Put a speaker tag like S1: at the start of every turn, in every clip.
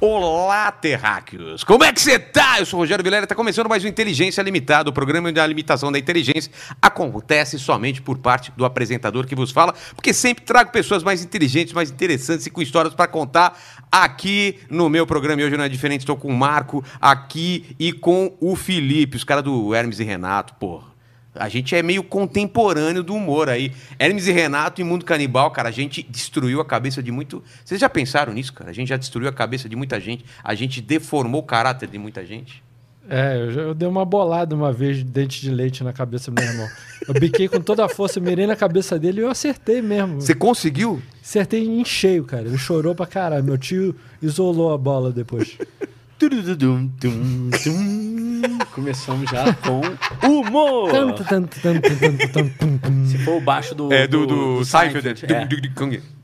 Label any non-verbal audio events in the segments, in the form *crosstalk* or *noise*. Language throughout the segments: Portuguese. S1: Olá, terráqueos! Como é que você tá? Eu sou o Rogério Vilela, tá começando mais um Inteligência Limitada, o programa onde a limitação da inteligência acontece somente por parte do apresentador que vos fala, porque sempre trago pessoas mais inteligentes, mais interessantes e com histórias para contar aqui no meu programa. E hoje não é diferente, estou com o Marco aqui e com o Felipe, os caras do Hermes e Renato, porra. A gente é meio contemporâneo do humor aí. Hermes e Renato e Mundo Canibal, cara, a gente destruiu a cabeça de muito. Vocês já pensaram nisso, cara? A gente já destruiu a cabeça de muita gente. A gente deformou o caráter de muita gente.
S2: É, eu, já- eu dei uma bolada uma vez de dente de leite na cabeça do meu irmão. Eu biquei com toda a força, eu mirei na cabeça dele e eu acertei mesmo.
S1: Você conseguiu?
S2: Acertei em cheio, cara. Ele chorou pra caralho. Meu tio isolou a bola depois.
S3: Turududum, tum, tum. Começamos já com humor.
S2: Tan, tan, tan, tan, tan, tan, tan, tum, tum.
S3: Se for o baixo do.
S1: É, do, do, Seinfeld.
S3: É.
S1: é.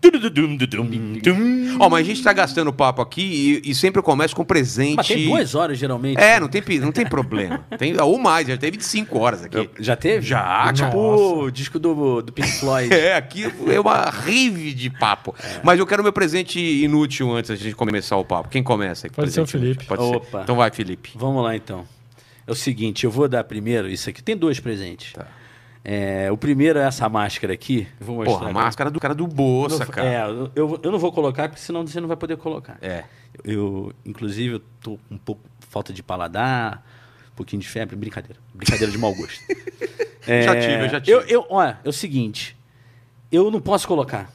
S3: Turududum,
S1: Hum.
S3: dudum, tum.
S1: Ó, mas a gente tá gastando papo aqui e, e sempre eu começo com presente.
S3: Mas tem duas horas geralmente. né?
S1: É, não tem, pe- não tem problema. Tem, ou mais, já teve de cinco horas aqui.
S3: Já teve?
S1: Já,
S3: Tipo
S1: cara.
S3: o disco do, do Pink
S1: *laughs*
S3: Floyd.
S1: É, aqui é uma rave de papo.
S3: É.
S1: Mas eu quero meu presente inútil antes da gente começar o papo. Quem começa? aí com o
S2: Pode ser o
S1: presente inútil?
S2: Felipe.
S1: Pode ser.
S3: Opa.
S1: Então vai, Felipe.
S3: Vamos lá então. É o seguinte, eu vou dar primeiro isso aqui. Tem dois presentes.
S1: Tá.
S3: É, o primeiro é essa máscara aqui. Vou mostrar.
S1: Porra, a máscara do cara do Bolsa,
S3: Não,
S1: cara.
S3: É, eu- eu, eu não vou colocar, porque senão você não vai poder colocar.
S1: É.
S3: Eu, inclusive, eu tô com um pouco falta de paladar, um pouquinho de febre, brincadeira. Brincadeira de mau
S1: *laughs*
S3: gosto.
S1: Já tive, eu já tive.
S3: Eu, eu- olha, é o seguinte, eu não posso colocar.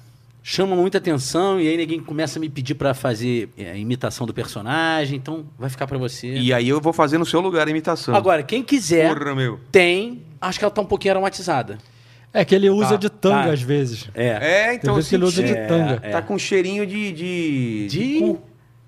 S3: Chama muita atenção e aí ninguém começa a me pedir pra fazer é, a imitação do personagem, então vai ficar pra você.
S1: E aí eu vou fazer no seu lugar a imitação.
S3: Agora, é. quem quiser,
S1: Porra, meu.
S3: tem. Acho que ela tá um pouquinho aromatizada.
S2: É que ele usa
S1: Tá,
S2: de tanga
S3: tá.
S2: às vezes.
S3: É.
S1: É,
S2: Tem
S1: então
S2: vezes que ele usa
S1: senti.
S2: de tanga.
S1: Tá com cheirinho de. De.
S3: De-
S1: cu.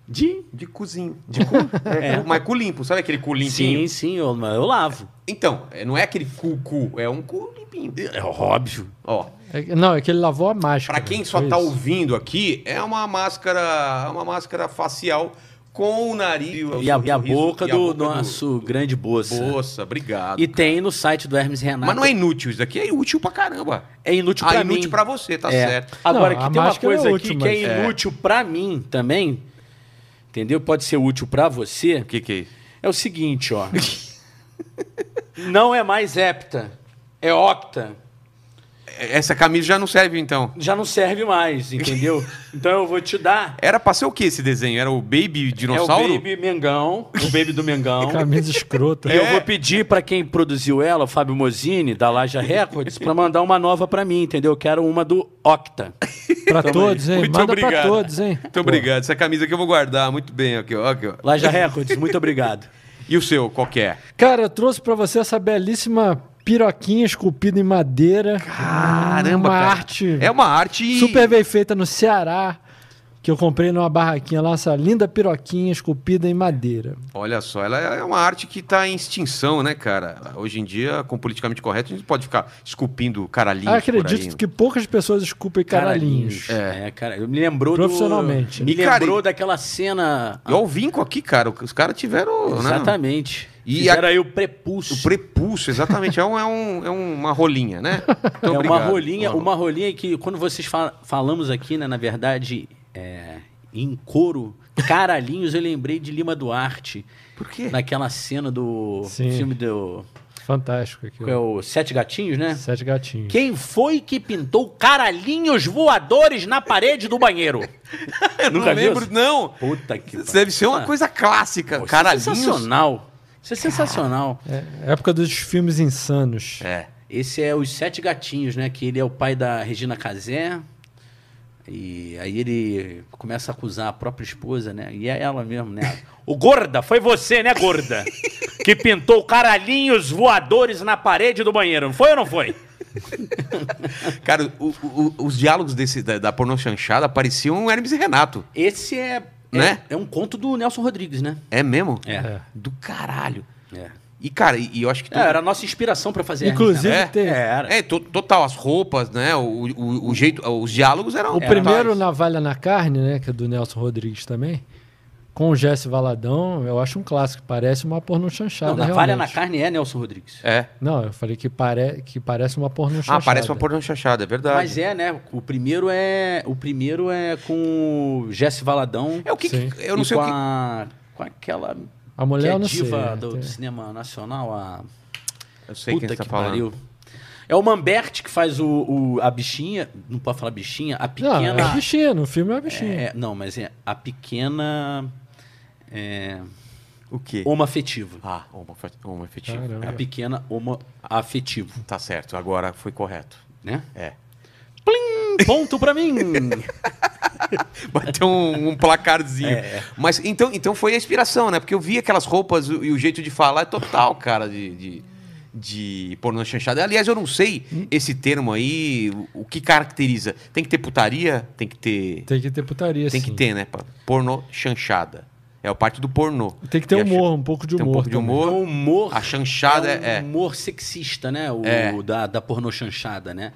S3: De.
S1: De cuzinho. De
S3: *laughs*
S1: cu? É, cu- Mas cu limpo, sabe aquele cu limpinho?
S3: Sim, sim, eu, eu lavo.
S1: Então, é- não é aquele cu-cu, é um cu limpinho.
S3: É óbvio.
S1: Ó,
S2: É que- não, é que ele lavou a máscara.
S1: Pra quem só
S3: É
S2: foi
S1: tá
S2: isso.
S1: ouvindo aqui, é uma máscara, é uma máscara facial com o nariz e, o
S3: E a, e a
S1: sorriso,
S3: boca
S1: e a
S3: do
S1: boca
S3: nosso grande
S1: do-
S3: bossa.
S1: Bolsa, obrigado.
S3: E tem no site do Hermes Renato.
S1: Mas não é inútil isso daqui, é útil pra caramba.
S3: É inútil
S1: Ah,
S3: pra mim.
S1: inútil pra você, tá
S3: É.
S1: certo.
S3: Agora,
S2: Não, a
S3: que tem uma
S2: máscara é
S3: coisa aqui
S2: útil,
S3: que é
S2: mas-
S1: É.
S3: inútil pra mim também, entendeu? Pode ser útil pra você.
S1: O que que é isso?
S3: É o
S1: *laughs*
S3: seguinte, ó. não é mais hepta, é octa.
S1: Essa camisa já não serve então.
S3: Já não serve
S1: *laughs*
S3: mais, entendeu? Então eu vou te dar.
S1: Era pra ser o que esse desenho? Era o Baby
S3: É
S1: Dinossauro?
S3: o Baby Mengão, o Baby
S2: *laughs*
S3: do Mengão.
S2: Camisa escrota.
S3: E
S1: É.
S3: eu vou pedir pra quem produziu ela, o Fábio Mozini, da Laja Records, pra mandar uma nova pra mim, entendeu? Eu quero uma do Octa.
S2: Pra todos, hein?
S1: Muito
S2: Manda
S1: obrigado.
S2: pra todos, hein?
S1: Muito obrigado. Essa camisa aqui eu vou guardar. Muito bem, aqui, ó. aqui, ó.
S3: Laja Records,
S2: *laughs*
S3: muito obrigado.
S1: E o seu, qual que é?
S2: Cara, eu trouxe pra você essa belíssima piroquinha esculpida em madeira.
S1: Caramba,
S2: uma
S1: cara.
S2: arte
S1: É uma arte.
S2: super bem feita no Ceará, que eu comprei numa barraquinha lá, essa linda piroquinha esculpida em madeira.
S1: Olha só, ela é uma arte que está em extinção, né, cara? Hoje em dia, com o politicamente correto, a gente pode ficar esculpindo caralhinhos por aí.
S2: Acredito
S1: né?
S2: que poucas pessoas esculpem caralhinhos.
S3: É, cara, eu me lembrou do-
S2: Profissionalmente.
S3: Me
S1: E, cara,
S3: lembrou
S1: e-
S3: daquela cena.
S1: E olha o vinco aqui, cara. Os caras tiveram né,
S3: Exatamente.
S1: E
S3: E era
S1: a-
S3: aí o prepulso.
S1: o prepulso, exatamente. É, um- é um- é uma rolinha,
S2: *laughs*
S1: né? Então,
S3: é uma
S1: obrigado.
S3: rolinha, uma rolinha que quando vocês fal- falamos aqui, né, na verdade, é, em couro, caralhinhos, eu lembrei de Lima Duarte,
S1: Por quê?
S3: naquela cena do
S2: Sim.
S3: filme do
S2: Fantástico aqui.
S3: qual é o Sete Gatinhos, né?
S2: Sete gatinhos.
S3: Quem foi que pintou caralhinhos voadores na parede do
S1: *laughs*
S3: banheiro?
S1: Eu É, não
S3: Nunca viu
S1: lembro,
S3: isso?
S1: não.
S3: Puta que
S1: Isso deve ser uma coisa clássica.
S3: Pô, isso é
S1: Caralhinhos.
S3: sensacional. Isso é sensacional.
S2: É, época dos filmes insanos.
S1: É.
S3: Esse é Os Sete Gatinhos, né? Que ele é o pai da Regina Casé. E aí ele começa a acusar a própria esposa, né? E é ela mesmo, né? O gorda, foi você, né,
S1: *laughs*
S3: gorda? Que pintou caralhinhos voadores na parede do banheiro. Não foi ou não foi?
S1: Cara, o- o- o- os diálogos desse, da, da pornô chanchada pareciam um Hermes e Renato.
S3: Esse é, é,
S1: Né?
S3: é um conto do Nelson Rodrigues, né?
S1: É mesmo?
S3: É.
S1: Do caralho.
S3: É.
S1: E, cara, e, e eu acho que.
S3: É, era a nossa inspiração pra fazer né?
S2: Inclusive,
S1: É?
S2: tem.
S3: era.
S1: É, to- total, as roupas, né? O, o, o jeito, os diálogos eram.
S2: O
S1: eram
S2: primeiro
S1: vários.
S2: Navalha na Carne, né? Que é do Nelson Rodrigues também. Com o Jesse Valadão, eu acho um clássico. Parece uma porno chanchada.
S3: Não, na Valha na
S2: realmente.
S3: Carne é Nelson Rodrigues.
S1: É.
S2: Não, eu falei que, pare... que parece uma porno chanchada.
S1: Ah, parece uma pornô chachada, é verdade.
S3: Mas é, né? O primeiro é, o primeiro é com o Jesse Valadão.
S1: É o que.
S2: Sim.
S1: que- eu não
S3: e
S1: sei
S3: com
S1: o que.
S3: A, com aquela que
S2: A mulher
S3: é
S2: eu não
S3: diva
S2: sei.
S3: do,
S2: Tem-
S3: do cinema nacional, a
S1: Eu sei quem
S3: puta
S1: você tá
S3: que
S1: falando.
S3: pariu. É o Mamberti que faz o, o- a bichinha, não pode falar bichinha, a
S2: Não,
S3: pequena.
S2: é bichinha. No filme é bichinha.
S3: é, não, mas é a pequena é,
S1: O quê?
S3: homo afetivo.
S1: Ah, homo, homo afetivo.
S2: Caramba.
S1: É,
S3: A pequena homo afetivo,
S1: Tá certo, agora foi correto. *laughs*
S3: né?
S1: É.
S3: Plim! Ponto pra *laughs* mim!
S1: Bateu um, um placarzinho.
S3: É.
S1: Mas então, então foi a inspiração, né? Porque eu vi aquelas roupas o- e o jeito de falar é total, cara, de, de, de pornô chanchada. Aliás, eu não sei
S3: Hum.
S1: esse termo aí, o, o que caracteriza. Tem que ter putaria? Tem que ter.
S2: Tem que ter putaria,
S1: Tem
S2: sim.
S1: que ter, né? pa- Pornô chanchada. É a parte do pornô.
S2: Tem que ter
S1: E a chan-
S2: humor, um pouco de
S1: Tem
S2: humor.
S1: um pouco de
S2: também.
S3: É
S1: humor.
S3: um humor.
S1: A chanchada é.
S3: um humor sexista, né? O
S1: É.
S3: da, da pornô chanchada, né?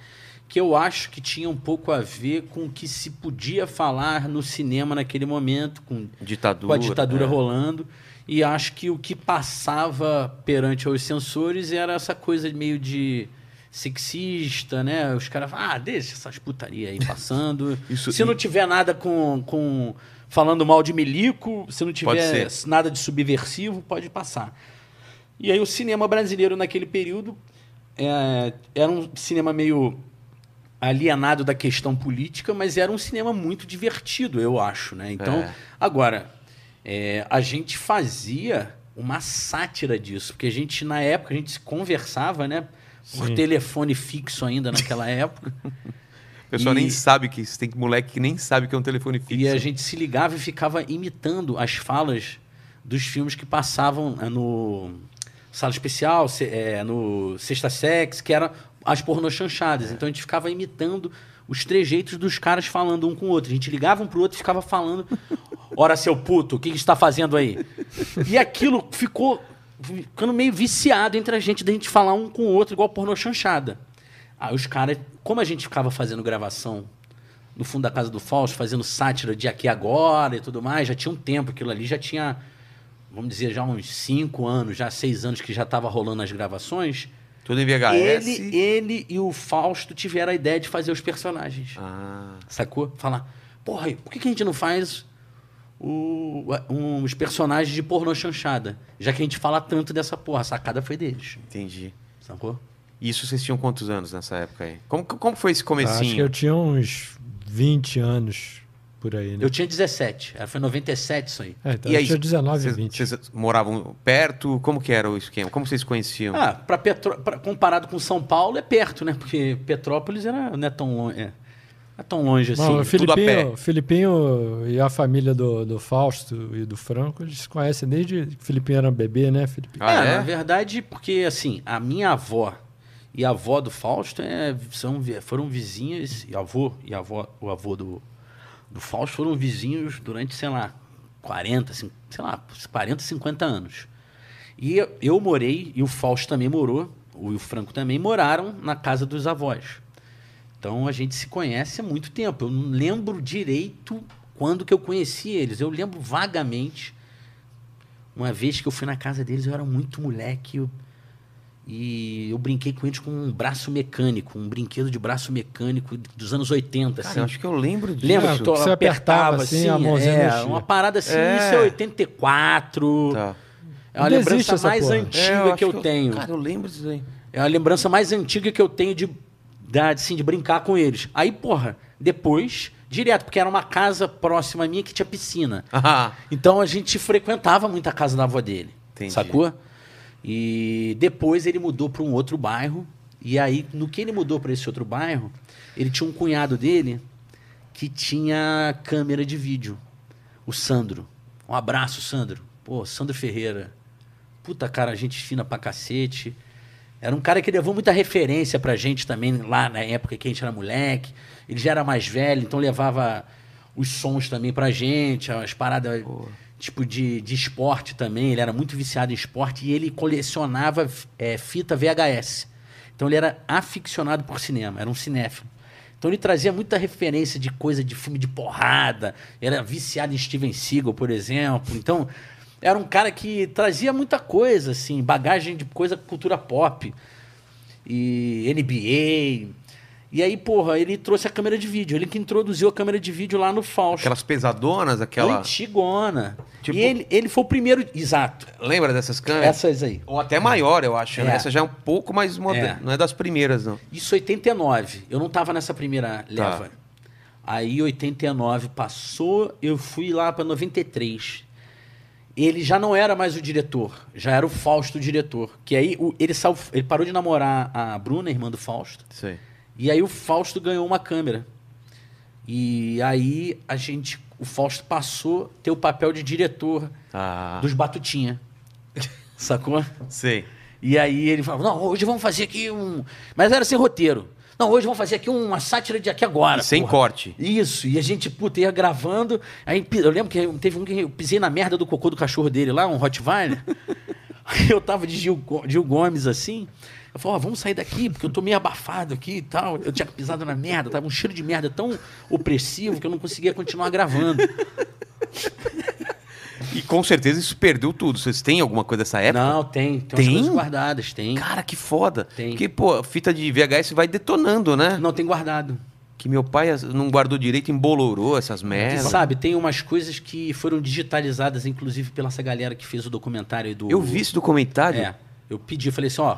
S3: Que eu acho que tinha um pouco a ver com o que se podia falar no cinema naquele momento, com,
S1: ditadura.
S3: com a ditadura
S1: é.
S3: rolando. E acho que o que passava perante aos censores era essa coisa meio de sexista, né? Os caras falam, ah, deixa essas putaria aí passando.
S1: *laughs* Isso-
S3: se não tiver nada com, com falando mal de milico, se não tiver
S1: Pode
S3: nada de subversivo, pode passar. E aí o cinema brasileiro naquele período é, era um cinema meio alienado da questão política, mas era um cinema muito divertido, eu acho, né? Então,
S1: É.
S3: agora é, a gente fazia uma sátira disso, porque a gente na época a gente se conversava, né? Por
S2: Sim.
S3: telefone fixo ainda naquela época.
S1: O pessoal nem
S3: E-
S1: sabe que isso. Tem moleque que nem sabe que é um telefone fixo.
S3: E a gente se ligava e ficava imitando as falas dos filmes que passavam eh, no Sala Especial, se- eh, no Sexta Sex, que eram as pornochanchadas. Então a gente ficava imitando os trejeitos dos caras falando um com o outro. A gente ligava um pro outro e ficava falando: Ora, seu puto, o que que está fazendo aí? E aquilo ficou ficando meio viciado entre a gente, da gente falar um com o outro igual pornochanchada. Aí os caras, como a gente ficava fazendo gravação no fundo da casa do Fausto, fazendo sátira de aqui e agora e tudo mais. Já tinha um tempo aquilo ali, já tinha, vamos dizer, já uns cinco anos, já seis anos que já estava rolando as gravações.
S1: Tudo em VHS.
S3: ele, ele e o Fausto tiveram a ideia de fazer os personagens.
S1: Ah,
S3: Sacou? Falar, porra, e por que, que a gente não faz o- um- uns personagens de pornô chanchada? Já que a gente fala tanto dessa porra, a sacada foi deles.
S1: entendi.
S3: Sacou?
S1: E isso vocês tinham quantos anos nessa época aí? Como, como foi esse
S2: Ah, Acho que eu
S1: comecinho?
S2: tinha uns 20 anos por aí, né?
S3: Eu tinha 17, era- foi 97 isso aí.
S2: É, então
S1: E
S2: eu
S1: aí,
S2: tinha 19,
S1: Vocês-
S2: 20.
S1: Vocês moravam perto? Como que era o esquema? Como vocês conheciam?
S3: Ah, pra Petro... pra- comparado com São Paulo é perto, né? Porque Petrópolis era, não é tão longe, é, não é tão longe assim.
S2: Bom, o
S1: tudo a
S2: Filipinho, Filipinho e a família do, do Fausto e do Franco, eles se conhecem desde que o Filipinho era um bebê, né, Filipinho?
S1: Ah,
S3: é,
S1: é?
S3: na verdade, porque assim, a minha avó e a avó do Fausto é, são, vi- foram vizinhas, e avô e avó, o avô do, do Fausto foram vizinhos durante, sei lá, 40, cin- sei lá, 40, 50 anos. E eu, eu morei, e o Fausto também morou, o- e o Franco também moraram na casa dos avós. Então a gente se conhece há muito tempo. Eu não lembro direito quando que eu conheci eles. Eu lembro vagamente uma vez que eu fui na casa deles, eu era muito moleque. eu- E eu brinquei com eles com um braço mecânico, um brinquedo de braço mecânico dos anos 80,
S1: Cara,
S3: assim.
S1: eu acho que eu lembro disso. Tá.
S3: Lembra que
S2: que
S3: tu
S2: você
S3: apertava,
S2: apertava, assim,
S3: assim,
S2: a mãozinha
S3: é,
S2: mexia.
S3: uma parada assim,
S1: É.
S3: isso é 84.
S1: Tá.
S3: É uma
S2: Ainda existe
S3: lembrança
S2: essa
S3: mais
S2: porra.
S1: É,
S3: antiga
S1: acho
S3: que eu tenho.
S1: Cara, eu lembro disso aí. *laughs*
S3: É a lembrança mais antiga que eu tenho de, da- assim, de brincar com eles. Aí, porra, depois, direto, porque era uma casa próxima a minha que tinha piscina.
S1: Ah,
S3: Então a gente frequentava muito a casa da avó dele.
S1: Entendi.
S3: Sacou? E depois ele mudou para um outro bairro. E aí, no que ele mudou para esse outro bairro, ele tinha um cunhado dele que tinha câmera de vídeo. O Sandro. Um abraço, Sandro. Pô, Sandro Ferreira. Puta cara, gente fina pra cacete. Era um cara que levou muita referência pra gente também, lá na época que a gente era moleque. Ele já era mais velho, então levava os sons também pra gente, as paradas tipo, de, de esporte também. Ele era muito viciado em esporte e ele colecionava é, fita VHS. Então ele era aficionado por cinema, era um cinéfilo. Então ele trazia muita referência de coisa de filme de porrada, era viciado em Steven Seagal, por exemplo. Então era um cara que trazia muita coisa, assim, bagagem de coisa, cultura pop e NBA. E aí, porra, ele trouxe a câmera de vídeo. Ele que introduziu a câmera de vídeo lá no Fausto.
S1: Aquelas pesadonas, aquela.
S3: Antigona.
S1: Tipo- É.
S3: E ele, ele foi o primeiro. Exato.
S1: Lembra dessas câmeras?
S3: Essas aí.
S1: Ou até maior, eu acho. né?
S3: É.
S1: Essa já é um pouco mais moderna.
S3: É.
S1: Não é das primeiras, não.
S3: Isso 89. Eu não tava nessa primeira leva. Aí 89 passou, eu fui lá para 93. Ele já não era mais o diretor, já era o Fausto o diretor. Que aí o- ele, saiu- ele parou de namorar a Bruna, irmã do Fausto.
S1: Sei.
S3: E aí o Fausto ganhou uma câmera. E aí a gente, o Fausto passou a ter o papel de diretor
S1: Ah.
S3: dos Batutinha. Sacou?
S1: Sei.
S3: E aí ele falava, não, hoje vamos fazer aqui um... Mas era sem roteiro. Não, hoje vamos fazer aqui uma sátira de aqui agora.
S1: E sem
S3: porra.
S1: corte.
S3: Isso, e a gente, puta, ia gravando. Aí pi- eu lembro que teve um que eu pisei na merda do cocô do cachorro dele lá, um Rottweiler. Aí eu tava de Gil, Go- Gil Gomes assim. Eu falei, ó, vamos sair daqui, porque eu tô meio abafado aqui e tal. Eu tinha pisado na merda, tava um cheiro de merda tão opressivo que eu não conseguia continuar gravando.
S1: E com certeza isso perdeu tudo. Vocês têm alguma coisa dessa época?
S3: Não, tem, tem,
S1: É Tem?
S3: umas coisas guardadas, tem.
S1: Cara, que foda.
S3: Tem.
S1: Porque, pô, a fita de VHS vai detonando, né?
S3: Não, tem guardado.
S1: Que meu pai as- não guardou direito, embolorou essas
S3: E
S1: merdas.
S3: sabe, tem umas coisas que foram digitalizadas, inclusive, pela essa galera que fez o documentário aí do.
S1: Eu vi esse documentário.
S3: É. Eu pedi, falei assim, ó,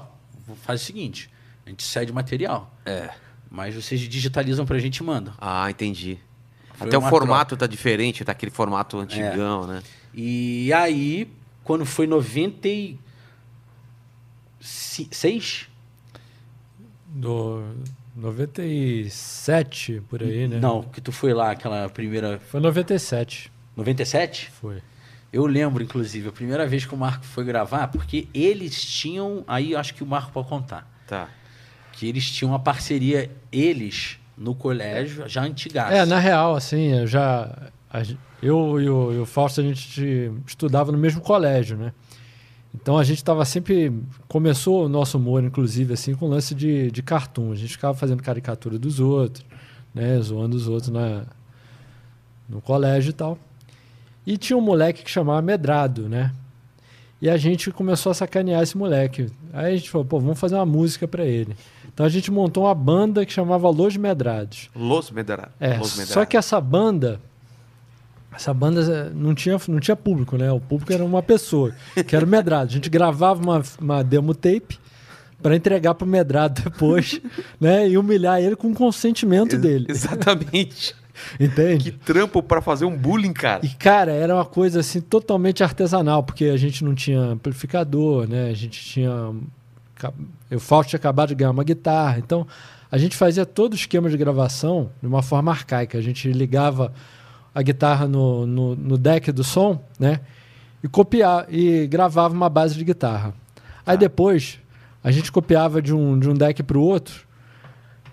S3: faz o seguinte, a gente cede o material. É. Mas vocês digitalizam pra gente e mandam.
S1: Ah, entendi.
S3: Foi
S1: Até o
S3: uma É.
S1: formato tá diferente, tá aquele formato antigão, né?
S3: E aí, quando foi 96?
S2: Do 97, por aí, né?
S3: Não, que tu foi lá, aquela primeira...
S2: Foi 97,
S3: 97?
S2: foi.
S3: Eu lembro, inclusive, a primeira vez que o Marco foi gravar, porque eles tinham... Aí eu acho que o Marco pode contar.
S1: Tá.
S3: Que eles tinham uma parceria, eles, no colégio, já antigaça.
S2: É, na real, assim, eu já. a gen- eu e o, e o Fausto, a gente estudava no mesmo colégio, né? Então a gente estava sempre. Começou o nosso humor, inclusive, assim, com lance de, de cartoon. A gente ficava fazendo caricatura dos outros, né? Zoando os outros na, no colégio e tal. E tinha um moleque que chamava Medrado, né? E a gente começou a sacanear esse moleque. Aí a gente falou, pô, vamos fazer uma música pra ele. Então a gente montou uma banda que chamava Los Medrados.
S1: Los Medera.
S2: É,
S1: Los
S2: só que essa banda. Essa banda eh, não tinha, não tinha público, né? O público era uma pessoa, que era o Medrado. A gente gravava uma, uma demo tape para entregar pro Medrado depois, *laughs* né? E humilhar ele com o consentimento
S1: dele.
S2: dele,
S1: *laughs* Exatamente.
S2: entende?
S1: que trampo pra fazer um bullying, cara.
S2: E, cara, era uma coisa assim totalmente artesanal, porque a gente não tinha amplificador, né? A gente tinha. ca- O Fausto tinha acabado de ganhar uma guitarra. Então, a gente fazia todo o esquema de gravação de uma forma arcaica. A gente ligava a guitarra no, no, no deck do som, né? E copiava e gravava uma base de guitarra. Aí depois a gente copiava de um, de um deck para o outro,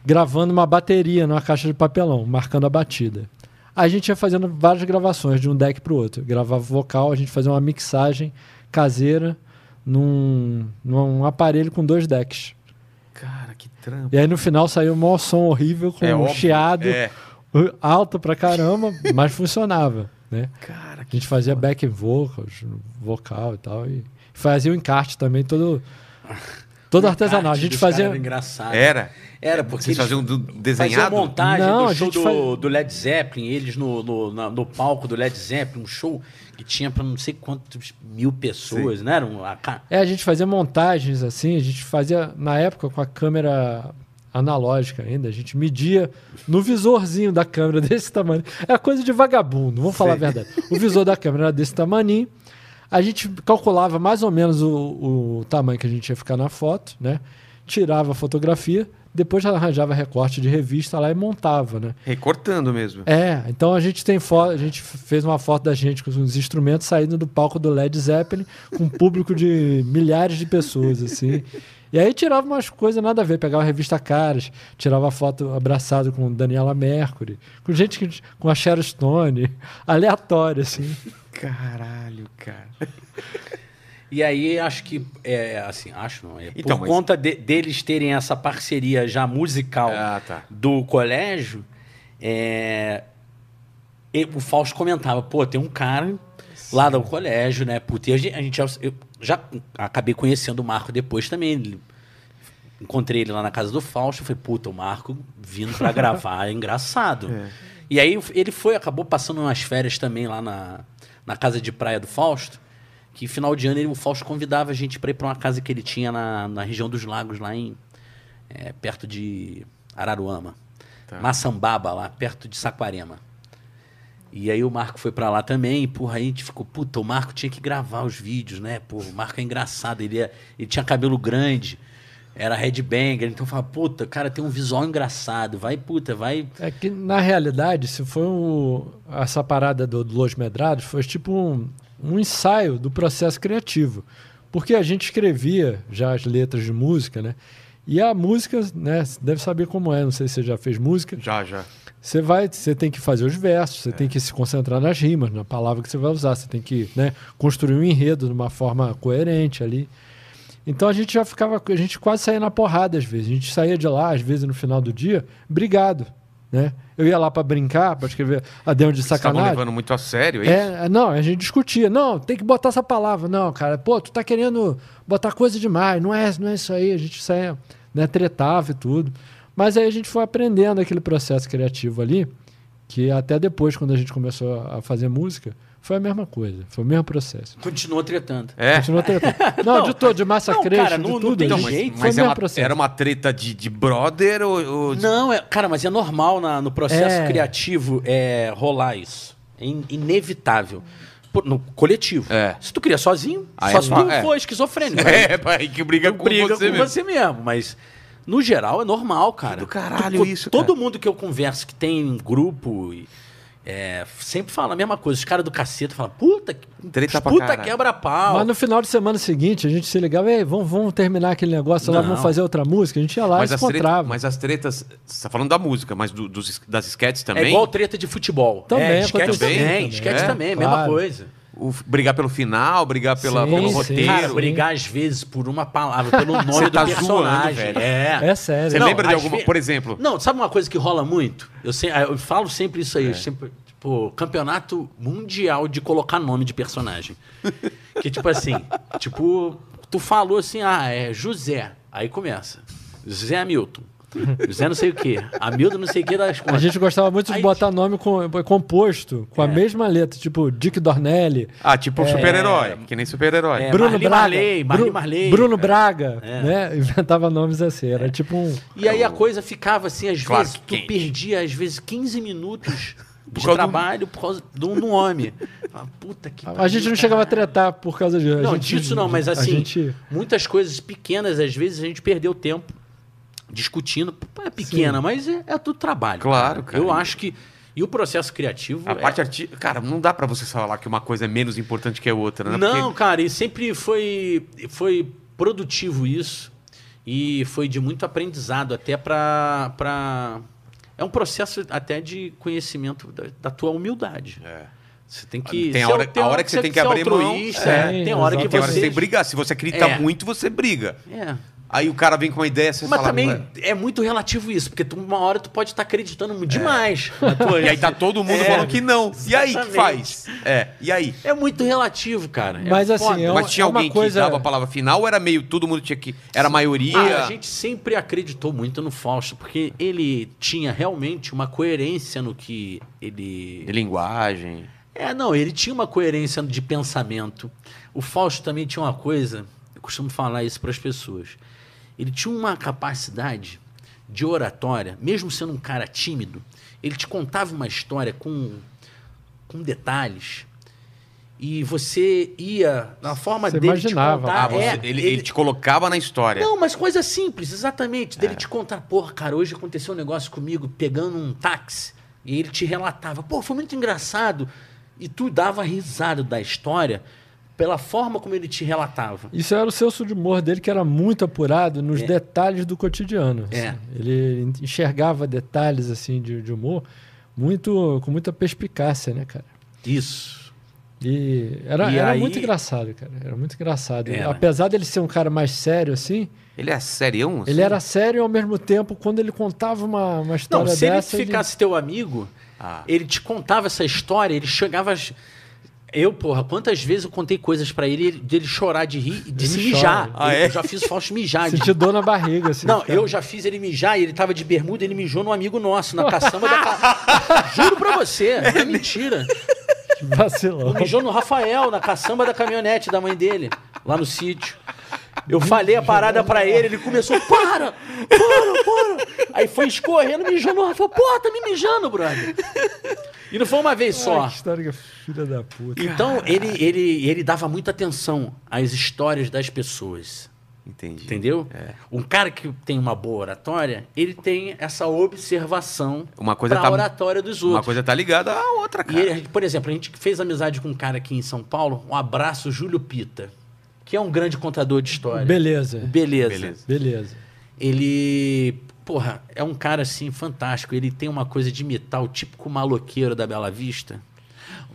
S2: gravando uma bateria numa caixa de papelão, marcando a batida. A gente ia fazendo várias gravações de um deck para o outro. Gravava vocal, a gente fazia uma mixagem caseira num, num aparelho com dois decks.
S1: Cara, que trampo.
S2: E aí no final saiu um maior som horrível, com um
S1: óbvio.
S2: chiado
S1: É.
S2: alto pra caramba, mas funcionava, né?
S1: Cara,
S2: A gente fazia back vocals, vocal e tal. E fazia o encarte também, todo, todo artesanal. A gente
S3: Era
S2: fazia.
S3: engraçado.
S1: Era?
S3: Era, porque
S1: Vocês
S3: eles
S1: faziam do do
S3: Fazer a
S1: desenhado?
S3: montagem
S2: Não,
S3: do
S2: a
S3: show
S2: gente
S3: do,
S2: faz-
S3: do Led Zeppelin, eles no, no, na- no palco do Led Zeppelin, um show que tinha pra não sei quantos mil pessoas, né? Era um, a ca-
S2: É, a gente fazia montagens assim, a gente fazia, na época, com a câmera analógica ainda, a gente media no visorzinho da câmera *laughs* desse tamanho. É coisa de vagabundo, vamos falar a verdade. O visor da câmera era desse tamaninho. A gente calculava mais ou menos o, o tamanho que a gente ia ficar na foto, né? Tirava a fotografia, depois arranjava recorte de revista lá e montava, né?
S1: Recortando mesmo.
S2: É, então a gente tem foto, a gente f- fez uma foto da gente com os instrumentos saindo do palco do Led Zeppelin com um público de milhares de pessoas assim. E aí tirava umas coisas nada a ver, pegava a revista Caras, tirava foto abraçado com Daniela Mercury, com gente que, com a Sharon Stone, *laughs* aleatório assim.
S1: Caralho, cara.
S3: E aí acho que, é, assim, acho não, é
S1: Então,
S3: por
S1: mas-
S3: conta de- deles terem essa parceria já musical
S1: Ah, tá.
S3: do colégio, é, e o Fausto comentava, pô, tem um cara lá do colégio, né, puta, e a gente, a gente já, eu já acabei conhecendo o Marco depois também, ele- encontrei ele lá na casa do Fausto, eu falei, puta, o Marco vindo pra gravar, é engraçado.
S1: *laughs*
S3: E aí ele foi, acabou passando umas férias também lá na, na casa de praia do Fausto, que final de ano ele, o Fausto convidava a gente pra ir pra uma casa que ele tinha na, na região dos lagos, lá em é, perto de Araruama.
S1: Tá.
S3: Maçambaba, lá perto de Saquarema. E aí o Marco foi pra lá também, e porra, aí a gente ficou, puta, o Marco tinha que gravar os vídeos, né? Pô, o Marco é engraçado, ele, é- ele tinha cabelo grande, era headbanger, então eu falava, puta, cara, tem um visual engraçado, vai, puta, vai
S2: É que, na realidade, se foi o- essa parada do, do Los Medrados, foi tipo um, um ensaio do processo criativo. Porque a gente escrevia já as letras de música, né? E a música, né? Você deve saber como é, não sei se você já fez música.
S1: Já, já.
S2: Você vai, você tem que fazer os versos, você tem que se concentrar nas rimas, na palavra que você vai usar, você tem que né, construir um enredo de uma forma coerente ali. Então a gente já ficava, a gente quase saía na porrada às vezes. A gente saía de lá às vezes no final do dia, brigado, né? Eu ia lá para brincar, para escrever adeus de
S1: Vocês estavam
S2: sacanagem.
S1: levando muito a sério, isso?
S2: É, não, a gente discutia. Não, tem que botar essa palavra. Não, cara, pô, tu tá querendo botar coisa demais. Não é, não é isso aí. A gente saia, né, tretava e tudo. Mas aí a gente foi aprendendo aquele processo criativo ali, que até depois, quando a gente começou a fazer música, foi a mesma coisa. Foi o mesmo processo.
S3: continuou tretando.
S1: É. *laughs*
S2: Continuou tretando. Não,
S3: Não,
S2: de todo, de massa
S3: não,
S2: creche,
S3: cara,
S2: de
S3: não- não
S2: tudo.
S3: tem
S2: a
S1: Então,
S2: gente-
S1: mas,
S3: jeito.
S2: foi o
S1: mas é
S2: mesmo
S1: uma-
S2: processo.
S1: era uma treta de, de brother ou. ou-
S3: Não, é, cara, mas é normal na- no processo
S2: É.
S3: criativo é, rolar isso. É in- inevitável. Pô, no coletivo.
S1: É.
S3: Se tu cria sozinho,
S1: Aí
S3: só
S1: é
S3: se
S1: fa-
S3: tu
S1: é.
S3: for
S1: *laughs*
S3: esquizofrênico.
S1: *laughs* É, pai, que briga
S3: Tu
S1: com
S3: briga
S1: você
S3: com
S1: mesmo.
S3: você mesmo, mas no geral é normal, cara.
S1: do caralho
S3: co-
S1: isso,
S3: Todo mundo que eu converso que tem um grupo e, é, sempre fala a mesma coisa. Os caras do cacete falam, puta, que-
S1: Treta pra
S3: puta
S1: caralho.
S2: Mas
S3: quebra-pau.
S2: no final de semana seguinte, a gente se ligava, ei, vamos, vamos terminar aquele negócio lá,
S3: Não.
S2: vamos fazer outra música. A gente ia lá
S1: Mas
S2: e
S1: as,
S2: se encontrava.
S1: treta, mas as tretas. Você tá falando da música, mas do- dos, das esquetes também?
S3: É igual treta de futebol.
S2: Também
S3: é, esquete
S2: aconteceu
S3: também,
S1: também.
S3: esquete
S1: É,
S3: também, mesma
S2: claro.
S3: coisa.
S1: O- brigar pelo final, brigar pela,
S2: Sim,
S1: pelo
S2: sim.
S1: roteiro.
S3: Cara,
S2: Sim.
S3: brigar às vezes por uma palavra, pelo nome
S1: Você
S3: do
S1: tá zoando,
S3: personagem.
S1: velho.
S3: É.
S2: É sério.
S1: Você
S3: Não,
S1: lembra de
S3: às
S1: alguma.
S3: ve-
S1: Por exemplo,
S3: Não, sabe uma coisa que rola muito? Eu, se- eu falo sempre isso aí.
S1: É.
S3: eu Sempre, tipo, campeonato mundial de colocar nome de personagem. que tipo assim, tipo, tu falou assim, ah, é José. Aí começa. José Hamilton. José não sei o quê. Hamilton não sei o quê das
S2: A
S3: contas.
S2: gente gostava muito de
S3: Aí- É.
S2: botar nome com- composto, com a mesma letra, tipo Dick Dornelli,
S1: ah, tipo um super-herói, que nem super-herói.
S3: É,
S2: Bruno
S3: Marli
S2: Braga.
S3: Marley, Marli
S2: Bru-
S3: Marley. é.
S2: Bruno Braga, né? *laughs* Inventava nomes assim, era tipo um.
S3: E aí a coisa ficava assim, às
S1: Claro
S3: vezes,
S1: que
S3: tu
S1: quente.
S3: perdia, às vezes,
S1: *laughs*
S3: 15 minutos de
S1: causa do-
S3: trabalho por causa de um nome. Ah, puta que
S2: A gente não chegava a tretar por causa disso. a
S3: Não,
S2: gente-
S3: disso não, mas assim,
S2: A gente,
S3: muitas coisas pequenas, às vezes, a gente perdeu tempo discutindo. Pô, É pequena, mas é, é do trabalho.
S1: Claro, cara.
S3: Eu acho que. E o processo criativo.
S1: A
S3: é-
S1: parte artística. Cara, não dá pra você falar que uma coisa é menos importante que a outra, né?
S3: Não,
S1: Porque-
S3: cara, e sempre foi, foi produtivo isso. E foi de muito aprendizado até pra. pra... É um processo até de conhecimento da, da tua humildade.
S1: É.
S3: Você tem que.
S1: Tem a
S3: ser-
S1: hora- a hora que você tem que
S3: ser
S1: abrir mão.
S3: altruísta,
S2: É,
S3: é, tem hora que
S2: exatamente.
S1: Tem hora que você tem
S3: você.
S1: que brigar. Se você acredita
S3: É.
S1: muito, você briga.
S3: É.
S1: Aí o cara vem com uma ideia, você
S3: Mas
S1: fala.
S3: também
S1: "Ué".
S3: é muito relativo isso, porque tu, uma hora tu pode estar acreditando demais. na tua-
S1: É. *laughs* E aí tá todo mundo
S3: É.
S1: falando que não. E aí, que
S3: Exatamente.
S1: faz? É, e aí?
S3: *laughs* É muito relativo, cara. É
S2: Mas assim,
S3: foda.
S2: é um-
S1: Mas tinha
S2: uma
S1: alguém
S2: coisa-
S1: que dava a palavra final, ou era meio, todo mundo tinha que. Era a maioria.
S3: Ah, a gente sempre acreditou muito no Fausto, porque ele tinha realmente uma coerência no que ele.
S1: De linguagem.
S3: É, não, ele tinha uma coerência de pensamento. O Fausto também tinha uma coisa, eu costumo falar isso para as pessoas. Ele tinha uma capacidade de oratória, mesmo sendo um cara tímido, ele te contava uma história com, com detalhes. E você ia, na forma
S2: Você
S3: dele
S2: imaginava.
S3: te contar.
S1: Ah, você-
S3: é,
S1: ele, ele te colocava na história.
S3: não, mas coisa simples, exatamente.
S1: É.
S3: Dele te contar, porra, cara, hoje aconteceu um negócio comigo pegando um táxi. E ele te relatava, pô, foi muito engraçado. E tu dava risada da história pela forma como ele te relatava.
S2: isso era o senso de humor dele, que era muito apurado nos detalhes do cotidiano. assim.
S3: É.
S2: Ele enxergava detalhes assim de, de humor muito, com muita perspicácia, né, cara?
S3: Isso.
S2: E era,
S3: E
S2: era
S3: aí-
S2: muito engraçado, cara. Era muito engraçado.
S3: Era.
S2: Apesar dele ser um cara mais sério, assim,
S1: Ele é serião? assim?
S2: ele era sério e ao mesmo tempo, quando ele contava uma, uma história
S3: Não, se ele
S2: dessa.
S3: ficasse teu amigo,
S1: Ah.
S3: ele te contava essa história, ele chegava. às- Eu, porra, quantas vezes eu contei coisas pra ele ele- dele chorar de rir e
S2: Ele
S3: de se
S2: chora.
S3: mijar.
S1: Ah,
S3: Ele-
S1: é?
S3: Eu já fiz o Fausto mijar.
S2: *laughs* ele
S3: de-
S2: *laughs* sentia dor na barriga, assim.
S3: Não,
S2: cara. *laughs*
S3: eu já fiz ele mijar e ele tava de bermuda, ele mijou num amigo nosso, na caçamba da ca... Juro pra você, é mentira.
S2: Que vacilão.
S3: Mijou no Rafael, na caçamba da caminhonete da mãe dele, lá no sítio. Eu falei a parada pra ele, ele começou, para, para, para. Aí foi escorrendo, mijou no Rafael, porra, tá me mijando, brother. E não foi uma vez só.
S2: Ai, que história filha da puta.
S3: Então, ele, ele, ele dava muita atenção às histórias das pessoas.
S1: Entendi.
S3: Entendeu?
S1: É.
S3: Um cara que tem uma boa oratória, ele tem essa observação
S1: Uma coisa
S3: pra
S1: tá-
S3: oratória dos outros.
S1: Uma coisa tá ligada à outra,
S3: E
S1: cara.
S3: ele, por exemplo, a gente fez amizade com um cara aqui em São Paulo, um abraço, Júlio Pita, que é um grande contador de história.
S2: Beleza.
S3: O Beleza.
S1: Beleza.
S2: Beleza.
S3: Ele, porra, é um cara assim fantástico. Ele tem uma coisa de imitar o típico maloqueiro da Bela Vista.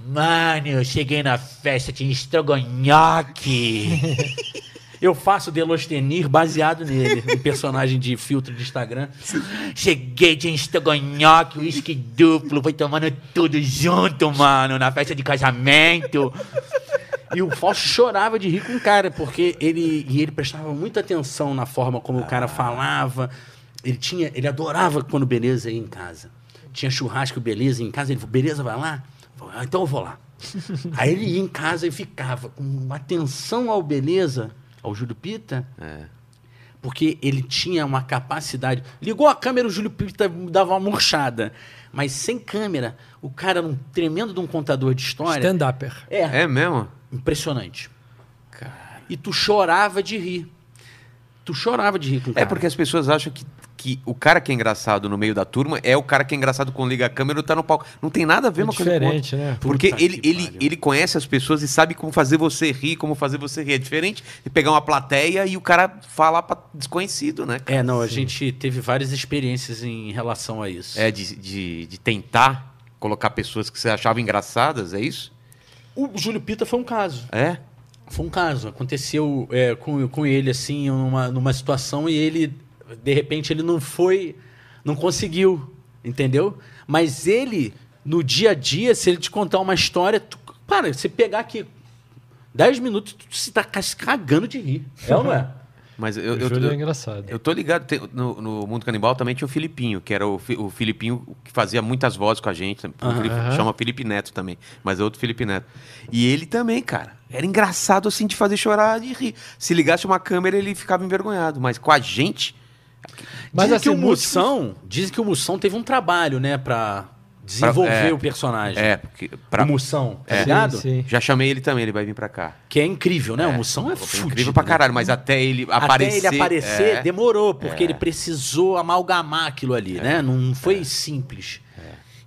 S3: Mano, eu cheguei na festa, tinha estrogonhoque. Eu faço Delostenir baseado nele, um personagem de filtro de Instagram. Cheguei de estrogonhoque, uísque duplo, foi tomando tudo junto, mano, na festa de casamento. E o Fausto chorava de rir com o cara, porque ele, e ele prestava muita atenção na forma como o cara falava. Ele tinha, ele adorava quando Beleza ia em casa. Tinha churrasco Beleza em casa, ele falou, Beleza vai lá? Eu falava, "Ah, então eu vou lá. Aí ele ia em casa e ficava com uma atenção ao Beleza, ao Júlio Pita,
S1: É.
S3: porque ele tinha uma capacidade. Ligou a câmera, o Júlio Pita dava uma murchada. Mas sem câmera, o cara era um tremendo de um contador de história.
S2: Stand-upper.
S3: É,
S1: É mesmo?
S3: Impressionante. E tu chorava de rir. Tu chorava de rir com o
S1: É
S3: cara.
S1: porque as pessoas acham que, que o cara que é engraçado no meio da turma é o cara que é engraçado quando liga a câmera ou tá no palco. Não tem nada a ver
S2: É
S1: uma coisa com a outra.
S2: diferente, né?
S1: Porque
S3: Puta
S1: ele,
S3: que
S1: ele,
S3: pariu.
S1: ele conhece as pessoas e sabe como fazer você rir, como fazer você rir. É diferente de pegar uma plateia e o cara falar pra desconhecido, né?
S3: É, não, a gente teve várias experiências em relação a isso.
S1: É de, de, de tentar colocar pessoas que você achava engraçadas, é isso?
S3: O Júlio Pita foi um caso.
S1: É?
S3: Foi um caso. Aconteceu é, com, com ele, assim, numa, numa situação e ele, de repente, ele não foi, não conseguiu, entendeu? Mas ele, no dia a dia, se ele te contar uma história, tu, para, você pegar aqui 10 minutos, tu se tá cas- cagando de rir. É ou não é?
S1: Mas eu,
S2: O
S1: eu,
S2: Júlio é
S1: eu,
S2: engraçado.
S1: eu tô ligado. tem- no, no Mundo Canibal também tinha o Filipinho, que era o, Fi- o Filipinho que fazia muitas vozes com a gente. O
S3: Aham.
S1: Felipe- chama Felipe Neto também, mas é outro Felipe Neto. E ele também, cara. Era engraçado assim de fazer chorar de rir. Se ligasse uma câmera, ele ficava envergonhado. Mas com a gente.
S2: Mas
S3: dizem
S2: assim,
S3: que o Mussão, dizem que o Mussão teve um trabalho, né, pra desenvolver
S1: Pra- é.
S3: o personagem.
S1: É, porque. Pra,
S3: O Mussão, tá
S2: É.
S3: ligado?
S2: Sim, sim.
S1: já chamei ele também, ele vai vir pra cá.
S3: Que é incrível, né? o Mussão é
S1: Pô, foi
S3: fudido,
S1: incrível pra
S3: né?
S1: caralho, mas até ele
S3: Até
S1: aparecer.
S3: ele aparecer,
S1: é. É.
S3: demorou, porque ele precisou amalgamar aquilo ali, né? Não foi simples.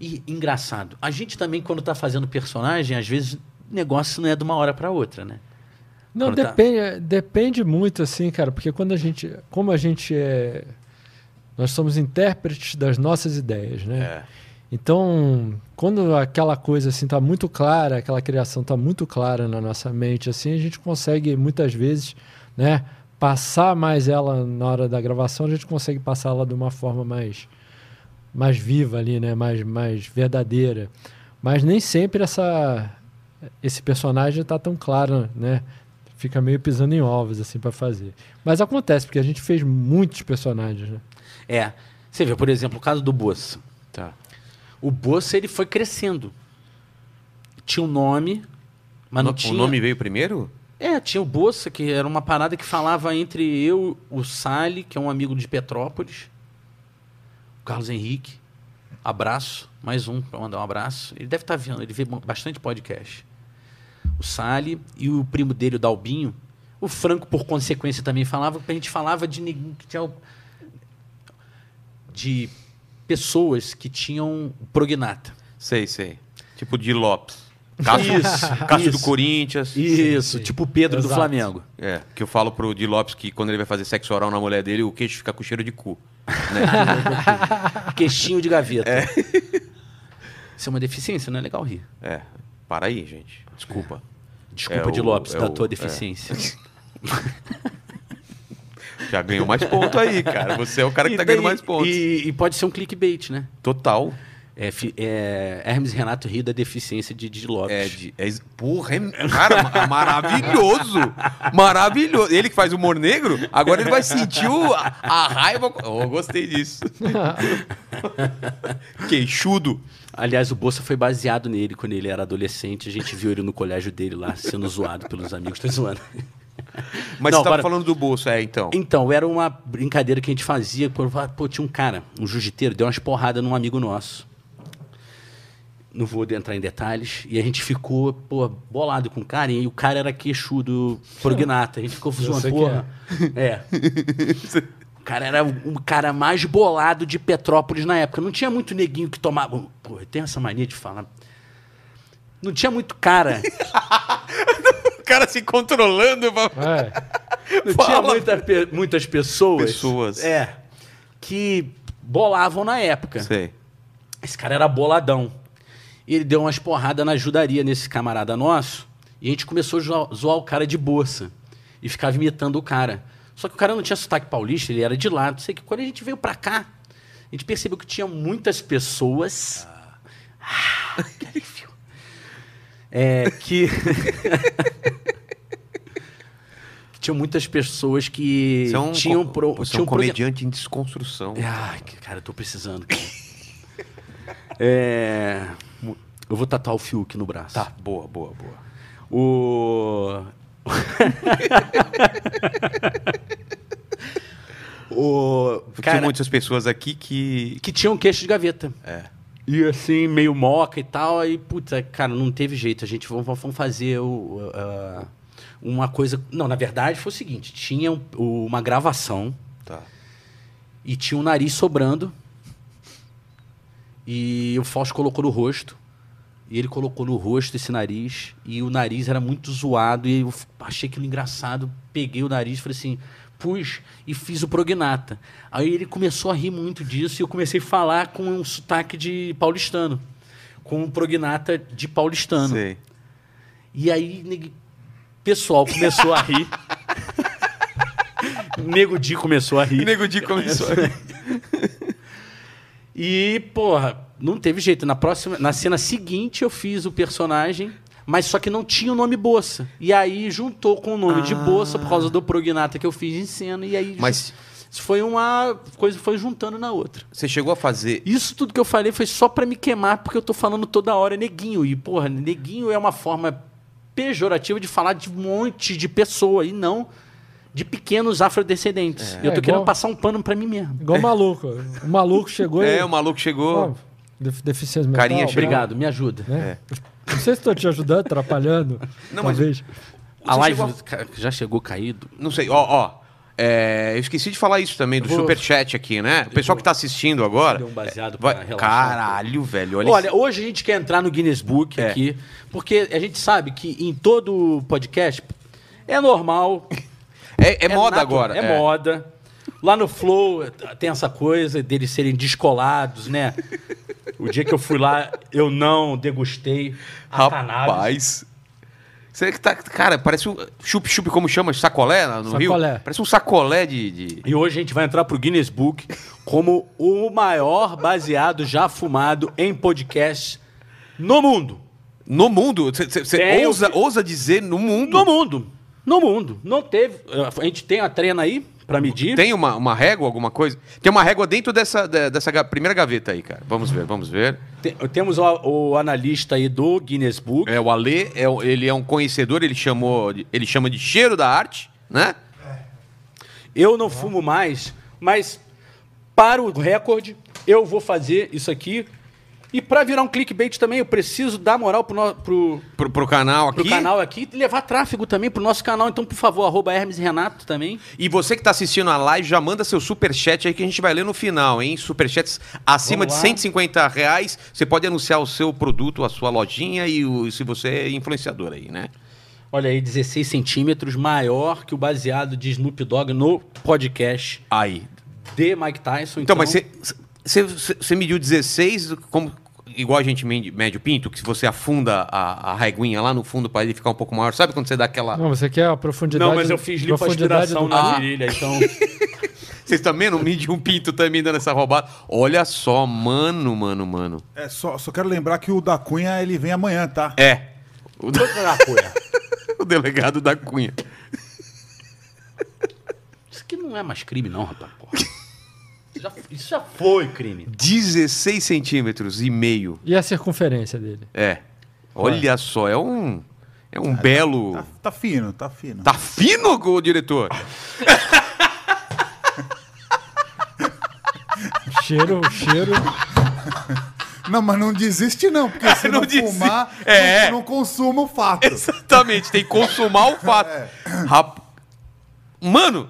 S3: E engraçado, a gente também, quando tá fazendo personagem, às vezes o negócio não é de uma hora pra outra, né?
S2: Não,
S3: Quando tá-
S2: depende, depende muito, assim, cara, porque quando a gente. Como a gente é. Nós somos intérpretes das nossas ideias, né?
S1: É.
S2: Então, quando aquela coisa assim tá muito clara, aquela criação tá muito clara na nossa mente, assim, a gente consegue muitas vezes, né, passar mais ela na hora da gravação, a gente consegue passar ela de uma forma mais mais viva ali, né, mais mais verdadeira. Mas nem sempre essa esse personagem tá tão claro, né? Fica meio pisando em ovos assim para fazer. Mas acontece porque a gente fez muitos personagens, né? *laughs*
S3: É. Você vê, por exemplo, o caso do Bossa.
S1: Tá.
S3: O Bossa, ele foi crescendo. Tinha um nome, mas não
S1: No-
S3: tinha...
S1: O nome veio primeiro?
S3: É, tinha o Bossa, que era uma parada que falava entre eu, o Sali, que é um amigo de Petrópolis, o Carlos Henrique. Abraço, mais um pra mandar um abraço. Ele deve estar vendo, ele vê ba- bastante podcast. O Sali e o primo dele, o Dalbinho. O Franco, por consequência, também falava, porque a gente falava de neguinho que tinha. o- de pessoas que tinham prognata.
S1: Sei, sei. Tipo de Lopes. Cássio,
S3: Isso,
S1: Cássio
S3: isso.
S1: do Corinthians.
S3: Isso,
S2: sim.
S3: tipo o Pedro do
S2: Exato.
S3: Flamengo.
S1: É, que eu falo pro Di Lopes que quando ele vai fazer sexo oral na mulher dele, o queixo fica com cheiro de cu. Né?
S3: Queixinho de gaveta. Isso é uma deficiência, não é legal rir.
S1: é. Para aí, gente. Desculpa.
S3: Desculpa
S1: É
S3: de
S1: o-
S3: Lopes,
S1: é
S3: da
S1: o-
S3: tua
S1: é.
S3: deficiência.
S1: Já ganhou mais ponto aí, cara. Você é o cara que
S3: E
S1: tá ganhando
S3: daí-
S1: mais pontos.
S3: E, e pode ser um clickbait, né?
S1: Total.
S3: É, fi- é, Hermes Renato ri da deficiência de Didi Lopes.
S1: É, de, é, es- porra, é- cara, ma- maravilhoso! Maravilhoso! Ele que faz humor negro, agora ele vai sentir o- a, a raiva. Oh, eu gostei disso. Queixudo.
S3: Aliás, o Bolsa foi baseado nele quando ele era adolescente. A gente viu ele no colégio dele lá, sendo zoado pelos amigos. Tô zoando.
S1: Mas
S3: Não,
S1: você tava
S3: para-
S1: falando do bolso, é, então.
S3: Então, era uma brincadeira que a gente fazia. Quando, falava, pô, tinha um cara, um jiu-jiteiro, deu umas porradas num amigo nosso. Não vou entrar em detalhes. E a gente ficou, pô, bolado com o cara. E o cara era queixudo, prognata. A gente ficou zoando,
S2: sei
S3: porra. É. O cara era o cara mais bolado de Petrópolis na época. Não tinha muito neguinho que tomava. Pô, eu tenho essa mania de falar. Não tinha muito cara.
S1: O cara se controlando. pra-
S2: É.
S3: Não tinha
S1: Fala.
S3: muita pe- muitas pessoas.
S1: Pessoas.
S3: É. Que bolavam na época.
S1: Sei.
S3: Esse cara era boladão. E ele deu umas porradas na ajudaria nesse camarada nosso. E a gente começou a zoar, zoar o cara de bolsa. E ficava imitando o cara. Só que o cara não tinha sotaque paulista, ele era de lá. Não sei o que. Quando a gente veio pra cá, a gente percebeu que tinha muitas pessoas. Ah, que alívio. *laughs* É, que. *laughs* que tinham muitas pessoas que
S1: Você é um,
S3: tinham.
S1: co-
S3: pro-
S1: você é um É.
S3: tinham proje-
S1: comediante em desconstrução.
S3: Ai, que- cara, eu tô precisando. cara. *laughs* é... Eu vou tatuar o Fiuk no braço.
S1: Tá, boa, boa, boa.
S3: O... o...
S1: Tem
S3: Cara,
S1: muitas pessoas aqui que.
S3: que tinha um queixo de gaveta.
S1: É.
S3: E assim, meio moca e tal. Aí, puta, cara, não teve jeito. A gente, vamos, vamos fazer o, ah, uma coisa... Não, na verdade foi o seguinte. Tinha um- uma gravação...
S1: Tá.
S3: e tinha um nariz sobrando. E o Fausto colocou no rosto. E ele colocou no rosto esse nariz. E o nariz era muito zoado. E eu f- achei aquilo engraçado. Peguei o nariz e falei assim. Pus e fiz o prognata. Aí ele começou a rir muito disso e eu comecei a falar com um sotaque de paulistano. Com um prognata de paulistano.
S1: Sei.
S3: E aí, neg- pessoal começou a rir. Nego Di começou a
S1: E
S3: rir.
S1: Nego Di começou.
S3: E, porra, não teve jeito. Na próxima, na cena seguinte eu fiz o personagem, mas só que não tinha o nome Bolsa. E aí juntou com o nome de Bolsa por causa do prognata que eu fiz em cena e aí
S1: Mas-
S3: isso foi uma coisa foi juntando na outra.
S1: *laughs* Você chegou a fazer.
S3: Isso tudo que eu falei foi só pra me queimar, porque eu tô falando toda hora é neguinho. E, porra, neguinho é uma forma pejorativa de falar de um monte de pessoa e não de pequenos afrodescendentes.
S2: É,
S3: E eu tô
S2: igual-
S3: querendo passar um pano pra mim mesmo.
S2: Igual o maluco. O maluco chegou e.
S1: É, o maluco chegou.
S2: Ó, def- deficiência mental.
S1: Carinha
S2: né?
S1: chegou.
S3: Obrigado, me ajuda.
S2: Né? Não sei se estou te ajudando, atrapalhando.
S1: Não, mas-
S2: talvez.
S3: A
S1: Você
S3: live
S1: chegou a-
S3: ca- já chegou caído.
S1: Não sei, ó, ó. É, eu esqueci de falar isso também, do
S3: Vou-
S1: superchat aqui, né? O pessoal que tá assistindo agora.
S3: Deu um baseado
S1: é,
S3: pra
S1: vai-
S3: relaxar um
S1: Caralho, velho. Olha,
S3: Olha,
S1: esse-
S3: hoje a gente quer entrar no Guinness Book
S1: É.
S3: aqui, porque a gente sabe que em todo podcast é normal.
S1: é, é moda
S3: natu-
S1: agora.
S3: É, moda. Lá no Flow tem essa coisa deles serem descolados, né? O dia que eu fui lá, eu não degustei a cannabis.
S1: Rapaz. Será que tá. Cara, parece um. Chup-chup, como chama? Sacolé lá no Rio?
S2: Sacolé.
S1: Parece um sacolé de. de-
S3: E hoje a gente vai entrar pro Guinness Book como o maior baseado já fumado em podcast no mundo.
S1: No mundo. Você
S3: Tem, eu
S1: ousa,
S3: vi-
S1: ousa dizer no mundo.
S3: No mundo. No mundo. Não teve. eh, A gente tem a trena aí pra medir.
S1: Tem uma, uma régua, alguma coisa? Tem uma régua dentro dessa, de- dessa ga- primeira gaveta aí, cara. Vamos ver, vamos ver.
S3: Tem- temos o, o analista aí do Guinness Book.
S1: É, o Alê, é, o- ele é um conhecedor, ele, chamou, de- ele chama de cheiro da arte, né?
S3: Eu não fumo mais, mas para o recorde, eu vou fazer isso aqui. E pra virar um clickbait também, eu preciso dar moral pro, no- pro,
S1: Pro, pro canal aqui.
S3: pro canal aqui e levar tráfego também pro nosso canal. Então, por favor, arroba Hermes Renato também.
S1: E você que tá assistindo a live, já manda seu superchat aí que a gente vai ler no final, hein? Superchats acima de
S3: Vamos lá.
S1: 150 reais. Você pode anunciar o seu produto, a sua lojinha e o- se você é influenciador aí, né?
S3: Olha aí, 16 centímetros, maior que o baseado de Snoop Dogg no podcast
S1: Aí.
S3: de Mike Tyson. Então,
S1: Então, mas você- você você- você mediu 16, como, igual a gente mede, mede o pinto, que se você afunda a, a reguinha lá no fundo para ele ficar um pouco maior, sabe quando você dá aquela.
S2: Não, você quer a profundidade.
S3: Não, mas eu
S2: do-
S3: fiz
S2: profundidade
S3: lipoaspiração
S2: do-
S1: Ah.
S3: na virilha, *laughs* então.
S1: Vocês também não medem um pinto também dando essa roubada? Olha só, mano, mano, mano.
S4: É, só, só quero lembrar que o da Cunha ele vem amanhã, tá?
S1: É. O, de-
S3: Cunha.
S1: o delegado da Cunha.
S3: Isso aqui não é mais crime, não, rapaz. porra. Isso já- isso já foi crime.
S1: 16 centímetros e meio.
S2: E a circunferência dele?
S1: É. Olha só, é um. É um belo.
S4: Tá, tá fino, tá fino.
S1: Tá fino, o diretor?
S2: O cheiro, o cheiro.
S4: Não, mas não desiste
S1: *laughs*
S4: não, porque se
S1: É, Não
S4: não,
S1: desiste.
S4: fumar,
S1: É.
S4: não, não consuma o fato.
S1: Exatamente, tem que consumar o fato. Rap- Mano,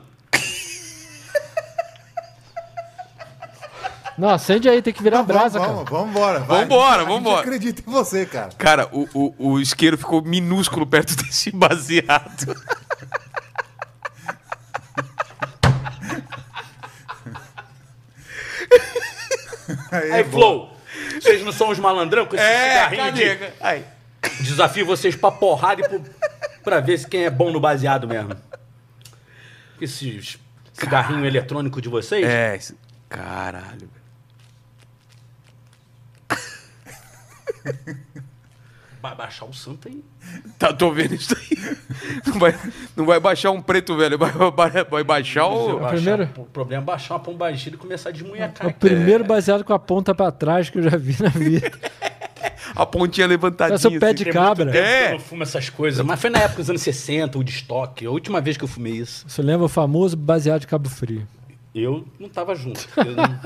S2: Não, acende aí, tem que
S1: é
S2: virar brasa, cara.
S4: vamos, vamos embora. vai.
S1: Vambora,
S4: A gente
S1: vambora.
S4: acredita em você, cara.
S1: cara, o, o, o isqueiro ficou minúsculo perto *laughs* desse baseado.
S3: Aí, Flow, vocês não são os malandrão com esse cigarrinho de-
S1: Aí.
S3: Desafio vocês pra porrada e pro... pra ver se quem é bom no baseado mesmo. Esse cigarrinho eletrônico de vocês?
S1: É, esse- caralho. velho.
S3: Vai baixar o santo aí.
S1: Tá, tô vendo isso aí. Não vai, não vai baixar um preto velho, vai, vai- vai baixar o.
S3: Baixar-
S2: primeiro-
S3: O problema é baixar uma pombagira e começar a
S2: É
S3: desmunhecar.
S2: o primeiro baseado com a ponta pra trás que eu já vi na vida.
S1: A pontinha levantadinha.
S2: Parece o pé de
S1: assim.
S2: cabra.
S1: tempo. É.
S3: Eu não fumo essas coisas. Mas foi na época dos anos 60, o de estoque. A última vez que eu fumei isso.
S2: Você lembra o famoso baseado de Cabo Frio?
S3: Eu não
S1: *laughs*
S3: tava junto. Eu não,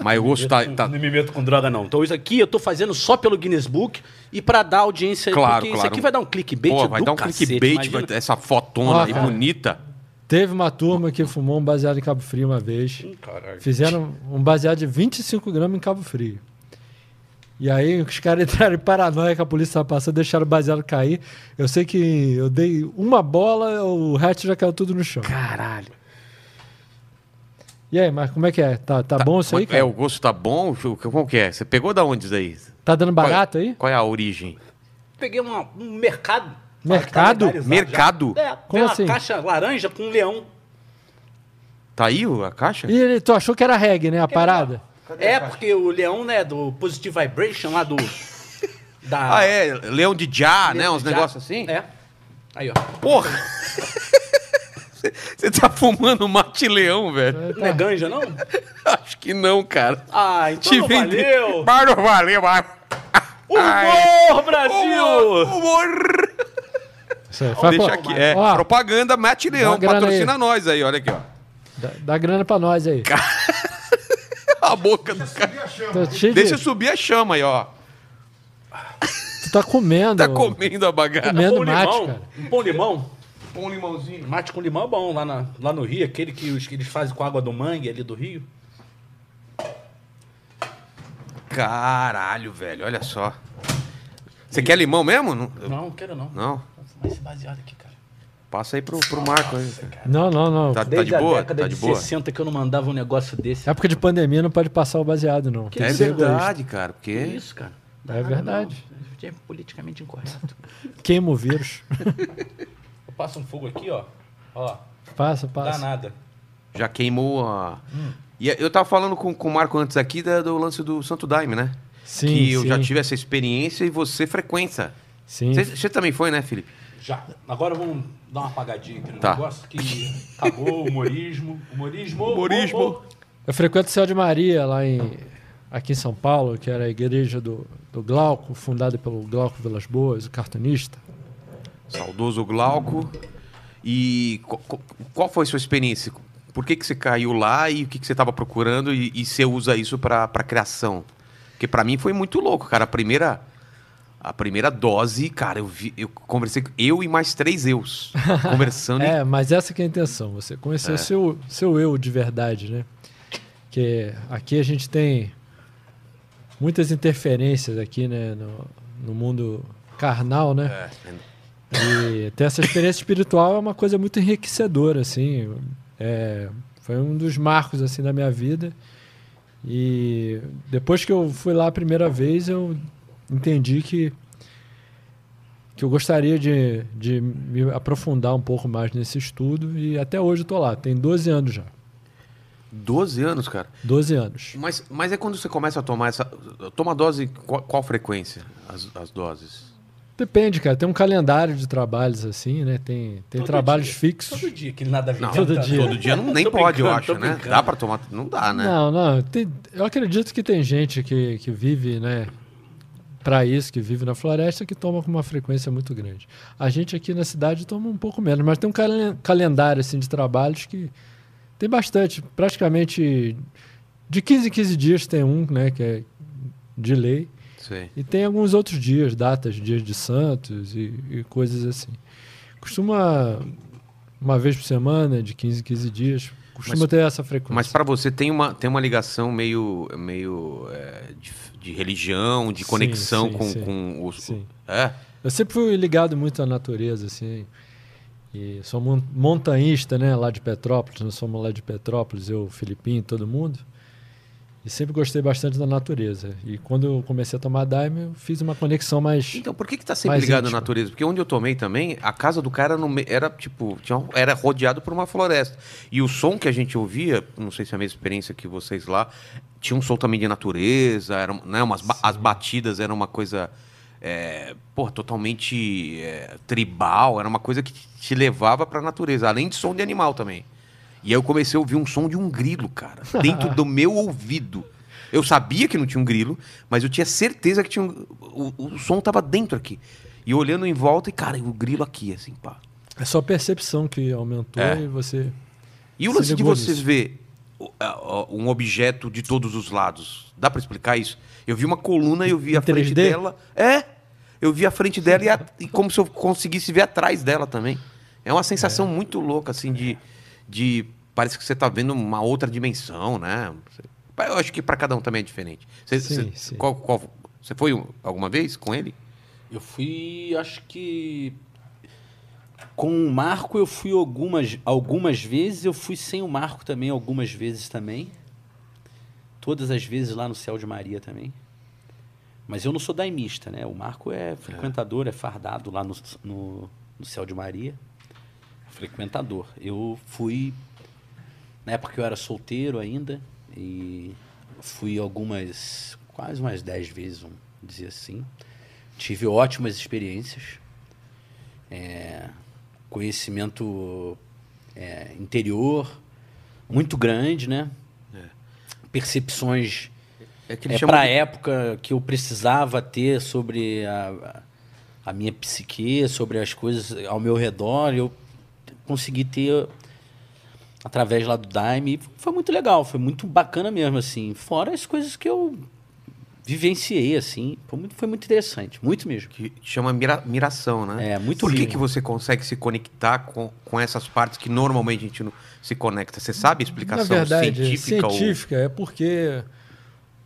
S1: Mas o rosto tá. tá-
S3: não me meto com droga, não. Então isso aqui eu tô fazendo só pelo Guinness Book e pra dar audiência.
S1: Claro,
S3: porque isso
S1: claro.
S3: aqui vai dar um clickbait
S1: Pô, vai
S3: do
S1: dar um
S3: cacete,
S1: clickbait,
S3: imagina.
S1: vai ter essa fotona
S2: Ó,
S1: aí
S2: cara.
S1: bonita.
S2: Teve uma turma que fumou um baseado em Cabo Frio uma vez.
S3: Hum, Caralho.
S2: Fizeram um baseado de 25 gramas em Cabo Frio. E aí os caras entraram em paranoia que a polícia estava passando, deixaram o baseado cair. Eu sei que eu dei uma bola, o resto já caiu tudo no chão.
S1: Caralho.
S2: E aí, mas como é que é? Tá, tá, bom isso aí, cara?
S1: É, o gosto tá bom? O- Como que é? Você pegou da onde isso daí?
S2: Tá dando
S1: Qual é-
S2: barato aí?
S1: Qual é a origem?
S3: Peguei uma- um mercado.
S2: Mercado?
S3: legalizado
S1: Mercado?
S3: já. É, tem
S2: Como
S3: uma
S2: assim?
S3: caixa laranja com um leão.
S1: Tá aí o- a caixa?
S2: E ele- tu achou que era reggae, né? A parada?
S3: é, porque o leão, né, do Positive Vibration
S1: *laughs*
S3: lá do. Da,
S1: Ah, é. Leão de Já, né? Uns
S3: já-
S1: negócios assim?
S3: É. Aí, ó.
S2: Tá.
S1: Porra! Você tá fumando mate leão, velho?
S2: É,
S3: Não é
S2: tá.
S3: ganja, não?
S1: Acho que não, cara.
S3: Ah, então não
S1: vender.
S3: valeu.
S1: Mas não valeu, mas...
S3: Humor, Brasil!
S1: Humor! humor.
S2: Isso aí. Faz,
S1: Deixa
S2: pô,
S1: aqui. É,
S2: Tá ó,
S1: propaganda mate leão.
S2: uma grana
S1: Patrocina
S2: aí.
S1: nós aí, olha aqui, ó. *laughs*
S2: dá, dá grana pra nós aí.
S1: A boca do cara.
S2: Tô cheio
S1: Deixa eu
S2: de...
S1: subir a chama aí, ó.
S2: Tu tá comendo.
S1: Tá comendo a bagaça.
S2: Comendo.
S3: Um pão
S2: mate,
S3: limão.
S2: cara.
S3: Um pão limão.
S1: Põe um limãozinho.
S3: Mate com limão é bom lá, na- lá no Rio, aquele que, os, que eles fazem com água do mangue ali do Rio.
S1: Caralho, velho, olha só. Você quer limão mesmo? Não.
S3: Não, não quero não.
S1: não.
S3: Vou fumar esse baseado aqui, cara.
S1: Passa aí pro, pro Marco aí.
S2: Não, não, não.
S1: Tá, tá de
S3: Desde a
S1: boa?
S3: década
S1: Tá de
S3: de
S1: boa?
S3: 60 que eu não mandava um negócio desse.
S2: Época de pandemia não pode passar o baseado, não. Tem
S1: É
S2: que ser
S1: verdade, cara, porque.
S3: Isso, cara. Ah,
S2: É verdade.
S3: Não, é politicamente incorreto. *laughs*
S2: egoísta. Queima o vírus.
S3: Eu passo um fogo aqui, ó. Ó,
S2: passa,
S3: dá
S2: passa.
S3: nada.
S1: Já queimou a.
S2: Hum.
S1: E eu tava falando com, com o Marco antes aqui da- do lance do Santo Daime, né?
S2: Sim,
S1: que eu
S2: sim.
S1: já tive essa experiência e você frequenta.
S2: Sim.
S1: Você você também foi, né, Felipe?
S3: Já. Agora vamos dar uma apagadinha aqui no
S1: Tá.
S3: negócio que acabou o humorismo. Humorismo.
S1: Humorismo.
S3: oh, oh.
S2: Eu frequento o Céu de Maria lá em aqui em São Paulo, que era a igreja do, do Glauco, fundada pelo Glauco Vilas Boas, o cartunista.
S1: Saudoso Glauco. E co- co- qual foi a sua experiência? Por que, que você caiu lá e o que, que você estava procurando e, e você usa isso para criação? Porque para mim foi muito louco, cara. A primeira, a primeira dose, cara, eu, vi, eu conversei com eu e mais três
S2: *laughs*
S1: eus conversando. e-
S2: É, mas essa que é a intenção, você conhecer o seu, seu eu de verdade, né? Que aqui a gente tem muitas interferências aqui, né, no, no mundo carnal, né? E ter essa experiência espiritual é uma coisa muito enriquecedora, assim. É, foi um dos marcos assim da minha vida. E depois que eu fui lá a primeira vez, eu entendi que, que eu gostaria de, de me aprofundar um pouco mais nesse estudo. E até hoje eu tô lá, tem 12 anos já.
S1: 12 anos, cara.
S2: 12 anos.
S1: Mas, mas é quando você começa a tomar essa. Toma dose, qual, qual frequência? As, as doses?
S2: Depende, cara. Tem um calendário de trabalhos assim, né? Tem, tem
S3: Todo
S2: trabalhos
S3: dia.
S2: fixos.
S3: Todo dia que nada vem.
S1: Não,
S2: Todo dia.
S3: tá,
S1: Todo dia não, nem pode, eu acho, né? Dá
S3: Dá
S1: pra tomar. Não dá, né?
S2: Não, não. tem- eu acredito que tem gente que, que vive, né? Pra isso, que vive na floresta, que toma com uma frequência muito grande. A gente aqui na cidade toma um pouco menos, mas tem um calen- calendário assim, de trabalhos que tem bastante. Praticamente de 15 em 15 dias tem um, né? Que é de lei.
S1: Sei.
S2: E tem alguns outros dias, datas, dias de santos e, e coisas assim. Costuma uma vez por semana, de 15 em 15 dias, costuma
S1: Mas-
S2: ter essa frequência.
S1: Mas pra você tem uma, tem uma ligação meio, meio é, de, de religião, de
S2: Sim,
S1: conexão
S2: sim,
S1: com,
S2: sim.
S1: com os.
S2: Sim.
S1: É?
S2: Eu sempre fui ligado muito à natureza, assim. E sou mon- montanhista, né? Lá de Petrópolis, nós somos lá de Petrópolis, eu, Filipinho, todo mundo. E sempre gostei bastante da natureza. E quando eu comecei a tomar daime, eu fiz uma conexão mais.
S1: Então, por que, que tá sempre
S2: Mais
S1: ligado à
S2: íntimo.
S1: natureza? Porque onde eu tomei também, a casa do cara no me- era, tipo, tinha um- era rodeado por uma floresta. E o som que a gente ouvia, não sei se é a mesma experiência que vocês lá, tinha um som também de natureza, eram, né, umas ba- as batidas eram uma coisa é, pô, totalmente é, tribal, era uma coisa que te levava pra natureza, além de som de animal também. E aí eu comecei a ouvir um som de um grilo, cara, dentro do meu ouvido. Eu sabia que não tinha um grilo, mas eu tinha certeza que tinha um, o, o som tava dentro aqui. E olhando em volta, e cara, e o grilo aqui, assim, pá.
S2: É só a percepção que aumentou
S1: É.
S2: e você.
S1: E o
S2: Se
S1: lance de
S2: ligou
S1: vocês
S2: nisso.
S1: ver o- a- a- um objeto de todos os lados, dá pra explicar isso? Eu vi uma coluna e eu vi
S2: Em
S1: a frente
S2: 3D?
S1: dela. É, eu vi a frente dela e, a- e como se eu conseguisse ver atrás dela também. É uma sensação muito louca, assim, de, de parece que você tá vendo uma outra dimensão, né? Eu acho que pra cada um também é diferente. Você,
S2: Sim,
S1: você-
S2: sim.
S1: qual- qual- você foi um- alguma vez com ele?
S3: Eu fui, acho que. Com o Marco eu fui algumas, algumas vezes, eu fui sem o Marco também, algumas vezes também. Todas as vezes lá no Céu de Maria também. Mas eu não sou daimista, né? O Marco é frequentador, é, fardado lá no, no, no Céu de Maria. Frequentador. Eu fui. Na época que eu era solteiro ainda, e fui algumas. quase umas dez vezes, vamos dizer assim. Tive ótimas experiências. É, conhecimento é, interior muito grande, né? Percepções
S1: É que
S3: é para a época que eu precisava ter sobre a, a minha psique, sobre as coisas ao meu redor, eu consegui ter através lá do Daime. Foi muito legal, foi muito bacana mesmo, assim. Fora as coisas que eu vivenciei, assim. Foi muito, foi muito interessante, muito mesmo.
S1: que chama mira- miração, né?
S3: É, muito
S1: Por que,
S3: lindo.
S1: que você consegue se conectar com, com essas partes que normalmente a gente não se conecta? Você sabe a explicação
S2: Na verdade,
S1: científica?
S2: científica,
S1: ou-
S2: é porque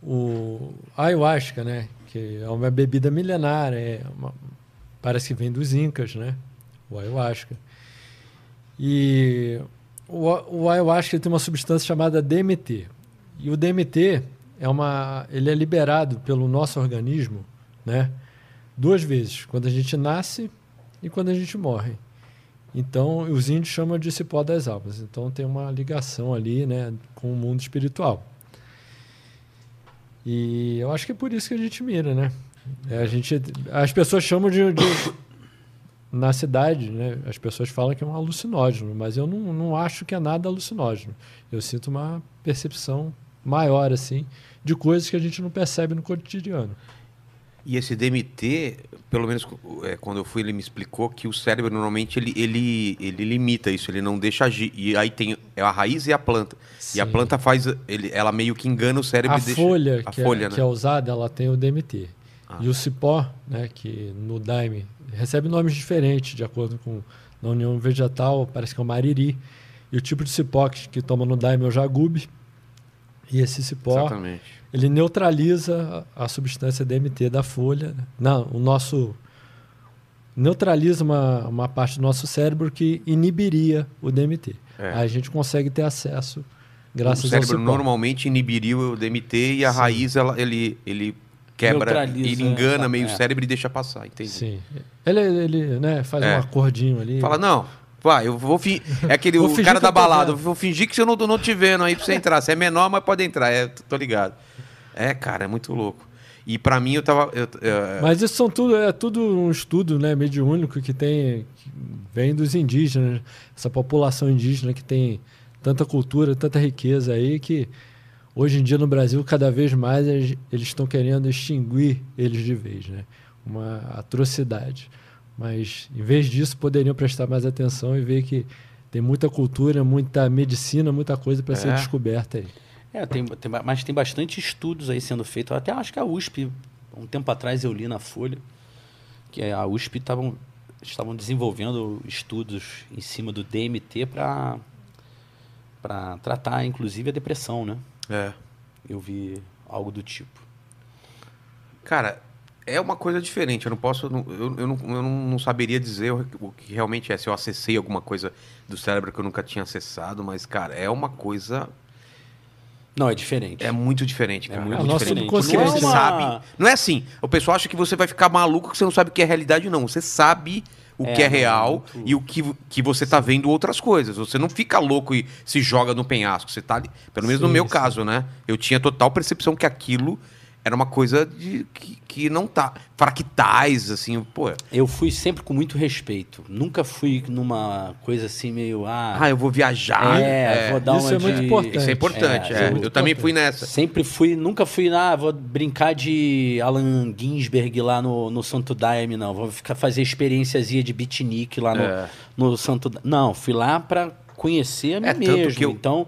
S2: o ayahuasca, né, que é uma bebida milenar, é uma- parece que vem dos incas, né, o ayahuasca. E o, a- o ayahuasca tem uma substância chamada DMT. E o DMT é uma, ele é liberado pelo nosso organismo, né, duas vezes, quando a gente nasce e quando a gente morre. Então, os índios chamam de cipó das almas. Então, tem uma ligação ali né, com o mundo espiritual. E eu acho que é por isso que a gente mira, né? É, a gente, as pessoas chamam de, de- Na cidade, né, as pessoas falam que é um alucinógeno, mas eu não, não acho que é nada alucinógeno. Eu sinto uma percepção maior, assim, de coisas que a gente não percebe no cotidiano.
S1: E esse DMT, pelo menos é, quando eu fui, ele me explicou que o cérebro normalmente ele, ele, ele limita isso, ele não deixa agir. E aí tem é a raiz e a planta. E a
S2: Sim.
S1: planta faz, ele, ela meio que engana o cérebro
S2: a
S1: e deixa.
S2: folha,
S1: a
S2: que,
S1: folha,
S2: é,
S1: né?
S2: que é usada, ela tem o DMT.
S1: Ah.
S2: E o cipó, né, que no daime recebe nomes diferentes de acordo com na União Vegetal, parece que é o mariri. E o tipo de cipó que, que toma no daime é o jagube. E esse cipó,
S1: Exatamente.
S2: ele neutraliza a, a substância DMT da folha. né? Não, o nosso neutraliza uma, uma parte do nosso cérebro que inibiria o DMT.
S1: É.
S2: Aí a gente consegue ter acesso
S1: o
S2: Graças ao
S1: cérebro
S2: cipó.
S1: normalmente inibiria o DMT e a
S2: Sim.
S1: raiz ela, ele, ele quebra,
S3: Neutraliza,
S1: ele engana
S3: né?
S1: meio
S3: É.
S1: o cérebro e deixa passar, entende?
S2: Sim. Ele, ele né, faz
S1: É.
S2: um acordinho ali.
S1: Fala, não, vai, eu vou fingir. É aquele
S2: Vou
S1: o
S2: fingir
S1: cara
S2: que
S1: da
S2: eu tô
S1: balada, eu
S2: vendo.
S1: vou fingir que eu não, tô- não te vendo aí pra você entrar. Você é menor, mas pode entrar, é, tô tô ligado. É, cara, é muito louco. E pra mim eu tava. eu- é,
S2: Mas isso são tudo, é tudo um estudo né, mediúnico que tem. Que vem dos indígenas, essa população indígena que tem tanta cultura, tanta riqueza aí, que hoje em dia no Brasil, cada vez mais eles eles estão querendo extinguir eles de vez. Né? Uma atrocidade. Mas em vez disso, poderiam prestar mais atenção e ver que tem muita cultura, muita medicina, muita coisa para ser
S1: É.
S2: descoberta aí.
S3: É, tem, tem ba- mas tem bastante estudos aí sendo feitos. Até acho que a USP, um tempo atrás eu li na Folha, que a USP estavam estavam desenvolvendo estudos em cima do DMT para para tratar inclusive a depressão, né?
S1: é.
S3: Eu vi algo do tipo.
S1: Cara, é uma coisa diferente. Eu não posso. não- Eu, eu, não, eu não, não saberia dizer o, o que realmente é. Se eu acessei alguma coisa do cérebro que eu nunca tinha acessado, mas, cara, é uma coisa.
S3: Não, é diferente.
S1: É muito diferente,
S3: É
S1: cara.
S3: muito
S1: muito
S2: É, nosso
S1: diferente.
S2: subconsciente,
S1: Porque você
S3: né?
S1: sabe. Não é assim. O pessoal acha que você vai ficar maluco que você não sabe o que é realidade, não. Você sabe o
S3: É,
S1: que é
S3: não, é
S1: real
S3: muito-
S1: e o que, que você tá vendo outras coisas. Você não fica louco e se joga no penhasco. Você tá ali. Pelo menos no
S2: Sim,
S1: meu
S2: sim.
S1: caso, né? Eu tinha total percepção que aquilo era uma coisa de, que, que não tá. Fractais, assim, pô.
S3: Eu fui sempre com muito respeito. Nunca fui numa coisa assim meio ah,
S1: Ah, eu vou viajar.
S3: é, vou dar
S2: Isso
S3: uma
S2: é muito
S3: de-
S2: importante.
S1: Isso é importante. é.
S3: É, isso é
S1: Eu
S2: muito
S1: também
S2: importante.
S1: fui nessa.
S3: Sempre fui, nunca fui lá, vou brincar de Alan Ginsberg lá no, no Santo Daime, não. Vou ficar fazer experiênciazinha de beatnik lá no,
S1: É.
S3: no Santo Daime. Não, fui lá pra conhecer a mim
S1: É, tanto
S3: mesmo.
S1: que eu-
S3: Então,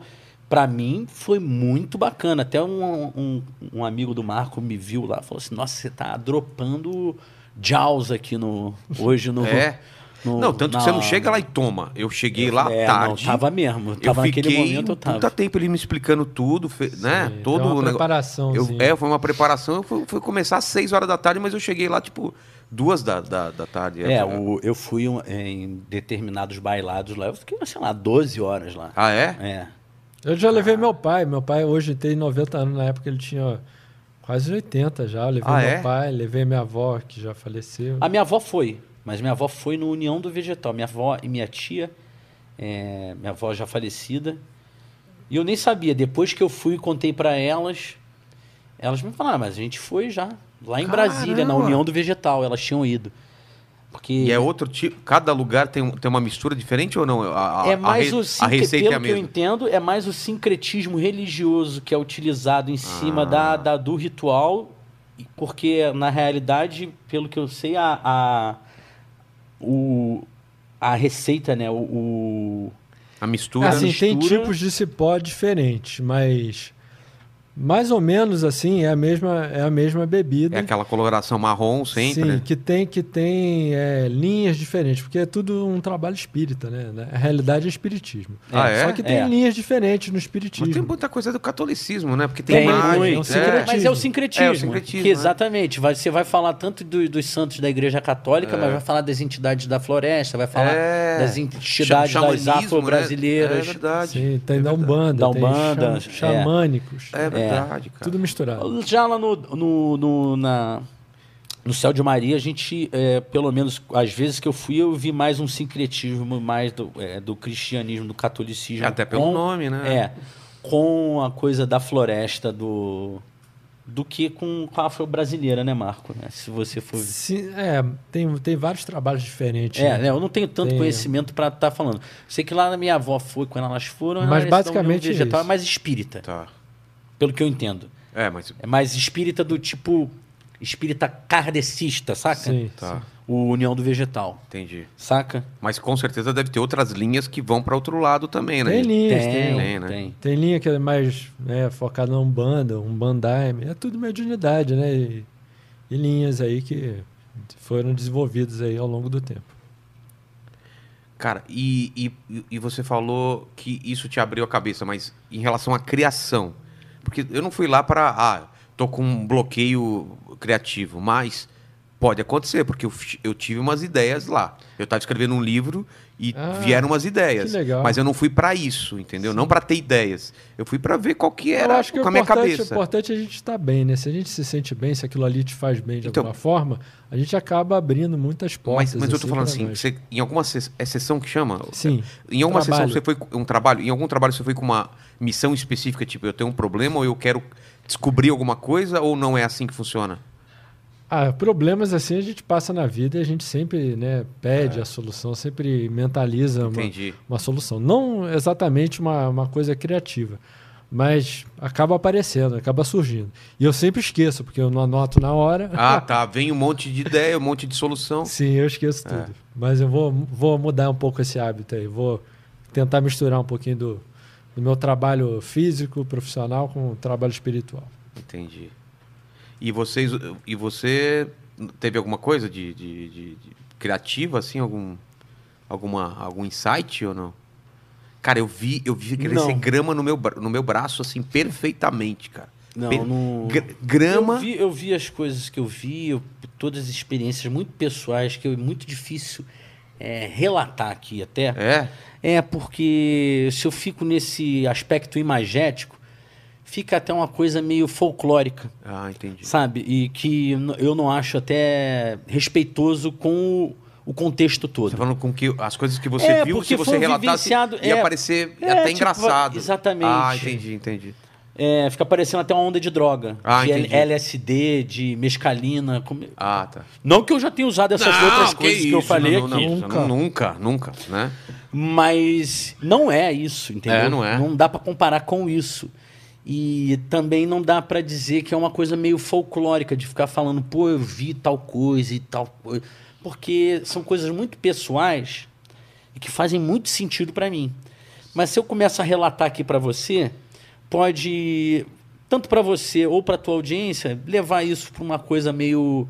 S3: pra mim, foi muito bacana. Até um, um, um amigo do Marco me viu lá, falou assim, nossa, você tá dropando Jaws aqui no, hoje no...
S1: É.
S3: no-
S1: Não, tanto que
S3: na-
S1: você não chega lá e toma. Eu cheguei lá
S3: É,
S1: à tarde.
S3: Não, tava mesmo.
S1: Eu
S3: Tava
S1: fiquei um
S3: naquele momento, eu tava.
S1: puta tempo ele me explicando tudo, fe- né?
S2: Sim,
S1: Todo
S2: tem
S1: o
S2: É, uma
S1: negócio.
S2: preparação.
S1: Eu, é, foi uma preparação. Eu fui, fui começar às 6 horas da tarde, mas eu cheguei lá, tipo, duas da, da, da tarde.
S3: É, o- eu fui um- em determinados bailados lá, eu fiquei, sei lá, 12 horas lá.
S1: Ah, é?
S3: É.
S2: Eu já levei meu pai. Meu pai hoje tem 90 anos. Na época ele tinha quase 80 já. Eu levei
S1: Ah,
S2: meu
S1: é? Ah,
S2: pai, levei minha avó, que já faleceu.
S3: A minha avó foi, mas minha avó foi no União do Vegetal. Minha avó e minha tia, é, minha avó já falecida. E eu nem sabia. Depois que eu fui e contei pra elas, elas me falaram, "Ah, mas a gente foi já. Lá em Brasília, na
S1: Caramba!
S3: União do Vegetal, elas tinham ido. Porque
S1: E é outro tipo. Cada lugar tem, um- tem uma mistura diferente ou não? A, a-
S3: É
S1: a
S3: mais
S1: re-
S3: o
S1: a
S3: sincre-
S1: receita
S3: pelo
S1: é a
S3: que eu
S1: mesma.
S3: entendo, é mais o sincretismo religioso que é utilizado em cima
S1: Ah.
S3: da, da- do ritual, e- porque na realidade, pelo que eu sei, a, a, o, a receita, né, o, o-
S1: A
S3: Ah,
S1: mistura.
S2: assim, tem
S3: mistura.
S2: tipos de cipó diferentes, mas mais ou menos assim é a mesma, é a mesma bebida.
S1: É aquela coloração marrom sempre.
S2: Sim,
S1: né?
S2: que tem, que tem é, linhas diferentes, porque é tudo um trabalho espírita, né? Na realidade é espiritismo.
S1: Ah, é?
S2: Só que tem
S3: É.
S2: linhas diferentes no
S1: Mas tem
S2: espiritismo.
S1: muita coisa do catolicismo, né? Porque tem, imagem.
S2: muito,
S1: é.
S2: um sincretismo.
S3: Mas tipo- é o sincretismo.
S1: É, o sincretismo,
S3: que
S1: é.
S3: exatamente. vai- você vai falar tanto do- dos santos da Igreja Católica, mas vai falar das entidades da floresta, vai falar
S1: É.
S3: das entidades das
S1: Xamanismo, né? É
S3: afro-brasileiras.
S1: verdade.
S2: Sim, tem da Umbanda,
S3: Da
S2: tem
S3: Umbanda,
S2: xam-
S3: é.
S2: xamânicos.
S1: É verdade, cara.
S2: Tudo misturado.
S3: Já lá no, no, no, na- no Céu de Maria, a gente, é, pelo menos às vezes que eu fui, eu vi mais um sincretismo mais do, é, do cristianismo, do catolicismo.
S1: Até pelo
S3: com-
S1: nome, né?
S3: É, com a coisa da floresta, do, do que com, com a afro-brasileira, né, Marco? Né? Se você for...
S2: Sim, é, tem, tem vários trabalhos diferentes.
S3: É,
S2: né?
S3: né, eu não tenho tanto
S2: Tem.
S3: conhecimento pra estar falando. Sei que lá na minha avó foi, quando elas foram...
S2: Mas
S3: elas dão
S2: basicamente
S3: um vegetal,
S2: isso.
S3: é mais espírita,
S1: Tá.
S3: pelo que eu entendo.
S1: É, mas.
S3: É mais espírita do tipo espírita kardecista, saca?
S2: Sim,
S1: Tá,
S2: sim.
S3: O União do Vegetal,
S1: entendi.
S3: saca?
S1: Mas com certeza deve ter outras linhas que vão para outro lado também, né?
S2: Tem linhas, tem. um.
S3: tem,
S2: Tem,
S1: tem, né?
S2: linha que é mais né, focada na Umbanda, Umbandaime. É tudo mediunidade, né? E, e linhas aí que foram desenvolvidas aí ao longo do tempo.
S1: Cara, e, e, e você falou que isso te abriu a cabeça, mas em relação à criação. Porque eu não fui lá para. Ah, tô com um bloqueio criativo, mas Pode acontecer, porque eu, fi- eu tive umas ideias lá. Eu estava escrevendo um livro e
S2: Ah,
S1: vieram umas ideias.
S2: que legal.
S1: Mas eu não fui para isso, entendeu? Não para ter ideias. Eu fui para ver qual que
S2: eu
S1: era
S2: acho que
S1: É, com
S2: o
S1: a minha
S2: importante, o
S1: cabeça.
S2: importante é a gente estar bem, né? Se a gente se sente bem, se aquilo ali te faz bem de
S1: Então-
S2: alguma forma, a gente acaba abrindo muitas portas.
S1: Mas, mas eu tô falando
S2: pra
S1: assim,
S2: nós.
S1: você, em alguma se- é sessão que chama?
S2: Sim.
S1: Em alguma
S2: Trabalho.
S1: sessão você foi com um trabalho, em algum trabalho você foi com uma missão específica, tipo, eu tenho um problema ou eu quero descobrir alguma coisa ou não é assim que funciona?
S2: Ah, problemas assim a gente passa na vida e a gente sempre né,
S3: É.
S2: pede a solução, sempre mentaliza uma,
S1: Entendi.
S2: uma solução. Não exatamente uma, uma coisa criativa, mas acaba aparecendo, acaba surgindo. E eu sempre esqueço, porque eu não anoto na hora.
S1: Ah, tá, vem um monte de ideia, um monte de solução.
S2: *laughs* Sim, eu esqueço
S3: É.
S2: tudo. Mas eu vou, vou mudar um pouco esse hábito aí. Vou tentar misturar um pouquinho do, do meu trabalho físico, profissional, com o trabalho espiritual.
S1: Entendi. E vocês e você teve alguma coisa de, de- de- de criativa assim, algum alguma algum insight ou não? Cara, eu vi eu vi crescer
S3: Não.
S1: grama no meu bra- no meu braço assim perfeitamente, cara.
S3: Não,
S1: Per-
S3: não.
S1: Gr- grama.
S3: Eu vi, eu vi as coisas que eu vi, eu- todas as experiências muito pessoais que é muito difícil é, relatar aqui até.
S1: É.
S3: É, porque se eu fico nesse aspecto imagético, fica até uma coisa meio folclórica,
S1: Ah, entendi.
S3: sabe? E que n- eu não acho até respeitoso com o, o
S1: Você
S3: contexto
S1: tá
S3: todo.
S1: falando com que as coisas que você
S3: É,
S1: viu,
S3: porque
S1: se você
S3: foi
S1: relatasse,
S3: vivenciado,
S1: ia
S3: é.
S1: parecer
S3: É,
S1: até
S3: tipo,
S1: engraçado.
S3: exatamente.
S1: Ah, entendi, entendi.
S3: É, fica parecendo até uma onda de droga.
S1: Ah,
S3: de
S1: entendi.
S3: LSD, de mescalina. como-
S1: Ah, tá. Ah,
S3: Não que eu já tenha usado essas outras coisas que, eu
S1: isso,
S3: falei
S1: não, não,
S3: aqui.
S1: não,
S2: Nunca.
S1: nunca, nunca, né?
S3: Mas não é isso, entendeu?
S1: É, não é.
S3: Não dá pra comparar com isso. E também não dá pra dizer que é uma coisa meio folclórica de ficar falando, pô, eu vi tal coisa e tal coisa. Porque são coisas muito pessoais e que fazem muito sentido pra mim. Mas se eu começo a relatar aqui pra você, pode tanto pra você ou pra tua audiência levar isso pra uma coisa meio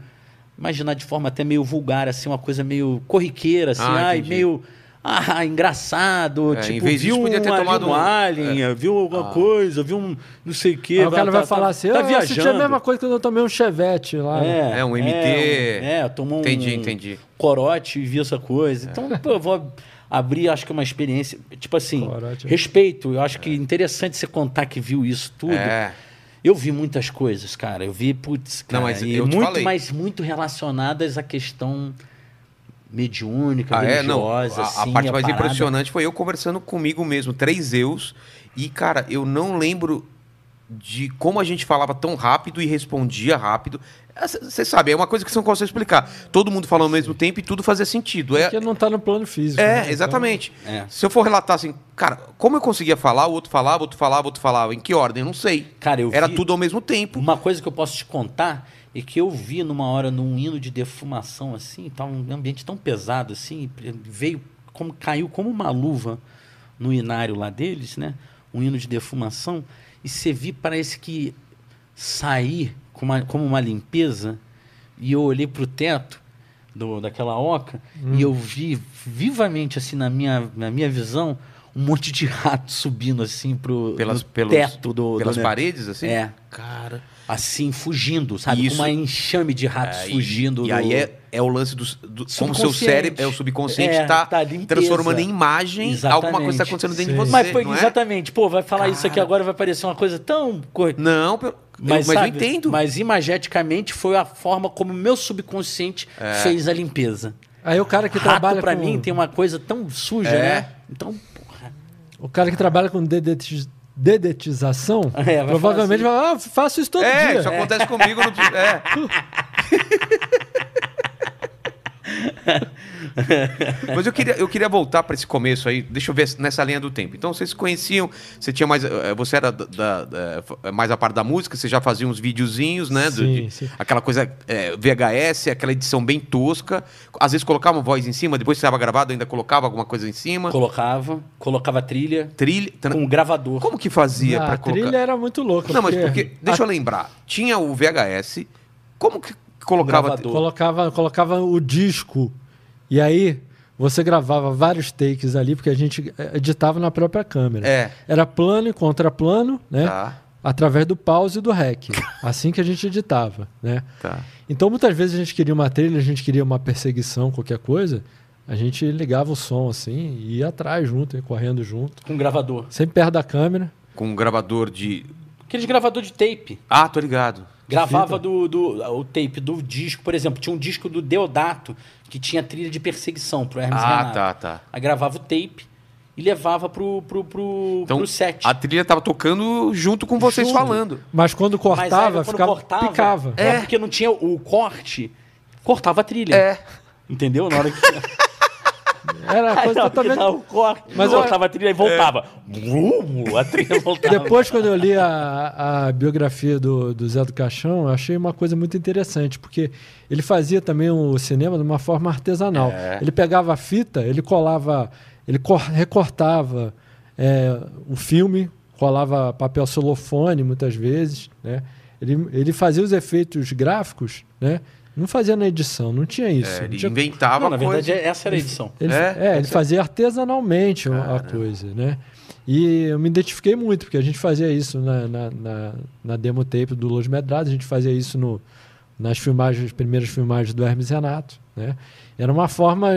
S3: imaginar de forma até meio vulgar, assim, uma coisa meio corriqueira, assim,
S1: Ah,
S3: ai,
S1: entendi.
S3: meio ah, engraçado,
S1: É,
S3: tipo,
S1: em vez
S3: viu
S1: disso, podia ter
S3: um, ali
S1: tomado
S3: um
S1: um-
S3: alien, viu alguma
S1: Ah.
S3: coisa, viu um não sei o quê,
S2: Aí o cara vai
S3: tá-
S2: falar
S3: tá-
S2: assim,
S3: tá
S2: eu senti a
S3: viajando.
S2: mesma coisa quando eu tomei um chevette lá. né?
S1: É, um MT.
S3: É, um- é, tomou
S1: Entendi,
S3: um
S1: entendi. É.
S3: corote e vi essa coisa. Então, pô, eu vou abrir, acho que é uma experiência, tipo assim,
S2: Corote. é.
S3: respeito, eu acho que é interessante você contar que viu isso tudo.
S1: É.
S3: Eu vi muitas coisas, cara. Eu vi, putz, cara,
S1: Não, mas
S3: e
S1: eu te
S3: muito,
S1: falei.
S3: mas muito relacionadas à questão mediúnica,
S1: Ah, é, não. A,
S3: religiosa,
S1: a
S3: assim,
S1: parte mais
S3: parada.
S1: impressionante foi eu conversando comigo mesmo, três eus. E, cara, eu não lembro de como a gente falava tão rápido e respondia rápido. Você sabe, é uma coisa que você não consegue explicar. Todo mundo falando ao mesmo tempo e tudo fazia sentido. É,
S2: Porque não tá no plano físico. né?
S1: é
S2: Então,
S1: exatamente.
S3: É.
S1: Se eu for relatar assim, cara, como eu conseguia falar, o outro falava, o outro falava, o outro falava, em que ordem? Eu não sei.
S3: Cara, eu
S1: Era
S3: vi
S1: tudo ao mesmo tempo.
S3: Uma coisa que eu posso te contar é que eu vi numa hora num hino de defumação assim, tá um ambiente tão pesado assim, veio como caiu como uma luva no inário lá deles, né? Um hino de defumação e você vi parece que sair com uma- como uma limpeza e eu olhei pro teto do, daquela oca e eu vi vivamente assim na minha, na minha visão um monte de rato subindo assim pro
S1: Pelas-
S3: no
S1: pelos-
S3: teto do
S1: Pelas
S3: do,
S1: paredes, assim?
S3: É
S1: Cara.
S3: assim, fugindo, sabe?
S1: Isso-
S3: Com uma enxame de ratos
S1: Aí-
S3: fugindo.
S1: Ah, E
S3: do-
S1: aí é, é o lance do, do como seu
S3: Subconsciente.
S1: cérebro, é o subconsciente,
S3: É,
S1: tá,
S3: tá limpeza.
S1: transformando em imagem
S3: Exatamente.
S1: alguma coisa que tá acontecendo dentro de
S2: Sim.
S1: você.
S3: Mas foi-
S1: não, é?
S3: exatamente, pô, vai falar isso aqui
S1: Cara.
S3: agora, vai parecer uma coisa tão. cor-
S1: não pelo-
S3: Mas,
S1: mas,
S3: sabe,
S1: eu entendo.
S3: Mas imageticamente foi a forma como o meu subconsciente
S1: É.
S3: fez a limpeza.
S2: Aí o cara que
S3: Rato,
S2: trabalha
S3: pra
S2: com...
S3: mim, tem um uma coisa tão suja,
S1: É.
S3: né? Então, porra.
S2: O cara que trabalha com dedetiz- dedetização,
S3: *laughs* É, vai falar
S2: provavelmente
S3: assim.
S2: vai falar, ah, faço isso todo
S1: é,
S2: dia.
S1: isso acontece comigo. No, é. Mas eu queria, eu queria voltar para esse começo aí. Deixa eu ver se- nessa linha do tempo. Então vocês se conheciam, você tinha mais, eh, você era da- da- da- eh, mais a parte da música, você já fazia uns videozinhos, né? do-
S2: Sim,
S1: de-
S2: sim.
S1: Aquela coisa eh, VHS, aquela edição bem tosca. Às vezes colocava uma voz em cima, depois que estava gravado ainda colocava alguma coisa em cima.
S3: colocava, colocava trilha
S1: Trilha, tra-
S3: com gravador.
S1: como que fazia
S2: Ah,
S1: para
S2: a trilha
S1: colocar?
S2: era muito louca.
S1: Não, mas porque deixa eu lembrar, tinha o VHS. Como que colocava?
S3: Gravador.
S2: colocava, colocava o disco e aí você gravava vários takes ali, porque a gente eh, editava na própria câmera.
S1: É.
S2: Era plano e contraplano, né?
S1: Tá.
S2: através do pause e do rec, assim que a gente editava, né?
S1: Tá.
S2: Então muitas vezes a gente queria uma trilha, a gente queria uma perseguição, qualquer coisa, a gente ligava o som assim e ia atrás junto, ia correndo junto,
S3: Com gravador.
S2: sempre perto da câmera.
S1: Com um gravador de.
S3: Aqueles gravador de tape.
S1: Ah, tô ligado.
S3: Gravava do, do- o tape do disco, por exemplo, tinha um disco do Deodato que tinha trilha de perseguição pro Hermes
S1: Ah,
S3: Renato.
S1: tá, tá.
S3: Aí gravava o tape e levava pro, pro, pro,
S1: Então,
S3: pro set.
S1: a trilha tava tocando junto com vocês
S3: Junto.
S1: falando.
S2: Mas quando
S3: Mas
S2: cortava,
S3: aí, quando
S2: ficava
S3: cortava,
S2: picava.
S3: É. porque não tinha o corte, cortava a trilha.
S1: É.
S3: Entendeu? Na hora que.
S2: *laughs* Era uma
S3: *laughs*
S2: coisa
S3: Na hora que
S2: totalmente
S3: dava o corte,
S2: Mas eu-
S3: cortava a trilha e voltava. Brum, a
S2: *laughs*
S3: trilha voltava.
S2: Depois, quando eu li a, a biografia do, do Zé do Caixão, eu achei uma coisa muito interessante, porque ele fazia também o cinema de uma forma artesanal.
S1: É.
S2: Ele pegava a fita, ele colava, ele cor- recortava é, o filme, colava papel celofane muitas vezes, né? Ele, ele fazia os efeitos gráficos, né? Não fazia na edição, não tinha isso.
S1: É,
S2: não
S1: ele
S2: tinha
S1: inventava
S3: Não, na
S1: coisa.
S3: verdade, essa era a edição.
S2: ele,
S1: É?
S2: é, ele fazia artesanalmente a coisa, né? E eu me identifiquei muito, porque a gente fazia isso na, na, na, na demo tape do Los Medrados, a gente fazia isso no, nas filmagens, primeiras filmagens do Hermes Renato, né? Era uma forma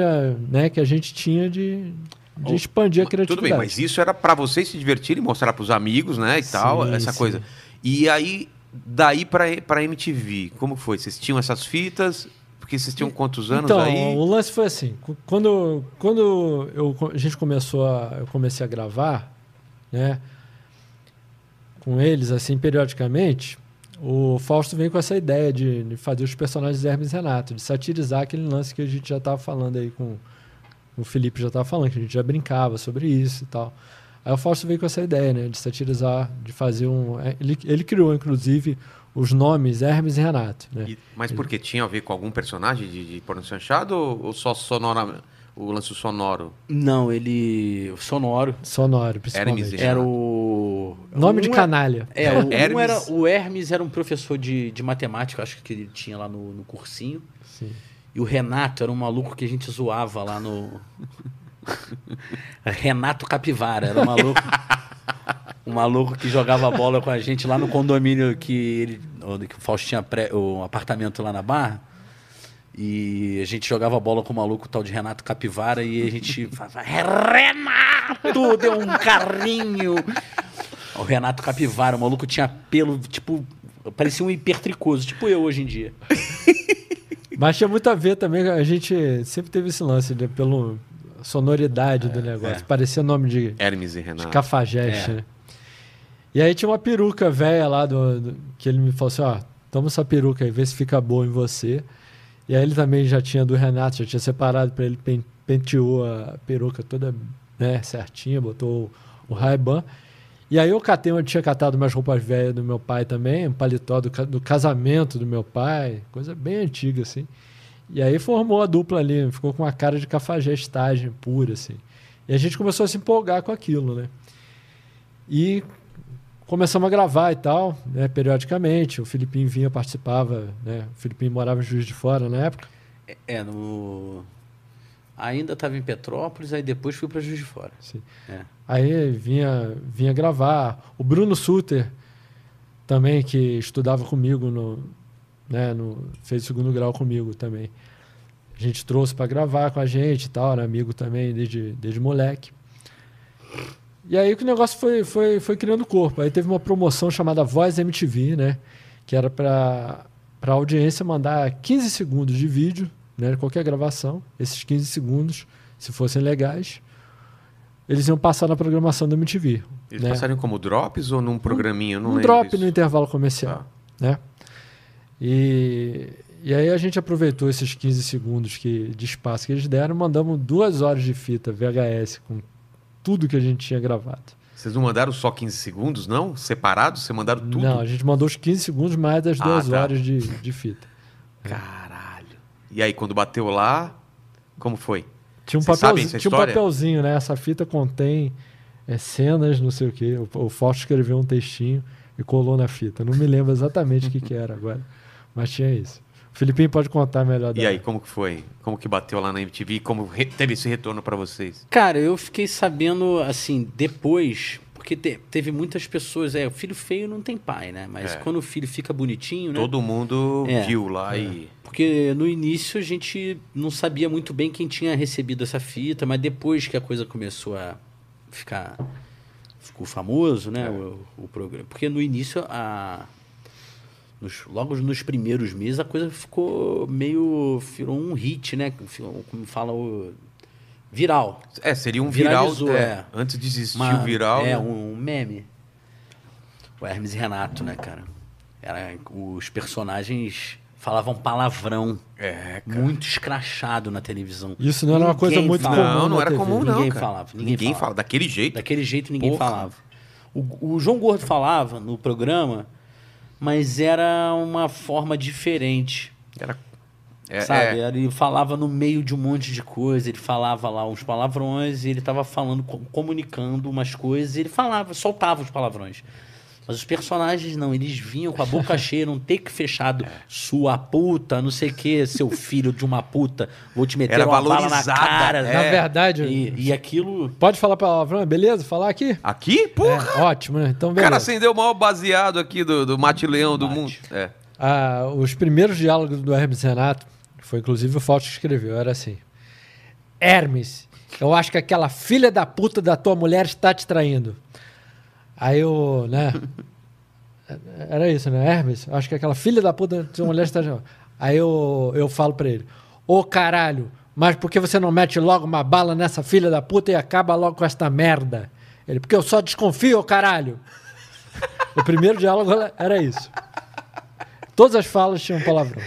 S2: né, que a gente tinha de, de
S3: Oh,
S2: expandir a criatividade.
S1: Tudo bem, mas isso era pra vocês se divertirem, mostrar pros amigos, né, e tal,
S2: Sim,
S1: essa
S2: sim.
S1: coisa. E aí, daí pra, pra MTV, como foi? Vocês tinham essas fitas? Porque vocês tinham quantos anos
S2: então,
S1: aí?
S2: o lance foi assim, qu- quando, quando eu, co- a gente começou a, eu comecei a gravar, né, com eles, assim, periodicamente, o Fausto vem com essa ideia de, de fazer os personagens de Hermes e Renato, de satirizar aquele lance que a gente já estava falando aí com o Felipe já estava falando, que a gente já brincava sobre isso e tal. Aí o Fausto veio com essa ideia, né, de satirizar, de fazer um... Ele, ele criou, inclusive, os nomes Hermes e Renato, né?
S1: E- mas por quê? Tinha a ver com algum personagem de, de Porno Chanchado ou, ou só sonora, o lance sonoro?
S3: Não, ele. O sonoro.
S2: Sonoro, principalmente.
S1: Hermes e
S3: Era o.
S2: Nome de
S3: um é-
S2: canalha.
S3: É, o, um
S1: Hermes.
S3: era, o Hermes era um professor de, de matemática, acho que ele tinha lá no, no cursinho.
S2: Sim.
S3: E o Renato era um maluco que a gente zoava lá no. Renato Capivara, era um maluco. Um maluco que jogava bola com a gente lá no condomínio que ele. onde que o Fausto tinha pré- o apartamento lá na barra. E a gente jogava bola com o maluco tal de Renato Capivara e a gente falava, Renato! Deu um carrinho! O Renato Capivara, o maluco tinha pelo, tipo, parecia um hipertricoso, tipo eu hoje em dia.
S2: Mas tinha muito a ver também, a gente sempre teve esse lance de, pelo sonoridade do negócio. Parecia nome de, de
S1: Hermes e Renato.
S2: cafajeste,
S3: É.
S2: né? E aí tinha uma peruca velha lá do, do- que ele me falou assim, ó, toma essa peruca aí, vê se fica boa em você. E aí ele também já tinha do Renato, já tinha separado pra ele, pen- penteou a peruca toda, né, certinha, botou o, o Ray-Ban. E aí eu catei, eu tinha catado umas roupas velhas do meu pai também, um paletó do, ca- do casamento do meu pai, coisa bem antiga, assim. E aí formou a dupla ali, ficou com uma cara de cafajestagem pura, assim. E a gente começou a se empolgar com aquilo, né? E começamos a gravar e tal, né, periodicamente. O Filipinho vinha, participava, né? O Filipinho morava em Juiz de Fora na época.
S3: É, no. Ainda estava em Petrópolis, aí depois fui para Juiz de Fora.
S2: assim.
S3: É.
S2: Aí vinha, vinha gravar. O Bruno Suter, também, que estudava comigo, no, né, no, fez o segundo grau comigo também. A gente trouxe para gravar com a gente e tal, era amigo também desde, desde moleque. E aí que o negócio foi, foi, foi criando corpo. Aí teve uma promoção chamada Voz MTV, né? Que era para a audiência mandar 15 segundos de vídeo, né? Qualquer gravação, esses 15 segundos, se fossem legais, eles iam passar na programação da MTV.
S1: Eles
S2: né?
S1: passaram como drops ou num programinha? Eu Não
S2: um
S1: lembro Tá.
S2: drop
S1: isso.
S2: no intervalo comercial, né? E, e aí a gente aproveitou esses 15 segundos que, de espaço que eles deram, mandamos duas horas de fita VHS com tudo que a gente tinha gravado.
S1: Vocês não mandaram só 15 segundos, não? Separados? Vocês mandaram tudo?
S2: Não, a gente mandou os 15 segundos mais as
S1: Ah,
S2: duas
S1: tá.
S2: horas de,
S1: *laughs*
S2: de fita.
S1: Caralho. E aí, quando bateu lá, como foi?
S2: Tinha um,
S1: Vocês sabem
S2: papelzinho,
S1: essa
S2: tinha um
S1: história?
S2: papelzinho, né? Essa fita contém é, cenas, não sei o quê. O, o Fausto escreveu um textinho e colou na fita. Não me lembro exatamente o que, que era agora, mas tinha isso. O Filipinho pode contar melhor
S1: E aí, como que foi? Como que bateu lá na MTV? Como re- teve esse retorno pra vocês?
S3: Cara, eu fiquei sabendo, assim, depois, Porque te- teve muitas pessoas. É, o filho feio não tem pai, né? Mas
S1: É.
S3: quando o filho fica bonitinho, né?
S1: Todo mundo
S3: É.
S1: viu lá e.
S3: Porque no início a gente não sabia muito bem quem tinha recebido essa fita, mas depois que a coisa começou a ficar. Ficou famoso, né? O, o programa. Porque no início, a, nos- logo nos primeiros meses, a coisa ficou meio. Virou um hit, né? Ficou, Como fala o. Viral.
S1: É, seria um viral.
S3: Viralizou,
S1: é.
S3: é.
S1: Antes de existir
S3: Uma-
S1: o viral.
S3: É,
S1: né?
S3: um, um meme. O Hermes e Renato, né, cara? Era, os personagens falavam palavrão.
S1: É, cara.
S3: Muito escrachado na televisão.
S2: Isso não era uma coisa
S3: Ninguém
S2: muito
S3: falava.
S2: comum
S1: Não, não
S2: na
S1: era
S2: TV.
S1: comum, não.
S3: Ninguém
S1: cara.
S3: falava, ninguém
S1: Ninguém,
S3: falava.
S1: falava. Daquele jeito.
S3: Daquele jeito ninguém
S1: Porra.
S3: falava. O, o João Gordo falava no programa, mas era uma forma diferente.
S1: Era. É,
S3: sabe?
S1: é,
S3: Ele falava no meio de um monte de coisa, ele falava lá uns palavrões, e ele tava falando, co- comunicando umas coisas, e ele falava, soltava os palavrões. Mas os personagens não, eles vinham com
S1: *laughs*
S3: a boca cheia, um take fechado, sua puta, não sei o que, seu filho de uma puta, vou te meter
S1: Era
S3: uma bala na
S1: valorizada,
S3: cara.
S1: é.
S2: Na verdade,
S3: E, e aquilo.
S2: pode falar palavrão, É beleza? Falar aqui?
S1: Aqui? Porra!
S2: É, ótimo, né? Então,
S1: O cara
S2: beleza.
S1: acendeu o maior baseado aqui do, do Mate Leão do
S3: Mate.
S1: mundo. É.
S2: Ah, os primeiros diálogos do Hermes e Renato, foi inclusive o Fausto que escreveu, era assim. Hermes, eu acho que aquela filha da puta da tua mulher está te traindo. Aí eu, né? Era isso, né? Hermes, eu acho que aquela filha da puta da tua mulher está te traindo. Aí eu, eu falo pra ele, ô caralho, mas por que você não mete logo uma bala nessa filha da puta e acaba logo com esta merda? Ele, porque eu só desconfio, ô caralho. *laughs* o primeiro diálogo era isso. Todas as falas tinham palavrão.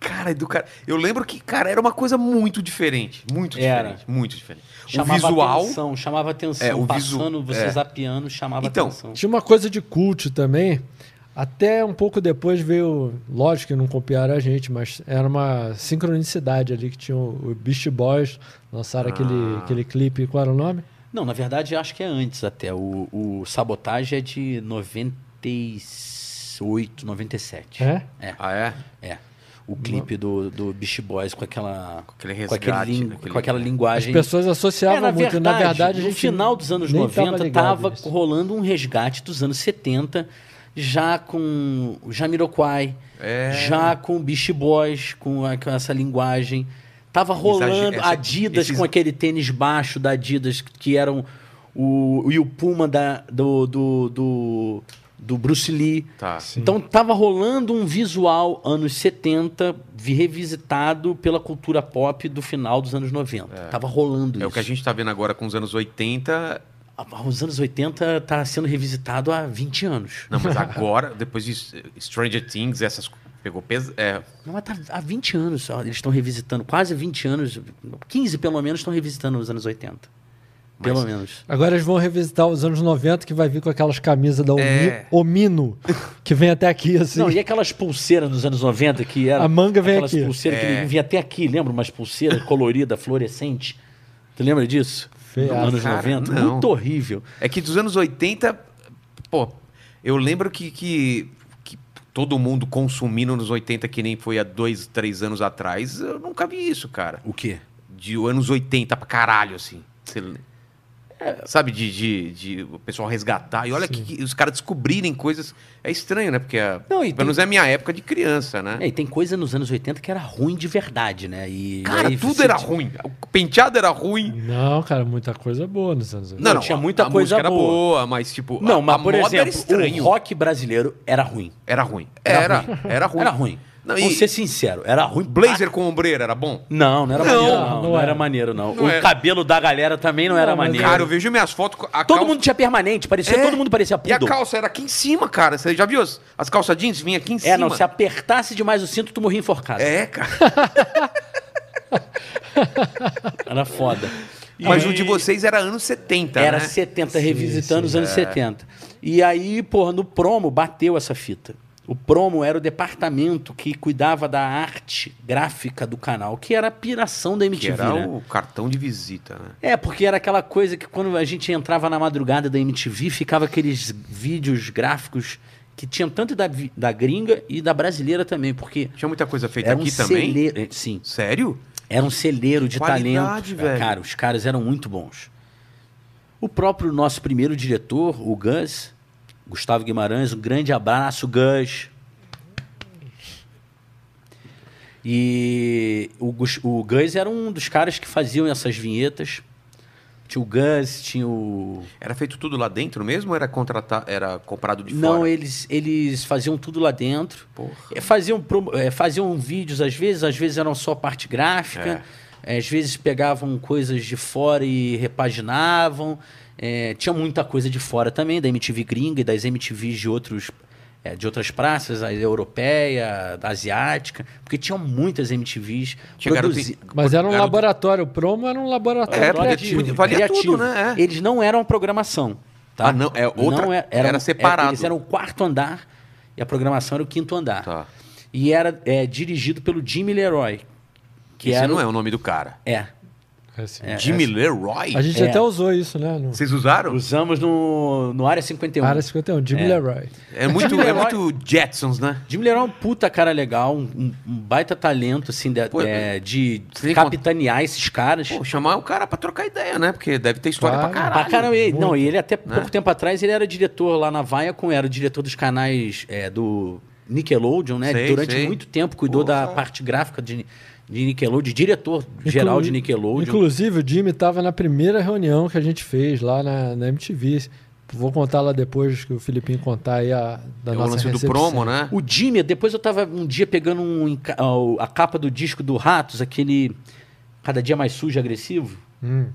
S1: Cara, do cara. Eu lembro que, cara, era uma coisa muito diferente. Muito
S3: Era.
S1: diferente. Muito diferente.
S3: Chamava
S1: o visual.
S3: atenção, chamava atenção.
S1: É, o visu-
S3: passando, você
S1: é.
S3: zapeando, chamava
S1: Então,
S3: atenção.
S2: Tinha uma coisa de culto também. Até um pouco depois veio. Lógico que não copiaram a gente, mas era uma sincronicidade ali que tinha o o Beast Boys, lançaram
S3: Ah.
S2: aquele, aquele clipe, qual era o nome?
S3: Não, na verdade, eu acho que é antes até. O, o Sabotagem é de 98, 97.
S2: É?
S1: Ah, é?
S3: É. O clipe do, do Beach Boys com aquela. Com
S1: aquele
S3: com,
S1: resgate,
S3: aquele lin-
S1: daquele-
S3: com aquela
S2: As
S3: linguagem.
S2: pessoas associavam
S3: É, na
S2: muito.
S3: verdade,
S2: na verdade, a
S3: no
S2: gente.
S3: final dos anos
S2: nem
S3: 90
S2: ligado
S3: estava
S2: nisso.
S3: rolando um resgate dos anos 70, já com o Jamiroquai,
S1: É.
S3: já com o Beach Boys, com, a- com essa linguagem. Tava
S1: agi-
S3: rolando
S1: essa-
S3: Adidas
S1: esses-
S3: com aquele tênis baixo da Adidas, que eram o, e o Puma da, do, do, do, do Bruce Lee.
S1: Tá.
S3: Então tava rolando um visual anos 70 vi- revisitado pela cultura pop do final dos anos 90. Tava rolando
S1: É
S3: isso.
S1: o que a gente tá vendo agora com os anos 80.
S3: Ah, Os anos 80 tá sendo revisitado há 20 anos. *laughs*
S1: Não, mas agora, depois de Stranger Things, essas. Pegou peso. É.
S3: Não, mas tá há 20 anos ó, eles estão revisitando, quase 20 anos, 15 pelo menos, estão revisitando os anos 80. Pelo menos.
S2: Agora eles vão revisitar os anos 90, que vai vir com aquelas camisas da Omi-
S1: É.
S2: Omino, que vem até aqui, assim.
S3: Não, e aquelas pulseiras nos anos 90 que era
S2: A manga vem
S3: aquelas
S2: aqui.
S3: pulseiras
S1: É.
S3: que vinha até aqui, lembra? Umas *laughs* pulseiras coloridas, fluorescentes. Tu lembra disso?
S2: Feia.
S3: Anos
S1: Ah, Cara,
S3: 90.
S1: não.
S3: Muito horrível.
S1: É que dos anos 80, pô, eu lembro que, que, que todo mundo consumindo nos 80, que nem foi há dois, três anos atrás, eu nunca vi isso, cara.
S3: O quê?
S1: De anos 80 pra caralho, assim. Você l-
S3: É.
S1: sabe, de, de, de o pessoal resgatar. E olha que, que os caras descobrirem coisas. É estranho, né? Porque a-
S3: Não, e
S1: pelo
S3: tem-
S1: menos é a minha época de criança, né?
S3: É, e tem coisa nos anos 80 que era ruim de verdade, né? E,
S1: Cara,
S3: e aí
S1: tudo
S3: você
S1: era
S3: tinha-
S1: ruim. O penteado era ruim.
S2: Não, cara, muita coisa boa nos anos 90.
S1: Não,
S3: Não,
S1: não,
S3: tinha muita
S1: a
S3: coisa
S1: música era
S3: boa.
S1: boa. mas tipo,
S3: Não,
S1: a,
S3: mas
S1: a
S3: por
S1: moda era
S3: exemplo,
S1: estranho.
S3: o rock brasileiro era ruim.
S1: Era ruim.
S3: Era
S1: Era,
S3: ruim.
S1: era ruim.
S3: Era ruim.
S1: Não,
S3: Vamos
S1: e-
S3: ser sincero, era ruim.
S1: Blazer com ombreira era bom?
S3: Não, não era
S1: Não,
S3: maneiro, não. Não,
S2: não
S3: era
S2: era.
S3: maneiro, não.
S1: Não
S3: o
S1: era.
S3: cabelo da galera também não, era
S2: mas-
S3: maneiro.
S1: Cara, eu vejo minhas fotos. com A
S3: todo
S1: calça-
S3: mundo tinha permanente, parecia,
S1: É.
S3: todo mundo parecia
S1: E a
S3: poodle.
S1: calça era aqui em cima, cara. Você já viu as, as calça jeans? Vinha aqui em cima.
S3: É, não, se apertasse demais o cinto, tu morria enforcado.
S1: É, cara.
S3: Era foda.
S1: Mas
S3: E-
S1: o de vocês era anos 70,
S3: É. Era
S1: né? é.
S3: 70, revisitando os anos 70. E aí, porra, no promo bateu essa fita. O promo era o departamento que cuidava da arte gráfica do canal, que era a piração da
S1: Que
S3: MTV,
S1: era
S3: né?
S1: o cartão de visita, né?
S3: É, porque era aquela coisa que quando a gente entrava na madrugada da MTV, ficava aqueles vídeos gráficos que tinham tanto da, vi- da gringa e da brasileira também, porque
S1: Tinha muita coisa feita
S3: era um
S1: aqui também.
S3: celeiro... é, Sim,
S1: Sério?
S3: era um celeiro de
S1: Qualidade,
S3: talento.
S1: velho.
S3: Cara, os caras eram muito bons. O O próprio nosso primeiro diretor, o Gus, Gustavo Guimarães, um grande abraço, Gus. E o, Gus- o Gus era um dos caras que faziam essas vinhetas. Tinha o Gus, tinha o.
S1: Era feito tudo lá dentro mesmo ou era, contratar, era comprado de
S3: Não,
S1: fora?
S3: eles, eles faziam tudo lá dentro.
S1: Porra.
S3: É, Faziam, pro- é, faziam vídeos às vezes, às vezes eram só parte gráfica, é, às vezes pegavam coisas de fora e repaginavam. é, tinha muita coisa de fora também, da MTV gringa e das MTVs de, outros, é, de outras praças, a europeia, da asiática, porque tinham muitas MTVs.
S1: Tinha garoto-
S3: produzi-
S2: Mas era um
S1: Garoto-
S2: laboratório. O promo era um laboratório
S1: É, podia-
S2: criativo.
S1: podia- valia tudo, né? É.
S3: Eles não eram programação. Tá?
S1: Ah, não, é outra-
S3: Não é-
S1: era separado.
S3: Eles eram o quarto andar e a programação era o quinto andar.
S1: Tá.
S3: E era é, dirigido pelo Jimmy Leroy. Que
S1: Esse
S3: era,
S1: não é o nome do cara.
S3: é.
S2: É assim.
S1: Jimmy Leroy?
S2: A gente
S3: É.
S2: até usou isso, né? No
S1: Vocês usaram?
S3: Usamos no, no Área 51.
S2: Área 51, Jimmy Leroy.
S1: É muito,
S3: Jimmy
S1: é
S3: Leroy.
S1: muito Jetsons, né?
S3: Jimmy Leroy é um puta cara legal, um, um- um baita talento, assim, de,
S1: Pô,
S3: é, de
S1: você tem
S3: capitanear esses caras.
S1: Pô, chamar o cara pra trocar ideia, né? Porque deve ter história
S2: Claro.
S1: pra
S3: Pra
S1: caralho.
S3: caramba, ele- não,
S2: muito,
S3: e ele até
S1: né?
S3: pouco tempo atrás ele era diretor lá na Viacom, era o diretor dos canais é, do Nickelodeon, né?
S1: Sei,
S3: Durante
S1: sei.
S3: muito tempo cuidou da
S1: Porra.
S3: parte gráfica de, de Nickelodeon, diretor geral
S2: Inclu-
S3: de
S1: um-
S3: Nickelodeon.
S2: Inclusive, o Jimmy estava na primeira reunião que a gente fez lá na, na MTV. Vou contar lá depois que o Filipinho contar aí a, da
S1: É o
S2: nossa
S1: lance do
S2: recepção.
S1: promo, né?
S3: O Jimmy, depois eu tava um dia pegando um enca- a- a capa do disco do Ratos, aquele Cada Dia Mais Sujo e Agressivo,
S2: Hum.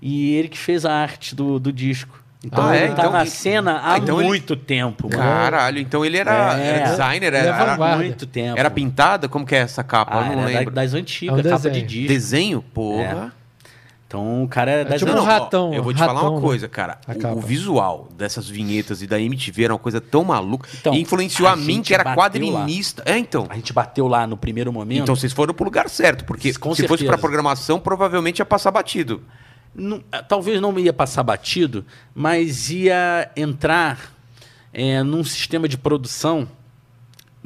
S3: e ele que fez a arte do, do disco. Então
S1: Ah, é?
S3: ele tá
S1: Então
S3: na
S1: ele-
S3: cena há
S1: Ah, então ele-
S3: muito tempo, mano.
S1: Caralho, então ele era,
S3: É.
S1: era designer,
S2: Ele é né,
S1: era, era,
S2: vanguarda.
S3: muito tempo.
S1: era pintada? Como que é essa capa?
S3: Ah,
S1: Eu não
S3: era da- É.
S1: lembro.
S3: das
S2: É
S3: antigas,
S2: um
S3: capa de
S2: desenho.
S3: disco.
S1: Desenho? Porra.
S3: Então o cara era das
S2: tipo
S1: Não,
S2: um
S1: não, ó,
S2: ratão,
S1: eu vou te falar
S2: ratão,
S1: uma
S2: né?
S1: coisa, cara.
S2: A
S1: O-
S2: capa.
S1: O, visual dessas vinhetas e da MTV era uma coisa tão maluca.
S3: Então,
S1: e influenciou a,
S3: a
S1: mim,
S3: gente
S1: que era
S3: bateu
S1: quadrinista. É, então.
S3: A gente bateu lá no primeiro momento.
S1: Então vocês foram pro lugar certo, porque se
S3: Com
S1: fosse
S3: certeza.
S1: pra programação, provavelmente ia passar batido.
S3: Não- ah, talvez não ia passar batido, mas ia entrar é, num sistema de produção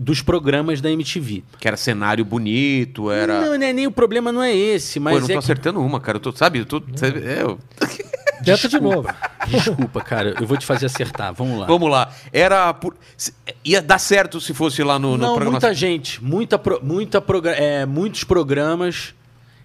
S3: dos programas da MTV.
S1: Que era cenário bonito, era.
S3: Não, né, nem o problema não é
S1: Pô,
S3: esse,
S1: eu
S3: mas
S1: não
S3: é
S1: tô
S3: que-
S1: acertando uma, cara. Eu tô, sabe, eu tô. sabe, é, eu-
S2: Tenta de novo.
S3: Desculpa, cara, eu vou te fazer acertar. Vamos lá.
S1: Vamos lá. Era. por- se- Ia dar certo se fosse lá no, no
S3: não,
S1: programa.
S3: muita gente, muita, pro- muita progra- é, muitos programas,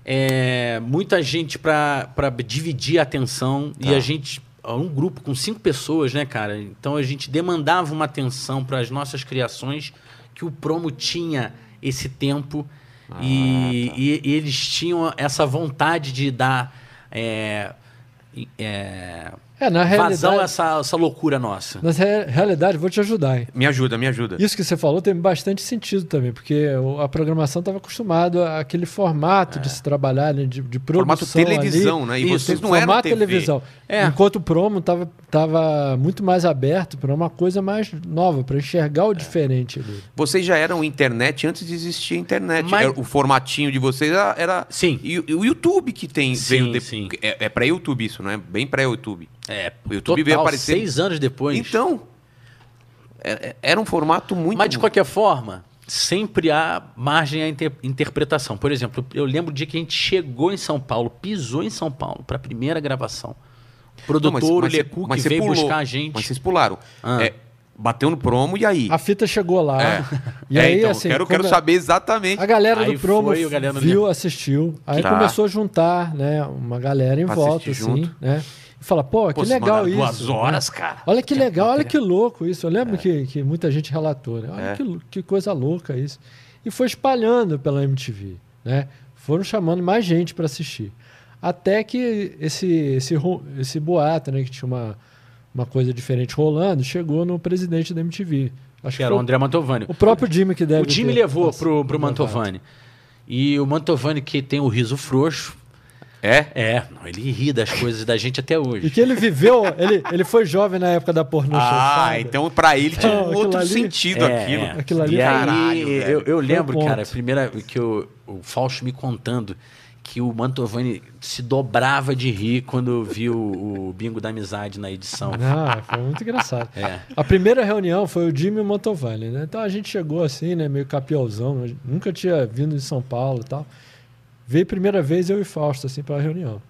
S3: é, muita gente pra pra dividir a atenção e
S1: Tá.
S3: a gente ó, um grupo com cinco pessoas, né, cara? Então a gente demandava uma atenção para as nossas criações que o promo tinha esse tempo
S1: Ah,
S3: e,
S1: tá.
S3: e- e eles tinham essa vontade de dar é, e- é,
S2: É, na
S3: vazão a
S1: assim.
S2: realidade,
S3: essa, essa loucura nossa.
S2: na re- realidade, vou te ajudar, hein?
S1: Me ajuda, me ajuda.
S2: Isso que você falou tem bastante sentido também, porque o- a programação estava acostumada àquele formato de se trabalhar, né, de, de produção
S1: É. Formato televisão,
S2: ali.
S1: né? E
S2: Isso,
S1: vocês não
S2: formato
S1: eram TV.
S2: televisão.
S3: É.
S2: Enquanto o promo estava tava muito mais aberto para uma coisa mais nova, para enxergar o
S1: É.
S2: diferente ali.
S1: Vocês já eram internet antes de existir a internet.
S3: Mas-
S1: Era- O formatinho de vocês era. era-
S3: Sim.
S1: E, o- e o YouTube que tem.
S3: Sim,
S1: veio de...
S3: sim.
S1: É, é pré-YouTube isso, né? Bem pré-YouTube.
S3: É,
S1: O YouTube veio aparecer-
S3: seis anos depois.
S1: Então. é- é- Era um formato muito.
S3: Mas de qualquer forma, sempre há margem à inter- interpretação. Por exemplo, eu lembro o dia que a gente chegou em São Paulo, pisou em São Paulo para a primeira gravação. O
S1: Não,
S3: produtor
S1: mas-
S3: o
S1: mas cê-
S3: Lecu
S1: mas
S3: que
S1: cê
S3: veio
S1: pulou.
S3: buscar a gente.
S1: Mas vocês pularam.
S3: Ah.
S1: É, bateu no promo e aí?
S2: A fita chegou lá.
S1: É.
S2: E
S1: É,
S2: aí,
S1: então,
S2: assim,
S1: quero, quero
S2: quando-
S1: saber exatamente.
S2: A galera
S3: Aí
S2: do promo
S3: foi, a galera
S2: viu,
S3: do-
S2: assistiu, aí
S1: Tá.
S2: começou a juntar, né, uma galera em
S1: Pra
S2: volta, assim,
S1: assistir junto.
S2: né? E fala, pô, que
S1: Pô, vocês
S2: legal
S1: mandaram
S2: isso.
S1: Duas
S2: né?
S1: horas, cara.
S2: Olha que legal,
S3: né?
S2: olha que louco isso. Eu
S3: É.
S2: lembro que, que muita gente relatou, né? Olha
S1: É.
S2: que, que coisa louca isso. E foi espalhando pela MTV, né? Foram chamando mais gente para assistir. Até que esse, esse, ru- esse boato, né? Que tinha uma, uma coisa diferente rolando, chegou no presidente da MTV. Acho
S3: Que
S2: que
S3: era o
S2: foi
S3: André Mantovani.
S2: o próprio Jimmy que deve
S3: O time
S2: ter
S3: levou
S2: passado
S3: pro, pro
S2: gravado.
S3: Mantovani. E o Mantovani, que tem o riso frouxo,
S1: É?
S3: é, não, ele ri das coisas da gente até hoje.
S2: E que ele viveu, ele, ele foi jovem na época da pornô
S1: Ah,
S2: chanchada.
S1: então pra ele tinha
S2: Então,
S1: um
S2: *laughs* aquilo
S1: outro
S2: ali-
S1: sentido
S3: É,
S1: aquilo.
S3: é.
S2: Aquilo ali
S3: e
S2: é
S1: caralho,
S3: aí,
S1: velho.
S3: eu, eu lembro,
S2: ponto.
S3: cara, a primeira que eu- o Fausto me contando que o Mantovani se dobrava de rir quando viu o Bingo da Amizade na edição.
S2: *laughs* Não, Ah, foi muito engraçado.
S3: É.
S2: A primeira reunião foi o Jimmy e o Mantovani, né? Então a gente chegou assim, né? Meio capiolzão. eu Nunca tinha vindo de São Paulo e tal. Veio a primeira vez eu e Fausto, assim, pra reunião.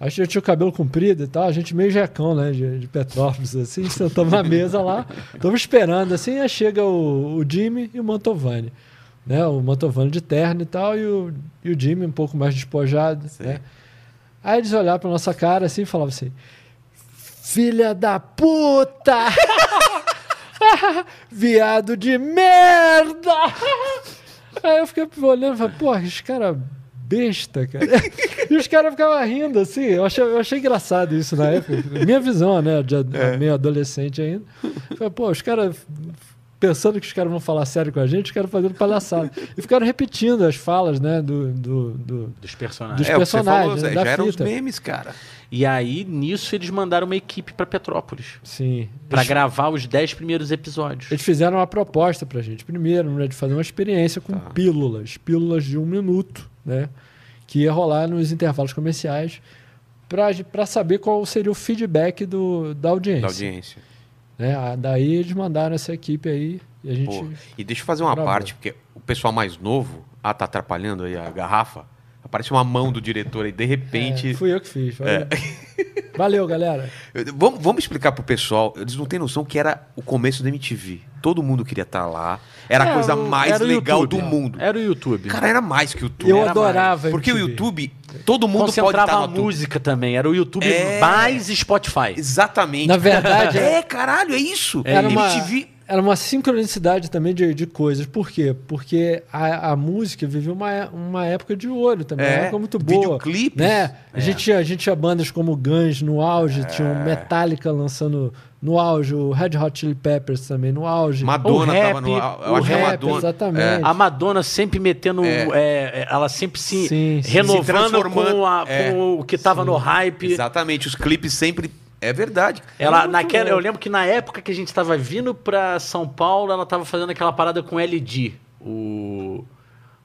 S2: Aí eu tinha o cabelo comprido e tal, a gente meio jecão, né, de, de Petrópolis, assim, *laughs* sentamos na mesa lá, estamos esperando, assim, aí chega o, o Jimmy e o Mantovani, né, o Mantovani de terno e tal, e o, e o Jimmy um pouco mais despojado, né. Aí eles olharam pra nossa cara, assim, e falavam assim, filha da puta! *laughs* Viado de merda! *laughs* Aí eu fiquei olhando e falei, porra, esse cara é besta, cara. *laughs* e os caras ficavam rindo, assim. Eu achei, eu achei engraçado isso na época. Minha visão, né? De ad- meio adolescente ainda. Eu Falei, pô, os caras pensando que os caras vão falar sério com a gente, os caras fazendo palhaçada. E ficaram repetindo as falas, né? Do, do, do-
S3: Dos
S2: Dos
S3: personagens.
S1: É, o que você
S2: personagens,
S1: falou,
S2: né,
S1: Zé,
S2: da
S1: já eram os
S2: fita.
S1: memes, cara.
S3: E aí, nisso, eles mandaram uma equipe pra Petrópolis.
S2: Sim.
S3: Pra
S2: Eles-
S3: gravar os 10 primeiros episódios.
S2: Eles fizeram uma proposta pra gente. Primeiro, né, de fazer uma experiência com pílulas, pílulas de um minuto, né? Que ia rolar nos intervalos comerciais pra pra saber qual seria o feedback do, da audiência.
S1: Da audiência.
S2: né? Ah, Daí eles mandaram essa equipe aí e a gente.
S1: Pô, e deixa eu fazer uma
S2: Por favor.
S1: parte, porque o pessoal mais novo. Ah, tá atrapalhando aí a garrafa. Aparece uma mão do diretor aí, de repente.
S2: É, fui eu que fiz. Valeu, Valeu, galera.
S1: Eu- Vamos, vamos explicar pro pessoal. Eles não têm noção que era o começo da MTV. Todo mundo queria estar lá. Era
S2: É,
S1: a coisa
S3: o-
S1: mais
S3: era o
S1: legal
S3: YouTube.
S1: do mundo.
S3: Era o YouTube.
S1: Cara, era mais que o YouTube.
S2: Eu
S1: Era
S2: adorava.
S1: mais. Porque o
S2: MTV.
S1: YouTube, todo mundo pode estar
S3: Concentrava
S1: no
S3: a
S1: tubo.
S3: música também. Era o YouTube
S1: É.
S3: mais Spotify.
S1: Exatamente.
S2: Na verdade,
S1: é, caralho, é isso.
S2: Era uma-
S1: MTV.
S2: Era uma sincronicidade também de, de coisas. Por quê? Porque a, a música viveu uma, uma época de ouro também.
S1: É,
S2: Uma época muito boa.
S1: videoclipes. É.
S2: Né? A, gente tinha, a gente tinha bandas como Guns no auge, tinha o Metallica lançando no auge, o Red Hot Chili Peppers também no auge.
S1: Madonna
S3: O rap,
S1: tava no.
S3: o
S1: Eu acho que é
S2: rap,
S1: Madonna.
S2: exatamente.
S1: É.
S3: A Madonna sempre metendo. é, é, ela sempre se
S2: Sim, sim.
S1: Se
S3: renovando
S1: transformando,
S3: com, a-
S1: é.
S3: com o que tava no hype.
S1: Exatamente. Os clipes sempre. É verdade.
S3: Ela,
S2: Muito
S3: naquela,
S2: bom.
S3: eu lembro que na época que a gente tava vindo pra São Paulo, ela tava fazendo aquela parada com LD. O.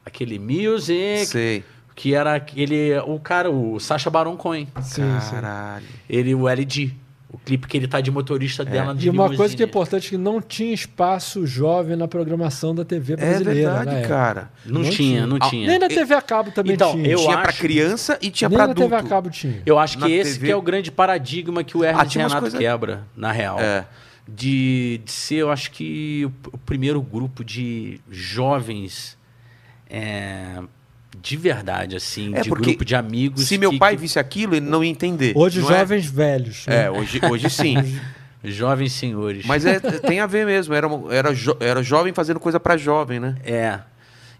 S3: Aquele music.
S1: Sei.
S3: Que era aquele. O cara, o Sacha Baron Cohen.
S2: Sim, sim.
S1: Caralho.
S3: Ele, o LD. O clipe que ele tá de motorista dela de
S2: E uma coisa que é
S3: limusine.
S2: importante que não tinha espaço jovem na programação da TV
S1: É
S2: brasileira. né? na
S1: verdade,
S2: época.
S1: cara.
S2: Não
S3: Não, tinha,
S2: tinha.
S3: não
S1: Ah,
S3: tinha.
S2: Nem na TV a cabo também
S3: Então,
S2: tinha.
S3: eu
S1: tinha pra
S3: acho-
S1: criança e tinha
S2: Nem
S1: pra
S2: na TV
S1: adulto.
S2: a cabo tinha.
S3: Eu acho que
S1: Na
S3: esse
S1: TV.
S3: que é o grande paradigma que o
S1: Ah,
S3: Hermes
S1: tinha umas
S3: Renato
S1: coisa-
S3: quebra, na real.
S1: É.
S3: De, de ser, eu acho que, o, p- o primeiro grupo de jovens é, de verdade, assim,
S1: É,
S3: de
S1: porque
S3: grupo de amigos.
S1: Se meu
S3: que-
S1: pai
S3: que-
S1: visse aquilo, ele não ia entender.
S2: Hoje,
S1: não é?
S2: jovens velhos. né?
S1: É, hoje, hoje sim.
S3: Jovens senhores.
S1: Mas é- tem a ver mesmo. Era, uma- era, jo- era jovem fazendo coisa pra jovem, né?
S3: É.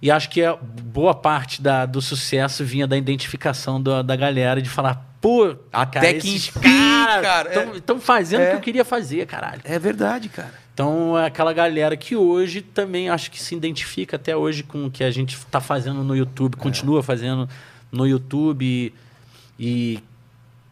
S3: E acho que a boa parte da- do sucesso vinha da identificação da, da galera, de falar, pô,
S1: Até
S3: cara,
S1: que
S3: esses
S1: enfim,
S3: caras
S1: cara,
S3: estão fazendo o
S1: É.
S3: que eu queria fazer, caralho.
S1: É verdade, cara.
S3: Então, é aquela galera que hoje também acho que se identifica até hoje com o que a gente está fazendo no YouTube,
S1: É.
S3: continua fazendo no YouTube e, e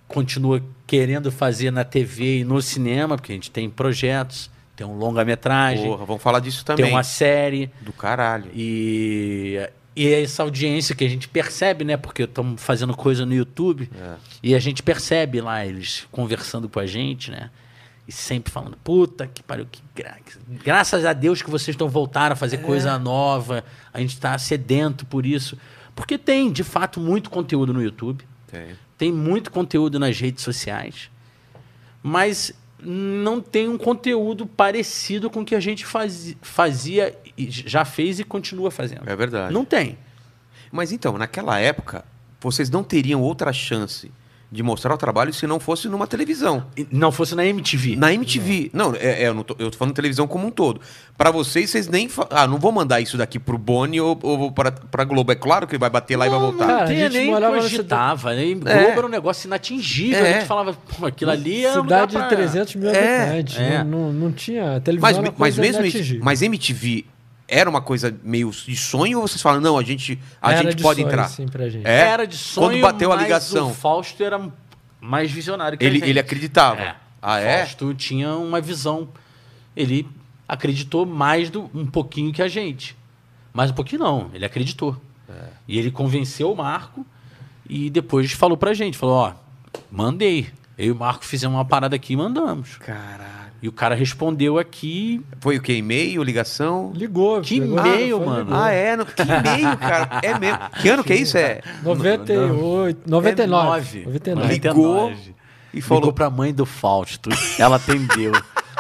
S3: continua querendo fazer na TV e no cinema, porque a gente tem projetos, tem um longa-metragem,
S1: Porra, vamos falar disso
S3: tem
S1: também.
S3: uma série
S1: Do caralho.
S3: e, e é essa audiência que a gente percebe, né? Porque estamos fazendo coisa no YouTube
S1: É.
S3: e a gente percebe lá eles conversando com a gente, né? E sempre falando, puta que pariu, que gra... graças a Deus que vocês estão voltaram a fazer coisa nova, a gente está sedento por isso. Porque tem, de fato, muito conteúdo no YouTube,
S1: Tem.
S3: tem muito conteúdo nas redes sociais, mas não tem um conteúdo parecido com o que a gente faz- fazia, e já fez e continua fazendo.
S1: É verdade.
S3: Não tem.
S1: Mas então, naquela época, vocês não teriam outra chance de mostrar o trabalho se não fosse numa televisão.
S3: E Não fosse na MTV.
S1: Na MTV. Não, é, é, eu, não tô, eu tô falando televisão como um todo. Pra vocês, vocês nem. fa- Ah, não vou mandar isso daqui pro Boni ou, ou pra, pra Globo. É claro que ele vai bater lá e vai voltar.
S2: cara, a
S3: Tem,
S2: gente
S3: nem
S2: morava nessa-
S3: cogitava. Nem Globo
S1: É.
S3: era um negócio inatingível.
S1: É.
S3: A gente falava, pô, aquilo ali é um lugar
S2: Cidade
S3: pra-
S2: de 300 mil
S1: É,
S2: habitantes. né?
S3: é.
S2: Não, não, não tinha. A televisão
S1: Mas,
S2: era
S1: me-
S2: uma
S1: mas
S2: coisa
S1: mesmo
S2: inatingível.
S1: mas MTV era uma coisa meio de sonho ou vocês falam, não, a gente, a
S2: Era
S1: gente
S2: de
S1: pode
S2: sonho,
S1: entrar?
S2: Assim, pra gente.
S1: É.
S3: Era de sonho,
S1: Quando bateu a
S3: mas
S1: ligação.
S3: o Fausto era mais visionário que a
S1: Ele,
S3: gente.
S1: ele acreditava.
S3: É.
S1: Ah, é?
S3: Fausto tinha uma visão. Ele acreditou mais do um pouquinho que a gente. Mais um pouquinho não, ele acreditou. E ele convenceu o Marco e depois falou pra gente, falou, ó, mandei. Eu e o Marco fizemos uma parada aqui e mandamos.
S1: Caralho.
S3: E o cara respondeu aqui. é
S1: Foi o que? E-mail, ligação?
S2: Ligou.
S3: Que
S2: pegou-
S3: e-mail,
S2: foi,
S3: mano.
S2: ligou.
S1: Ah, é? No... Que e-mail, cara? É
S2: *laughs*
S1: mesmo. Que ano que é isso? É?
S2: 98, 99. 99.
S1: Ligou. E
S3: E falou
S1: falou.
S3: Ligou pra mãe do Fausto. Ela atendeu.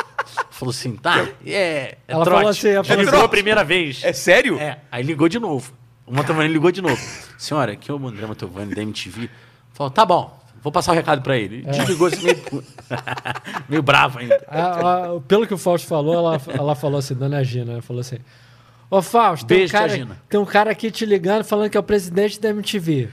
S3: *laughs* falou assim, tá, é, é
S2: Ela
S3: trote.
S2: falou assim, ela
S3: Já
S2: falou
S3: ligou
S1: assim,
S3: a primeira vez.
S1: É sério?
S3: É, aí ligou de novo. Uma também ligou de novo. Senhora, aqui é o André Mantovani da MTV. Falou, tá bom, vou passar o recado pra ele. Desligou assim, meio, pu- *laughs* meio bravo ainda.
S2: A- a- pelo que o Fausto falou, ela, ela falou assim, dona Gina, ela falou assim. Ô Fausto, tem um,
S3: Beijo, tia
S2: cara,
S3: Gina."
S2: tem um cara aqui te ligando falando que é o presidente da MTV.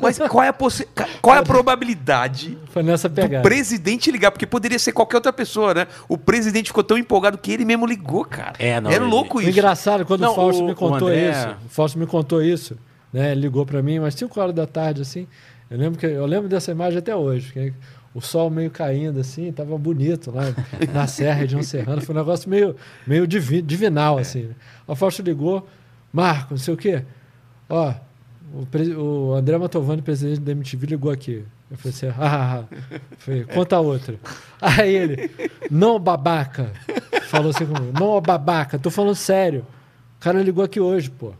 S1: Mas qual é a, possi- ca- qual é a probabilidade
S2: Foi nessa
S1: do
S2: pegada.
S1: presidente ligar? Porque poderia ser qualquer outra pessoa, né? O presidente ficou tão empolgado que ele mesmo ligou, cara.
S3: É, não,
S1: Era
S3: ele-
S1: louco
S2: O
S1: isso.
S2: Engraçado, quando
S3: Não,
S2: o Fausto
S3: o-
S2: me
S3: o
S2: contou
S3: André-
S2: isso, o Fausto me contou isso, né? ele Ligou pra mim umas 5 horas da tarde, assim. Eu lembro, que, eu lembro dessa imagem até hoje. que o sol meio caindo, assim, tava bonito lá na Serra de Serrano. Foi um negócio meio, meio divi-
S3: É.
S2: divinal, assim. O Fausto ligou, Marco, não sei o quê. Ó, o, pre- o André Mantovani, presidente da MTV, ligou aqui. Eu falei assim, ah, ah, ah. Falei, conta outra. Aí ele, não, babaca. Falou assim comigo, não, ô babaca, tô falando sério. O cara ligou aqui hoje, pô.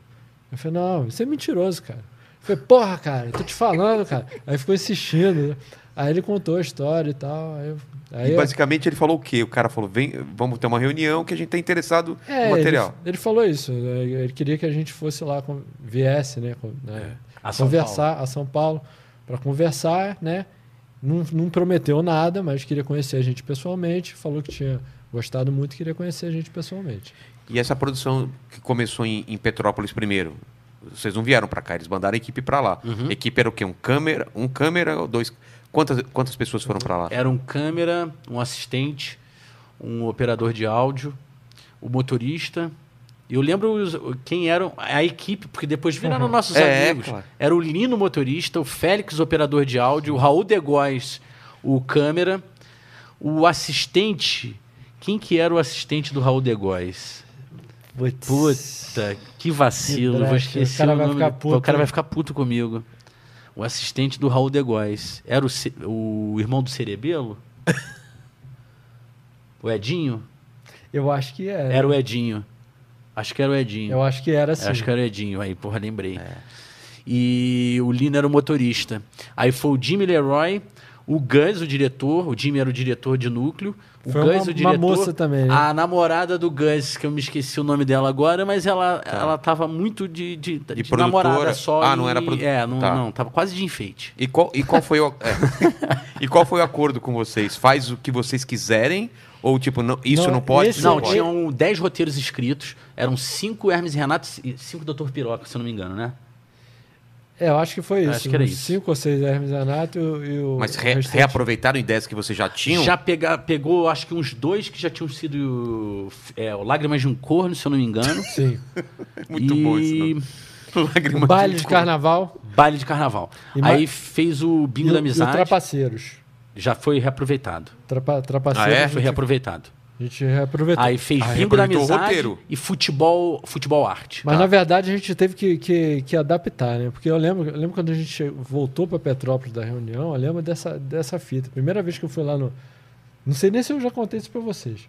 S2: Eu falei, não, isso é mentiroso, cara. Eu falei, porra, cara, tô te falando, cara. Aí ficou insistindo. né? Aí ele contou a história e tal. Aí, eu- aí
S1: E
S2: eu-
S1: basicamente ele falou o quê? O cara falou: vem, vamos ter uma reunião que a gente tá interessado no
S2: é,
S1: material.
S2: Ele, ele falou isso. né? Ele queria que a gente fosse lá, com- viesse, né? com- né?
S3: É, A São
S2: conversar a São Paulo para conversar, né? Não, não prometeu nada, mas queria conhecer a gente pessoalmente. Falou que tinha gostado muito e queria conhecer a gente pessoalmente.
S1: E essa produção que começou em, em Petrópolis primeiro? Vocês não vieram pra cá, eles mandaram a equipe pra lá.
S3: Uhum.
S1: Equipe era o quê? Um câmera, um câmera ou dois? Quantas, quantas pessoas foram pra lá?
S3: Era um câmera, um assistente, um operador de áudio, o motorista. E eu lembro os- quem eram a equipe, porque depois viraram nossos
S1: É,
S3: amigos.
S1: claro.
S3: Era o Lino motorista, o Félix operador de áudio, o Raul Degóis, o câmera, o assistente. Quem que era o assistente do Raul Degóis? Puta, que vacilo.
S2: Que
S3: Vou
S2: brecha.
S3: esquecer
S2: O cara
S3: o
S2: vai
S3: nome
S2: ficar
S3: do-
S2: puto,
S3: O cara
S2: né?
S3: vai ficar puto comigo. O assistente do Raul de Góes. Era o, Ce- o irmão
S2: *laughs*
S3: do Cerebelo? o Edinho?
S2: Eu acho que era.
S3: Era o Edinho. Acho que era o Edinho.
S2: Eu acho que era assim.
S3: Acho que era o Edinho. Aí, porra, lembrei.
S1: É.
S3: E o Lino era o motorista. Aí foi o Jimmy Leroy, o Gus, o diretor. O Jimmy era o diretor de núcleo. O
S2: Foi
S3: Gus,
S2: uma-
S3: o
S2: uma
S3: diretor.
S2: moça também, né?
S3: A namorada do Gus, que eu me esqueci o nome dela agora, mas ela, ela tava muito de, de, de,
S1: Tá. produtora?
S3: namorada só.
S1: Ah, não
S3: e-
S1: era produ-
S3: É, não,
S1: Tá.
S3: não, tava quase de enfeite.
S1: E qual, e, qual foi o, é. e qual foi o acordo com vocês? Faz o que vocês quiserem? Ou tipo, não- isso não,
S2: Não,
S1: pode?
S2: esse-
S1: isso
S3: Não,
S1: pode?
S3: tinham 10 roteiros escritos, eram 5 Hermes e Renato e 5 Dr. Piroca, se eu não me engano, né?
S2: É, eu acho que foi isso.
S3: Acho que era
S2: Uns
S3: isso.
S2: Cinco ou seis Hermes Renato e o- e o.
S1: Mas
S2: o
S1: re-
S2: restante.
S1: reaproveitaram ideias que vocês já tinham?
S3: Já pega, pegou, acho que uns dois que já tinham sido é, o Lágrimas de um Corno, se eu não
S1: *laughs*
S3: me engano. *laughs*
S2: Sim.
S1: *laughs* É Muito bom isso.
S3: e
S1: nome. Lágrima
S2: O baile de
S1: cor.
S2: carnaval
S3: Baile de Carnaval.
S2: E
S3: Aí
S2: ma-
S3: fez o
S2: e,
S3: Bingo da
S2: o- e o
S3: Amizade.
S2: Trapaceiros.
S3: Já foi reaproveitado.
S2: Trapa, trapaceiros.
S1: Ah, é?
S2: a,
S3: Foi
S2: gente,
S3: reaproveitado.
S2: a gente reaproveitou.
S3: Aí fez
S1: Ah,
S3: Bingo da
S1: reaproveitou o
S3: Amizade
S1: roteiro.
S3: e futebol, futebol arte.
S2: Mas
S1: Tá.
S2: na verdade a gente teve que, que, que adaptar, né? Porque eu lembro, eu lembro quando a gente che- voltou para Petrópolis da reunião, eu lembro dessa, dessa fita. Primeira vez que eu fui lá no. Não sei nem se eu já contei isso para vocês.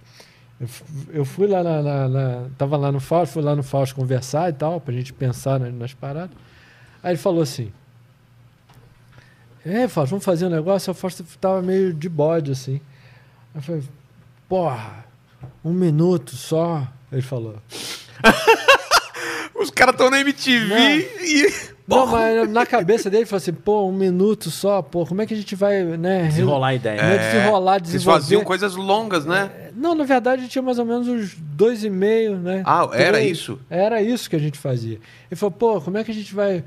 S2: Eu, fu- eu fui lá na, na, na- Tava lá no Fausto, fui lá no Fausto conversar e tal, pra gente pensar na- nas paradas. Aí ele falou assim. É, Fausto, vamos fazer um negócio. O Fausto tava meio de bode, assim. Aí eu falei, porra, um minuto só. Ele falou.
S1: Os caras estão na MTV
S2: Não.
S1: e.
S2: Não, mas na cabeça dele ele falou assim, pô, um minuto só, pô, como é que a gente vai, né? re-
S3: Desenrolar a ideia.
S2: Como é que desenrolar,
S1: Vocês
S2: desenvolver.
S1: faziam coisas longas, né?
S2: Não, na verdade tinha mais ou menos uns dois e meio, né?
S1: Ah, era isso?
S2: Era isso que a gente fazia. Ele falou, pô, como é que a gente vai...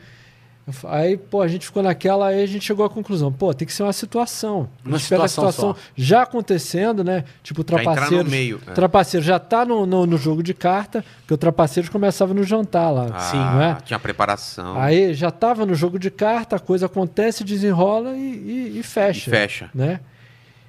S2: Eu fa- Aí, pô, a gente ficou naquela, aí a gente chegou à conclusão, pô, tem que ser uma situação. A
S3: Uma
S2: gente pega a
S3: situação
S2: situação já acontecendo, né? Tipo,
S1: entrar no
S2: trapaceiros.
S1: meio, é.
S2: Trapaceiros já tá no, no, no jogo de carta, porque o trapaceiros começava no jantar lá.
S1: Ah,
S2: não é?
S1: Tinha preparação.
S2: Aí já estava no jogo de carta, a coisa acontece, desenrola e, e- e
S1: E
S2: fecha.
S1: fecha.
S2: Né?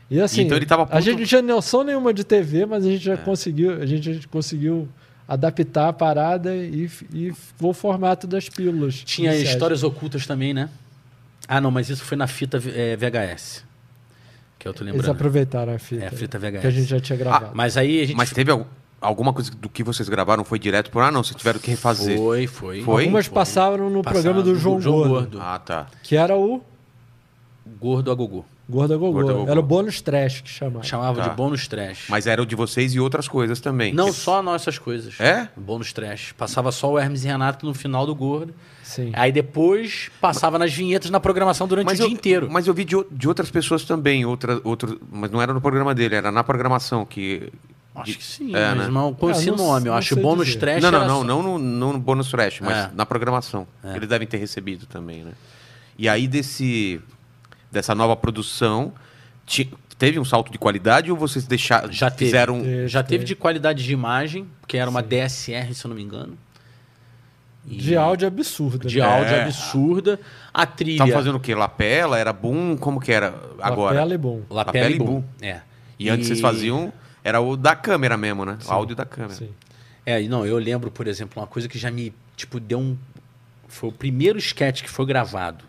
S2: E assim,
S1: Então ele tava puto-
S2: a gente não tinha noção nenhuma de TV, mas a gente já conseguiu, a gente já conseguiu adaptar a parada e, e ficou o formato das pílulas.
S3: Tinha
S2: iniciais.
S3: é, histórias ocultas também, né? Ah, não, mas isso foi na fita eh, VHS. que eu tô
S2: Eles
S3: lembrando.
S2: aproveitaram a fita.
S3: É, a fita VHS.
S2: Que a gente já tinha gravado.
S3: Mas aí a gente
S1: Mas teve al- alguma coisa do que vocês gravaram foi direto por ah não, vocês tiveram que refazer.
S3: foi, foi.
S1: Foi?
S2: Algumas
S3: foi.
S2: passaram no
S3: Passaram
S2: programa do
S3: no
S2: João,
S3: João
S2: Gordo,
S3: Gordo.
S1: Ah, tá.
S2: que era o
S3: Gordo a Gugu.
S2: Gorda Gogô.
S1: Gorda Gogô.
S2: Era o bônus trash que chamava.
S3: Chamava
S1: Tá.
S3: de bônus trash.
S1: Mas era o de vocês e outras coisas também.
S3: Não só nossas coisas.
S1: É?
S3: Bônus trash. Passava só o Hermes e Renato no final do Gordo.
S2: Sim.
S3: Aí depois passava nas vinhetas na programação durante o
S1: eu,
S3: dia inteiro.
S1: Mas eu vi de, o- de outras pessoas também, outra, outro, mas não era no programa dele, era na programação que.
S3: Acho que sim,
S1: É,
S3: mas
S1: né?
S3: não com
S2: Ah,
S3: esse
S2: não-
S3: nome. Eu
S2: não
S3: acho
S2: sei
S3: bônus
S2: dizer.
S3: trash.
S1: Não, não,
S3: era
S1: não,
S3: só-
S1: não no, não no bônus trash, mas
S3: É.
S1: na programação. Eles devem ter recebido também, né? E aí desse dessa nova produção, ti- teve um salto de qualidade ou vocês deixaram
S3: Já teve.
S1: fizeram um
S2: Teve,
S3: Já teve
S2: teve.
S3: de qualidade de imagem, que era uma DSR, se eu não me engano. E-
S2: De áudio absurdo.
S3: De
S2: né?
S3: áudio
S1: É.
S3: absurda. A trilha.
S1: Estavam fazendo o quê? Lapela, era boom, como que era agora?
S2: Lapela e é bom.
S3: Lapela
S1: Lapela
S3: e
S1: e
S3: boom. É.
S1: E antes vocês faziam era o da câmera mesmo, né? O áudio da câmera.
S2: Sim.
S3: É, e não, eu lembro, por exemplo, uma coisa que já me, tipo, deu um... Foi o primeiro sketch que foi gravado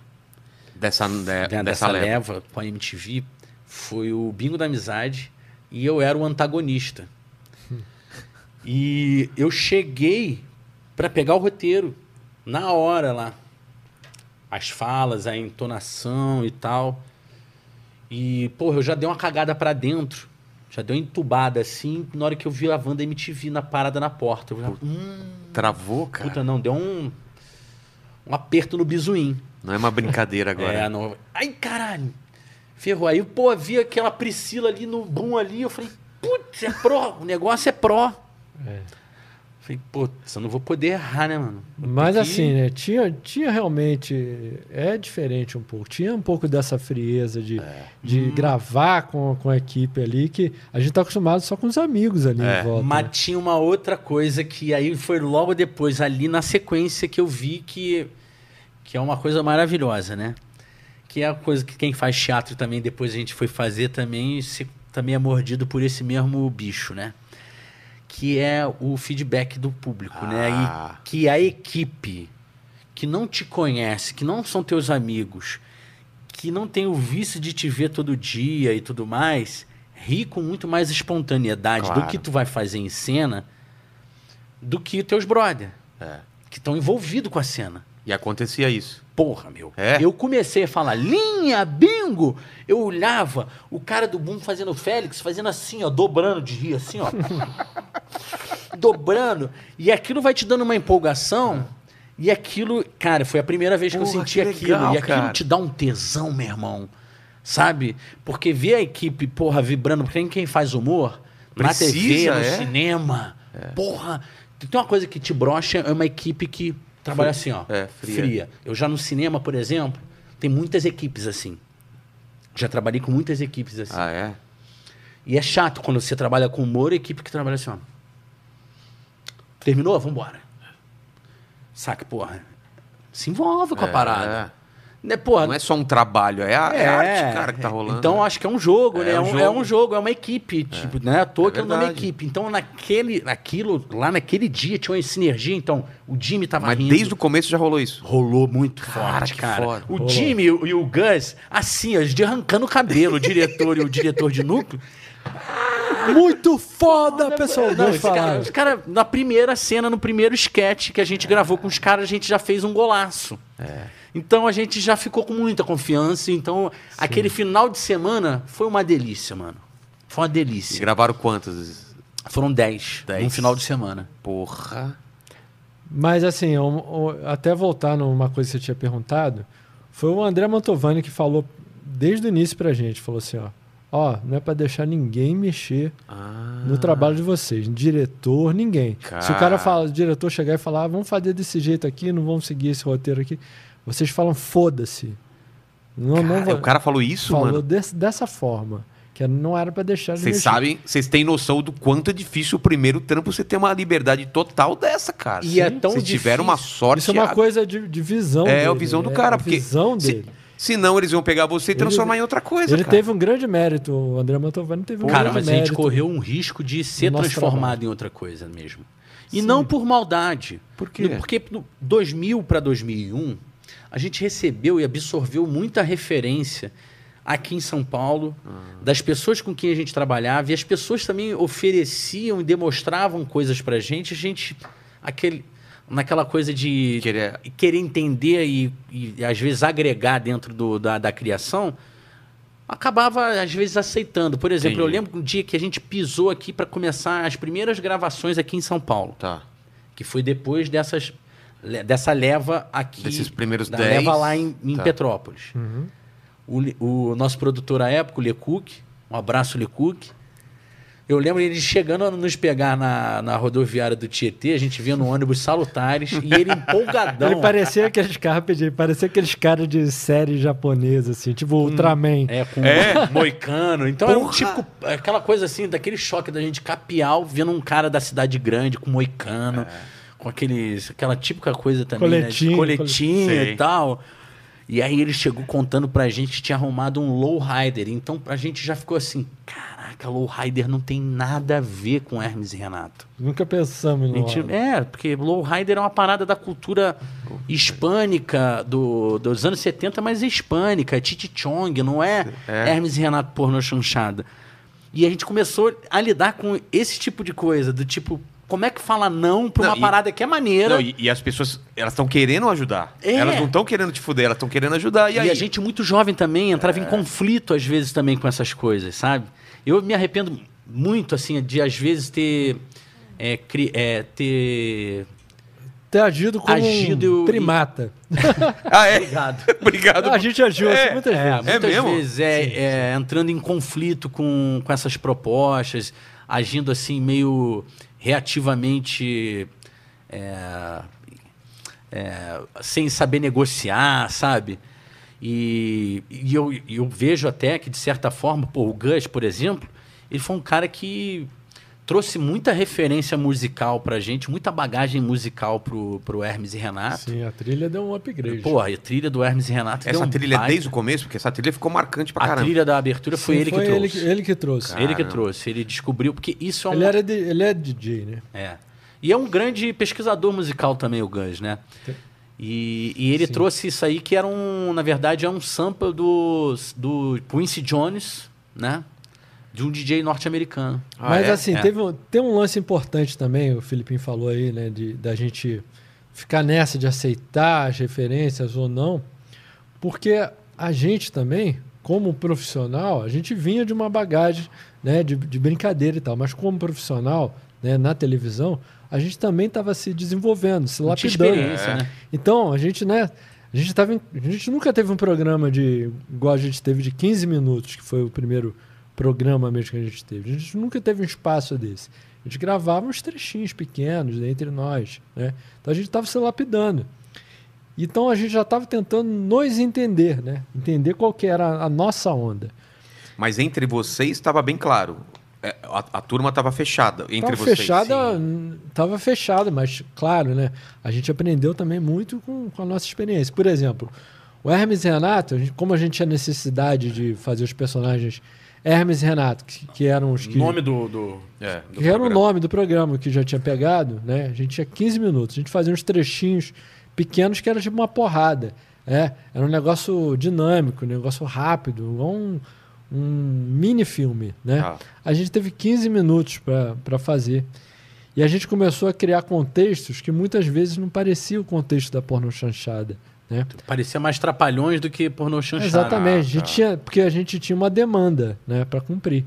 S1: Dessa, de-
S3: né,
S1: É, dessa,
S3: dessa
S1: leva.
S3: leva com a MTV, foi o Bingo da Amizade e eu era o antagonista. e eu cheguei pra pegar o roteiro na hora lá. As falas, a entonação e tal. E, porra, eu já dei uma cagada pra dentro. Já dei uma entubada assim, na hora que eu vi a Wanda MTV na parada na porta. Eu já,
S1: Travou, cara.
S3: puta, não, deu um, um aperto no bisuim.
S1: Não é uma brincadeira agora.
S3: *laughs* É, não. Ai, caralho. Ferrou. Aí, pô, vi aquela Priscila ali no boom ali. Eu falei, putz, é pró. *laughs* O negócio é pró.
S2: É.
S3: Falei, putz, eu não vou poder errar, né, mano? Vou ter
S2: Mas
S3: que-
S2: assim, né? Tinha, tinha realmente. É diferente um pouco. Tinha um pouco dessa frieza de,
S3: É.
S2: de gravar com, com a equipe ali, que a gente tá acostumado só com os amigos ali
S1: É.
S2: em volta. né?
S3: Mas tinha uma outra coisa que aí foi logo depois, ali na sequência, que eu vi que, que é uma coisa maravilhosa, né? Que é a coisa que quem faz teatro também, depois a gente foi fazer também, se, também é mordido por esse mesmo bicho, né? Que é o feedback do público, né?
S1: Ah.
S3: E que a equipe que não te conhece, que não são teus amigos, que não tem o vício de te ver todo dia e tudo mais, ri com muito mais espontaneidade do
S1: Claro.
S3: que tu vai fazer em cena do que teus brother,
S1: É.
S3: que estão envolvidos com a cena.
S1: E acontecia isso.
S3: Porra, meu.
S1: É?
S3: Eu comecei a falar, linha, bingo! Eu olhava o cara do boom fazendo o Félix, fazendo assim, ó, dobrando de rir,
S1: *laughs*
S3: assim, ó. dobrando. E aquilo vai te dando uma empolgação. E aquilo, cara, foi a primeira vez que eu
S1: Porra,
S3: senti
S1: que
S3: aquilo.
S1: legal,
S3: e aquilo
S1: cara.
S3: te dá um tesão, meu irmão. Sabe? Porque ver a equipe, porra, vibrando, porque nem quem faz humor, na
S1: Precisa,
S3: TV, no
S1: é?
S3: cinema, porra. Tem uma coisa que te brocha, é uma equipe que trabalha assim, ó.
S1: É, fria.
S3: fria. Eu já no cinema, por exemplo, tem muitas equipes assim. Já trabalhei com muitas equipes assim.
S1: Ah, é?
S3: E é chato quando você trabalha com humor, a equipe que trabalha assim, ó. Terminou? Vambora. Saca, porra. Se envolve com a
S1: É.
S3: parada. Né, porra,
S1: Não é só um trabalho, é a, é a arte, cara, que tá rolando.
S3: Então acho que é um jogo,
S1: É
S3: né? É
S1: um
S3: um,
S1: jogo.
S3: é um jogo, é uma equipe. Tipo, né? À toa
S1: É
S3: que é o nome é
S1: verdade.
S3: equipe. Então, naquele, naquilo, lá naquele dia tinha uma sinergia. Então, o Jimmy tava
S1: Mas
S3: rindo.
S1: desde o começo já rolou isso.
S3: Rolou muito
S1: Cara,
S3: forte,
S1: que
S3: cara.
S1: foda.
S3: O
S2: Rolou.
S3: Jimmy e o- e o Gus, assim, ó, de arrancando o cabelo, o diretor e o diretor de núcleo.
S2: Muito foda, pessoal.
S3: Não,
S2: Dois
S3: esse cara,
S2: falaram.
S3: os cara, na primeira cena, no primeiro sketch que a gente gravou com os caras, a gente já fez um golaço. Então a gente já ficou com muita confiança. Então, aquele final de semana foi uma delícia, mano. Foi uma
S1: E
S3: delícia.
S1: gravaram quantas?
S3: Foram 10
S1: Dez.
S3: no final de semana.
S1: Porra.
S2: Mas assim, um- um- até voltar numa coisa que você tinha perguntado, foi o André Mantovani que falou desde o início pra gente, falou assim, ó, ó, não é pra deixar ninguém mexer
S1: Ah,
S2: no trabalho de vocês, diretor, ninguém. Se o cara
S1: Cara.
S2: fala, o diretor chegar e falar, ah, vamos fazer desse jeito aqui, não vamos seguir esse roteiro aqui, vocês falam foda-se. Não,
S1: cara,
S2: não vou-
S1: o cara falou isso,
S2: falou
S1: mano.
S2: desse- dessa forma, que não era pra deixar de
S1: Vocês
S2: mexer.
S1: sabem, vocês têm noção do quanto é difícil o primeiro trampo você ter uma liberdade total dessa, cara.
S3: E é tão
S1: Vocês tiveram
S3: difícil.
S1: uma sorte.
S2: Isso é uma
S1: a-
S2: coisa de, de visão
S1: É,
S2: dele,
S1: a visão do
S2: né?
S1: cara,
S2: A
S1: porque
S2: visão
S1: se-
S2: dele.
S1: Senão eles iam pegar você e transformar em outra coisa,
S2: Ele
S1: cara.
S2: teve um grande mérito, o André Mantovani teve um
S3: Cara,
S2: grande
S3: mas a
S2: mérito.
S3: gente correu um risco de ser
S2: No nosso
S3: transformado
S2: trabalho.
S3: em outra coisa mesmo. E não por maldade.
S1: Por quê?
S3: No- Porque no um, 2000 para 2001, a gente recebeu e absorveu muita referência aqui em São Paulo, das pessoas com quem a gente trabalhava, e as pessoas também ofereciam e demonstravam coisas pra gente, a gente. Aquele, naquela coisa de
S1: Querer-
S3: querer entender e, e, às vezes agregar dentro do- da, da criação, acabava às vezes aceitando. Por exemplo, eu
S1: Entendi.
S3: lembro um dia que a gente pisou aqui para começar as primeiras gravações aqui em São Paulo,
S1: Tá.
S3: que foi depois dessas le- dessa leva aqui,
S1: Desses primeiros
S3: da
S1: 10,
S3: leva lá em, em
S1: tá.
S3: Petrópolis. O, Le- o nosso produtor à época, o Lecuc, um abraço Lecuc. Eu lembro ele chegando a nos pegar na, na rodoviária do Tietê, a gente vinha no ônibus Salutares e ele empolgadão.
S2: Ele parecia aqueles caras, rapidinho, ele parecia aqueles caras de série japonesa, assim, tipo Ultraman.
S3: É, com
S1: É?
S3: *laughs* moicano. Então era um
S1: Porra!
S3: tipo. Aquela coisa assim, daquele choque da gente capial vendo um cara da cidade grande com
S1: É.
S3: moicano, com aqueles, aquela típica coisa também, né?
S2: Coletinho,
S3: de Coletinho
S1: Sei.
S3: e tal. E aí ele chegou contando pra gente que tinha arrumado um lowrider. Então a gente já ficou assim: caraca, lowrider não tem nada a ver com Hermes e Renato.
S2: Nunca pensamos um
S3: A
S2: no.
S3: gente- é, porque lowrider é uma parada da cultura hispânica do- dos anos 70, mas é hispânica, é Titi Chong, não é, Hermes e Renato pornô chanchada. E a gente começou a lidar com esse tipo de coisa, do tipo, como é que fala não pra
S1: Não,
S3: uma
S1: e-
S3: parada que é maneira?
S1: Não,
S3: e,
S1: e, e as pessoas, elas estão querendo ajudar.
S3: É.
S1: Elas não estão querendo te fuder, elas estão querendo ajudar. E, aí? É.
S3: a gente muito jovem também entrava em conflito às vezes também com essas coisas, sabe? Eu me arrependo muito, assim, de às vezes ter... é, cri- é, ter...
S2: Ter agido como
S3: Agido
S2: um
S3: e-
S2: primata.
S1: Ah, é?
S3: Obrigado.
S1: Obrigado.
S2: *laughs* A gente agiu
S1: É,
S2: assim muitas vezes.
S1: É
S3: Muitas
S1: mesmo?
S3: vezes é, é, entrando em conflito com, com essas propostas, agindo assim meio reativamente, é, é, sem saber negociar, sabe? E, e eu, e eu vejo até que, de certa forma, pô, o Gus, por exemplo, ele foi um cara que trouxe muita referência musical pra gente, muita bagagem musical pro, pro Hermes e Renato.
S2: Sim, a trilha deu um upgrade.
S3: Pô, a trilha do Hermes e Renato deu
S1: Essa
S3: um
S1: trilha é
S3: baita-
S1: desde o começo, porque essa trilha ficou marcante pra
S3: a
S1: caramba.
S3: trilha da abertura foi
S2: Sim,
S3: ele
S2: foi
S3: que
S2: ele,
S3: trouxe.
S2: que- ele que trouxe.
S3: Ele que
S1: Caramba.
S3: trouxe, ele descobriu, porque isso é um.
S2: Ele, era de- ele é DJ, né?
S3: É. E é um grande pesquisador musical também, o Guns, né? E, e ele trouxe isso aí que era um, na verdade, é um sample do, do Quincy Jones, né? De um DJ norte-americano.
S1: Ah,
S2: Mas
S1: é?
S2: assim,
S3: É.
S2: teve um, tem um lance importante também, o Filipinho falou aí, né, de, da gente ficar nessa de aceitar as referências ou não, porque a gente também, como profissional, a gente vinha de uma bagagem né, de, de brincadeira e tal, mas como profissional né, na televisão, a gente também estava se desenvolvendo, se
S3: Não tinha
S2: lapidando.
S3: experiência, né?
S2: Então, a gente, né? A gente, tava em- a gente nunca teve um programa de. igual a gente teve de 15 minutos, que foi o primeiro programa mesmo que a gente teve. A gente nunca teve um espaço desse. A gente gravava uns trechinhos pequenos né, entre nós, né? Então a gente estava se lapidando. Então a gente já estava tentando nos entender, né? Entender qual que era a nossa onda.
S1: Mas entre vocês estava bem claro. É, A, a turma estava fechada entre
S2: Tava
S1: vocês.
S2: fechada, n- tava fechada, mas claro, né? A gente aprendeu também muito com, com a nossa experiência. Por exemplo, o Hermes e Renato, a gente- como a gente tinha necessidade de fazer os personagens Hermes e Renato, que, que eram os que.
S3: do. do...
S1: É, do
S2: que era um o
S1: programa.
S2: nome do programa que já tinha pegado, né? A gente tinha 15 minutos, a gente fazia uns trechinhos pequenos que era tipo uma porrada. né? Era um negócio dinâmico, um negócio rápido, igual um, um mini filme, né?
S1: Tá.
S2: A gente teve 15 minutos para fazer. E a gente começou a criar contextos que muitas vezes não parecia o contexto da porno chanchada. Né?
S3: Parecia mais trapalhões do que pornô chanchada.
S2: Exatamente, a gente
S1: tá.
S2: tinha, porque a gente tinha uma demanda né, para cumprir.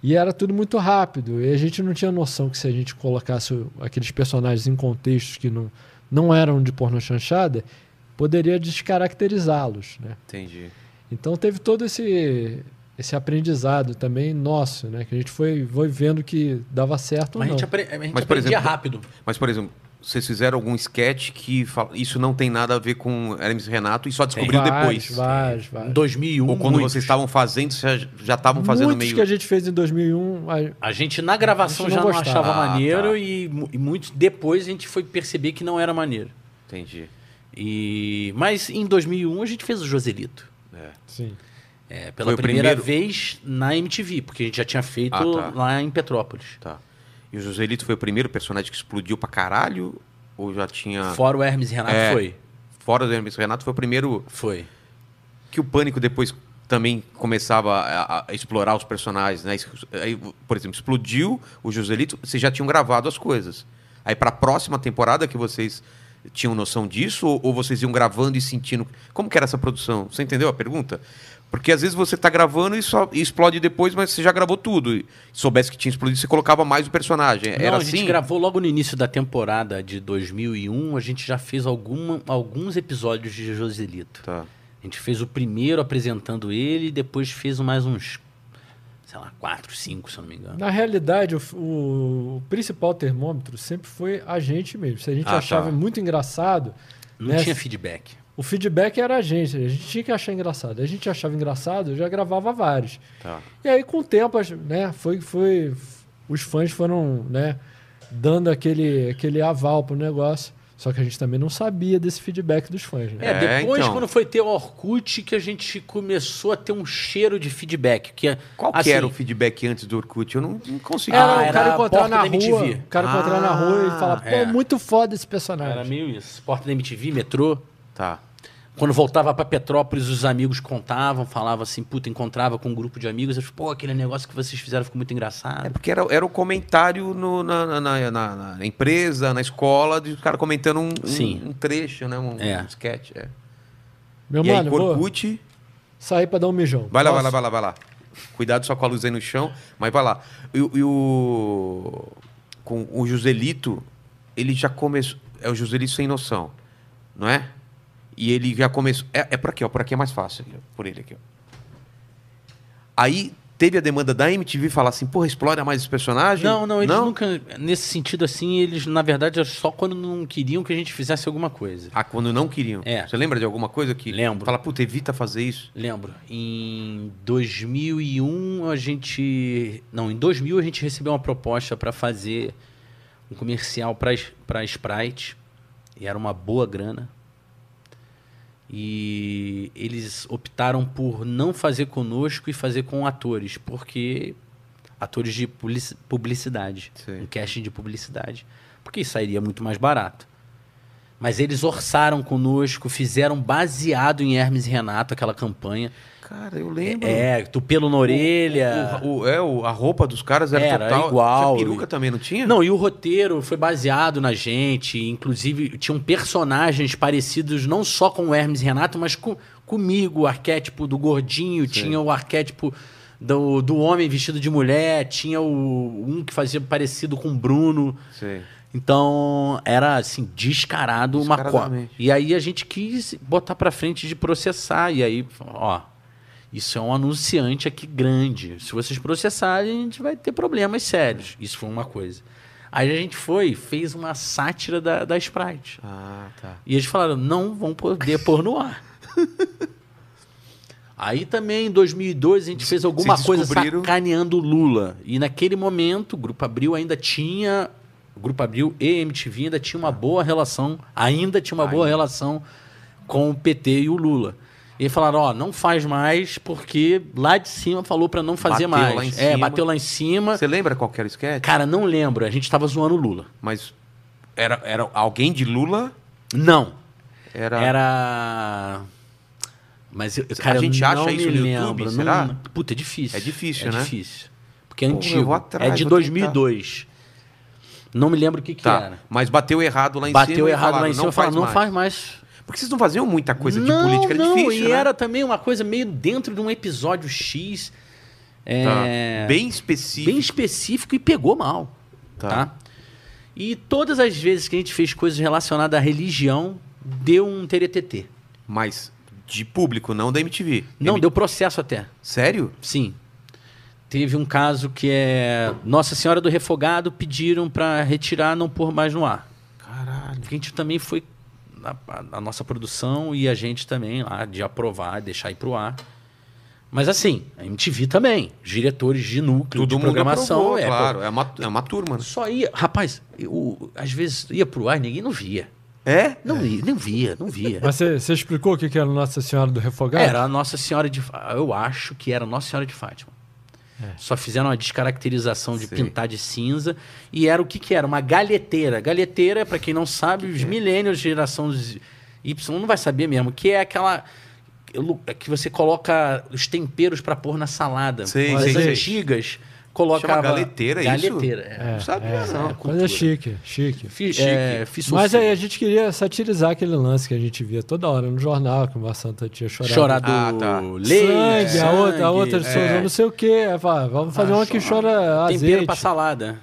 S2: E era tudo muito rápido. E a gente não tinha noção que se a gente colocasse o- aqueles personagens em contextos que não, não eram de porno chanchada, poderia descaracterizá-los. Né?
S1: Entendi.
S2: Então teve todo esse esse aprendizado também nosso, né? Que a gente foi, foi vendo que dava certo
S3: Mas a
S2: ou
S3: gente,
S2: não.
S3: apre... a gente
S1: Mas, por
S3: aprendia
S1: exemplo,
S3: rápido.
S1: Mas, por exemplo, vocês fizeram algum sketch que fala, isso não tem nada a ver com Hermes e Renato e só descobriu
S2: Vários,
S1: depois.
S2: Vários,
S3: Em
S2: vários.
S3: 2001.
S1: Ou quando
S3: muitos.
S1: vocês estavam fazendo, vocês já- já estavam fazendo
S2: Muitos
S1: meio.
S2: que a gente fez em 2001, a-
S3: A gente na gravação
S2: A gente
S3: já
S2: não
S3: não
S2: gostava.
S3: achava
S1: Ah,
S3: maneiro
S1: tá.
S3: e, mu- e muito depois a gente foi perceber que não era maneiro.
S1: Entendi.
S3: E mas em 2001 a gente fez o Joselito.
S1: É.
S2: sim.
S3: É, pela
S1: Foi o
S3: primeira
S1: primeiro?
S3: vez na MTV, porque a gente já tinha feito
S1: Ah, tá.
S3: lá em Petrópolis.
S1: Tá. E o Joselito foi o primeiro personagem que explodiu pra caralho? Ou já tinha.
S3: Fora o Hermes e Renato
S1: Ah. É.
S3: foi.
S1: Fora do Hermes e Renato, foi o primeiro
S3: Foi.
S1: que o pânico depois também começava a, a explorar os personagens, né? Es- Aí, por exemplo, explodiu o Joselito, vocês já tinham gravado as coisas. Aí para a próxima temporada que vocês tinham noção disso ou, ou vocês iam gravando e sentindo como que era essa produção? Você entendeu a pergunta? Porque às vezes você tá gravando e só e explode depois, mas você já gravou tudo. E soubesse que tinha explodido, você colocava mais o personagem.
S3: Não,
S1: era
S3: a gente
S1: assim.
S3: gravou logo no início da temporada de 2001, a gente já fez alguma- alguns episódios de Joselito.
S1: Tá.
S3: A gente fez o primeiro apresentando ele e depois fez mais uns, sei lá, quatro, cinco, se eu não me engano.
S2: Na realidade, o, f- o principal termômetro sempre foi a gente mesmo. Se a gente
S1: Ah, tá.
S2: achava muito engraçado,
S3: Não
S2: né,
S3: tinha feedback.
S2: o feedback era a gente. A gente tinha que achar engraçado. A gente achava engraçado, eu já gravava vários.
S1: Tá.
S2: E aí, com o tempo, as- né, foi, foi, os fãs foram né, dando aquele, aquele aval pro negócio. Só que a gente também não sabia desse feedback dos fãs. Né?
S3: É,
S1: É,
S3: depois
S1: então.
S3: quando foi ter o Orkut que a gente começou a ter um cheiro de feedback. Que é,
S1: Qual que
S3: assim,
S1: era o feedback antes do Orkut? Eu não, não consegui.
S2: É, Era o
S3: Ah,
S2: cara
S3: era a
S2: encontrar
S3: porta
S2: na
S3: da MTV.
S2: rua, o cara encontrar na rua e
S1: Ah,
S2: falar, pô,
S3: é.
S2: muito foda esse personagem.
S3: Era meio isso. Porta da MTV, metrô.
S1: Tá.
S3: Quando voltava pra Petrópolis, os amigos contavam, falavam assim, puta, encontrava com um grupo de amigos, eles, pô, aquele negócio que vocês fizeram ficou muito
S1: É
S3: engraçado.
S1: porque era, era o comentário no- na, na- na- na- na empresa, na escola, de o cara comentando um, um-
S3: Sim.
S1: um trecho, né? Um,
S3: É.
S1: um sketch. é.
S2: Meu
S1: e aí,
S2: mano, vou
S1: Orkut.
S2: sair pra dar um mijão.
S1: Vai lá, vai
S2: Posso?
S1: lá, vai lá, vai lá. Cuidado só com a luz aí no chão, mas vai lá. E, o- e o. Com o Joselito, ele já começou. É o Joselito sem noção, não é? E ele já começou. É, é por aqui, ó. Por aqui é mais fácil. aqui, ó, Por ele aqui, ó. Aí teve a demanda da MTV falar assim, porra, explora mais os personagens.
S3: Não, não, eles nunca, nesse sentido assim, eles, na verdade, era só quando não queriam que a gente fizesse alguma coisa.
S1: Ah, quando não queriam.
S3: É.
S1: Você lembra de alguma coisa que.
S3: Lembro.
S1: Fala, puta, evita fazer isso.
S3: Lembro, em 2001 a gente, não, em 2000 a gente recebeu uma proposta pra fazer um comercial pra es- pra Sprite e era uma boa grana. E eles optaram por não fazer conosco e fazer com atores, porque atores de publici- publicidade,
S1: Sim.
S3: um casting de publicidade, porque sairia muito mais barato. Mas eles orçaram conosco, fizeram baseado em Hermes e Renato aquela campanha.
S1: Cara, eu lembro.
S3: É, tu pelo na orelha.
S1: O- o- é, o- a roupa dos caras era,
S3: Era
S1: total.
S3: igual.
S1: Tinha peruca também, não tinha?
S3: Não, e o roteiro foi baseado na gente. Inclusive, tinham personagens parecidos não só com o Hermes e Renato, mas com, comigo, o arquétipo do gordinho, tinha o arquétipo do, do homem vestido de mulher, tinha o, um que fazia parecido com o Bruno.
S1: Sei.
S3: Então, era assim, descarado uma cópia.
S1: Descaradamente.
S3: E aí a gente quis botar pra frente de processar. E aí, ó, isso é um anunciante aqui grande. Se vocês processarem, a gente vai ter problemas sérios. Isso foi uma coisa. Aí a gente foi, fez uma sátira da, da Sprite.
S1: Ah, tá.
S3: E eles falaram, não vão poder pôr no ar.
S1: *laughs*
S3: Aí também, em 2002, a gente fez alguma
S1: se
S3: coisa
S1: descobriram.
S3: sacaneando o Lula. E naquele momento, o Grupo Abril ainda tinha... o Grupo Abril e MTV ainda tinha uma boa relação, ainda tinha uma boa relação com o PT e o Lula. E falaram, ó, não faz mais, porque lá de cima falou pra não fazer
S1: Bateu
S3: mais.
S1: lá em
S3: é,
S1: cima.
S3: bateu lá em cima.
S1: Você lembra qual que era o sketch?
S3: Cara, não lembro, a gente tava zoando o Lula.
S1: Mas era, era alguém de Lula?
S3: Não,
S1: Era.
S3: Era. Mas eu, cara,
S1: a gente
S3: eu
S1: acha
S3: não
S1: isso
S3: me
S1: no
S3: lembro.
S1: YouTube,
S3: não-
S1: será?
S3: Puta, é difícil.
S1: É difícil, né?
S3: É difícil. Porque é
S1: Pô, eu
S3: antigo.
S1: vou atrás,
S3: é de
S1: vou
S3: 2002. Não me lembro o que, que
S1: tá.
S3: era.
S1: Mas bateu errado lá em
S3: Bateu
S1: cima. e
S3: errado lá
S1: falaram,
S3: em cima e
S1: não
S3: falaram,
S1: faz
S3: não
S1: mais.
S3: faz mais.
S1: Porque vocês não faziam muita coisa de
S3: não,
S1: política, era
S3: não,
S1: difícil.
S3: E
S1: né?
S3: era também uma coisa meio dentro de um episódio X.
S1: Tá.
S3: É,
S1: Bem específico.
S3: bem específico e pegou mal.
S1: Tá.
S3: Tá. E todas as vezes que a gente fez coisas relacionadas à religião, deu um TRTT.
S1: Mas de público, não da MTV.
S3: Não,
S1: M-
S3: deu processo até.
S1: Sério?
S3: Sim. Teve um caso que é Nossa Senhora do Refogado pediram para retirar, não pôr mais no ar.
S1: Caralho.
S3: Porque a gente também foi a, a- a nossa produção e a gente também lá de aprovar, deixar ir pro ar. Mas assim, a MTV também, os diretores de núcleo
S1: Todo
S3: de
S1: mundo
S3: programação,
S1: aprovou,
S3: é,
S1: claro. É uma, é uma turma,
S3: pô,
S1: né?
S3: Só ia, rapaz, eu- às vezes ia pro ar e ninguém não via.
S1: É?
S3: Não ia, não via, não via.
S2: Mas você você explicou o que que era Nossa Senhora do Refogado?
S3: Era a Nossa Senhora de Fá- Eu acho que era Nossa Senhora de Fátima.
S2: É.
S3: Só fizeram uma descaracterização de
S1: Sei.
S3: pintar de cinza. E era o que, que era? Uma galheteira. Galheteira, para quem não sabe, os milênios, geração Z- Y, não vai saber mesmo, que é aquela. lu- é que você coloca os temperos pra pôr na salada.
S1: Sim,
S3: As
S2: sim, sim.
S3: antigas colocava...
S1: Chama galeteira, é isso?
S3: Galeteira, é.
S1: Não sabia, não.
S2: Mas é
S3: cultura.
S2: chique, chique.
S3: Fi-
S1: Chique.
S3: é, fissure.
S2: Mas aí a gente queria satirizar aquele lance que a gente via toda hora no jornal, que uma santa tinha chorado.
S3: chorar do
S1: Ah, tá.
S3: leite,
S2: Sangue, a outra, a outra de
S3: sangue, é.
S2: Souza, não sei o quê. Aí fala, vamos fazer
S3: Ah,
S2: uma que
S3: chora.
S2: chora
S3: tempero
S2: azeite.
S3: pra salada.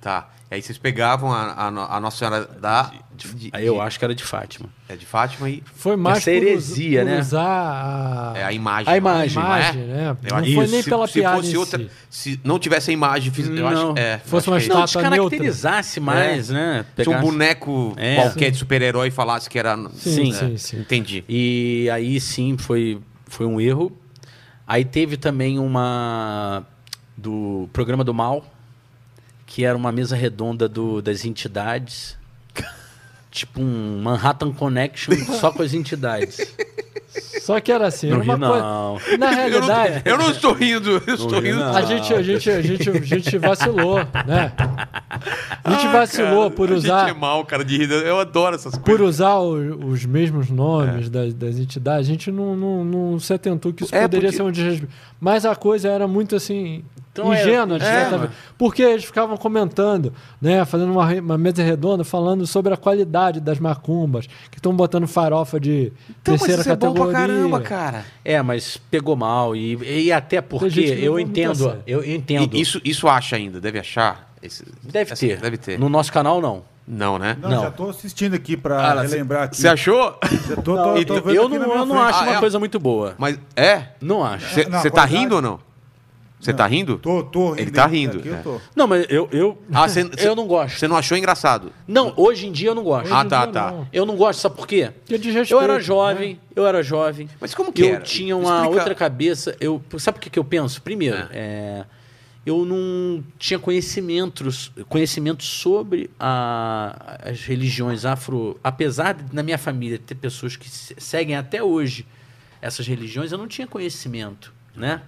S1: Tá. E aí vocês pegavam a, a, no- a Nossa Senhora da. de-
S3: Aí eu
S1: de-
S3: acho que era de Fátima.
S1: É de Fátima e.
S2: Foi mais
S3: Essa
S2: por, us-
S3: heresia,
S2: por
S3: né?
S2: usar a,
S1: É a imagem.
S3: A
S1: não é?
S3: imagem,
S1: Não é?
S2: imagem, né?
S1: Eu
S2: Não
S1: acho-
S2: foi
S1: Isso,
S2: nem
S1: se,
S2: pela
S1: se
S2: piada
S1: fosse
S2: em
S1: outra.
S2: si.
S1: Se não tivesse a imagem, fiz- eu
S3: Não.
S1: acho. É,
S2: Fosse
S1: acho
S2: uma
S1: que é isso.
S2: Estátua
S3: Não, descaracterizasse
S1: neutra.
S3: mais, né?
S1: Se um
S3: Pegasse-
S1: boneco
S3: É.
S1: qualquer de super-herói falasse que era.
S2: Sim,
S1: É,
S2: sim, sim.
S1: Entendi.
S3: E aí sim foi, foi um erro. Aí teve também uma do programa do mal, que era uma mesa redonda do, das entidades. Tipo um Manhattan Connection só com as entidades.
S2: Só que era assim,
S3: não
S2: era
S3: ri,
S2: uma coisa.
S3: *laughs* não.
S2: Na
S1: Eu não,
S2: realidade,
S1: eu não estou rindo, eu estou
S3: vi,
S1: rindo.
S3: não.
S2: a gente, a gente, a gente, a gente vacilou, né? A gente
S1: Ah,
S2: vacilou
S1: cara,
S2: por
S1: A
S2: usar,
S1: gente é mal, cara, de rir. Eu adoro essas
S2: por
S1: coisas.
S2: usar o- os mesmos nomes das, das entidades. A gente não, não, não se atentou que isso
S1: É,
S2: poderia
S1: porque-
S2: ser um desrespeito. Mas a coisa era muito assim.
S3: Então era-
S2: ingênua, de
S3: é,
S2: certa
S3: mano.
S2: vez. Porque eles ficavam comentando, né? Fazendo uma, re- uma mesa redonda, falando sobre a qualidade das macumbas, que estão botando farofa de
S1: Então,
S2: terceira
S1: é
S2: categoria.
S1: cara.
S3: É, mas pegou mal. E, e até porque
S2: gente que levou
S3: eu
S2: muito a
S3: entendo.
S2: sério.
S3: Eu entendo.
S1: E isso, isso acha ainda, deve achar? Esse-
S3: deve
S1: essa-
S3: ter.
S1: Deve ter.
S3: No nosso canal, não.
S1: Não, né?
S4: Não,
S3: Não.
S4: já tô assistindo aqui pra
S1: Cara,
S4: relembrar aqui.
S1: Você
S4: *coughs*
S1: achou?
S4: Já tô, tô-
S1: eu
S4: tô
S1: tô-
S4: vendo
S3: eu
S4: aqui
S3: não,
S4: na minha
S3: eu não
S4: frente.
S3: acho
S1: Ah,
S3: uma
S1: é-
S3: coisa muito boa.
S1: Mas é?
S3: Não acho.
S1: Você
S4: não, a
S1: você tá
S4: qualidade-
S1: rindo ou não? Você tá rindo?
S4: Tô, tô rindo.
S1: Ele tá rindo,
S4: Aqui
S1: é.
S4: eu tô.
S3: Não, mas eu, eu,
S1: Ah,
S3: *laughs*
S1: cê- cê-
S3: eu não gosto.
S1: Você não achou engraçado?
S3: Não, hoje em dia eu não gosto.
S1: Ah,
S2: em
S1: tá,
S2: dia,
S1: tá.
S2: não.
S3: Eu não gosto, sabe por quê?
S2: Que é desrespeito,
S3: Eu era jovem, eu era jovem.
S1: Mas como que
S3: eu
S1: era?
S3: tinha uma
S1: Explica.
S3: outra cabeça. Eu, sabe por que, que eu penso? Primeiro, é, eu não tinha conhecimento, conhecimento sobre a- as religiões afro. Apesar de na minha família ter pessoas que se- seguem até hoje essas religiões, eu não tinha conhecimento, né?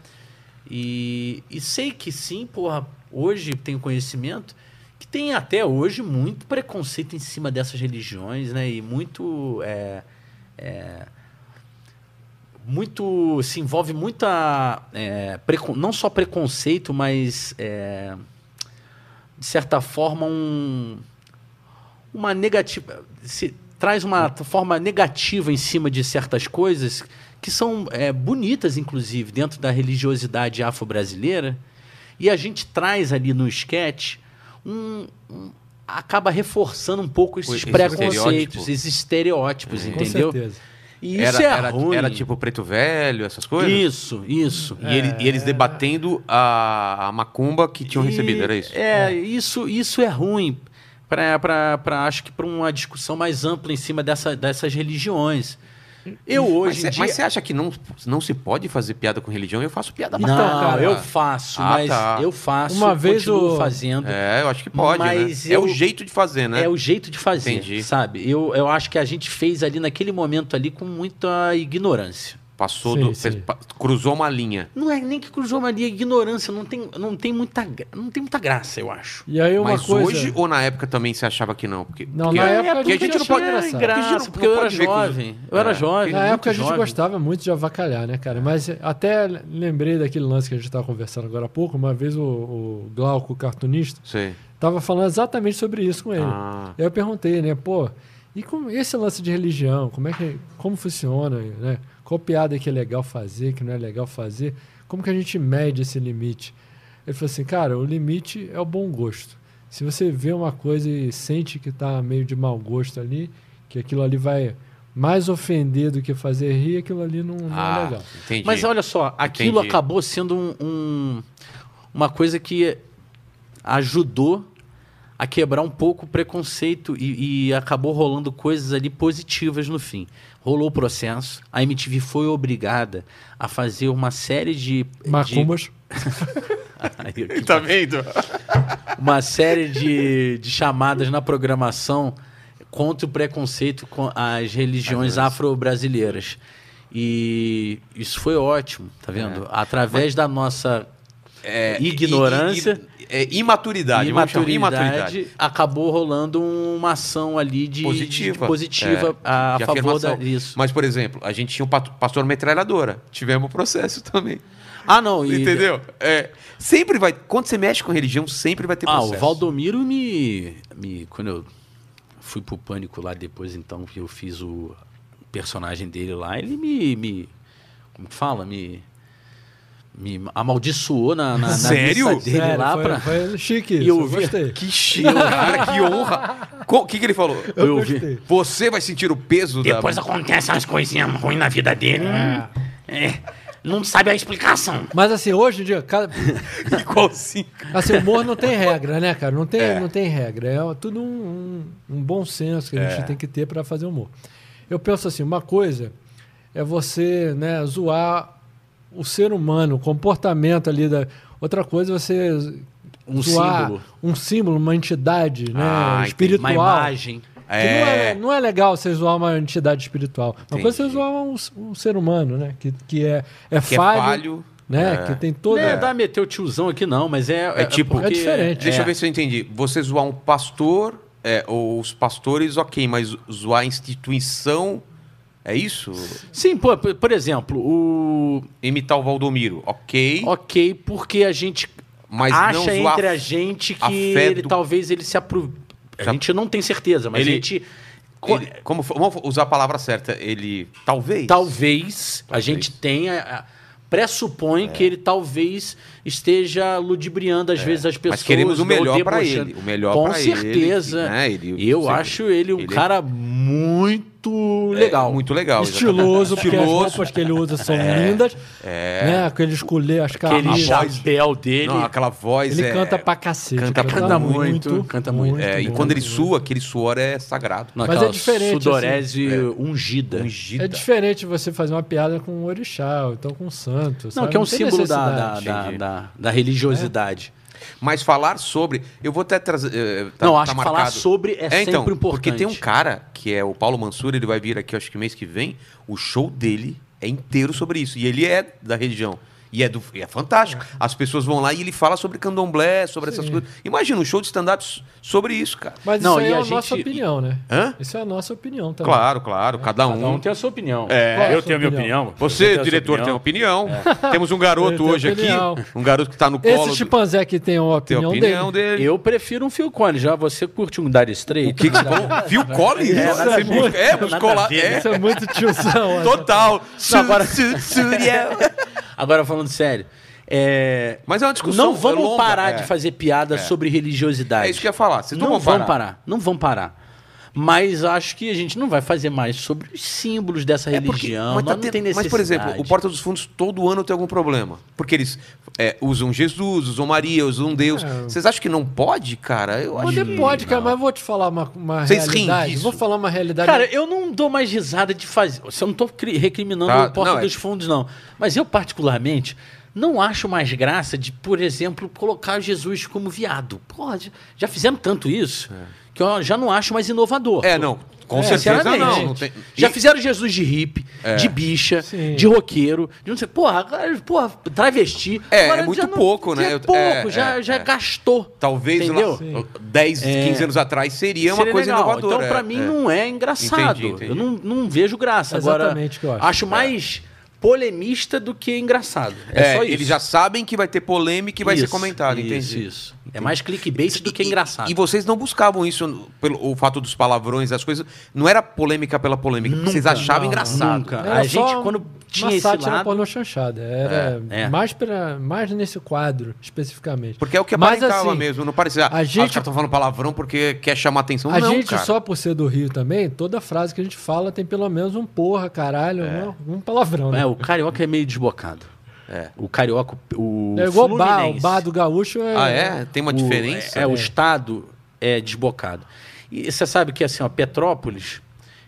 S3: E, e sei que sim, porra, hoje tenho conhecimento que tem até hoje muito preconceito em cima dessas religiões, né? E muito. é, é, muito se envolve muita é, precon- não só preconceito mas é, de certa forma um uma negativa se traz uma forma negativa em cima de certas coisas que são é, bonitas inclusive dentro da religiosidade afro-brasileira e a gente traz ali no esquete um, um- acaba reforçando um pouco esses
S1: Esse
S3: preconceitos
S1: estereótipo. É.
S3: esses estereótipos
S2: Com
S3: entendeu
S2: certeza.
S3: e isso é
S1: era,
S3: ruim
S1: era tipo preto velho, essas coisas?
S3: isso, isso. É.
S1: E, ele- e eles debatendo a, a macumba que tinham
S3: E-
S1: recebido, era isso?
S3: É, isso, isso é ruim. Pra, pra, pra, acho que para uma discussão mais ampla em cima dessa, dessas religiões. Eu
S1: Mas
S3: hoje
S1: cê- é
S3: em
S1: mas
S3: dia.
S1: você acha que não, não se pode fazer piada com religião? Eu faço piada
S3: não,
S1: pra caramba.
S3: eu faço,
S1: Ah,
S3: mas
S1: tá.
S3: eu faço.
S2: Uma vez
S3: continuo
S2: o-
S3: fazendo. É.
S1: É, eu acho que pode,
S3: Mas
S1: né? É
S3: eu- É
S1: o jeito de fazer, né?
S3: o jeito de fazer,
S1: Entendi.
S3: sabe? Eu, eu acho que a gente fez ali naquele momento ali com muita ignorância.
S1: Passou
S2: Sim,
S1: do.
S2: sim.
S1: fez- pa- cruzou uma linha.
S3: Não é nem que cruzou uma linha, ignorância, não tem, não tem muita, gra- não tem muita graça, eu acho.
S2: E aí uma
S1: Mas
S2: coisa.
S1: hoje ou na época também você achava que não? Porque,
S2: Não,
S1: porque
S2: na época
S1: porque a
S2: É, gente
S1: gente não
S2: achava
S1: pode.
S2: engraçado.
S1: porque a gente não-
S3: graça,
S1: não
S3: porque eu era
S1: pode ver que os-
S3: jovem. Eu era
S1: É.
S3: jovem.
S2: Na
S3: muito
S2: época a gente
S3: jovem.
S2: gostava muito de avacalhar, né, cara? Mas até lembrei daquele lance que a gente estava conversando agora há pouco. Uma vez o, o Glauco, o cartunista,
S1: Sei.
S2: estava falando exatamente sobre isso com ele.
S1: Ah.
S2: E aí eu perguntei, né, pô, e com esse lance de religião, como é que. como funciona, né? Qual piada que é legal fazer, que não é legal fazer? Como que a gente mede esse limite? Ele falou assim, cara, o limite é o bom gosto. Se você vê uma coisa e sente que tá meio de mau gosto ali, que aquilo ali vai mais ofender do que fazer rir, aquilo ali não, não é
S1: Ah,
S2: legal.
S1: entendi.
S3: Mas olha só, aquilo
S1: Entendi.
S3: acabou sendo um- um- uma coisa que ajudou a quebrar um pouco o preconceito e, e acabou rolando coisas ali positivas no fim. Rolou o processo, a MTV foi obrigada a fazer uma série de.
S2: Macumbas.
S3: de-
S1: *laughs*
S3: *laughs*
S1: Tá vendo?
S3: uma série de, de chamadas na programação contra o preconceito com as religiões afro-brasileiras. E isso foi ótimo, tá vendo? Através da nossa
S1: É,
S3: ignorância,
S1: e- e- é, imaturidade, vamos chamar de
S3: imaturidade, acabou rolando uma ação ali de
S1: Positiva.
S3: de positiva
S1: É,
S3: a,
S1: de
S3: a favor da,
S1: afirmação.
S3: isso.
S1: Mas, por exemplo, a gente tinha o pat- pastor metralhadora. Tivemos processo também.
S3: Ah, não, e-
S1: Entendeu? É, sempre vai. Quando você mexe com religião, sempre vai ter
S3: Ah,
S1: processo.
S3: o Valdomiro me, me. Quando eu fui pro pânico lá depois, então, que eu fiz o personagem dele lá, ele me. me como que fala? Me. Me amaldiçoou na, na, na
S1: Sério?
S3: missa dele
S2: Sério,
S3: lá
S2: É, foi,
S3: pra.
S2: foi chique
S3: *laughs* E
S2: isso,
S3: eu
S2: eu,
S3: vi-
S2: gostei.
S1: Que chique, cara, que honra. O que, que ele falou?
S2: Eu,
S3: eu vi.
S2: gostei.
S1: Você vai sentir o peso *laughs*
S5: Depois
S1: da.
S5: acontecem umas coisinhas ruins na vida dele.
S3: né?
S5: hum, é, não sabe a explicação.
S2: Mas assim, hoje em dia, cada-
S1: Igualzinho.
S2: assim, o humor
S1: *laughs*
S2: não tem regra, né, cara? Não tem,
S1: É.
S2: não tem regra. É tudo um, um- um bom senso que a
S1: É.
S2: gente tem que ter para fazer humor. Eu penso assim, uma coisa é você né, zoar o ser humano, o comportamento ali da. Outra coisa é você
S3: Um
S2: zoar
S3: símbolo.
S2: um símbolo, uma entidade né,
S1: Ah, entendi.
S3: Uma
S2: espiritual.
S3: imagem.
S2: Que não, é, não é legal você zoar uma entidade espiritual. Uma coisa é você zoar um, um ser humano, né? Que, que é, é
S1: Que é
S2: falho,
S1: falho.
S2: né?
S1: É.
S2: Que tem
S3: Não
S2: toda...
S3: é dar meter o tiozão aqui, não, mas é.
S1: É tipo-
S2: É diferente.
S1: Deixa eu ver se eu entendi. Você zoar um pastor, é, ou os pastores, ok, mas zoar a instituição, é isso?
S3: Sim, pô, por por exemplo, o.
S1: Imitar o Valdomiro, ok,
S3: Ok, porque a gente
S1: mas não
S3: acha
S1: zoar...
S3: entre a gente que
S1: a fé
S3: ele,
S1: do-
S3: talvez ele se apro... A
S1: Já-
S3: gente não tem certeza, mas
S1: Ele-
S3: a gente. co-
S1: Ele- como, foi- vamos usar a palavra certa, ele... Talvez.
S3: Talvez a
S1: Talvez.
S3: gente tenha. a- pressupõe que ele talvez esteja ludibriando às vezes as pessoas.
S1: É. Mas queremos o
S3: ou
S1: melhor pra
S3: debochando.
S1: ele. O melhor
S3: Com
S1: pra
S3: certeza.
S1: ele. né? Ele-
S3: Eu
S1: sempre-
S3: acho ele um
S1: Ele é-
S3: cara muito legal.
S1: Muito legal. exatamente. É,
S2: Estiloso, porque as roupas que ele usa são lindas. Né? Aquele escolher as
S3: Aquele
S2: camisas.
S3: chapéu dele.
S1: Não, aquela voz
S2: Ele
S1: é...
S2: canta pra né? cacete.
S1: canta pra- canta
S3: muito, canta muito.
S1: é, e
S2: muito,
S1: quando ele
S2: muito.
S1: sua, aquele suor é sagrado.
S3: Não,
S2: Mas é
S3: aquela
S2: diferente,
S3: Sudorese ungida.
S1: É. Ungida.
S2: É diferente você fazer uma piada com um orixá, ou então com um santo.
S3: Não,
S2: sabe?
S3: que é um
S2: tem
S3: símbolo da, da,
S2: necessidade.
S3: da,
S1: Entendi.
S3: da- da religiosidade.
S1: Mas falar sobre... Eu vou até trazer... eh, tá-
S3: não,
S1: tá
S3: acho que falar
S1: marcado.
S3: sobre é, sempre importante.
S1: Porque tem um cara que é o Paulo Mansur, ele vai vir aqui, acho que mês que vem. O show dele é inteiro sobre isso. E ele é da religião. E é, do, e é fantástico. As pessoas vão lá e ele fala sobre candomblé, sobre essas
S2: Sim.
S1: coisas. Imagina um show de stand-up s- sobre isso, cara.
S2: Mas isso
S3: Não,
S2: aí é
S3: e a
S2: a nossa
S3: gente-
S2: opinião, né?
S1: Hã?
S2: Isso é a nossa opinião também.
S1: Claro, claro, cada um.
S3: Então, tem a sua opinião.
S2: Qual é a
S5: eu
S2: sua
S5: tenho a minha opinião. eu
S1: Você,
S5: tenho a sua
S1: diretor, tem opinião. Temos um garoto
S2: Eu tenho
S1: hoje
S2: opinião.
S1: aqui. Um garoto que tá no colo.
S2: Esse chimpanzé que tem a
S1: tem a
S2: opinião,
S1: opinião
S2: dele.
S1: dele.
S3: Eu prefiro um Phil Collins, já você curte um Dire Straits?
S1: O que que
S3: *laughs*
S1: você falou? Ah, Phil Collins?
S2: É, nada a
S1: Você
S2: ver.
S1: busca- É, buscou lá. É,
S2: Isso é muito tiozão. essa.
S1: total. Su-
S3: agora-
S1: su- su- yeah.
S3: Agora falando sério, é,
S1: *laughs* Mas é uma discussão
S3: não vamos
S1: é longa.
S3: parar
S1: É.
S3: de fazer piada sobre religiosidade.
S1: É isso que eu ia falar. Vocês não,
S3: não
S1: vão parar.
S3: não vão parar. Mas acho que a gente não vai fazer mais sobre os símbolos dessa
S1: É porque-
S3: religião.
S1: mas, tá
S3: nós não
S1: tendo-
S3: tem necessidade.
S1: mas, por exemplo, o Porta dos Fundos todo ano tem algum problema. Porque eles é, usam Jesus, usam Maria, usam Deus.
S2: É.
S1: Vocês acham que não pode, cara? Eu acho
S2: Poder
S1: que
S2: pode, cara,
S1: não.
S2: mas eu vou te falar uma, uma
S1: Vocês riem
S2: realidade.
S1: disso?
S2: Vou falar uma realidade.
S3: Cara, eu não dou mais risada de fazer. Eu não tô cri- recriminando
S1: Tá,
S3: o Porta
S1: não, é-
S3: dos Fundos, não. Mas eu, particularmente, não acho mais graça de, por exemplo, colocar Jesus como viado. Porra, já- já fizemos tanto isso que eu já não acho mais inovador.
S1: É, não. Com
S2: É,
S1: certeza
S3: Sinceramente.
S1: não. não tem-
S3: Já
S1: E- É.
S3: fizeram Jesus de hippie, de bicha,
S2: Sim.
S3: de roqueiro, de não sei. Porra, agora, porra travesti.
S1: É,
S3: Agora
S1: é muito
S3: já não-
S1: pouco, né?
S3: já É
S1: Eu-
S3: pouco,
S1: é,
S3: já,
S1: é,
S3: já
S1: é.
S3: gastou.
S1: Talvez
S3: entendeu? É.
S1: lá, 10, 15 anos atrás seria uma
S3: Seria
S1: coisa
S3: legal.
S1: inovadora.
S3: Então, pra
S1: é,
S3: mim,
S1: é.
S3: não é engraçado.
S1: Entendi, entendi.
S3: Eu não, não vejo graça.
S2: É exatamente o que eu
S3: Agora,
S2: acho.
S3: mais polemista do que engraçado. É,
S1: É,
S3: só isso.
S1: eles já sabem que vai ter polêmica e vai ser
S3: Isso,
S1: comentado,
S3: isso,
S1: entendi.
S3: Isso. É mais clickbait do que
S1: E-
S3: engraçado.
S1: E, vocês não buscavam isso no- pelo o fato dos palavrões, das coisas. Não era polêmica pela polêmica. vocês achavam
S2: não,
S1: engraçado.
S3: nunca.
S2: Era
S3: a gente,
S2: só
S3: quando tinha
S2: uma
S3: esse
S2: sátira
S3: lado-
S2: pornô chanchada. Era
S3: É, é.
S2: Mais, pra, mais nesse quadro, especificamente.
S1: Porque é o que
S2: Mas,
S1: aparentava
S2: assim,
S1: mesmo. Não parecia.
S2: a
S1: A gente...
S2: gente-
S1: Ah, os caras estão falando palavrão porque quer chamar atenção.
S2: A
S3: Então
S1: não,
S2: gente,
S1: cara.
S2: só por ser do Rio também, toda frase que a gente fala tem pelo menos um porra, caralho, né? um palavrão. Né?
S3: É, o carioca é meio desbocado.
S1: É.
S3: O carioca, o
S2: É igual o bar,
S3: Fluminense.
S2: o bar do gaúcho é...
S1: Ah, é? Tem uma
S3: O-
S1: diferença?
S3: É, é, o Estado é desbocado. E você sabe que assim, ó, Petrópolis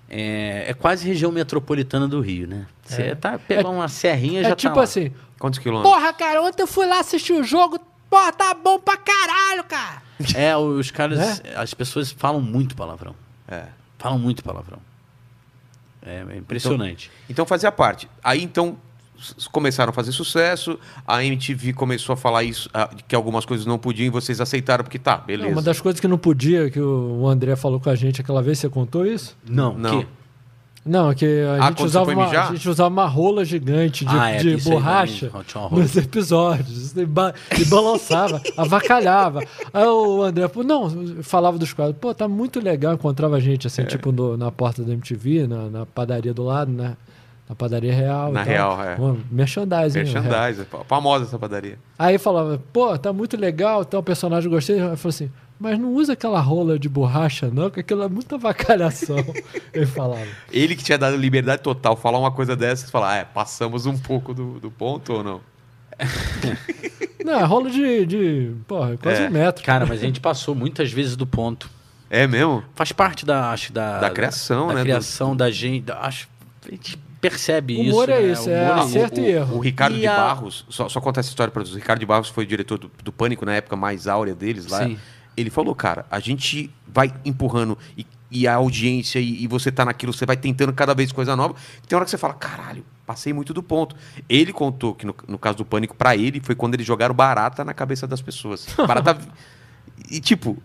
S3: é, é quase região metropolitana do Rio, né? Você tá, pegar uma serrinha
S2: é
S3: já
S2: tipo
S3: tá lá.
S2: assim,
S1: Quantos quilômetros?
S2: porra, cara, ontem eu fui lá assistir o jogo, porra, tá bom pra caralho, cara.
S3: É, os caras, as pessoas falam muito palavrão.
S1: É.
S3: Falam muito palavrão. É, é impressionante.
S1: Então fazia parte. Aí então s- começaram a fazer sucesso, a MTV começou a falar isso, ah, que algumas coisas não podiam e vocês aceitaram, porque tá, beleza.
S2: Uma das coisas que não podia, que o o André falou com a gente aquela vez, você contou isso?
S3: Então, Não,
S1: Não.
S3: que-
S2: Não, é que a,
S1: Ah,
S2: gente,
S1: quando
S2: usava
S1: você foi
S2: uma,
S1: mijar?
S2: a gente usava uma rola gigante de,
S3: Ah, é,
S2: de
S3: isso aí
S2: borracha
S3: também, tinha uma rola.
S2: nos episódios. E, ba- e balançava, avacalhava. Aí o André, pô, não, falava dos quadros. Pô, tá muito legal. Encontrava a gente, assim, tipo no- na porta da MTV, na, na padaria do lado, né? Na padaria real. e
S1: Na
S2: tal.
S1: real, é.
S2: Mano, merchandising. né?
S1: Merchandise, é famosa essa padaria.
S2: Aí falava, pô, tá muito legal, tá um personagem gostei. Aí falou assim, mas não usa aquela rola de borracha, não, que aquilo é muita avacalhação. Ele falava.
S1: Ele que tinha dado liberdade total, falar uma coisa dessa, você fala, ah, é, passamos um pouco do, do ponto ou não?
S2: Não, é rola de, de. Porra, é quase
S1: É,
S2: um metro.
S3: Cara, mas a gente passou muitas vezes do ponto.
S1: É mesmo?
S3: Faz parte da, acho, da,
S1: Da criação,
S3: da
S1: né,
S3: criação da gente. da- acho, a gente percebe
S2: Humor
S3: isso.
S2: é
S3: né?
S2: isso, é
S3: Humor-
S1: Ah, o-
S2: acerto
S1: o,
S2: e erro.
S1: O Ricardo
S3: E
S1: de
S3: a-
S1: Barros, só, só conta essa história para os. O Ricardo de Barros foi diretor do, do Pânico na época mais áurea deles lá.
S3: Sim.
S1: Ele falou, cara, a gente vai empurrando e, e a audiência e, e você tá naquilo, você vai tentando cada vez coisa nova. Tem hora que você fala, caralho, passei muito do ponto. Ele contou que no, no caso do Pânico, para ele, foi quando eles jogaram barata na cabeça das pessoas.
S2: *laughs*
S1: Barata. e tipo,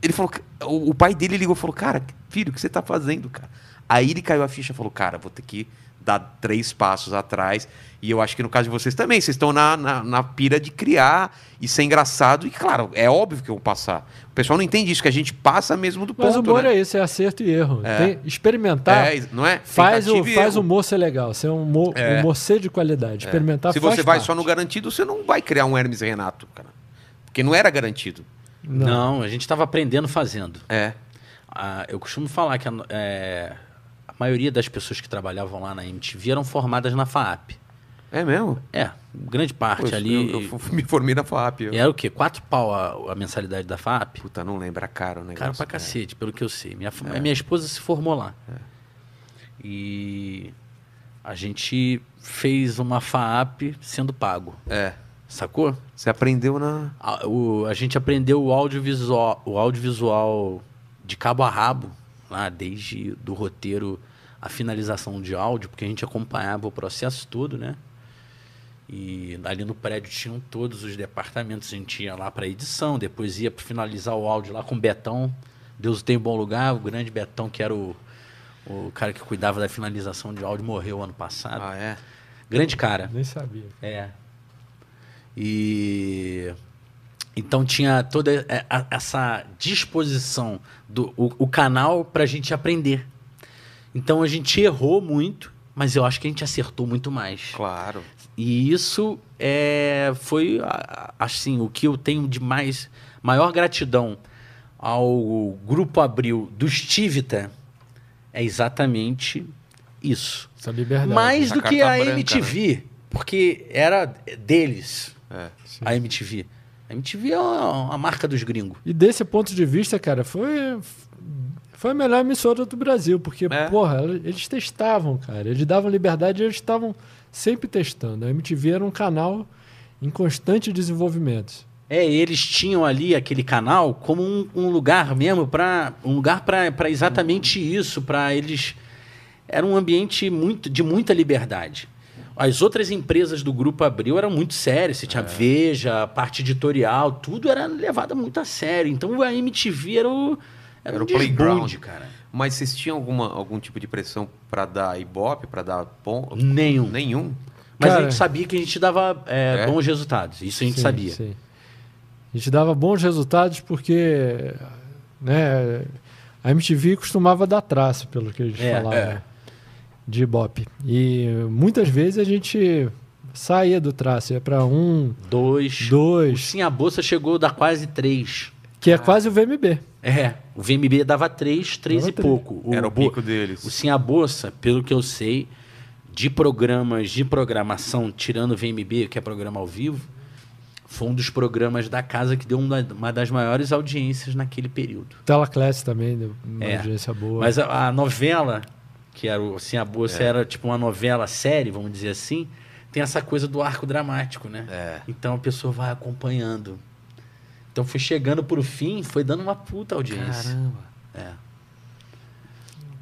S1: ele falou, que- o, o pai dele ligou e falou, cara, filho, o que você tá fazendo, cara? Aí ele caiu a ficha e falou, cara, vou ter que dar três passos atrás. E eu acho que no caso de vocês também, vocês estão na, na, na pira de criar e ser engraçado. E claro, é óbvio que eu vou passar. O pessoal não entende isso, que a gente passa mesmo do
S2: Mas o
S1: ponto,
S2: humor
S1: né?
S2: é isso, é acerto e erro. Tem- experimentar
S1: É, não é?
S2: faz, o,
S1: Tentativa e
S2: faz o
S1: erro. É.
S2: humor ser legal, ser um humor, um humor ser de qualidade. Experimentar
S1: Se
S2: faz
S1: você vai
S2: parte.
S1: só no garantido, você não vai criar um Hermes Renato, cara. Porque não era garantido.
S3: Não. a gente estava aprendendo fazendo.
S1: É.
S3: Ah, eu costumo falar que a, no- é, a maioria das pessoas que trabalhavam lá na MTV eram formadas na FAAP.
S1: É mesmo?
S3: É, grande parte
S1: Pois,
S3: ali.
S1: Eu, eu me formei na FAP. eu-
S3: Era o quê? Quatro pau a, a mensalidade da FAP?
S1: Puta, não lembra caro o negócio.
S3: Caro pra
S1: né?
S3: cacete, pelo que eu sei. Minha, fa- minha esposa se formou lá. E a gente fez uma FAAP sendo pago.
S1: É.
S3: Sacou?
S1: Você aprendeu na.
S3: A, o- a gente aprendeu o audiovisual, o audiovisual de cabo a rabo, lá desde do roteiro à finalização de áudio, porque a gente acompanhava o processo todo, né? E ali no prédio tinham todos os departamentos, a gente ia lá para edição, depois ia para finalizar o áudio lá com o Betão. Deus o tem em bom lugar, o grande Betão, que era o, o cara que cuidava da finalização de áudio, morreu ano passado.
S1: Ah, é?
S3: Grande cara.
S2: Nem sabia.
S3: É. E então tinha toda e- a- essa disposição do o, o canal pra gente aprender. Então a gente errou muito, mas eu acho que a gente acertou muito mais.
S1: Claro.
S3: E isso é, foi a- a- assim o que eu tenho de mais maior gratidão ao grupo Abril do Stivita é exatamente isso.
S2: Essa liberdade.
S3: Mais
S1: Essa
S3: do que
S1: carta
S3: a
S1: branca, né?
S3: MTV, porque era deles,
S1: É.
S3: a MTV. A MTV é uma, uma marca dos gringos.
S2: E desse ponto de vista, cara, foi. Foi a melhor emissora do Brasil, porque,
S1: É.
S2: porra, ela- eles testavam, cara. Eles davam liberdade e eles estavam sempre testando. A MTV era um canal em constante desenvolvimento.
S3: É, eles tinham ali aquele canal como um, um lugar mesmo para um lugar para exatamente isso, para eles era um ambiente muito de muita liberdade. As outras empresas do grupo Abril eram muito sérias, você
S1: É.
S3: tinha Veja, a parte editorial, tudo era levado muito a sério. Então a MTV era o era,
S1: Era
S3: um
S1: o playground.
S3: desbunde, cara.
S1: Mas vocês tinham alguma, algum tipo de pressão pra dar ibope, pra dar ponto?
S3: Nenhum.
S1: Nenhum.
S3: Mas
S2: Cara-
S3: a gente sabia que a gente dava é,
S1: É?
S3: bons resultados. Isso a gente
S2: Sim,
S3: sabia.
S2: sim. A gente dava bons resultados porque né, a MTV costumava dar traço, pelo que eles
S3: É,
S2: falavam,
S3: é.
S2: né, de Ibope. E muitas vezes a gente saía do traço, ia para um,
S3: Dois.
S2: dois,
S3: Sim, Ah. a bolsa chegou a dar quase três.
S2: que é quase o VMB.
S3: É. O VMB dava três, três
S2: Dava
S3: e
S2: três.
S3: pouco.
S1: Era o
S3: bo-
S1: pico deles.
S3: O Sim a Bolsa, pelo que eu sei, de programas de programação, tirando o VMB, que é programa ao vivo, foi um dos programas da casa que deu uma, uma das maiores audiências naquele período.
S2: Tela Class também, deu uma
S3: É,
S2: audiência boa.
S3: Mas a, a novela, que era o Sim a Bolsa, era tipo uma novela série, vamos dizer assim, tem essa coisa do arco dramático, né?
S1: É.
S3: Então a pessoa vai acompanhando. Então foi chegando pro fim, foi dando uma puta audiência. É.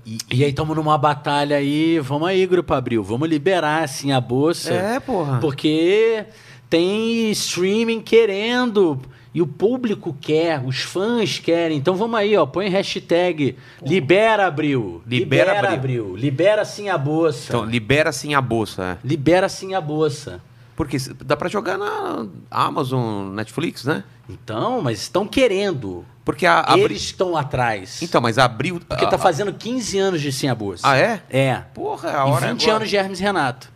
S3: E, e aí estamos numa batalha aí, vamos aí, Grupo Abril, vamos liberar assim a bolsa.
S1: É, porra.
S3: Porque tem streaming querendo. E o público quer, os fãs querem. Então vamos aí, ó. Põe hashtag libera abril.
S1: Libera
S3: abril. Libera sim a bolsa.
S1: Então, libera sim a bolsa. é.
S3: libera sim a bolsa.
S1: Porque se- dá pra jogar na Amazon, Netflix, né?
S3: Então, mas estão querendo.
S1: Porque a. a
S3: Eles estão atrás.
S1: Então, mas abriu.
S3: porque
S1: a-
S3: tá fazendo 15 anos de sem a bolsa.
S1: Ah, é?
S3: É.
S1: Porra, a
S3: E
S1: hora. é
S3: 20
S1: agora.
S3: anos de Hermes Renato.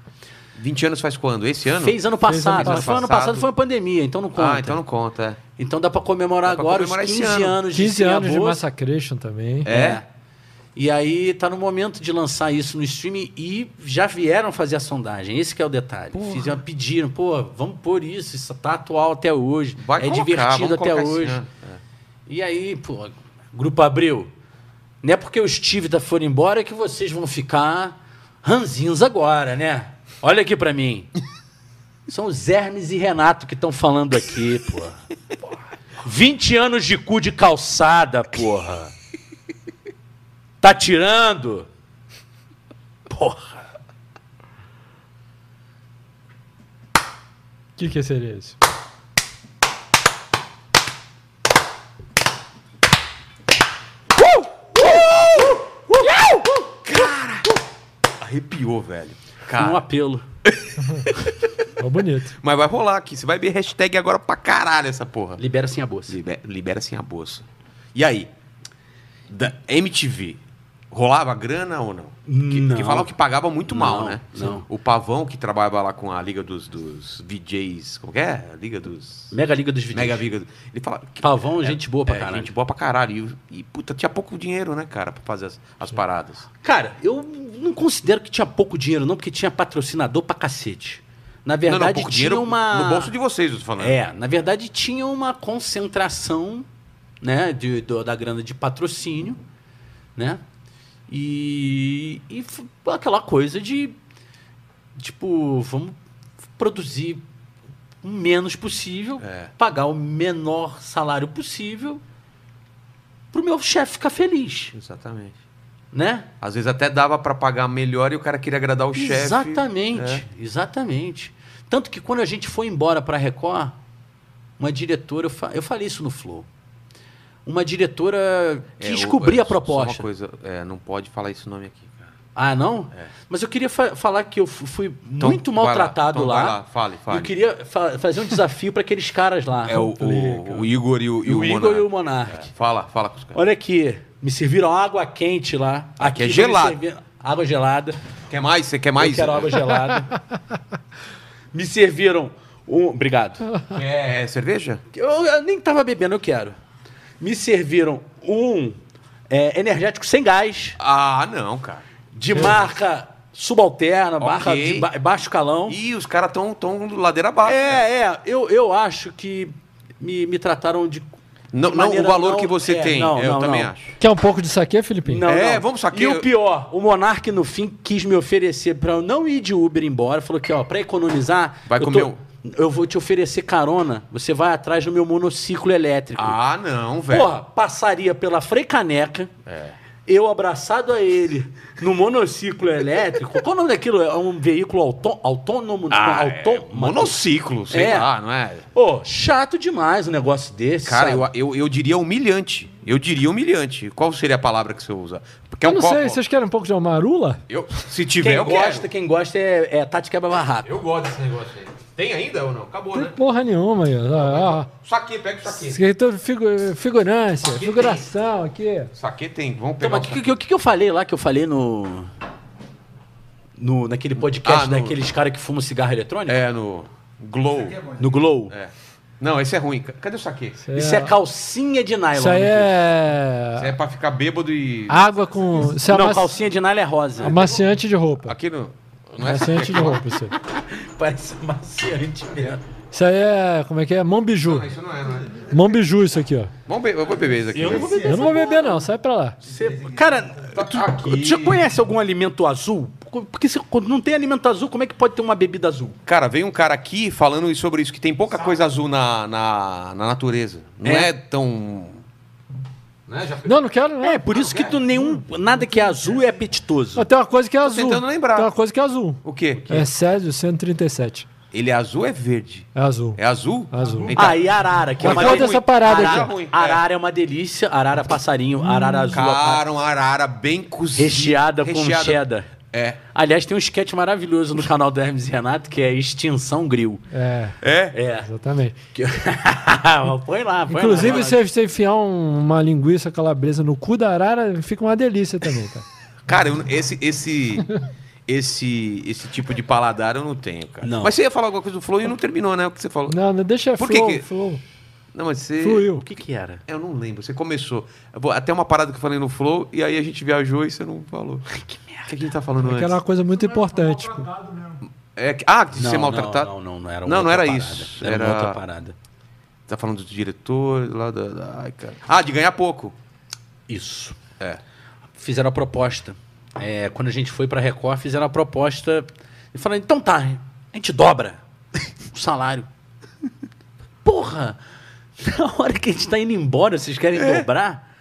S1: 20 anos faz quando? Esse ano?
S3: Fez
S2: Fez ano
S3: ano passado.
S2: passado.
S3: mas foi ano passado, foi uma pandemia, então não conta.
S1: Ah, então não conta. é.
S3: Então dá pra comemorar
S1: Dá pra
S3: agora
S1: comemorar
S3: os
S1: esse
S3: 15
S1: ano.
S3: anos de
S2: 15
S3: Sem a
S2: anos de
S3: Bolsa.
S2: Massacration também.
S1: É.
S3: E aí tá no momento de lançar isso no streaming e já vieram fazer a sondagem. Esse que é o detalhe. Fizeram, pediram, pô, vamos pôr isso, isso tá atual até hoje,
S1: Vai
S3: é
S1: colocar,
S3: divertido
S1: vamos
S3: até
S1: colocar esse
S3: hoje.
S1: ano.
S3: E aí, pô, Grupo Abril, não é porque o Steve tá foram embora que vocês vão ficar ranzinhos agora, né? Olha aqui
S1: *laughs*
S3: pra mim. São os Hermes e Renato que estão falando aqui, porra. 20 anos de cu de calçada, porra. Tá tirando? Porra.
S2: O que, que seria isso?
S1: Arrepiou, velho.
S3: Um
S1: Cara.
S3: apelo.
S2: É bonito. *laughs*
S1: Mas vai rolar aqui. Você vai ver hashtag agora pra caralho essa porra.
S3: Libera sim a bolsa.
S1: Libera, libera sem a bolsa. E aí? Da MTV. Rolava grana ou não? Que,
S3: Não.
S1: que falavam que pagava muito mal,
S3: Não,
S1: né?
S3: não.
S1: O Pavão, que trabalhava lá com a Liga dos, dos VJs. Como que é? A Liga dos.
S3: Mega Liga dos Vídeos.
S1: Mega Liga. Ele falava. que-
S3: Pavão, gente boa pra
S1: é,
S3: caralho.
S1: Gente boa pra caralho. E, e, puta, tinha pouco dinheiro, né, cara, pra fazer as, as paradas.
S3: Cara, eu não considero que tinha pouco dinheiro, não, porque tinha patrocinador pra cacete. Na verdade,
S1: não, não, pouco
S3: tinha
S1: dinheiro
S3: uma.
S1: no bolso de um, né? vocês, eu tô falando.
S3: É, na verdade, tinha uma concentração né, de, do- da grana de patrocínio, né? E, e f- aquela coisa de tipo, vamos produzir o menos possível,
S1: É.
S3: pagar o menor salário possível, pro meu chefe ficar feliz,
S1: Exatamente.
S3: né?
S1: Às vezes até dava pra pagar melhor e o cara queria agradar o chefe.
S3: Exatamente,
S1: né?
S3: exatamente. Tanto que quando a gente foi embora para Record, uma diretora, eu, fa- eu falei isso no Flow. Uma diretora que
S1: É, o-
S3: descobria
S1: é,
S3: a proposta.
S1: Só uma coisa, é, não pode falar esse nome aqui, cara.
S3: Ah, não? Mas eu queria fa- falar que eu fu- fui muito
S1: Então, vai
S3: maltratado
S1: então
S3: lá.
S1: vai Fale,
S3: E
S1: fale.
S3: Eu queria fa- fazer um desafio para aqueles caras lá.
S1: É o, o- o Igor e o, e
S3: o, Igor e o
S1: Monark.
S3: Monark.
S1: Fala, fala com os caras.
S3: Olha aqui, me serviram água quente lá.
S1: Aqui é
S3: me
S1: gelado.
S3: serviram Água gelada.
S1: Quer mais? Você quer mais?
S3: Eu quero
S1: *laughs*
S3: água gelada. *laughs* Me serviram um. Obrigado.
S1: Quer É, cerveja?
S3: Eu, eu nem tava bebendo, eu quero. Me serviram um é, energético sem gás,
S1: Ah, não, cara.
S3: de marca subalterna, marca de ba- baixo calão.
S1: Ih, os caras estão tão ladeira abaixo. cara.
S3: É, é, eu, eu acho que me, me trataram de.
S1: Não,
S3: de
S1: não o
S3: maneira
S1: valor
S3: não-
S1: que você
S3: é,
S1: tem,
S3: não,
S1: eu
S3: não,
S1: também
S3: não.
S1: acho.
S2: Quer um pouco disso aqui, Felipe?
S3: Não,
S1: É,
S3: não.
S1: vamos saquear.
S3: E o pior, o Monark no fim quis me oferecer pra eu não ir de Uber embora. Falou que, ó, pra economizar.
S1: Vai
S3: eu
S1: comer
S3: tô-
S1: um.
S3: Eu vou te oferecer carona, você vai atrás do meu monociclo elétrico.
S1: Ah, não, velho. É.
S3: Porra, passaria pela Freicaneca. Eu abraçado a ele no monociclo elétrico. Qual o nome daquilo? É um veículo autô- autônomo?
S1: Ah,
S3: não, autô-
S1: é, monociclo, sei
S3: É.
S1: lá, não é?
S3: Pô, chato demais um negócio desse.
S1: Cara, eu,
S3: sabe?
S1: eu, eu diria humilhante. Eu diria humilhante. Qual seria a palavra que você usa? Porque é
S2: eu
S1: um
S2: não
S1: copo.
S2: sei, vocês querem um pouco de uma marula?
S1: Eu, se
S3: Quem
S1: tiver, eu
S3: gosta,
S1: quero.
S3: quem gosta é, é Tati Quebra Barraco.
S1: Eu gosto desse negócio aí. Tem ainda ou não? Acabou,
S3: né?
S2: Não tem porra nenhuma aí. ó. Ó,
S1: Saque, pega o saque.
S2: Isso aqui é tudo figu- figurância,
S1: Aqui
S2: figuração aqui.
S1: Saque tem, vamos
S3: Então,
S1: pegar
S3: mas o que, que- que eu falei lá que eu falei no. no naquele podcast
S1: Ah, no-
S3: daqueles caras que fumam cigarro eletrônico?
S1: É, no Glow.
S3: No Glow.
S1: É. Não, esse é ruim. Ca- Cadê o saque? Isso
S3: Isso é calcinha de nylon. né,
S2: Isso aí
S1: é
S2: é.
S1: pra ficar bêbado e...
S2: Água com. Isso é
S3: Não,
S2: amaci-
S3: calcinha de nylon é rosa.
S2: amaciante de roupa.
S1: Aqui no... Não é
S2: Amaciante
S1: saque.
S2: de roupa, isso aí.
S3: Parece maciante mesmo.
S2: Isso aí é. Como é que é? Mão biju.
S1: Não, isso não é, não é.
S2: Mão biju, isso aqui, ó.
S1: Vamos be- eu vou beber isso aqui. Eu não vou
S2: Eu não vou beber, não, sai pra lá.
S3: Cara,
S1: Tá
S3: tu,
S1: aqui.
S3: tu já conhece algum alimento azul? Porque se quando não tem alimento azul, como é que pode ter uma bebida azul?
S1: Cara, veio um cara aqui falando sobre isso, que tem pouca coisa azul na, na, na natureza. Não é,
S3: É?
S1: tão... Né? Já
S2: Não, não quero, não.
S3: É, por isso que tu nenhum. Nada que é azul é apetitoso.
S2: Mas tem uma coisa que é azul.
S1: tentando lembrar.
S2: Tem uma coisa que é azul.
S1: O quê?
S2: É Césio 137.
S1: Ele é azul ou é verde?
S2: É azul.
S1: É azul?
S2: Azul.
S1: Então,
S3: Ah, e arara, que é
S2: Mas
S3: uma
S2: qual
S3: delícia.
S2: dessa parada
S1: Arara
S2: aqui?
S1: ruim.
S3: Arara é Hum, uma delícia. Arara passarinho, arara azul.
S1: Cara, uma arara bem cozida.
S3: recheada com cheddar.
S1: É.
S3: Aliás, tem um sketch maravilhoso no canal do Hermes e Renato que é Extinção Grill.
S2: É,
S1: É?
S3: É. *laughs*
S2: exatamente.
S3: põe lá, põe lá.
S2: Inclusive, se você enfiar um- uma linguiça calabresa no cu da arara, fica uma delícia também, cara.
S1: Cara, eu não- esse, esse, esse, esse tipo de paladar eu não tenho, cara.
S3: Não.
S1: Mas você ia falar alguma coisa do Flow e não terminou, né? O que você falou.
S2: Não, não deixa
S1: Por que
S2: flow,
S1: que-
S2: flow.
S1: Não, mas você...
S3: O
S2: Fluiu.
S3: que que era?
S1: Eu não lembro, você começou. Eu vou- Até uma parada que eu falei no Flow, e aí a gente viajou e você não falou. Que merda. O que a gente tá falando
S2: É Que era
S1: antes?
S2: uma coisa muito importante. tipo. pô.
S1: É que- ah, de ser
S3: Não,
S1: maltratado?
S3: Não, não, não, não era
S1: Não,
S3: outra
S1: não era
S3: parada.
S1: isso.
S3: Era,
S1: Era-
S3: uma outra parada.
S1: Tá falando do diretor, lá da. da- ai, cara. Ah, de ganhar pouco.
S3: Isso.
S1: É.
S3: Fizeram a proposta. É, quando a gente foi pra Record, fizeram a proposta e falaram, então tá, a gente dobra o salário. *laughs* Porra! *laughs* Na hora que a gente tá indo embora, vocês querem
S1: É.
S3: dobrar?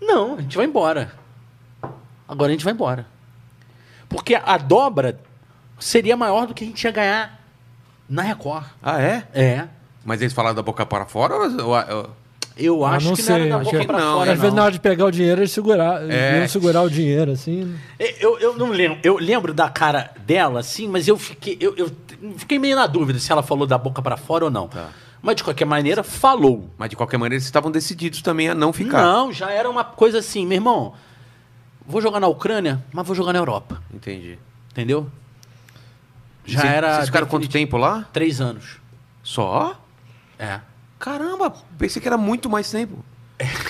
S3: Não, a gente vai embora. Agora a gente vai embora. Porque a dobra seria maior do que a gente ia ganhar na Record.
S1: Ah, é?
S3: É.
S1: Mas eles falaram da boca para fora? Ou, ou- ou-
S3: Eu acho
S2: não
S3: que
S2: sei,
S3: não era da
S2: acho
S3: boca
S2: que-
S3: pra
S1: não,
S3: fora,
S1: é
S2: Às vezes,
S3: não.
S2: na hora de pegar o dinheiro, eles segurar,
S1: É.
S2: iam segurar o dinheiro, assim.
S3: É, Eu, eu não lembro. Eu lembro da cara dela, sim, mas eu fiquei, eu, eu fiquei meio na dúvida se ela falou da boca pra fora ou não.
S1: Tá.
S3: Mas de qualquer maneira, falou.
S1: Mas de qualquer maneira, eles estavam decididos também a não ficar.
S3: Não, já era uma coisa assim, meu irmão. Vou jogar na Ucrânia, mas vou jogar na Europa.
S1: Entendi.
S3: Entendeu? Já
S1: Vocês-
S3: era.
S1: Vocês ficaram quanto tempo
S3: definitivo.
S1: lá?
S3: Três anos.
S1: Só?
S3: É.
S1: Caramba, pensei que era muito mais
S3: *laughs*
S1: tempo.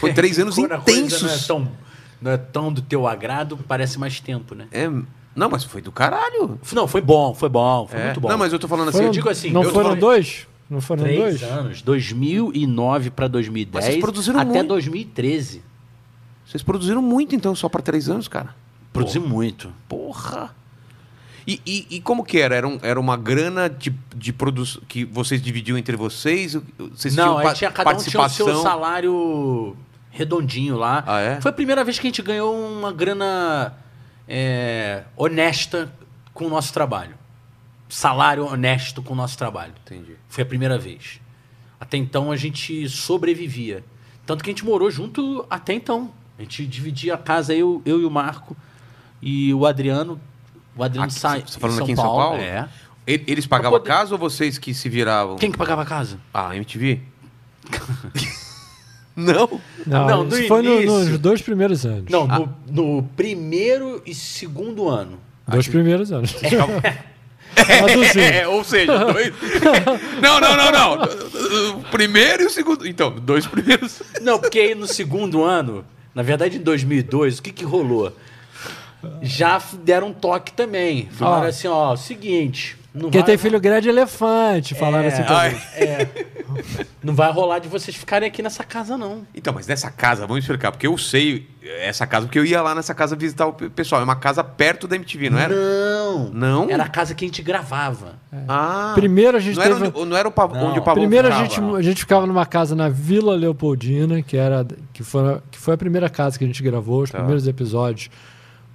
S1: Foi três anos
S3: Quando a coisa
S1: intensos.
S3: Não é, tão, não é tão do teu agrado, parece mais tempo, né?
S1: É, não, mas foi do caralho.
S3: Não, foi bom, foi bom, foi
S1: É.
S3: muito bom.
S1: Não, mas eu tô falando assim.
S2: Foram-
S1: eu digo assim.
S2: não
S1: eu tô
S2: foram
S1: falando-
S2: dois? Não foram
S3: Três
S2: dois?
S3: anos, 2009 pra 2010,
S1: Mas vocês produziram
S3: até
S1: muito.
S3: 2013.
S1: Vocês produziram muito, então, só pra três anos, cara.
S3: Produzi muito.
S1: Porra! E, e- e como que era? Era, um- era uma grana de, de produção que vocês dividiam entre vocês? Vocês
S3: não,
S1: pa-
S3: aí tinha, cada um tinha o seu
S1: participação?
S3: salário redondinho lá.
S1: Ah, é?
S3: Foi a primeira vez que a gente ganhou uma grana é, honesta com o nosso trabalho. Salário honesto com o nosso trabalho.
S1: Entendi.
S3: Foi a primeira vez. Até então a gente sobrevivia. Tanto que a gente morou junto até então. A gente dividia a casa, eu, eu e o Marco. E o Adriano. O Adriano
S1: Aqui,
S3: sai.
S1: você tá falando aqui em São Paulo?
S3: É.
S1: E- Eles pagavam a
S3: poder-
S1: casa ou vocês que se viravam?
S3: Quem que pagava a casa?
S1: Ah, MTV? *laughs* não?
S2: Não,
S3: Não, no
S2: isso foi no-
S3: início.
S2: nos dois primeiros anos.
S3: Não, no, no primeiro e segundo ano.
S2: Dois primeiros anos. *laughs* Traduzindo.
S1: É, ou seja, dois. não, não, não, não. O primeiro e o segundo. Então, dois primeiros.
S3: Não, porque aí no segundo ano, na verdade em 2002, o que que rolou? Já f- deram um toque também. Falaram
S2: Ó.
S3: assim, ó, seguinte... Não
S2: Ah. Quem
S3: vai-
S2: tem filho grande é elefante,
S1: É.
S2: falaram assim
S1: Ah,
S2: pra mim.
S1: Ai.
S3: Não vai rolar de vocês ficarem aqui nessa casa, não.
S1: Então, mas nessa casa, vamos explicar, porque eu sei essa casa, porque eu ia lá nessa casa visitar o pe- pessoal. É uma casa perto da MTV, não era?
S3: Não.
S1: Não?
S3: Era a casa que a gente gravava.
S2: É.
S1: Ah.
S2: Primeiro a gente
S1: não era,
S2: teve-
S1: onde, não era o pav-
S3: Não.
S1: onde o pavão
S2: Primeiro a
S1: ficava.
S2: gente, a gente ficava numa casa na Vila Leopoldina, que, era, que, foi, que foi a primeira casa que a gente gravou,
S1: Tá.
S2: os primeiros episódios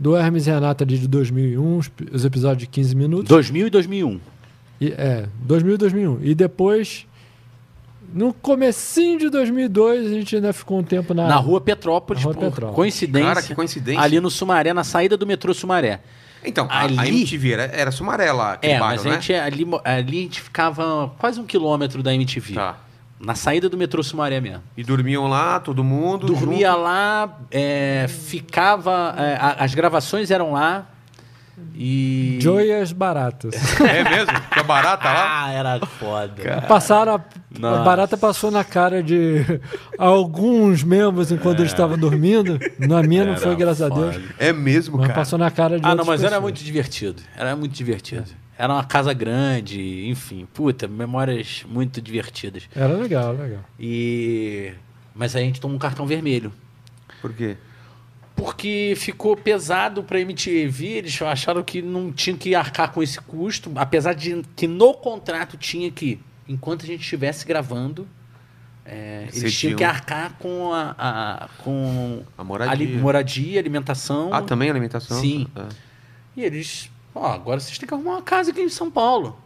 S2: do Hermes e Renata ali de 2001, os, p- os episódios de 15 minutos.
S3: 2000 e 2001.
S2: E, é, 2000 e 2001. E depois, no comecinho de 2002, a gente ainda ficou um tempo na...
S3: Na rua Petrópolis,
S2: Na rua
S3: por
S2: Petrópolis.
S3: coincidência.
S1: Cara, que coincidência.
S3: Ali no Sumaré, na saída do metrô Sumaré.
S1: Então, a, a
S3: Ali-
S1: MTV era, era Sumaré lá, aquele
S3: É,
S1: bairro,
S3: mas a
S1: né?
S3: gente, ali, mo- ali a gente ficava quase um quilômetro da MTV.
S1: Tá.
S3: Na saída do metrô Sumaré mesmo.
S1: E dormiam lá, todo mundo.
S3: Dormia
S1: junto.
S3: lá, é, ficava. é, a- as gravações eram lá. E.
S2: Joias Baratas.
S1: É mesmo? Tinha barata
S3: *laughs*
S1: lá?
S3: Ah, era foda.
S2: Passaram a,
S3: Nossa.
S2: a barata passou na cara de alguns membros enquanto
S3: É.
S2: eles estavam dormindo. Na minha não foi, graças a Deus.
S1: É mesmo,
S2: Mas
S1: cara.
S2: passou na cara de
S3: Ah, não,
S2: outras
S3: mas era
S2: pessoas.
S3: muito divertido. Era muito divertido. Era uma casa grande, enfim. Puta, memórias muito divertidas.
S2: Era legal, legal.
S3: E. Mas aí a gente tomou um cartão vermelho.
S1: Por quê?
S3: Porque ficou pesado pra MTV, eles acharam que não tinha que arcar com esse custo, apesar de que no contrato tinha que, enquanto a gente estivesse gravando, É,
S1: Você
S3: eles
S1: tinha
S3: tinham que
S1: um-
S3: arcar com a, a- com
S1: A moradia.
S3: ali- moradia, alimentação.
S1: Ah, também alimentação?
S3: Sim.
S1: Ah.
S3: E eles, ó, agora vocês têm que arrumar uma casa aqui em São Paulo.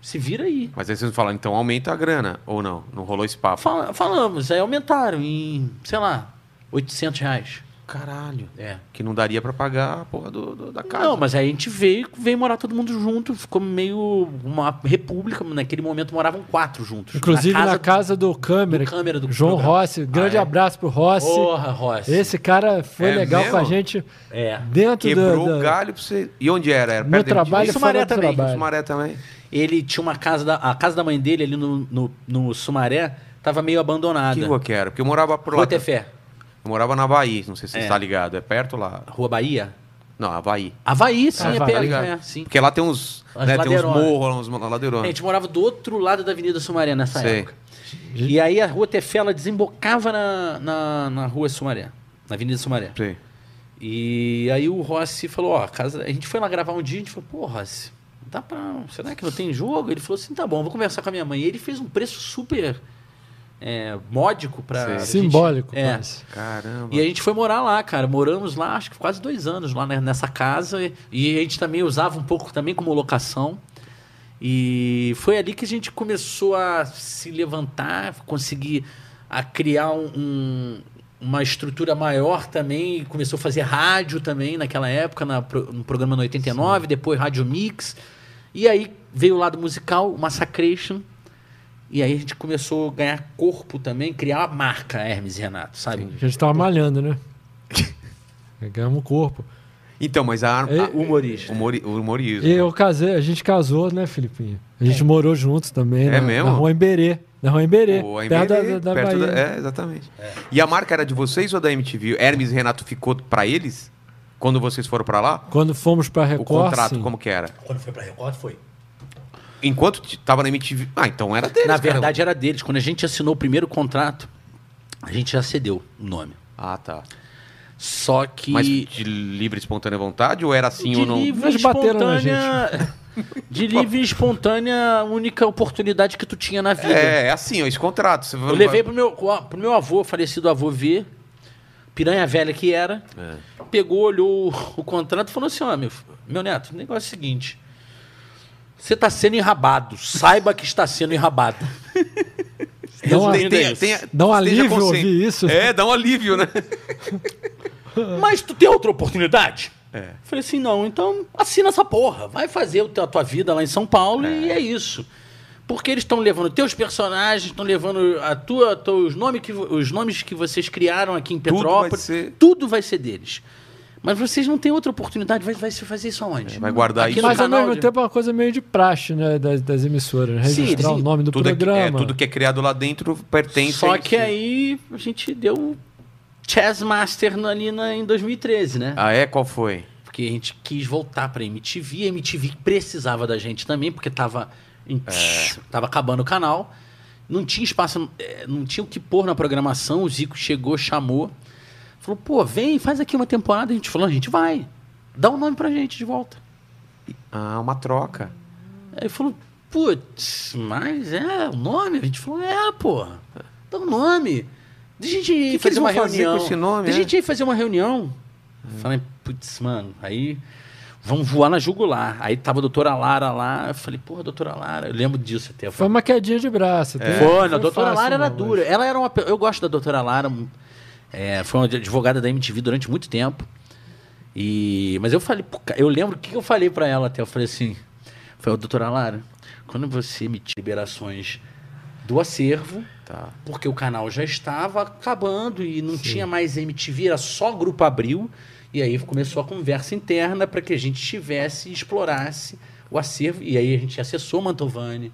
S3: Se vira aí.
S1: Mas aí vocês falam, então aumenta a grana, ou não? Não rolou esse papo.
S3: Fal- falamos, aí aumentaram em, sei lá, 800 reais.
S1: Caralho.
S3: É.
S1: Que não daria pra pagar a porra do, do- da casa.
S3: Não, mas aí a gente veio, veio morar todo mundo junto, ficou meio uma república. Naquele momento moravam quatro juntos.
S2: Inclusive na casa, do câmera,
S3: do câmera do
S2: João
S3: programa.
S2: Rossi. Grande
S3: Ah, é?
S2: abraço pro Rossi.
S3: Porra, Rossi.
S2: Esse cara foi
S1: É
S2: legal com a
S1: mesmo?
S2: gente
S3: É.
S2: dentro
S1: Quebrou
S2: do,
S1: o
S2: do-
S1: galho pra você. E onde era? Era
S2: no trabalho.
S3: Em Sumaré
S2: fora do
S3: também, em
S2: trabalho.
S1: Sumaré também.
S3: Ele tinha uma casa, da, a casa da mãe dele ali no, no, no Sumaré, tava meio abandonada.
S1: Que rua que era? Porque eu morava por lá.
S3: Rua Tefé,
S1: Eu morava na Havaí, não sei se você
S3: É.
S1: está ligado. É perto lá.
S3: Rua Bahia.
S1: Não, Havaí.
S3: Havaí, sim, é
S2: Havaí,
S1: Tá
S3: perto,
S1: ligado?
S3: é, sim.
S1: Porque lá tem uns,
S3: As É,
S1: né, tem
S3: tipo,
S1: uns
S3: ladeironas.
S1: morros, uns
S3: A
S1: ladeirões.
S3: gente morava do outro lado da Avenida Sumaré nessa
S1: Sei.
S3: época. E aí a Rua Tefé, ela desembocava na, na, na Rua Sumaré, na Avenida Sumaré.
S1: Sim.
S3: E aí o Rossi falou, ó, a casa... A gente foi lá gravar um dia, a gente falou, pô, Rossi, dá pra... Será que não tem jogo? Ele falou assim, tá bom, vou conversar com a minha mãe. E ele fez um preço super é, módico pra... a gente-
S2: simbólico.
S3: é.
S2: quase.
S1: Caramba.
S3: E é- a gente foi morar lá, cara. Moramos lá, acho que quase dois anos lá né, nessa casa. E- E a gente também usava um pouco também como locação. E foi ali que a gente começou a se levantar, conseguir a criar um- um- uma estrutura maior também. Começou a fazer rádio também naquela época, na pro- no programa no 89, depois Rádio Mix. E aí veio o lado musical, o Massacration. E aí a gente começou a ganhar corpo também, criar a marca Hermes e Renato, sabe?
S2: A gente tava malhando, né? Ganhamos o corpo.
S1: Então, mas a arma.
S2: E-
S1: a-
S3: É, Humorista.
S1: humori- o humorismo.
S2: E eu casei, a gente casou, né, Filipinho? A gente morou juntos também.
S1: É
S2: na,
S1: mesmo?
S2: na rua Emberê. Na rua Emberê.
S1: Pô, aí
S2: perto da,
S1: Belém,
S2: da- da
S1: perto
S2: Bahia.
S1: É, exatamente. E a marca era de vocês ou da MTV? Hermes e Renato ficou pra eles? Quando vocês foram pra lá?
S2: Quando fomos pra
S1: o
S2: Record,
S1: contrato,
S2: sim.
S1: como que era?
S3: Quando foi pra Record, foi.
S1: Enquanto t- tava na MTV. Ah, então era deles.
S3: Na
S1: cara.
S3: verdade, era deles. Quando a gente assinou o primeiro contrato, a gente já cedeu o nome.
S1: Ah, tá.
S3: Só que.
S1: Mas de livre e espontânea vontade ou era assim ou não?
S2: Eles bateram na
S3: *laughs* de livre e espontânea única oportunidade que tu tinha na vida.
S1: É, é assim, ó, esse contrato. Você
S3: Eu levei pro meu, pro meu avô, falecido avô ver, piranha velha que era,
S1: É.
S3: pegou, olhou o, o contrato e falou assim, ó, meu, meu neto, o negócio é o seguinte, você tá sendo enrabado, saiba que está sendo enrabado.
S2: Não,
S1: Tem,
S3: Resumindo é
S1: tem,
S3: isso.
S1: tem,
S2: Dá
S1: esteja
S2: um alívio
S1: consciente.
S2: ouvir isso.
S1: É, dá um alívio,
S2: *laughs*
S1: né?
S3: Mas tu tem outra oportunidade?
S1: É.
S3: Falei assim, não, então assina essa porra. Vai fazer o teu- a tua vida lá em São Paulo e é isso. Porque eles estão levando teus personagens, estão levando a tua, os, nomes que, vo- os nomes que vocês criaram aqui em
S1: Tudo vai
S3: Petrópolis.
S1: ser-
S3: Tudo vai ser deles. Mas vocês não têm outra oportunidade. Vai, vai se fazer isso aonde?
S1: É, Vai guardar
S3: Aqui
S1: isso.
S3: no
S2: Mas ao
S3: canal
S2: mesmo
S3: de-
S2: tempo é uma coisa meio de praxe, né? Das, das emissoras. né?
S3: Sim,
S2: Registrar
S3: sim.
S2: o nome do
S1: tudo, é-
S2: programa.
S1: é, tudo que é criado lá dentro pertence a
S3: Só
S1: isso.
S3: que aí a gente deu Chess Master na- ali na, em 2013, né?
S1: Ah, é? Qual foi?
S3: Porque a gente quis voltar pra MTV, a MTV precisava da gente também, porque tava, em- tava acabando o canal. Não tinha espaço, eh, não tinha o que pôr na programação. O Zico chegou, chamou, falou: pô, vem, faz aqui uma temporada. A gente falou: a gente vai, dá o nome pra gente de volta.
S1: Ah, uma troca.
S3: Aí ele falou: putz, mas é o nome? A gente falou: é, pô, dá o nome. Deixa a gente ir
S1: que
S3: fazer
S1: eles
S3: uma
S1: vão fazer
S3: reunião.
S1: com esse nome,
S3: Deixa a
S1: é?
S3: gente ir fazer uma reunião. Falei, putz, mano, aí vamos voar na jugular. Aí tava a doutora Lara lá, eu falei, porra, doutora Lara, eu lembro disso até.
S2: Foi uma quedinha de
S1: É.
S2: braço.
S3: Foi,
S2: até.
S3: a doutora
S2: fácil,
S3: Lara era
S2: não,
S3: dura. Ela era uma. pe- Eu gosto da doutora Lara. é, foi uma advogada da MTV durante muito tempo. E, mas eu falei, pro ca- eu lembro o que que eu falei pra ela até. Eu falei assim: foi, doutora Lara, quando você emitir liberações do acervo,
S1: Tá.
S3: porque o canal já estava acabando e não tinha mais MTV, era só Grupo Abril. E aí começou a conversa interna para que a gente tivesse e explorasse o acervo. E aí a gente acessou Mantovani.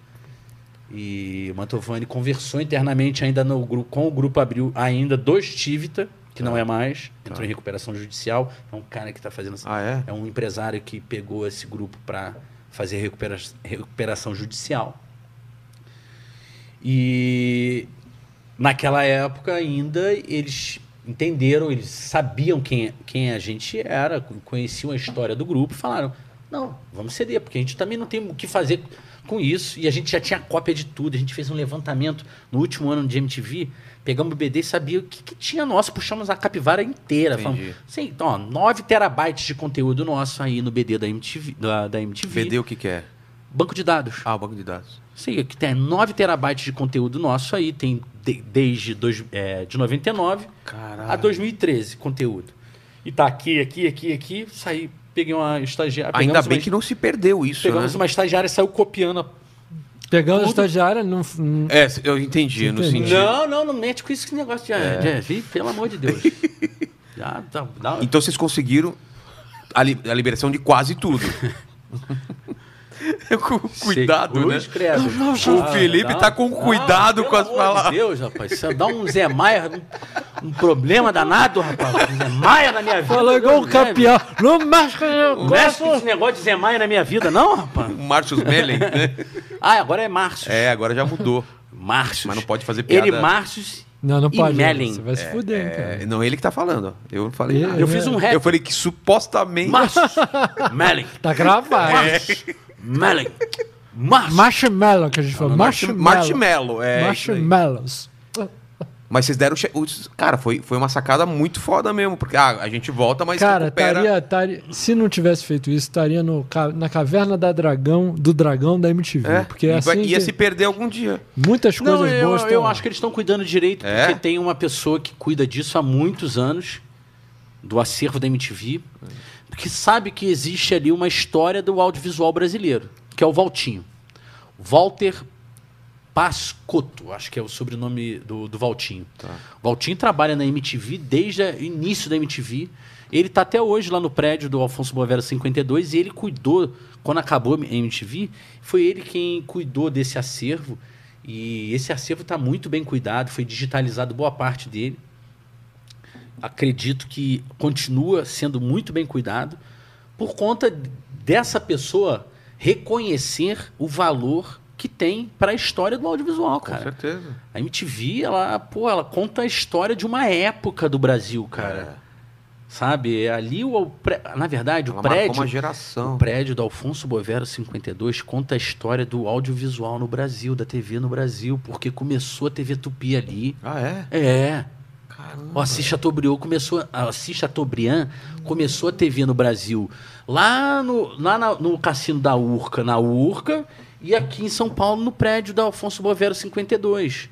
S3: E o Mantovani conversou internamente ainda no grupo, com o Grupo Abril, ainda do Estivita, que não é mais, entrou em recuperação judicial. É um cara que está fazendo essa
S1: Ah, é?
S3: é um empresário que pegou esse grupo para fazer recupera- recuperação judicial. E naquela época ainda eles entenderam, eles sabiam quem, é, quem a gente era, conheciam a história do grupo, falaram: não, vamos ceder, porque a gente também não tem o que fazer com isso. E a gente já tinha cópia de tudo. A gente fez um levantamento no último ano de MTV. Pegamos o BD e sabia o que, que tinha nosso. Puxamos a capivara inteira.
S1: Entendi.
S3: Falamos, assim, então, ó, 9 terabytes de conteúdo nosso aí no BD da MTV. Da, da MTV.
S1: Vendeu o que é. quer.
S3: Banco de dados.
S1: Ah, o banco de dados.
S3: Sei que tem 9 terabytes de conteúdo nosso aí, tem de- desde dois, é, de 99
S1: Caralho.
S3: a 2013 conteúdo. E tá aqui, aqui, aqui, aqui, saí, peguei uma estagiária.
S1: Ainda
S3: É, pegamos
S1: bem
S3: uma-
S1: que não se perdeu isso,
S3: Pegamos
S1: né?
S3: uma estagiária e saiu copiando a...
S2: Pegando
S3: Tudo.
S2: a estagiária, não, não-
S1: É, eu entendi, no
S2: Entendi.
S1: sentido.
S3: Não, não, não mete com isso que negócio de... É. de- pelo amor
S1: *laughs*
S3: de Deus. Já, tá, dá-
S1: Então vocês conseguiram a, li- a liberação de quase
S2: *laughs*
S1: tudo. Cu- cuidado,
S3: Cruz,
S1: né?
S3: credo.
S1: o Felipe tá com cuidado
S3: Ah, pelo
S1: com as
S3: amor
S1: palavras.
S3: de Deus, rapaz. Isso dá um Zé Maia, um, um problema danado, rapaz. Um Zé Maia na minha vida.
S2: Falou igual um
S3: Deus me livre.
S2: campeão. Não máscara,
S3: Não é esse negócio de Zé Maia na minha vida, não, rapaz.
S1: O Márcio Mellen,
S3: *laughs*
S1: né?
S3: Ah, agora é Márcio.
S1: É, agora já mudou.
S3: Márcio.
S1: Mas não pode fazer piada.
S3: Ele, Márcio.
S2: Não, não
S3: E
S2: pode. né?
S3: Melling.
S2: Você vai se fuder, cara.
S1: É, não, ele que tá falando. ó. Eu não falei
S2: Eu-
S1: nada.
S3: Eu fiz um rap.
S1: Eu falei que supostamente.
S3: Márcio. Melling.
S2: *laughs* Tá gravado.
S3: Márcio. Melling. Márcio.
S2: Marshmallow que a
S1: É
S2: gente falou.
S1: Marshmallow.
S2: Marshmallow.
S1: Marshmallow, é. isso aí.
S2: Marshmallows.
S1: Mas vocês deram. che- os- Cara, foi, foi uma sacada muito foda mesmo. Porque ah, a gente volta, mas
S2: Cara,
S1: recupera.
S2: estaria, estaria- se não tivesse feito isso, estaria no ca- na caverna da dragão, do dragão da MTV.
S1: É,
S2: Porque
S1: e
S2: é assim
S1: vai- ia
S2: que
S1: se perder algum dia.
S2: muitas coisas
S3: Não, eu,
S2: boas
S3: eu
S2: estão lá.
S3: acho que eles estão cuidando direito,
S1: É?
S3: porque tem uma pessoa que cuida disso há muitos anos, do acervo da MTV, porque sabe que existe ali uma história do audiovisual brasileiro, que é o Valtinho. Walter Pascotto, acho que é o sobrenome do, do Valtinho. O Valtinho trabalha na MTV desde o início da MTV. Ele está até hoje lá no prédio do Alfonso Bovera 52 e ele cuidou, quando acabou a MTV, foi ele quem cuidou desse acervo. E esse acervo está muito bem cuidado, foi digitalizado boa parte dele. Acredito que continua sendo muito bem cuidado por conta dessa pessoa reconhecer o valor que tem para a história do audiovisual,
S1: Com
S3: cara.
S1: certeza.
S3: A MTV, ela, pô, ela conta a história de uma época do Brasil, cara. Sabe? É Ali, o, o pré- na verdade,
S1: É. Ela
S3: o
S1: marcou
S3: prédio,
S1: uma geração.
S3: o prédio do Alfonso Bovero 52 conta a história do audiovisual no Brasil, da TV no Brasil, porque começou a TV Tupi ali.
S1: Ah, é?
S3: É.
S1: Caramba.
S3: O Assis Chateaubriand começou, a Assis Chateaubriand começou a TV no Brasil lá no, lá na- no cassino da Urca, na Urca, e aqui em São Paulo no prédio da Alfonso Bovero 52.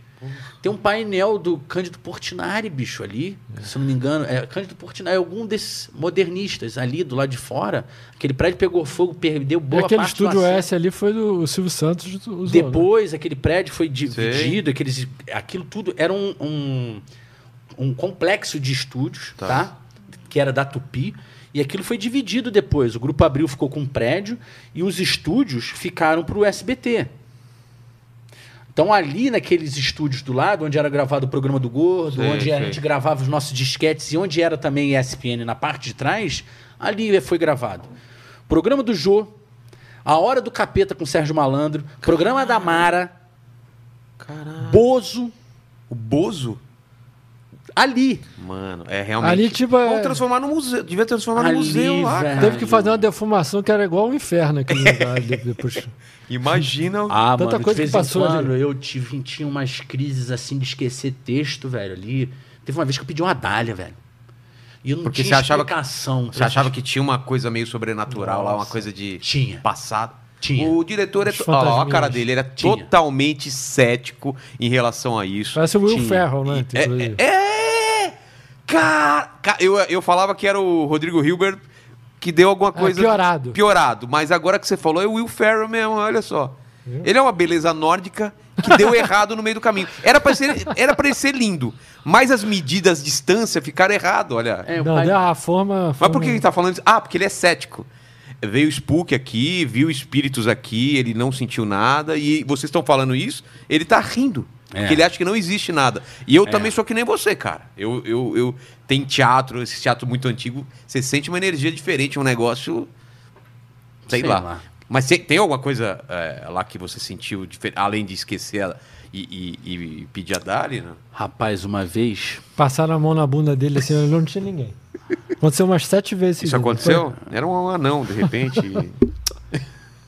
S3: Tem um painel do Cândido Portinari, bicho, ali, se não me engano. É, Cândido Portinari, é algum desses modernistas ali do lado de fora. Aquele prédio pegou fogo, perdeu
S2: E
S3: boa
S2: aquele
S3: parte do
S2: estúdio
S3: acesso.
S2: S ali foi do o Silvio Santos. Usou, né?
S3: Depois, aquele prédio foi dividido, aqueles, aquilo tudo era um, um, um complexo de estúdios,
S1: Tá.
S3: tá. Que era da Tupi. E aquilo foi dividido depois. O Grupo Abril ficou com um prédio e os estúdios ficaram para o SBT. Então, ali naqueles estúdios do lado, onde era gravado o programa do Gordo,
S1: Sei,
S3: onde a
S1: sei.
S3: gente gravava os nossos disquetes e onde era também ESPN na parte de trás, ali é, foi gravado. Programa do Jô, A Hora do Capeta com Sérgio Malandro, Programa da Mara,
S1: Caralho.
S3: Bozo,
S1: O Bozo?
S3: ali.
S1: Mano, é realmente.
S2: Ali, tipo, é-
S1: Vamos transformar no museu. Devia transformar
S3: Ali,
S1: no museu lá.
S3: velho.
S1: cara.
S2: teve que fazer uma deformação que era igual um inferno aquele
S1: *laughs* É.
S2: lugar ali depois. É,
S1: Imagina. o-
S3: Ah,
S2: Tanta
S3: mano,
S2: coisa
S3: de vez
S2: que passou né,
S3: em
S2: ali.
S3: quando eu tive, tinha umas crises assim de esquecer texto, velho, ali. Teve uma vez que eu pedi uma dália, velho. E eu não
S1: Porque
S3: tinha
S1: você achava-
S3: explicação.
S1: Você achava que tinha uma coisa meio sobrenatural lá, uma
S3: Nossa.
S1: coisa de
S3: Tinha.
S1: passado.
S3: Tinha.
S1: O diretor é.
S2: Os
S1: to- Ó, a
S2: fantasminhas.
S1: cara dele, ele é
S3: Tinha.
S1: totalmente cético em relação a isso.
S2: Parece o Will
S3: Tinha.
S2: Ferrell, né? inclusive.
S1: É! Cara, ca- eu, eu falava que era o Rodrigo Hilbert que deu alguma
S2: É,
S1: coisa.
S2: piorado.
S1: Piorado. Mas agora que você falou, é o Will Ferrell mesmo, olha só. Ele é uma beleza nórdica que deu errado no meio do caminho. Era pra, ser, era pra ele ser lindo, mas as medidas de distância ficaram errado, olha.
S3: É, o
S2: Não, né?
S3: pai-
S2: deu a forma.
S1: né? Mas
S2: forma-
S1: por que ele tá falando isso? Ah, porque ele é cético. Veio o Spook aqui, viu espíritos aqui, ele não sentiu nada, e vocês estão falando isso, ele tá rindo.
S3: É.
S1: Porque ele acha que não existe nada. E eu também sou que nem você, cara. Eu, eu, eu tem teatro, esse teatro muito antigo, você sente uma energia diferente, um negócio. Sei,
S3: Sei
S1: lá.
S3: lá.
S1: Mas cê- tem alguma coisa é, lá que você sentiu, difer- além de esquecer ela e, e- e pedir a Dali? Né?
S3: Rapaz, uma vez.
S2: Passaram a mão na bunda dele assim, ele não tinha ninguém. Aconteceu umas sete vezes.
S1: Isso
S2: seguidas.
S1: *laughs* aconteceu? Era um anão, de repente. e-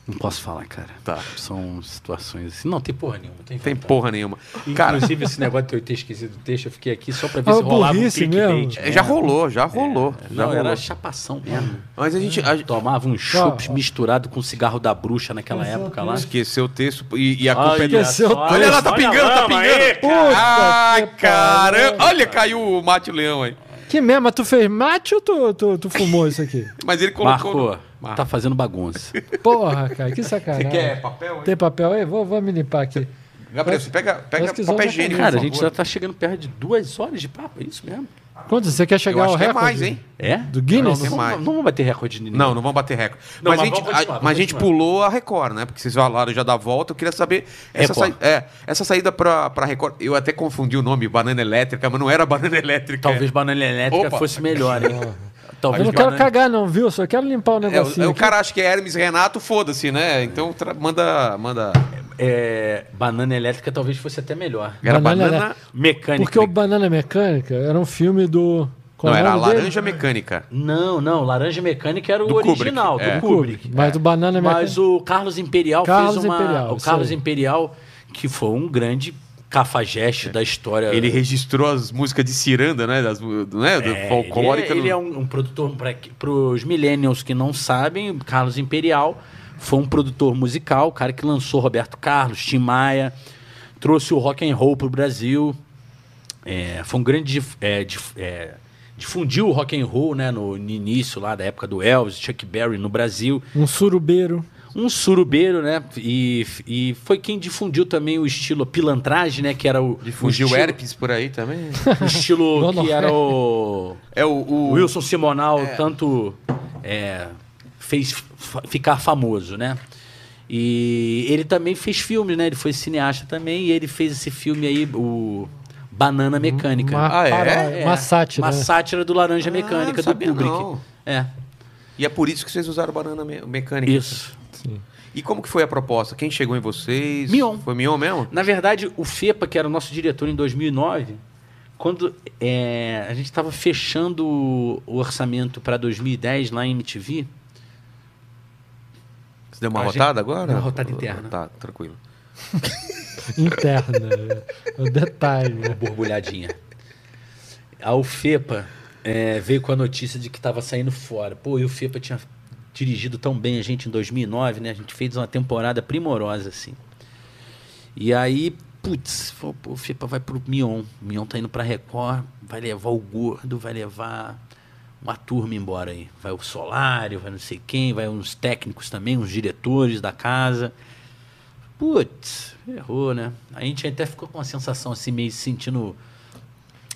S3: Não posso falar, cara.
S1: Tá.
S3: São situações assim. Não, tem porra nenhuma. Tem,
S1: Tem porra nenhuma. Cara,
S3: Inclusive, esse negócio de eu ter esquecido o texto, eu fiquei aqui só pra ver
S2: Ah,
S3: se rolava um
S2: burrice
S3: clickbait.
S1: é, já rolou, já rolou. É, já
S3: Não, era
S1: rolou.
S3: chapação mesmo.
S1: Mas a gente. a-
S3: Tomava um chupes misturado com cigarro da bruxa naquela época lá.
S1: Esqueceu o texto e,
S3: Ah,
S1: e a culpa é do.
S2: Olha só.
S1: Olha, ela tá pingando, tá pingando.
S2: Puta
S1: Ai,
S2: que
S1: caramba!
S2: pariu.
S1: Olha, caiu o Mate Leão aí.
S2: Que mesmo, mas tu fez mate ou tu, tu, tu fumou isso aqui?
S1: Mas ele colocou.
S3: Marco, tá fazendo bagunça.
S2: Porra, cara, que sacanagem.
S3: É.
S1: papel? hein?
S2: Tem papel aí? Vou, vou me limpar aqui.
S1: Gabriel, você pega, pega
S2: Parece que
S1: papel
S2: zona
S1: higiênico.
S3: Cara, a
S1: por
S3: gente já
S1: favor.
S3: tá chegando perto de duas horas de papo, é isso mesmo?
S2: Quanto você quer
S1: Eu
S2: chegar
S1: acho
S2: ao
S1: que é
S2: recorde?
S1: mais, hein?
S3: É?
S2: Do Guinness?
S1: Não,
S3: Não,
S1: mais.
S3: não vamos bater recorde nenhum.
S1: Não, não vamos bater recorde.
S3: Não,
S1: mas a
S3: mas
S1: gente,
S3: vamos continuar,
S1: a- mas a gente
S3: vamos continuar.
S1: pulou a Record, né? Porque vocês falaram já da volta. Eu queria saber. Essa,
S3: Record.
S1: sa- é, essa saída pra, pra Record. Eu até confundi o nome, banana elétrica, mas não era banana elétrica.
S3: Talvez banana elétrica
S1: Opa.
S3: fosse melhor, hein? Talvez
S2: Eu não quero
S3: banana-
S2: cagar, não, viu? Eu só quero limpar o assim.
S1: É, o-
S2: negocinho.
S1: é o
S2: aqui.
S1: cara acha que é Hermes Renato, foda-se, né? Então tra- manda. manda...
S3: É, banana elétrica talvez fosse até melhor.
S1: Era
S2: Banana né?
S1: banana.
S3: Mecânica.
S2: Porque o Banana Mecânica era um filme do. qual
S1: Não,
S2: é o
S1: era a
S2: nome dele?
S1: laranja mecânica.
S3: Não, não, Laranja Mecânica era o
S1: Do Kubrick,
S3: original,
S1: é.
S3: do Kubrick.
S2: Mas o Banana
S3: Mas
S2: Mecânica.
S3: o Carlos Imperial
S2: Carlos
S3: fez uma.
S2: Imperial,
S3: o
S2: isso
S3: Carlos
S2: aí.
S3: Imperial, que foi um grande cafajeste da história.
S1: Ele registrou as músicas de Ciranda, né? Das, mu- né? Do
S3: É,
S1: folclórica.
S3: Ele,
S1: do-
S3: ele é um, um produtor, para os millennials que não sabem, Carlos Imperial foi um produtor musical, o cara que lançou Roberto Carlos, Tim Maia, trouxe o rock and roll pro Brasil. É, foi um grande... dif- é, dif- é, difundiu o rock and roll né, no, no início lá da época do Elvis, Chuck Berry no Brasil
S2: Um surubeiro.
S3: um surubeiro, né? E, e foi quem difundiu também o estilo pilantragem, né? Que era o.
S1: Fugiu
S3: o estilo,
S1: herpes por aí também.
S3: o estilo
S2: *laughs* Não, não.
S3: que era o.
S1: É o, o-
S3: o Wilson Simonal tanto é, fez fa- ficar famoso, né? E ele também fez filme, né? Ele foi cineasta também e ele fez esse filme aí, o Banana Mecânica.
S2: Hum, Uma,
S1: Ah, é?
S2: paró- uma sátira.
S3: Uma
S2: né?
S3: sátira do Laranja
S1: Ah,
S3: é Mecânica
S1: não
S3: do
S1: sabia,
S3: Kubrick.
S1: não.
S3: É,
S1: E é por isso que vocês usaram banana me- mecânica.
S3: isso.
S1: E como que foi a proposta? Quem chegou em vocês?
S3: Mion.
S1: Foi Mion mesmo?
S3: Na verdade, o FEPA, que era o nosso diretor em 2009, quando é, a gente estava fechando o o orçamento para 2010 lá em MTV,
S1: Você deu uma
S3: A gente-
S1: rotada agora?
S3: Deu uma rotada interna.
S1: Tá, tranquilo.
S2: Interna. né? o detalhe. né?
S3: uma borbulhadinha, a UFEPA é, veio com a notícia de que estava saindo fora. Pô, e o FEPA tinha dirigido tão bem a gente em 2009, né? A gente fez uma temporada primorosa, assim. E aí, putz, falou, pô, o FIPA vai pro Mion. O Mion tá indo pra Record, vai levar o gordo, vai levar uma turma embora aí. Vai o Solário, vai não sei quem, vai uns técnicos também, uns diretores da casa. Putz, errou, né? A gente até ficou com uma sensação assim, meio se sentindo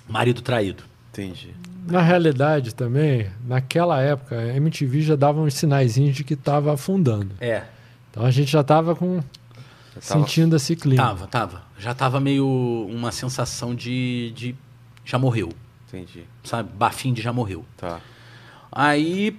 S3: marido traído.
S1: Entendi.
S2: Na realidade também, naquela época, a MTV já dava uns sinaizinhos de que estava afundando.
S3: É,
S2: Então a gente já estava com
S1: tava- Tá,
S2: sentindo esse clima.
S3: tava, tava. Já tava meio uma sensação de, de já morreu,
S1: Entendi.
S3: sabe? Bafinho de já morreu.
S1: Tá.
S3: Aí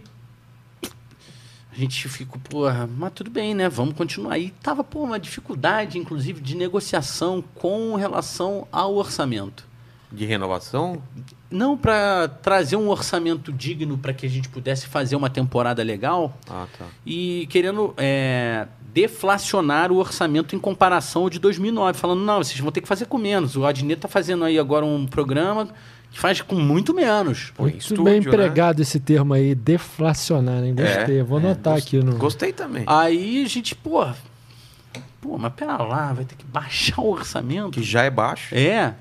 S3: a gente ficou, porra, mas tudo bem, né? Vamos continuar. E tava, pô, uma dificuldade, inclusive, de negociação com relação ao orçamento.
S1: De renovação?
S3: Não para trazer um orçamento digno para que a gente pudesse fazer uma temporada legal
S1: Ah, tá.
S3: e querendo é, deflacionar o orçamento em comparação ao de 2009, falando, não, vocês vão ter que fazer com menos. O Adnet tá fazendo aí agora um programa que faz com muito menos.
S1: Pô, em
S2: Muito bem
S1: estúdio, né? É,
S2: empregado esse termo aí, deflacionar, hein? Gostei. Vou anotar aqui no.
S1: Gostei também.
S3: Aí a gente, pô, pô, mas pera lá, vai ter que baixar o orçamento.
S1: Que já é baixo.
S3: É.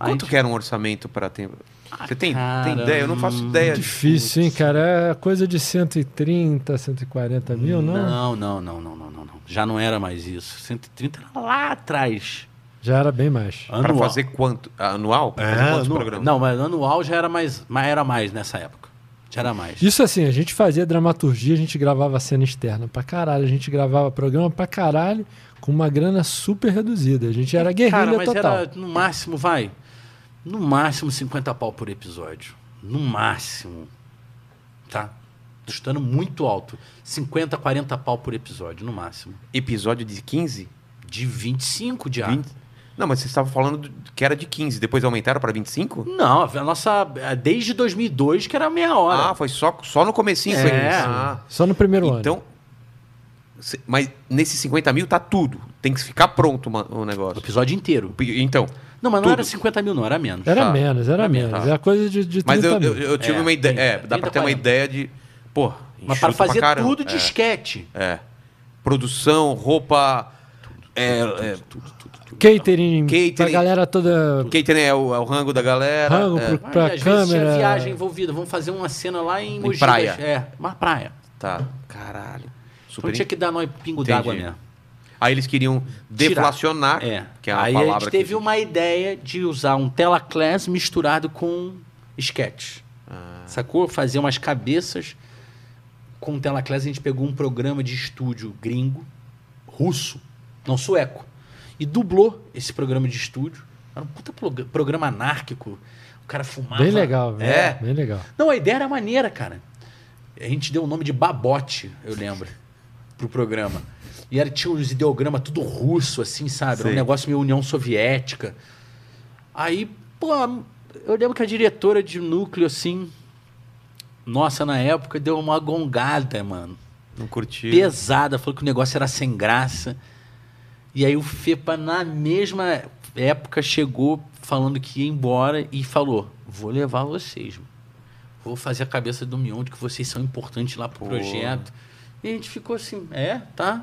S3: Aí
S1: Quanto
S3: a gente-
S1: que era um orçamento pra tempo? Você tem, tem
S3: Ah, cara,
S1: ideia? Eu não faço ideia.
S2: Difícil, hein, cara? É coisa de 130, 140 mil, não?
S3: Não, não, não, não, não, não, não. Já não era mais isso. 130 era lá atrás.
S2: Já era bem mais.
S1: Pra
S3: Anual. É,
S1: fazer quanto? É, Anual? Pra fazer quantos programas?
S3: Não, mas anual já era mais, mas era mais nessa época. Já era mais.
S2: Isso assim, a gente fazia dramaturgia, a gente gravava cena externa pra caralho, a gente gravava programa pra caralho, com uma grana super reduzida. A gente era guerrilha
S3: Cara, mas
S2: total.
S3: era no máximo, vai. No máximo 50 pau por episódio. No máximo. Tá? Tô chutando muito alto. 50, 40 pau por episódio, no máximo.
S1: Episódio de 15?
S3: De 25 de ar.
S1: 20? Não, mas vocês estavam falando do- que era de 15. Depois aumentaram pra 25?
S3: Não, a nossa. é, Desde 2002 que era meia hora.
S1: Ah, foi só, só no comecinho.
S3: É.
S1: Foi isso. Ah,
S2: Só no primeiro ano.
S1: então, Cê- Mas nesses 50 mil tá tudo. Tem que ficar pronto uma- o
S3: O
S1: negócio.
S3: episódio inteiro.
S1: Então,
S3: Não, mas não
S1: Tudo.
S3: era 50 mil, não, era menos.
S2: Era
S1: Tá.
S2: menos, era
S1: Tá bem,
S2: menos.
S1: tá.
S2: Era coisa de, de 30
S1: mas eu,
S2: mil.
S1: eu, eu tive
S3: É,
S1: uma ideia.
S3: 30,
S1: é, dá pra ter uma
S3: 40.
S1: ideia de. Pô,
S3: Mas para
S1: enxuto pra
S3: fazer
S1: caramba.
S3: tudo de
S1: É.
S3: esquete.
S1: É. Produção, roupa. É, é,
S2: Catering, pra
S1: Catering.
S2: galera toda.
S1: catering é o, é o rango da galera.
S2: Rango
S1: é,
S2: pro-
S3: Mas,
S2: Pra
S3: às vezes tinha
S2: câmera.
S3: viagem envolvida. Vamos fazer uma cena lá em,
S1: Em
S3: Mogi
S1: praia.
S3: das- É, uma praia.
S1: Tá. Caralho.
S3: Então
S1: Super.
S3: tinha que dar nós pingo d'água
S1: Entendi.
S3: mesmo.
S1: Aí eles queriam deflacionar,
S3: É.
S1: que é a
S3: Aí
S1: palavra
S3: a gente teve
S1: que...
S3: uma ideia de usar um telaclass misturado com sketch.
S1: Ah.
S3: Sacou? Fazer umas cabeças com o telaclass. A gente pegou um programa de estúdio gringo, russo, não sueco, e dublou esse programa de estúdio. Era um puta prog- programa anárquico. O cara fumava.
S2: Bem legal, velho.
S1: É.
S2: Bem legal.
S3: Não, a ideia era maneira, cara. A gente deu o nome de Babote, eu lembro, pro programa. E era, tinha uns ideogramas tudo russo, assim, sabe? Era um
S1: Sei.
S3: negócio meio União Soviética. Aí, pô, eu lembro que a diretora de núcleo, assim, nossa, na época, deu uma gongada, mano
S1: Não curtiu.
S3: pesada, falou que o negócio era sem graça. E aí o Fepa, na mesma época, chegou falando que ia embora e falou: Vou levar vocês, mano. vou fazer a cabeça do Mion de que vocês são importantes lá pro
S1: Pô.
S3: projeto. E a gente ficou assim: É, tá.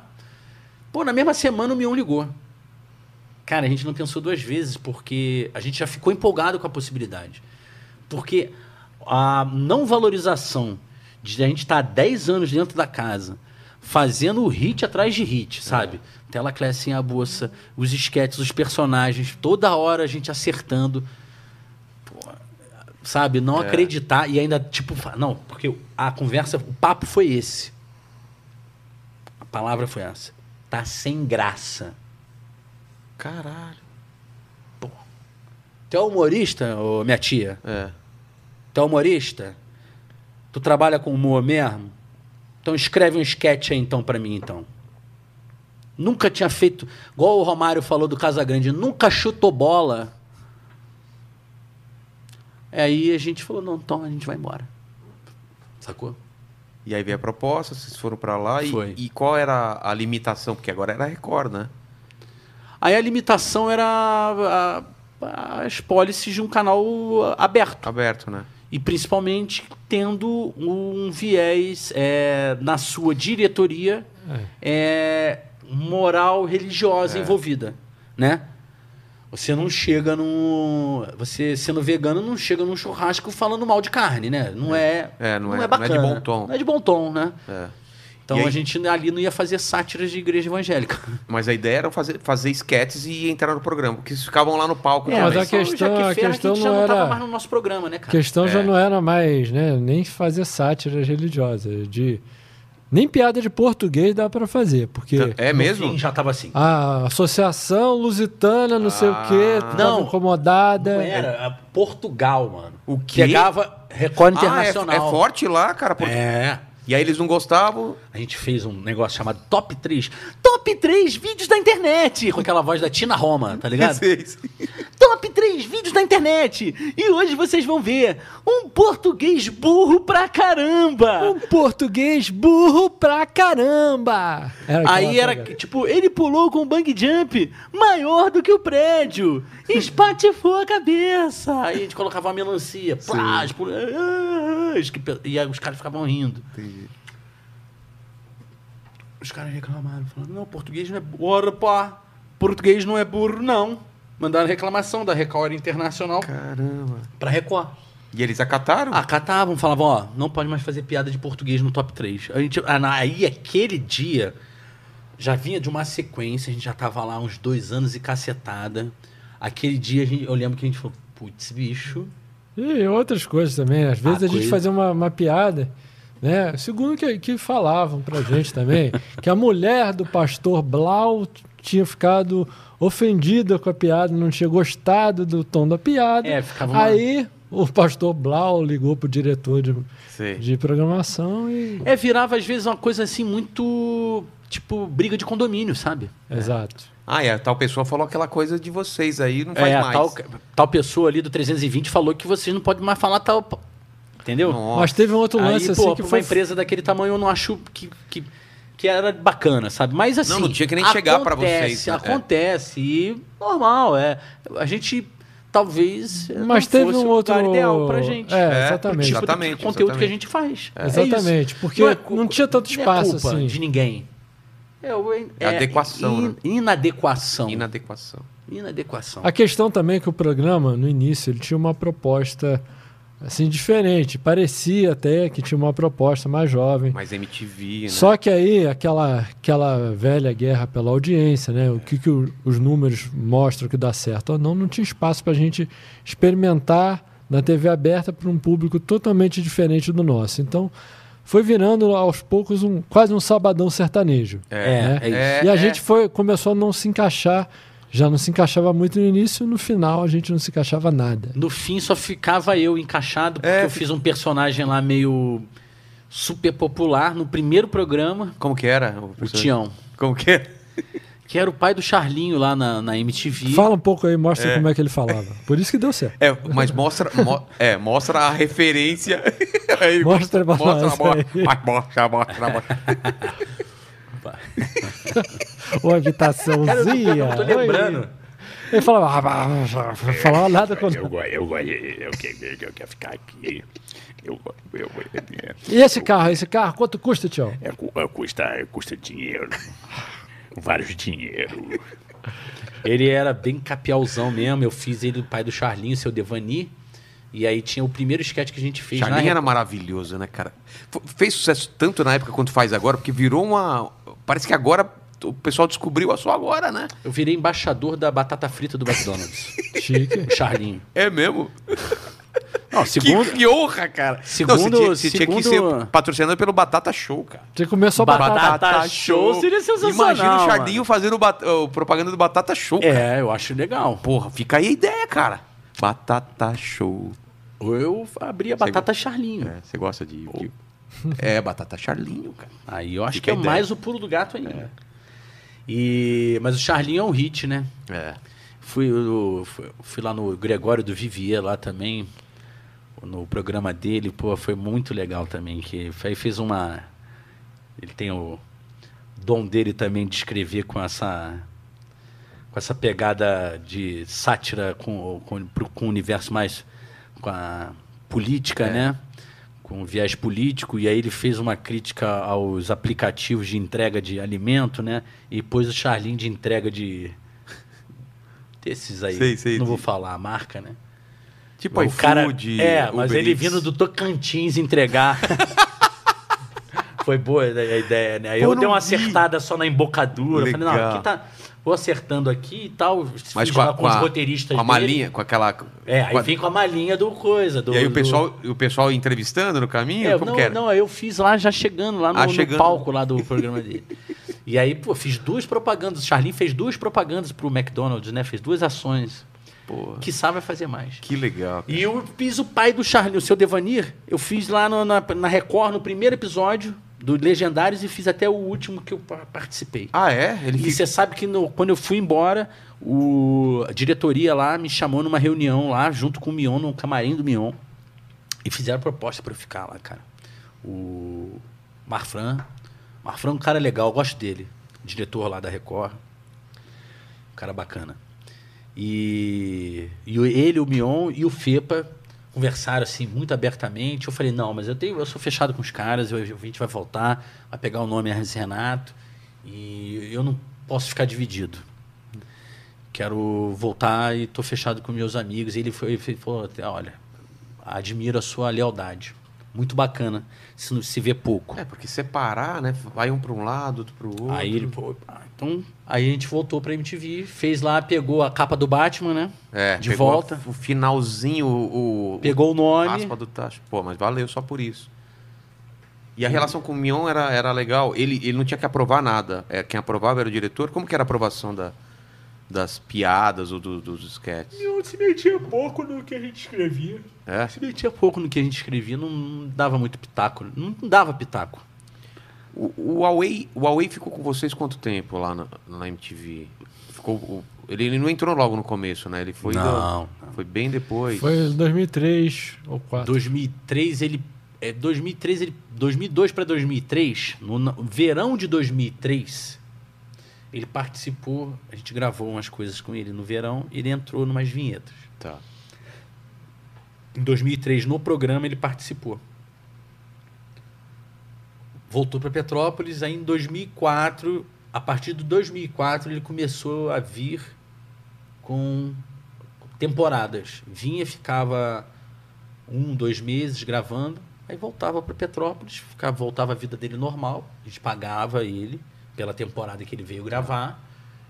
S3: Pô, na mesma semana o Mion ligou. Cara, a gente não pensou duas vezes, porque a gente já ficou empolgado com a possibilidade. Porque a não valorização de a gente estar há 10 anos dentro da casa, fazendo o hit atrás de hit, sabe? Tela Class em a bolsa, os esquetes, os personagens, toda hora a gente acertando. Pô, Sabe, não acreditar e ainda, tipo, fa- não, porque a conversa, o papo foi esse. A palavra foi essa. Tá sem graça.
S1: Caralho.
S3: Tu é humorista, ô, minha tia?
S1: É.
S3: Tu é humorista? Tu trabalha com humor mesmo? Então escreve um sketch aí então pra mim então. Nunca tinha feito, igual o Romário falou do Casagrande, nunca chutou bola. É, Aí a gente falou, não, então a gente vai embora. Sacou?
S1: E aí veio a proposta, vocês foram pra lá e,
S3: Foi.
S1: e qual era a limitação? Porque agora era Record, né?
S3: Aí a limitação era a- a- as policies de um canal aberto.
S1: Aberto, né?
S3: E principalmente tendo um viés é, na sua diretoria é, moral
S2: É.
S3: religiosa envolvida, né? Você não chega num... Você, sendo vegano, não chega num churrasco falando mal de carne, né? Não é,
S1: É, não é- não é de
S3: bacana.
S1: bom tom.
S3: Não é de bom tom, né?
S1: É.
S3: Então
S1: E aí-
S3: a gente ali não ia fazer sátiras de igreja evangélica.
S1: Mas a ideia era fazer, fazer esquetes e entrar no programa, porque eles ficavam lá no palco.
S2: É,
S1: também. Ah,
S2: mas a
S3: Só o
S2: questão-
S3: Jaque
S2: a
S3: Ferra, que
S2: questão
S3: gente já
S2: não
S3: não tava
S2: era-
S3: mais no nosso programa, né,
S2: A
S3: cara?
S2: questão já
S1: É.
S2: não era mais, né? Nem fazer sátiras religiosas. De... Nem piada de português dá pra fazer, porque
S1: É
S3: No
S1: mesmo?
S3: fim, já tava assim.
S2: a associação lusitana, não sei o quê,
S1: Ah.
S2: tava
S3: Não.
S2: incomodada.
S3: Não é era a Portugal, mano.
S1: O quê?
S3: Pegava Record
S1: Ah, é-
S3: Internacional.
S1: é, forte lá, cara. porque-
S3: É.
S1: E aí eles não gostavam.
S3: A gente fez um negócio chamado Top 3. Top 3 vídeos da internet! Com aquela voz da Tina Roma, tá
S2: É.
S1: *laughs*
S3: ligado?
S1: Vocês-
S3: Top 3 vídeos da internet! E hoje vocês vão ver um português burro pra caramba!
S2: Um português burro pra caramba! Era aquela
S3: Aí era
S2: pegada.
S3: que, tipo, ele pulou com um bang jump maior do que o
S2: *laughs*
S3: prédio, espatifou a cabeça. Aí a gente colocava uma melancia, plá, espul- ah, ah, esquipe- e aí os caras ficavam rindo. Os caras reclamaram, falaram, não, português não é burro. Ora, pá, português não é burro, não. Mandaram reclamação da Record Internacional
S1: Caramba.
S3: pra Record.
S1: E eles acataram?
S2: Ah.
S3: Acatavam, Ah, falavam, ó, não pode mais fazer piada de português no top 3. A gente, ah, na- aí, aquele dia, já vinha de uma sequência, a gente já tava lá uns dois anos e cacetada. Aquele dia, a gente- eu lembro que a gente falou, putz, bicho,
S2: E outras coisas também. Às vezes a,
S3: Ah,
S2: gente
S3: coisa.
S2: fazia uma, uma piada, né? Segundo que, que falavam pra gente
S3: *laughs*
S2: também, que a mulher do pastor Blau t- tinha ficado ofendida com a piada, não tinha gostado do tom da piada.
S3: É, ficava uma-
S2: Aí o pastor Blau ligou pro diretor de,
S1: Sei.
S2: de programação e.
S3: É, virava às vezes uma coisa assim muito. Tipo, briga de condomínio, sabe?
S2: Exato.
S1: Ah, é. Tal pessoa falou aquela coisa de vocês aí, não faz
S3: é,
S1: mais.
S3: Tal, tal pessoa ali do 320 falou que vocês não podem mais falar tal. Entendeu?
S1: Nossa.
S2: Mas teve um outro
S3: Aí,
S2: lance
S3: pô,
S2: assim
S3: pra
S2: que
S3: uma
S2: foi.
S3: empresa daquele tamanho, eu não acho que. que que era bacana, sabe? Mas assim.
S1: não tinha que nem chegar pra
S3: acontece,
S1: vocês, né?
S3: Acontece, e normal, é. A gente talvez. eh,
S2: Mas
S3: não
S2: teve
S3: fosse
S2: um
S3: o
S2: outro.
S3: lugar ideal pra gente.
S2: É,
S1: É,
S2: exatamente.
S1: tipo,
S3: Exatamente.
S1: Exatamente,
S3: Conteúdo
S1: exatamente.
S3: que a gente faz. É
S2: Exatamente,
S3: isso.
S2: porque
S3: cu-
S2: não tinha tanto
S3: não é
S2: espaço,
S3: culpa
S2: assim.
S3: de ninguém. É, o- é,
S1: adequação,
S3: in-
S1: né?
S3: Inadequação.
S1: Inadequação.
S3: Inadequação.
S2: A questão também é que o programa, no início, ele tinha uma proposta assim diferente. Parecia até que tinha uma proposta mais jovem.
S1: Mas MTV, né?
S2: Só que aí, aquela, aquela velha guerra pela audiência, né? O que, que o- os números mostram que dá certo ou não, não tinha espaço para a gente experimentar na TV aberta para um público totalmente diferente do nosso. Então, foi virando aos poucos um, quase um sabadão sertanejo. né?
S3: é isso.
S2: e a
S1: é.
S2: gente foi, começou a não se encaixar. Já não se encaixava muito no início, no final a gente não se encaixava nada.
S3: No fim só ficava eu encaixado, porque
S1: É,
S3: eu fiz um personagem lá meio super popular no primeiro programa,
S1: Como que era? O,
S3: o
S1: personagem?
S3: Tião,
S1: Como que era?
S3: que era o pai do Charlinho lá na, na MTV.
S2: Fala um pouco aí, mostra como é que ele falava. Por isso que deu certo.
S1: É, mas mostra, mo- é, mostra a referência. Aí,
S2: Mostra pra
S1: mostra,
S2: nós
S1: mostra,
S2: aí.
S1: mas mostra, mostra, mostra.
S2: Ô, habitaçãozinha.
S3: Eu tô
S2: oi.
S3: lembrando.
S2: Ele falava, ah, não falava nada quando.
S5: Eu, go- eu, go- eu, quero- eu, quero ficar aqui. Eu, go- eu, eu,
S2: E esse carro, esse carro, quanto custa, Tião?
S5: É, cu- é, custa, custa dinheiro. Vários dinheiro.
S3: Ele era bem capiauzão mesmo, eu fiz ele o pai do Charlinho, seu Devani. E aí tinha o primeiro sketch que a gente fez
S1: Charlinho
S3: na
S1: era maravilhoso, né, cara? F- fez sucesso tanto na época quanto faz agora, porque virou uma. Parece que agora o pessoal descobriu a sua agora, né?
S3: Eu virei embaixador da batata frita do McDonald's.
S2: Chique.
S3: o Charlinho.
S1: É mesmo?
S3: Não, segundo,
S1: Que, que honra, cara.
S3: Segundo-
S1: você tinha, você tinha que
S3: segundo-
S1: ser patrocinado pelo Batata Show, cara.
S2: Você comeu só batata.
S3: Batata Show seria sensacional,
S1: Imagina o
S3: mano.
S1: Charlinho fazendo bat- o propaganda do Batata Show, cara.
S3: é, eu acho legal.
S1: Porra, fica aí a ideia, cara. Batata Show.
S3: Eu abri a batata Charlinho.
S1: É, você gosta de. de- É, Batata Charlinho, cara.
S3: Aí eu acho
S1: Fica
S3: que é
S1: a ideia. É.
S3: mais o pulo do gato ainda. E, mas o Charlinho é um hit, né?
S1: É.
S3: Fui, eu fui, fui lá no Gregório do Vivier lá também, no programa dele, pô, foi muito legal também, que aí fez uma... Ele tem o dom dele também de escrever com essa com essa pegada de sátira com, com, pro- com o universo mais com a política,
S1: É.
S3: né? Com o viés político, e aí ele fez uma crítica aos aplicativos de entrega de alimento, né? E pôs o Charlin de entrega de. *laughs* desses aí.
S1: Sei, sei,
S3: Não vou
S1: de-
S3: falar a marca, né?
S1: Tipo
S3: o cara.
S1: iFood.
S3: é, mas
S1: Uber
S3: ele
S1: Eats.
S3: vindo do
S1: *laughs*
S3: Tocantins entregar. Foi boa a ideia, né? Aí
S1: Pô,
S3: eu dei
S1: não
S3: uma
S1: vi.
S3: acertada só na embocadura. Falei, não,
S1: Legal.
S3: aqui tá. Vou acertando aqui e tal. fiz
S1: Mas com,
S3: lá
S1: a, com,
S3: os
S1: a-
S3: roteiristas
S1: com a
S3: dele.
S1: malinha, com aquela.
S3: É,
S1: com a-
S3: aí vem com a malinha do coisa. Do,
S1: E aí o
S3: do-
S1: pessoal, o pessoal entrevistando no caminho?
S3: É,
S1: como
S3: não,
S1: que era?
S3: não, eu fiz lá já chegando, lá no,
S1: Ah,
S3: no
S1: chegando.
S3: palco lá do
S1: *laughs*
S3: programa dele. e aí, pô, fiz duas propagandas. O Charlin fez duas propagandas pro McDonald's, né? Fez duas ações.
S1: Pô,
S3: Que sabe vai fazer mais.
S1: que legal. cara.
S3: E eu fiz o pai do Charlie, o seu Devanir. Eu fiz lá no- na, na Record, no primeiro episódio do Legendários, e fiz até o último que eu pa- participei.
S1: Ah, é? Ele
S3: e
S1: fica...
S3: você sabe que no- quando eu fui embora, o- a diretoria lá me chamou numa reunião lá, junto com o Mion, no camarim do Mion. E fizeram proposta pra eu ficar lá, cara. O Marfran. Marfran é um cara legal, eu gosto dele. Diretor lá da Record. Um cara bacana. E, e o- ele, o Mion e o Fepa conversaram assim muito abertamente. Eu falei: "Não, mas eu tenho, eu sou fechado com os caras, eu, a gente vai voltar, vai pegar o nome RS Renato e eu não posso ficar dividido. Quero voltar e tô fechado com meus amigos". E ele foi, ele falou: "Olha, admiro a sua lealdade. Muito bacana. Se não se vê pouco".
S1: É, porque separar, né? Vai um pra um lado, outro pro outro.
S3: Aí ele, pô, ah, então, aí a gente voltou pra MTV, fez lá, pegou a capa do Batman, né?
S1: É,
S3: de
S1: pegou
S3: volta.
S1: O finalzinho, o. o-
S3: Pegou o nome.
S1: aspa do Tacho. Pô, mas valeu só por isso. E a relação com o Mion era, era legal. Ele, ele não tinha que aprovar nada. É, quem aprovava era o diretor. Como que era a aprovação da, das piadas ou do- dos sketches?
S3: Não, se metia pouco no que a gente escrevia.
S1: É?
S3: Se metia pouco no que a gente escrevia, não, não dava muito pitaco. Não dava pitaco.
S1: O, o, Huawei, o Huawei ficou com vocês quanto tempo lá na, na MTV? Ficou, o- ele, ele não entrou logo no começo, né? Ele foi,
S3: Não,
S1: do- foi bem depois.
S2: Foi em 2003 ou 4.
S3: 2003 ele é, 2003, ele- 2002 para 2003, no na- verão de 2003, ele participou, a gente gravou umas coisas com ele no verão, ele entrou numas vinhetas.
S1: Tá.
S3: Em 2003, no programa, ele participou. Voltou para Petrópolis, aí em 2004, a partir de 2004, ele começou a vir com temporadas. Vinha, ficava um, dois meses gravando, aí voltava para Petrópolis, ficava, voltava a vida dele normal, a gente pagava ele pela temporada que ele veio gravar,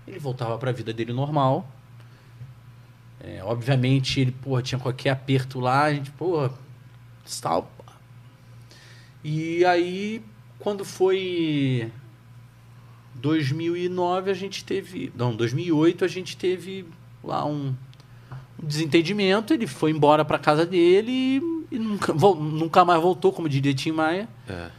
S3: ele voltava para a vida dele normal. É, obviamente ele porra, tinha qualquer aperto lá, a gente, porra, tal. E aí, quando foi 2009, a gente teve. Não, 2008, a gente teve lá um, um desentendimento. Ele foi embora pra casa dele e, e nunca, vol- nunca mais voltou, como diria Tim Maia.
S1: É.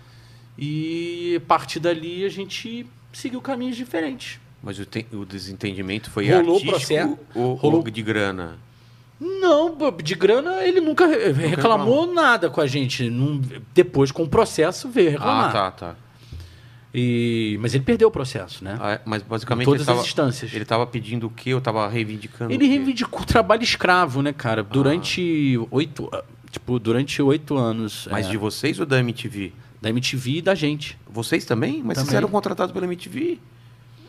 S3: E a partir dali a gente seguiu caminhos diferentes.
S1: Mas o, te- o desentendimento foi
S3: Rolou
S1: artístico
S3: processo.
S1: ou,
S3: Rolou-
S1: ou de grana?
S3: Não, Bob, de grana ele nunca re- reclamou nada com a gente. Não- depois, com o processo, veio reclamar.
S1: Ah, tá, tá.
S3: E- mas ele perdeu o processo, né?
S1: Ah, é, mas basicamente
S3: Todas
S1: ele tava,
S3: as instâncias.
S1: ele tava pedindo o quê? Eu tava reivindicando
S3: Ele
S1: o quê? Ah.
S3: reivindicou o trabalho escravo, né, cara? Durante oito. ah, Tipo, durante oito anos.
S1: Mas
S3: é,
S1: de vocês ou da MTV?
S3: Da MTV e da gente.
S1: Vocês também? Mas vocês
S3: Também.
S1: eram contratados pela MTV?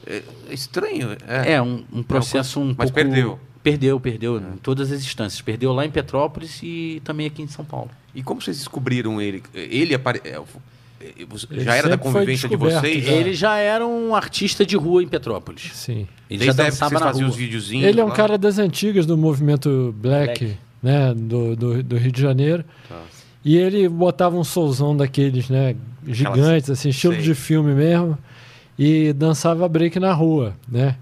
S1: É, é estranho. É.
S3: É, um, um processo um pouco.
S1: Mas perdeu. É.
S3: Perdeu, perdeu. Em todas as instâncias. Perdeu lá em Petrópolis e também aqui em São Paulo.
S1: E como vocês descobriram ele? Ele apare... é, vo- é, você-
S2: Ele
S1: já era da
S2: sempre foi
S1: convivência de
S2: descoberto,
S1: vocês?
S2: já.
S1: Ele
S3: Ele já era um artista de rua em Petrópolis.
S2: Sim.
S3: Ele
S1: Desde
S3: já
S1: a época que
S3: dançava
S1: vocês
S3: na
S1: faziam
S3: rua.
S1: os videozinhos?
S2: Ele é um
S1: lá?
S2: cara das antigas do movimento black,
S3: Black.
S2: né? Do, do, do Rio de Janeiro.
S1: Tá.
S2: E ele botava um solzão daqueles, né? Gigantes, assim, estilo
S1: Sei.
S2: de filme mesmo. E dançava break na rua, né?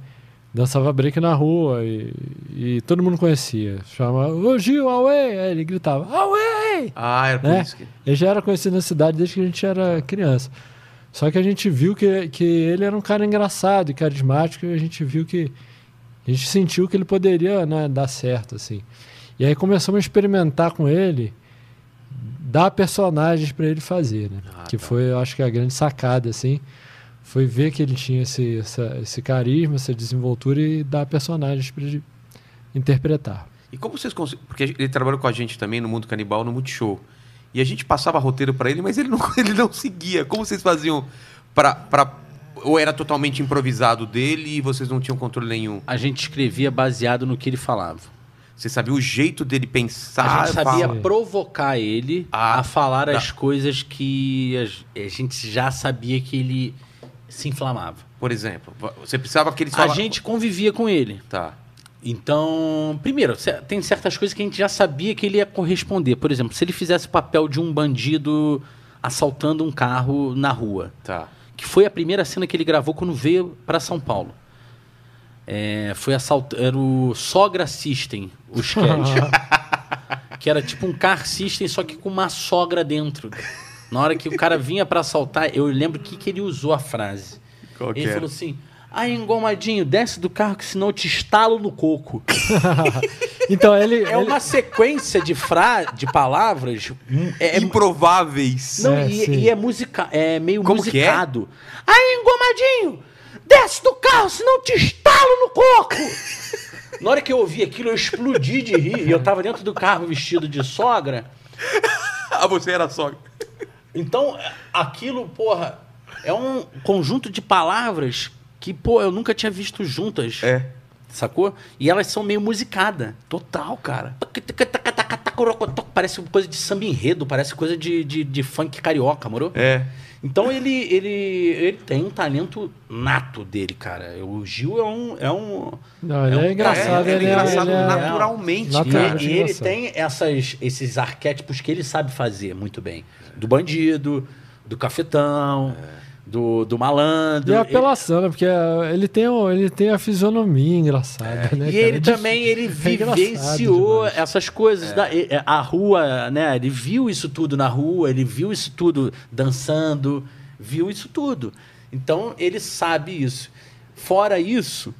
S2: Dançava break na rua e, e todo mundo conhecia. Chamava, ô Gil, Away! Aí ele gritava, Away!
S1: Ah, era por
S2: né?
S1: isso que...
S2: Ele já era conhecido na cidade desde que a gente era criança. Só que a gente viu que, que ele era um cara engraçado e carismático, e a gente viu que. A gente sentiu que ele poderia né, dar certo, assim. E aí começamos a experimentar com ele, dar personagens para ele fazer, né?
S1: Ah,
S2: que
S1: tá.
S2: foi, eu acho que a grande sacada, assim. Foi ver que ele tinha esse, essa- esse carisma, essa desenvoltura e dar personagens para ele
S3: *laughs*
S2: interpretar.
S1: E como vocês conseguem... Porque ele trabalhou com a gente também no Mundo Canibal, no Multishow. E a gente passava roteiro pra ele, mas ele não, *laughs* ele não seguia. Como vocês faziam pra... pra... Ou era totalmente improvisado dele e vocês não tinham controle nenhum?
S3: A gente escrevia baseado no que ele falava.
S1: Você sabia o jeito dele pensar?
S3: A gente sabia
S1: falar?
S3: provocar ele
S1: Tá, Ah,
S3: a falar
S1: tá.
S3: as coisas que a g- a gente já sabia que ele se inflamava.
S1: Por exemplo, você precisava que eles
S3: A
S1: falassem...
S3: gente convivia com ele.
S1: Tá.
S3: Então, primeiro, ce- tem certas coisas que a gente já sabia que ele ia corresponder. Por exemplo, se ele fizesse o papel de um bandido assaltando um carro na rua,
S1: Tá.
S3: que foi a primeira cena que ele gravou quando veio para São Paulo. É, foi assalt... Era o Sogra System,
S1: *laughs*
S3: o sketch. Que era tipo um car system, só que com uma sogra dentro. Na hora que o cara vinha pra assaltar, eu lembro que, que ele usou a frase.
S1: Qual que é?
S3: ele
S1: era?
S3: falou assim: Aí, engomadinho, desce do carro que senão eu te estalo no coco.
S2: Então ele. ele-
S3: É uma sequência de, fra de palavras. hum, É, é-
S1: Improváveis.
S3: não,
S2: É,
S3: e,
S2: sim.
S3: e é, musica, é meio
S1: Como que é?
S3: musicado. Aí, engomadinho, desce do carro senão eu te estalo no coco. *laughs* Na hora que eu ouvi aquilo, eu explodi de rir. E eu tava dentro do carro vestido de sogra.
S1: *laughs* Ah, você era só...
S3: Então, aquilo, porra, é um conjunto de palavras que, pô, eu nunca tinha visto juntas.
S1: É.
S3: Sacou? E elas são meio musicada.
S1: Total, cara.
S3: Parece coisa de samba enredo, parece coisa de, de, de funk carioca, moro?
S1: É.
S3: Então ele, ele, ele tem um talento nato dele, cara. O Gil é um. É um
S2: Não, ele é,
S3: É um-
S2: engraçado,
S1: é, ele é
S2: ele,
S1: engraçado
S2: é, ele é-
S1: naturalmente.
S2: Nat-
S3: E,
S2: Cara,
S3: e ele
S2: engraçado.
S3: tem essas, esses arquétipos que ele sabe fazer muito bem. Do bandido, do cafetão, do, do malandro.
S2: E a
S3: Ele-
S2: apelação, né? Porque ah, ele tem, o- ele tem a fisionomia engraçada, né? cara?
S3: e ele
S2: É difícil.
S3: também ele
S2: engraçado
S3: vivenciou
S2: demais.
S3: essas coisas. Da, e- é, a rua, né? Ele viu isso tudo na rua, ele viu isso tudo dançando, viu isso tudo. Então ele sabe isso. Fora isso,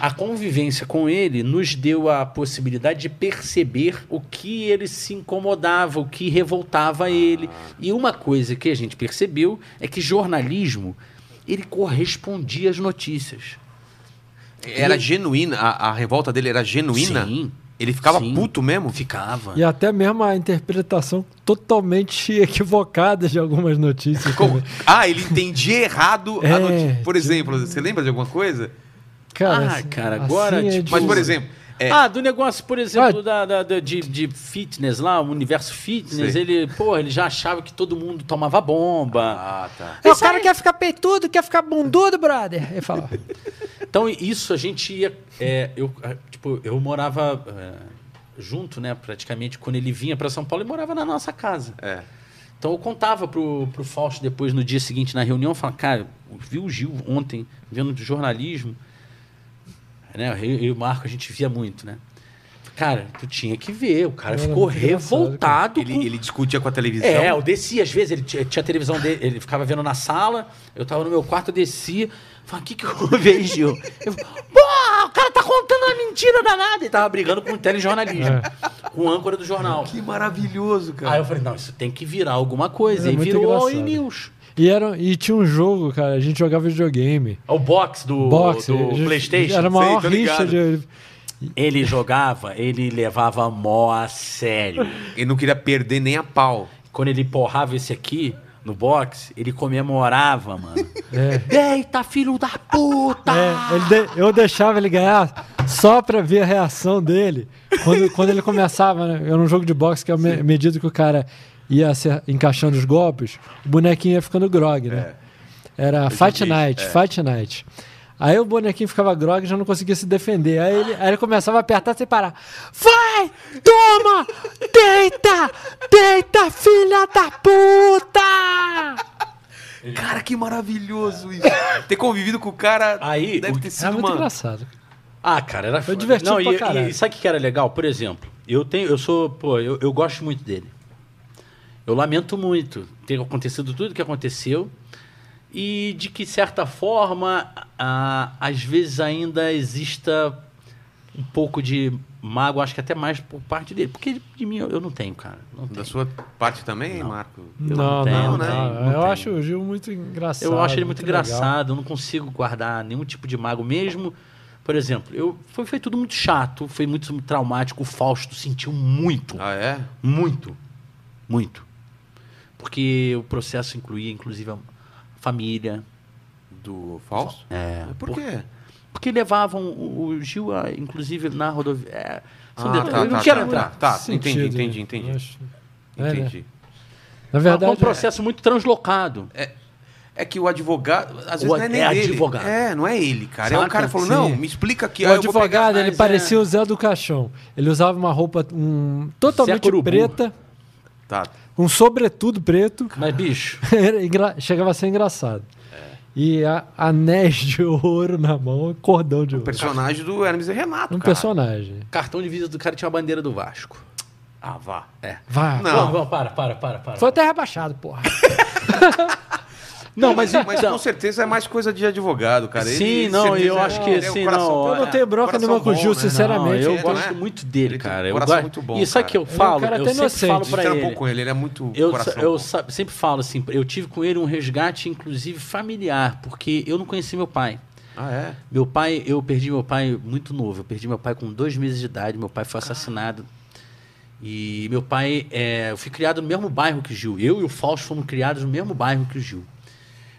S3: A convivência com ele nos deu a possibilidade de perceber o que ele se incomodava, o que revoltava ele. E uma coisa que a gente percebeu é que jornalismo ele correspondia às notícias.
S1: Era genuína, a, a revolta dele era genuína?
S3: é. Sim.
S1: Ele ficava
S3: Sim.
S1: puto mesmo?
S3: Ficava.
S2: E até mesmo a interpretação totalmente *laughs* equivocada de algumas notícias.
S1: Como-
S2: também.
S1: Ah, ele entendia errado a
S2: É,
S1: notícia. Por exemplo, você lembra de alguma coisa?
S3: Ah,
S2: assim-
S3: cara, agora,
S2: é
S3: tipo,
S1: Mas, por
S2: difícil.
S1: exemplo, é,
S3: Ah, do negócio, por exemplo,
S2: Ah.
S3: da, da- da- de, de fitness lá, o universo fitness,
S1: Sei.
S3: ele, porra, ele já achava que todo mundo tomava bomba. Ah, tá.
S2: É, o cara quer ficar peitudo, quer ficar bundudo, brother. Ele fala.
S3: Então, isso a gente ia. é, eu, ah, tipo, eu morava é, junto, né? Praticamente, quando ele vinha pra São Paulo, ele morava na nossa casa.
S1: É.
S3: Então eu contava pro, pro Fausto depois, no dia seguinte, na reunião, eu falava, cara, eu vi o Gil ontem, vendo de jornalismo. Né, eu eu e o Marco, a gente via muito, né? Cara, tu tinha que ver. O cara
S2: Era
S3: ficou
S2: muito engraçado,
S3: revoltado. com-
S1: ele, ele discutia com a televisão.
S3: é,
S2: Então?
S3: eu descia, às vezes ele tinha, tinha a televisão dele, ele ficava vendo na sala, eu tava no meu quarto, eu descia, falava, o que que houve aí, Gil? Eu, porra, o cara tá contando uma mentira danada. Ele tava brigando com o telejornalismo,
S2: É.
S3: com o âncora do jornal.
S1: Que maravilhoso, cara.
S3: Aí eu falei, não, isso tem que virar alguma coisa.
S2: É
S3: Aí
S2: muito
S3: virou o All
S2: engraçado.
S3: News.
S2: E, era, e tinha um jogo, cara, a gente jogava videogame.
S3: É O box do,
S2: Boxe.
S3: do
S2: a gente-
S3: Playstation.
S2: Era a maior
S1: sei, tô
S2: rixa de.
S3: Ele jogava, ele levava mó a sério.
S1: Ele não queria perder nem a pau.
S3: Quando ele porrava esse aqui no box, ele comemorava, mano.
S2: *laughs* É.
S3: Eita, filho da puta!
S2: É, ele de- eu deixava ele ganhar só pra ver a reação dele. Quando, quando ele começava, né? Era um jogo de boxe que, à me- medida que o cara ia acer- encaixando os golpes, o bonequinho ia ficando grog, né? Era Fight Night, Fight Night. Aí o bonequinho ficava grog e já não conseguia se defender. Aí ele, aí ele começava a apertar sem parar. Vai! Toma! Deita! Deita, filha da puta!
S1: Cara, que maravilhoso isso. Ter convivido com o cara
S3: Aí,
S1: deve
S3: o-
S1: ter sido
S2: Era muito
S1: uma-
S2: engraçado.
S3: Ah, cara, era
S2: Foi divertido
S3: Não,
S2: pra
S3: e-
S2: caralho.
S3: e, sabe o que era legal? Por exemplo, eu tenho, eu sou, pô, eu, eu gosto muito dele. Eu lamento muito ter acontecido tudo o que aconteceu e de que certa forma, a- às vezes ainda exista um pouco de mágoa, acho que até mais por parte dele, porque de mim eu, eu não tenho, cara. Não
S1: Da
S3: tenho.
S1: sua parte também, Marco?
S3: Eu
S2: não,
S3: não tenho,
S2: não,
S1: né?
S2: não.
S3: Não
S2: eu
S3: tenho.
S2: acho o Gil muito engraçado.
S3: Eu acho ele muito,
S2: legal.
S3: engraçado, eu não consigo guardar nenhum tipo de mago mesmo. Por exemplo, eu, foi, foi tudo muito chato, foi muito traumático. O Fausto sentiu muito,
S1: Ah, é?
S3: muito, muito. Porque o processo incluía, inclusive, a família.
S1: Do falso? É. Por quê?
S3: Porque levavam o, o Gil, a- inclusive, na rodovia. É, são
S1: Ah,
S3: detalhes.
S1: tá,
S3: eu não
S1: tá,
S3: quero
S1: tá,
S3: entrar.
S1: tá. Tá, entendi,
S2: Sentido, né?
S1: entendi, entendi.
S2: Acho- É, né?
S1: Entendi.
S2: Na
S3: Foi
S2: verdade,
S3: um processo muito translocado.
S1: É que o advogado, às vezes não
S3: O-
S1: é nem
S3: é
S1: dele.
S3: advogado.
S1: É, não é ele, cara. É
S3: Saca?
S1: o cara que falou,
S2: Sim.
S1: não, me explica aqui.
S2: o
S1: aí eu vou pegar-
S2: advogado, ele
S3: mas é-
S2: parecia o Zé do Caixão. Ele usava uma roupa um,
S3: Zé
S1: é
S2: totalmente
S3: Curubu.
S2: preta,
S1: Tá.
S2: um sobretudo preto. *laughs*
S3: Mas, bicho,
S2: Era engra- Chegava a ser engraçado.
S1: É.
S2: E a, anéis de ouro na mão e cordão de
S1: O
S2: ouro.
S1: Um personagem do Hermes e Renato,
S2: Um
S1: cara.
S2: personagem.
S3: cartão de visita do cara tinha a bandeira do Vasco.
S1: Ah, vá.
S3: É.
S2: Vai.
S1: Não.
S3: Vamos, vamos, para, para, para, para.
S2: Foi até rebaixado, porra.
S3: Não, mas,
S1: Mas
S3: então-
S1: com certeza é mais coisa de advogado, cara.
S3: Sim, não,
S1: certeza,
S3: eu acho que
S1: ele é um
S3: sim,
S1: coração-
S3: não,
S2: Eu não tenho bronca
S1: coração
S2: nenhuma com o
S1: bom,
S2: Gil,
S1: né?
S2: sinceramente.
S3: Não, eu
S1: é,
S3: gosto
S1: não é?
S3: muito dele,
S1: Ele tem
S3: cara.
S1: um
S3: Eu
S1: coração
S3: gosto
S1: muito bom,
S3: Isso aqui eu
S1: cara.
S3: falo,
S2: Ele é um cara
S3: eu
S2: até
S3: sempre
S2: inocente.
S3: falo
S1: A
S3: pra
S1: gente trampou
S3: ele.
S1: com ele, ele é muito
S3: Eu,
S1: coração
S3: eu
S1: bom.
S3: sa- sempre falo assim, eu tive com ele um resgate, inclusive familiar, porque eu não conheci meu pai.
S1: Ah, é?
S3: Meu pai, eu perdi meu pai muito novo. Eu perdi meu pai com dois meses de idade. Meu pai foi assassinado. E meu pai, é, eu fui criado no mesmo bairro que o Gil. Eu e o Fausto fomos criados no mesmo bairro que o Gil.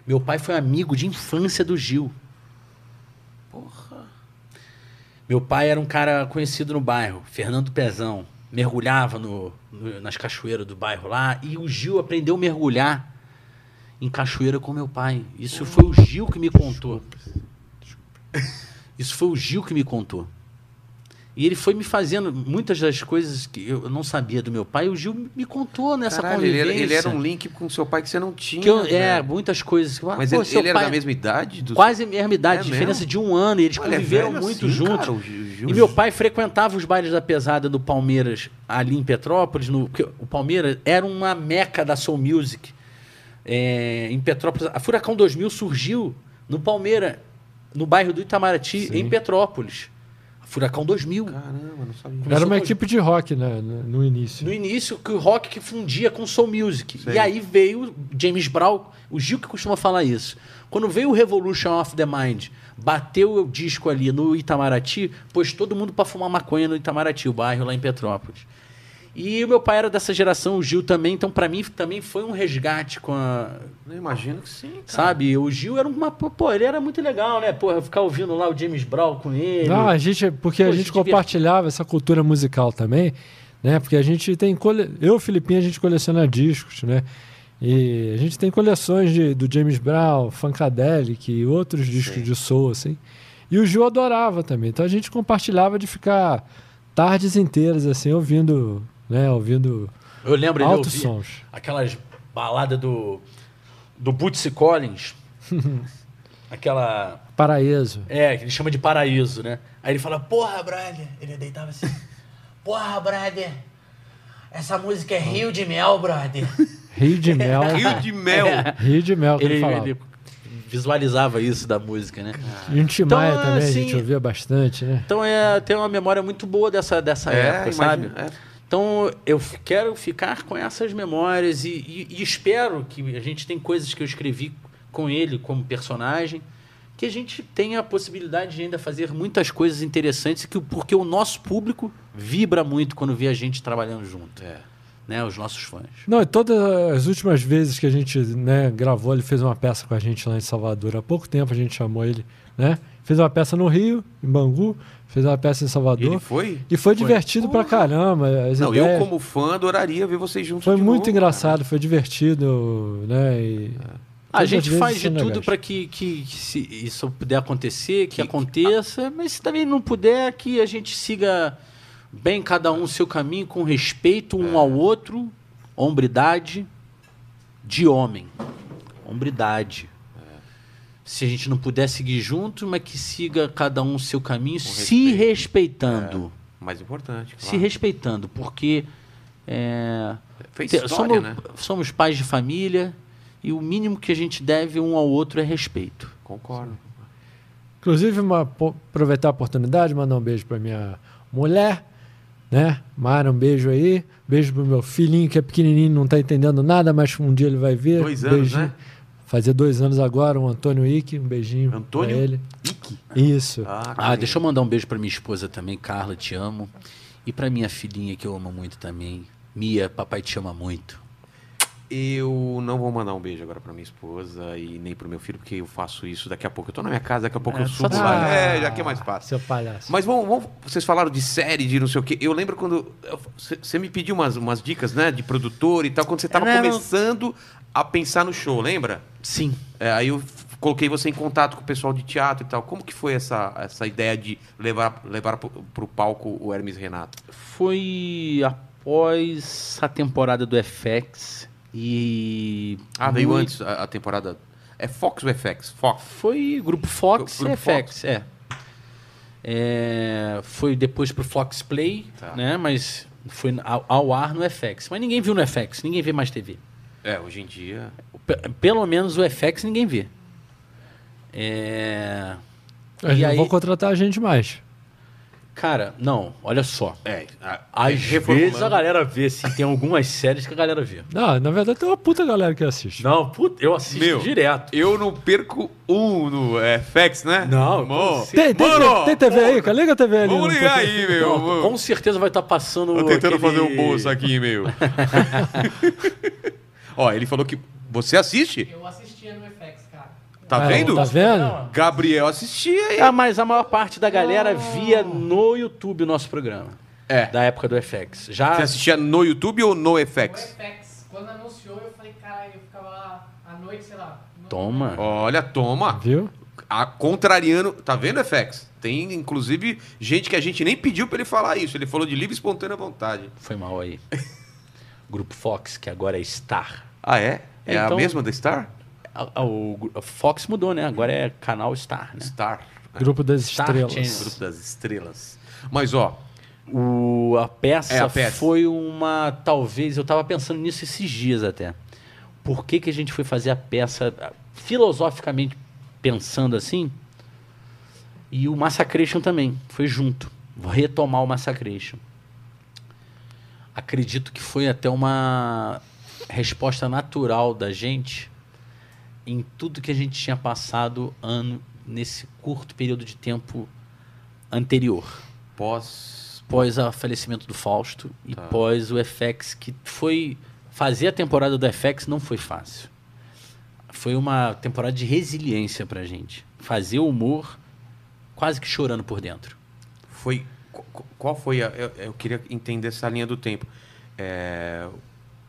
S3: Meu pai foi amigo de infância do Gil. Porra. Meu pai era um cara conhecido no bairro, Fernando Pezão. Mergulhava no- no- nas cachoeiras do bairro lá. E o Gil aprendeu a mergulhar em cachoeira com meu pai. Isso foi o Gil que me contou. Isso foi o Gil que me contou. E ele foi me fazendo muitas das coisas que eu não sabia do meu pai. O Gil me contou nessa
S1: Caralho, ele,
S3: convivência.
S1: era, ele era um link com seu pai que você não tinha.
S3: que eu, é,
S1: né?
S3: muitas coisas. que eu-
S1: Mas
S3: Pô,
S1: ele,
S3: seu
S1: ele era
S3: pai-
S1: da mesma idade? Do...
S3: Quase a mesma idade,
S1: É
S3: diferença
S1: mesmo?
S3: de um ano. E eles
S1: Olha, é
S3: conviveram
S1: velho
S3: muito
S1: assim,
S3: juntos.
S1: cara, o Gil- o Gil-
S3: E meu pai frequentava os bailes da pesada do Palmeiras ali em Petrópolis, no, porque o Palmeiras era uma meca da Soul Music. É, em Petrópolis, a Furacão 2000 surgiu no Palmeiras. no bairro do Itamaraty,
S2: Sim.
S3: em Petrópolis. Furacão 2000.
S1: Caramba, não sabia.
S2: Era uma
S3: com-
S2: equipe de rock, né? No no início.
S3: No início, que o rock que fundia com soul music.
S1: Sei.
S3: E aí veio James Brown, o Gil que costuma falar isso. Quando veio o Revolution of the Mind, bateu o disco ali no Itamaraty, pôs todo mundo pra fumar maconha no Itamaraty, o bairro lá em Petrópolis. E o meu pai era dessa geração, o Gil também, então pra mim também foi um resgate com a,
S1: Não imagino que sim. *laughs* cara.
S3: Sabe? O Gil era uma. Pô, ele era muito legal, né? Porra, ficar ouvindo lá o James Brown com ele.
S2: Não, a gente, porque
S3: Pô,
S2: a
S3: se
S2: gente
S3: divertir.
S2: compartilhava essa cultura musical também, né? Porque a gente tem cole... eu, Filipinho, a gente coleciona discos, né? E a gente tem coleções de, do James Brown, Funkadelic e outros discos de soul assim. E o Gil adorava também. Então a gente compartilhava de ficar tardes inteiras assim ouvindo, né, ouvindo
S3: Eu lembro ele
S2: altos
S3: ouvir
S2: sons.
S3: aquelas baladas do. do
S2: *laughs*
S3: Bootsy Collins. Aquela.
S2: Paraíso.
S3: É, que ele chama de paraíso, né? Aí ele fala, porra, brother. Ele deitava assim. Porra, brother. Essa música é Rio de Mel, brother.
S2: Rio
S3: *laughs*
S2: de mel.
S1: Rio de mel.
S3: É,
S2: Rio de mel É que ele,
S3: Ele,
S2: falava.
S3: ele visualizava isso da música, né?
S2: E um Tim
S3: Então,
S2: Maia também a
S3: assim,
S2: gente ouvia bastante, né?
S3: Então é, tem uma memória muito boa dessa, dessa época, sabe?
S1: imagina- é.
S3: Então, eu f- quero ficar com essas memórias e, e- e espero que a gente tem coisas que eu escrevi com ele como personagem, que a gente tenha a possibilidade de ainda fazer muitas coisas interessantes, que, o- porque o nosso público vibra muito quando vê a gente trabalhando junto. Né? Os nossos fãs.
S2: Não, e todas as últimas vezes que a gente né, gravou, ele fez uma peça com a gente lá em Salvador. Há pouco tempo a gente chamou ele, né? Fez uma peça no Rio, em Bangu, fez uma peça em Salvador.
S1: Ele foi?
S2: E foi divertido pra caramba. As
S1: Não, eu
S2: ideias.
S1: como fã adoraria ver vocês juntos
S2: Foi
S1: de
S2: muito
S1: novo,
S2: engraçado, foi divertido, né? e
S3: A
S2: todas
S3: gente
S2: as vezes é
S3: faz de
S2: são
S3: tudo
S2: legais.
S3: para que, que, que se isso puder acontecer, que, aconteça, mas se também não puder, que a gente siga bem cada um o seu caminho, com respeito um ao outro, hombridade de homem. Hombridade. Se a gente não puder seguir junto, mas que siga cada um o seu caminho, se respeitando.
S1: cara. Mais importante, É, claro.
S3: Se respeitando, porque. é,
S1: Fez
S3: te-
S1: história,
S3: somos,
S1: né?
S3: somos pais de família e o mínimo que a gente deve um ao outro é respeito.
S1: Concordo.
S2: Inclusive, uma- po- aproveitar a oportunidade, mandar um beijo pra minha mulher, né? Mara, um beijo aí. Beijo pro meu filhinho que é pequenininho, não tá entendendo nada, mas um dia ele vai ver.
S1: Dois
S2: Um
S1: anos,
S2: beijinho.
S1: né?
S2: Fazer dois anos agora, o Antônio Ike, um beijinho
S1: Antônio
S2: pra ele. Isso.
S1: Tá
S3: Ah, deixa eu mandar um beijo pra minha esposa também, Carla, te amo. E pra minha filhinha que eu amo muito também, Mia, papai te ama muito.
S1: Eu não vou mandar um beijo agora pra minha esposa e nem pro meu filho, porque eu faço isso daqui a pouco. Eu tô na minha casa, daqui a pouco eu
S3: só
S1: subo
S3: tá-
S1: lá. É, já que é mais fácil.
S2: Ah, Seu palhaço.
S1: Mas vamos, vamos- vocês falaram de série, de não sei o quê. Eu lembro quando. Você me pediu umas, umas dicas, né? De produtor e tal, quando você tava
S3: Não, não.
S1: começando a pensar no show, lembra?
S3: Sim.
S1: É, aí eu f- coloquei você em contato com o pessoal de teatro e tal. Como que foi essa, essa ideia de levar, levar pro, pro palco o Hermes Renato?
S3: Foi após a temporada do FX e.
S1: Ah, veio
S3: muito-
S1: antes a, a temporada. É Fox ou FX? Fox.
S3: Foi Grupo Fox
S1: Grupo
S3: e FX, É. É, Foi depois pro Fox Play,
S1: Tá.
S3: né? Mas foi ao, ao ar no FX. Mas ninguém viu no FX, ninguém vê mais TV.
S1: É, hoje em dia.
S3: P- pelo menos o FX ninguém vê. É,
S2: Eles
S3: e
S2: não
S3: aí-
S2: vão contratar a gente mais.
S3: Cara, não, olha só.
S1: É, a,
S3: Às
S1: reformulando.
S3: vezes a galera vê, sim. Tem algumas séries que a galera vê.
S2: Não, na verdade tem uma puta galera que assiste.
S3: Não, puta, eu assisto
S1: Meu.
S3: direto.
S1: Eu não perco um no FX, né?
S2: Não, assim?
S1: Mô.
S2: Tem, tem,
S1: Mano,
S2: tem TV aí, cara? Liga a TV ali. um
S1: Vamos ligar
S2: pouquinho.
S1: aí, meu.
S3: Não,
S1: Vamos-
S3: com certeza vai estar passando.
S1: Tô tentando
S3: aquele-
S1: fazer um bolso aqui, meu. Ó, ele falou que. Você assiste?
S6: Eu assistia no FX, cara.
S1: Tá
S2: Ah,
S1: vendo?
S2: Tá vendo?
S1: Gabriel assistia aí.
S3: Ah, mas a maior parte da galera via no YouTube o nosso programa.
S1: É.
S3: Da época do FX. Já.
S1: Você assistia no YouTube ou no
S6: No
S1: FX?
S6: FX, quando anunciou, eu falei, caralho, eu ficava lá à noite, sei lá. no-
S3: Toma.
S1: Olha, toma.
S2: Viu?
S1: A, contrariando. Tá vendo, FX? Tem, inclusive, gente que a gente nem pediu pra ele falar isso. Ele falou de livre e espontânea vontade.
S3: Foi mal aí. *laughs* Grupo Fox, que agora é Star.
S1: Ah, é? É a
S3: Então-
S1: mesma da Star?
S3: A- a- Ah, o gru- a Fox mudou, né? Agora é canal Star, né?
S1: Star.
S2: Grupo das
S3: Start,
S2: Estrelas.
S3: hein?
S1: Grupo das estrelas. Mas, ó,
S3: O, a, peça
S1: É, a peça.
S3: foi uma. Talvez. Eu tava pensando nisso esses dias até. Por que, que a gente foi fazer a peça ah, filosoficamente pensando assim? E o Massacration também, foi junto. Vou retomar o Massacration. Acredito que foi até uma resposta natural da gente em tudo que a gente tinha passado ano nesse curto período de tempo anterior. Pós pós o falecimento do Fausto e
S1: Tá.
S3: pós o FX que foi fazer a temporada do FX não foi fácil. Foi uma temporada de resiliência pra gente. Fazer o humor quase que chorando por dentro.
S1: Foi. qu- qu- Qual foi a. Eu, eu queria entender essa linha do tempo. É,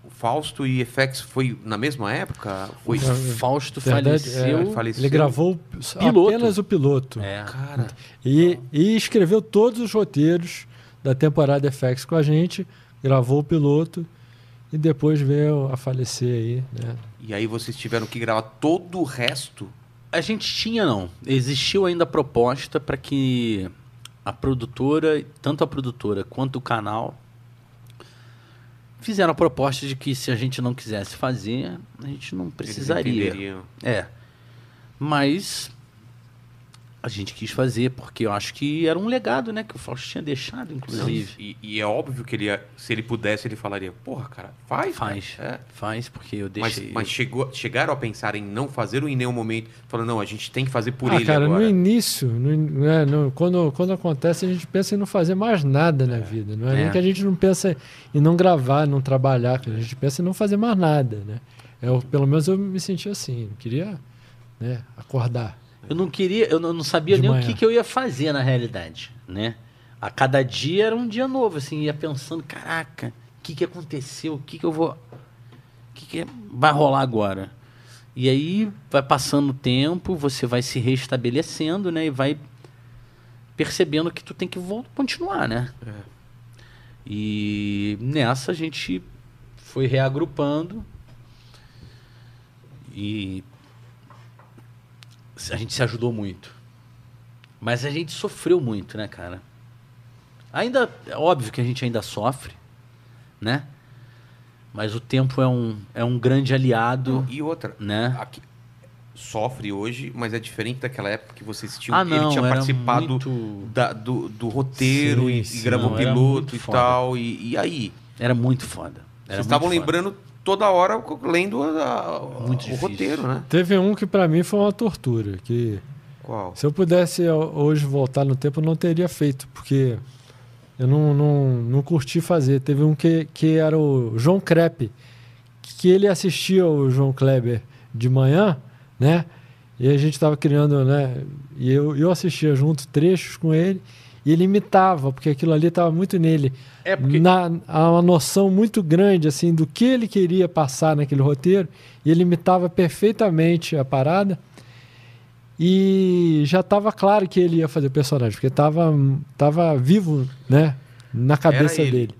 S1: o Fausto e FX foi na mesma época? Foi.
S3: O Fausto
S2: Verdade,
S3: faleceu.
S1: é, faleceu.
S2: Ele gravou
S3: Piloto.
S2: apenas o piloto.
S3: É.
S1: Cara,
S2: E, e escreveu todos os roteiros da temporada FX com a gente, gravou o piloto e depois veio a falecer aí, né?
S1: e aí vocês tiveram que gravar todo o resto?
S3: A gente tinha, não. Existiu ainda a proposta para que a produtora, tanto a produtora quanto o canal, fizeram a proposta de que se a gente não quisesse fazer, a gente não
S1: Eles
S3: precisaria.
S1: entenderiam.
S3: É. Mas a gente quis fazer porque eu acho que era um legado, né, que o Fausto tinha deixado, inclusive.
S1: E, e é óbvio que ele ia, se ele pudesse, ele falaria, porra, cara, faz.
S3: Faz.
S1: É.
S3: Faz porque eu
S1: Mas,
S3: deixei.
S1: mas chegou, chegaram a pensar em não fazer ou em nenhum momento? Falando, não, a gente tem que fazer por
S2: ah,
S1: ele
S2: cara,
S1: agora.
S2: no início, no in- né, no- quando, quando acontece, a gente pensa em não fazer mais nada na vida. Não é,
S3: É.
S2: nem que a gente não pensa em não gravar, não trabalhar, que a gente pensa em não fazer mais nada, né? Eu, pelo menos eu me senti assim, não queria né, acordar.
S3: É. Eu não queria, eu não eu não sabia
S2: De
S3: nem o
S2: manhã.
S3: que, que eu ia fazer na realidade, né? A cada dia era um dia novo, assim, ia pensando, caraca, o que, que aconteceu? O que, que eu vou. O que, que vai rolar agora? E aí vai passando o tempo, você vai se restabelecendo, né? E vai percebendo que tu tem que vol- continuar, né? E nessa a gente foi reagrupando e a gente se ajudou muito. Mas a gente sofreu muito, né, cara? Ainda, é óbvio que a gente ainda sofre, né? Mas o tempo é um, é um grande aliado,
S1: E outra,
S3: né?
S1: aqui- sofre hoje, mas é diferente daquela época que vocês tinham.
S3: Ah, não,
S1: ele tinha
S3: era
S1: participado
S3: muito-
S1: da- do, do roteiro
S2: Sim,
S1: e- e,
S2: sim.
S1: gravou
S3: Não, era muito
S1: piloto e
S3: foda.
S1: tal. E, e aí?
S3: Era muito foda. Era muito
S1: vocês estavam
S3: foda.
S1: lembrando toda hora, lendo a- a-
S3: Muito
S1: o
S3: difícil.
S1: roteiro, né?
S2: Teve um que pra mim foi uma tortura, que
S1: Qual?
S2: Se eu pudesse eu, hoje voltar no tempo, eu não teria feito, porque eu não, não, não curti fazer. Teve um que, que era o João Crepe, que ele assistia o João Kleber de manhã, né? E a gente estava criando, né? E eu, eu assistia junto trechos com ele, e ele imitava, porque aquilo ali estava muito nele.
S3: É, porque-
S2: Na, há uma noção muito grande, assim, do que ele queria passar naquele roteiro, e ele imitava perfeitamente a parada. E já estava claro que ele ia fazer o personagem, porque estava tava vivo, né? Na cabeça
S1: ele.
S2: dele.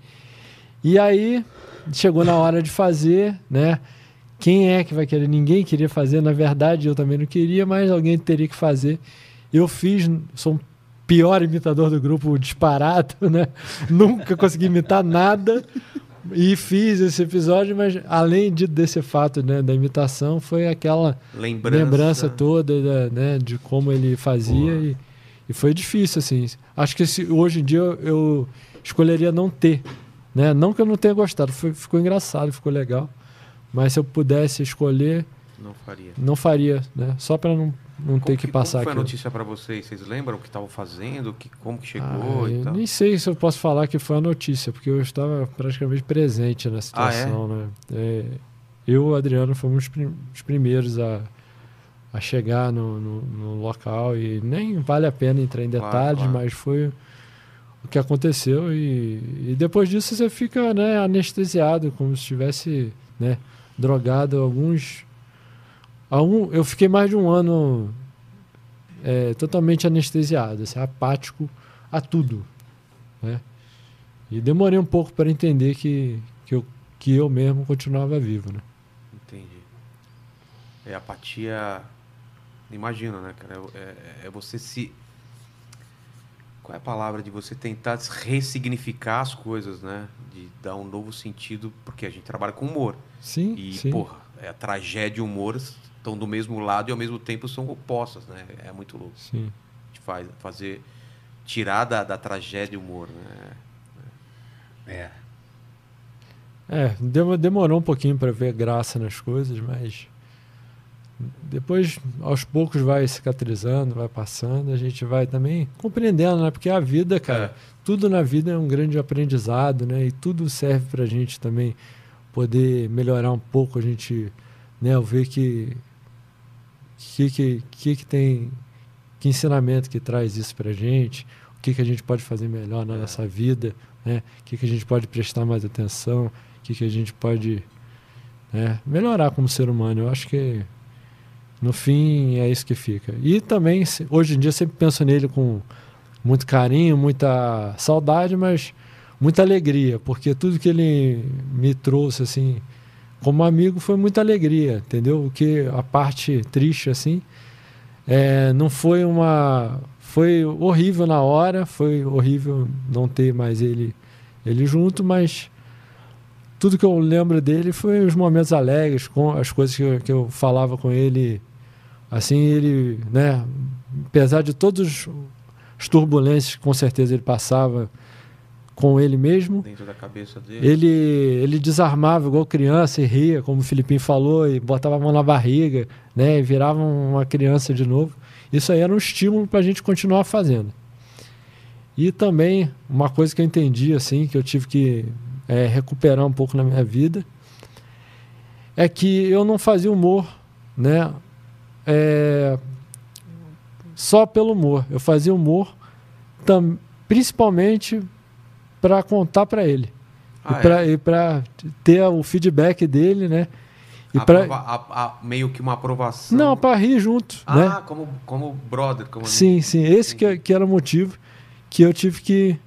S2: E aí, chegou na hora de fazer, né? Quem é que vai querer? Ninguém queria fazer, na verdade, eu também não queria, mas alguém teria que fazer. Eu fiz, sou o pior imitador do grupo, um disparado, né? *laughs* Nunca consegui imitar nada. E fiz esse episódio, mas além de, desse fato né, da imitação, foi aquela
S1: Lembrança.
S2: lembrança toda da- né, de como ele fazia e, e foi difícil assim acho que se, hoje em dia eu, eu escolheria não ter né não que eu não tenha gostado foi- ficou engraçado ficou legal mas se eu pudesse escolher
S1: Não faria.
S2: não faria né só para não, não ter
S1: Como
S2: que, passar
S1: como foi a
S2: aquilo.
S1: notícia pra vocês? Vocês lembram o que estavam fazendo? Que, como que
S2: Ah,
S1: chegou e
S2: eu
S1: tal?
S2: nem sei se eu posso falar que foi a notícia porque eu estava praticamente presente
S1: Ah,
S2: na situação né É, eu e o Adriano fomos os prim- os primeiros a a chegar no, no- no local e nem vale a pena entrar em
S1: Claro,
S2: detalhes,
S1: claro.
S2: mas foi o que aconteceu e, e depois disso você fica né, anestesiado, como se estivesse né, drogado alguns... Algum, eu fiquei mais de um ano é, totalmente anestesiado, assim, apático a tudo. Né? E demorei um pouco para entender que, que, eu, que eu mesmo continuava vivo. Né?
S1: Entendi. É apatia. Imagino, né, cara? É- É, é você se. Qual é a palavra de você tentar ressignificar as coisas, né? De dar um novo sentido, porque a gente trabalha com humor.
S2: Sim,
S1: E,
S2: sim.
S1: porra, é a tragédia e o humor estão do mesmo lado e ao mesmo tempo são opostas, né? É muito louco.
S2: sim.
S1: faz, fazer tirar da, da tragédia o humor, né?
S3: É.
S2: É, demo- demorou um pouquinho para ver graça nas coisas, mas depois, aos poucos, vai cicatrizando, vai passando, a gente vai também compreendendo, né? Porque a vida, cara, tudo na vida é um grande aprendizado, né? E tudo serve para a gente também poder melhorar um pouco, a gente, né? Ver que que que, que, que tem que ensinamento que traz isso para gente, o que que a gente pode fazer melhor na nossa vida, né? O que que a gente pode prestar mais atenção, o que que a gente pode né, melhorar como ser humano. Eu acho que no fim é isso que fica. E também se- hoje em dia eu sempre penso nele com muito carinho, muita saudade, mas muita alegria, porque tudo que ele me trouxe assim como amigo foi muita alegria, entendeu? O que a parte triste assim é, não foi uma. Foi horrível na hora, foi horrível não ter mais ele, ele junto, mas tudo que eu lembro dele foi os momentos alegres, com as coisas que eu, que eu falava com ele. Assim, ele, né, apesar de todos os turbulências que com certeza ele passava com ele mesmo,
S1: Dentro da cabeça dele.
S2: ele, ele desarmava igual criança e ria, como o Filipinho falou, e botava a mão na barriga, né? E virava uma criança de novo. Isso aí era um estímulo para a gente continuar fazendo. E também, uma coisa que eu entendi, assim, que eu tive que eh, recuperar um pouco na minha vida, é que eu não fazia humor, né? eh, só pelo humor. Eu fazia humor tam, principalmente para contar para ele
S1: Ah, é.
S2: e para ter o feedback dele, né? E
S1: Aprova-
S2: para
S1: a- a- meio que uma aprovação.
S2: não, para rir junto,
S1: Ah,
S2: né?
S1: como, como brother, como amigo.
S2: Sim, sim, esse que, que era o motivo que eu tive que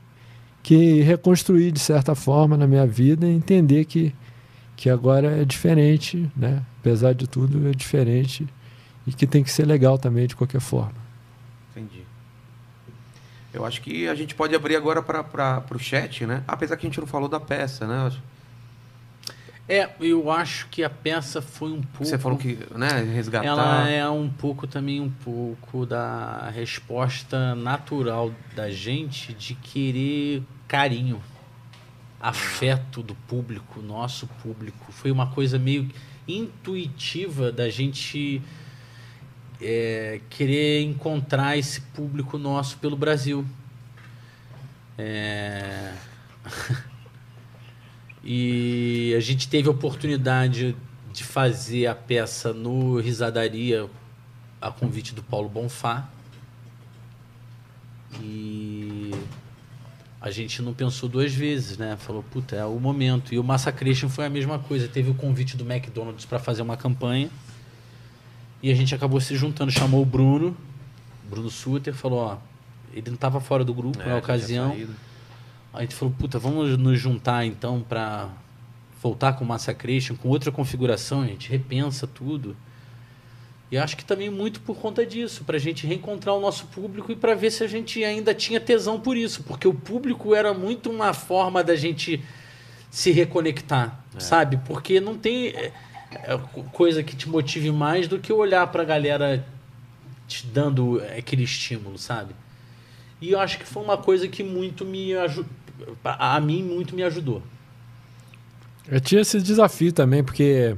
S2: que reconstruir de certa forma na minha vida e entender que que agora é diferente, né? Apesar de tudo, é diferente e que tem que ser legal também de qualquer forma.
S1: Entendi. Eu acho que a gente pode abrir agora para o chat, né? Apesar que a gente não falou da peça, né? Eu acho-
S3: É, eu acho que a peça foi um pouco.
S1: Você falou que, né, resgatar.
S3: Ela é um pouco também um pouco da resposta natural da gente de querer carinho, afeto do público, nosso público. Foi uma coisa meio intuitiva da gente é, querer encontrar esse público nosso pelo Brasil. É, e a gente teve a oportunidade de fazer a peça no Risadaria a convite do Paulo Bonfá. E a gente não pensou duas vezes, né? Falou, puta, é o momento. E o Massacration foi a mesma coisa. Teve o convite do McDonald's para fazer uma campanha. E a gente acabou se juntando, chamou o Bruno, Bruno Suter, falou, ó, ele não tava fora do grupo
S1: já
S3: na
S1: É, tinha
S3: ocasião.
S1: saído.
S3: Aí a gente falou, puta, vamos nos juntar então pra voltar com o Massacration, com outra configuração, a gente repensa tudo. E acho que também muito por conta disso, pra gente reencontrar o nosso público e pra ver se a gente ainda tinha tesão por isso, porque o público era muito uma forma da gente se reconectar, sabe? Porque não tem é, é, co- coisa que te motive mais do que olhar pra galera te dando é, aquele estímulo, sabe? E eu acho que foi uma coisa que muito me ajudou. A mim, muito me ajudou.
S2: Eu tinha esse desafio também, porque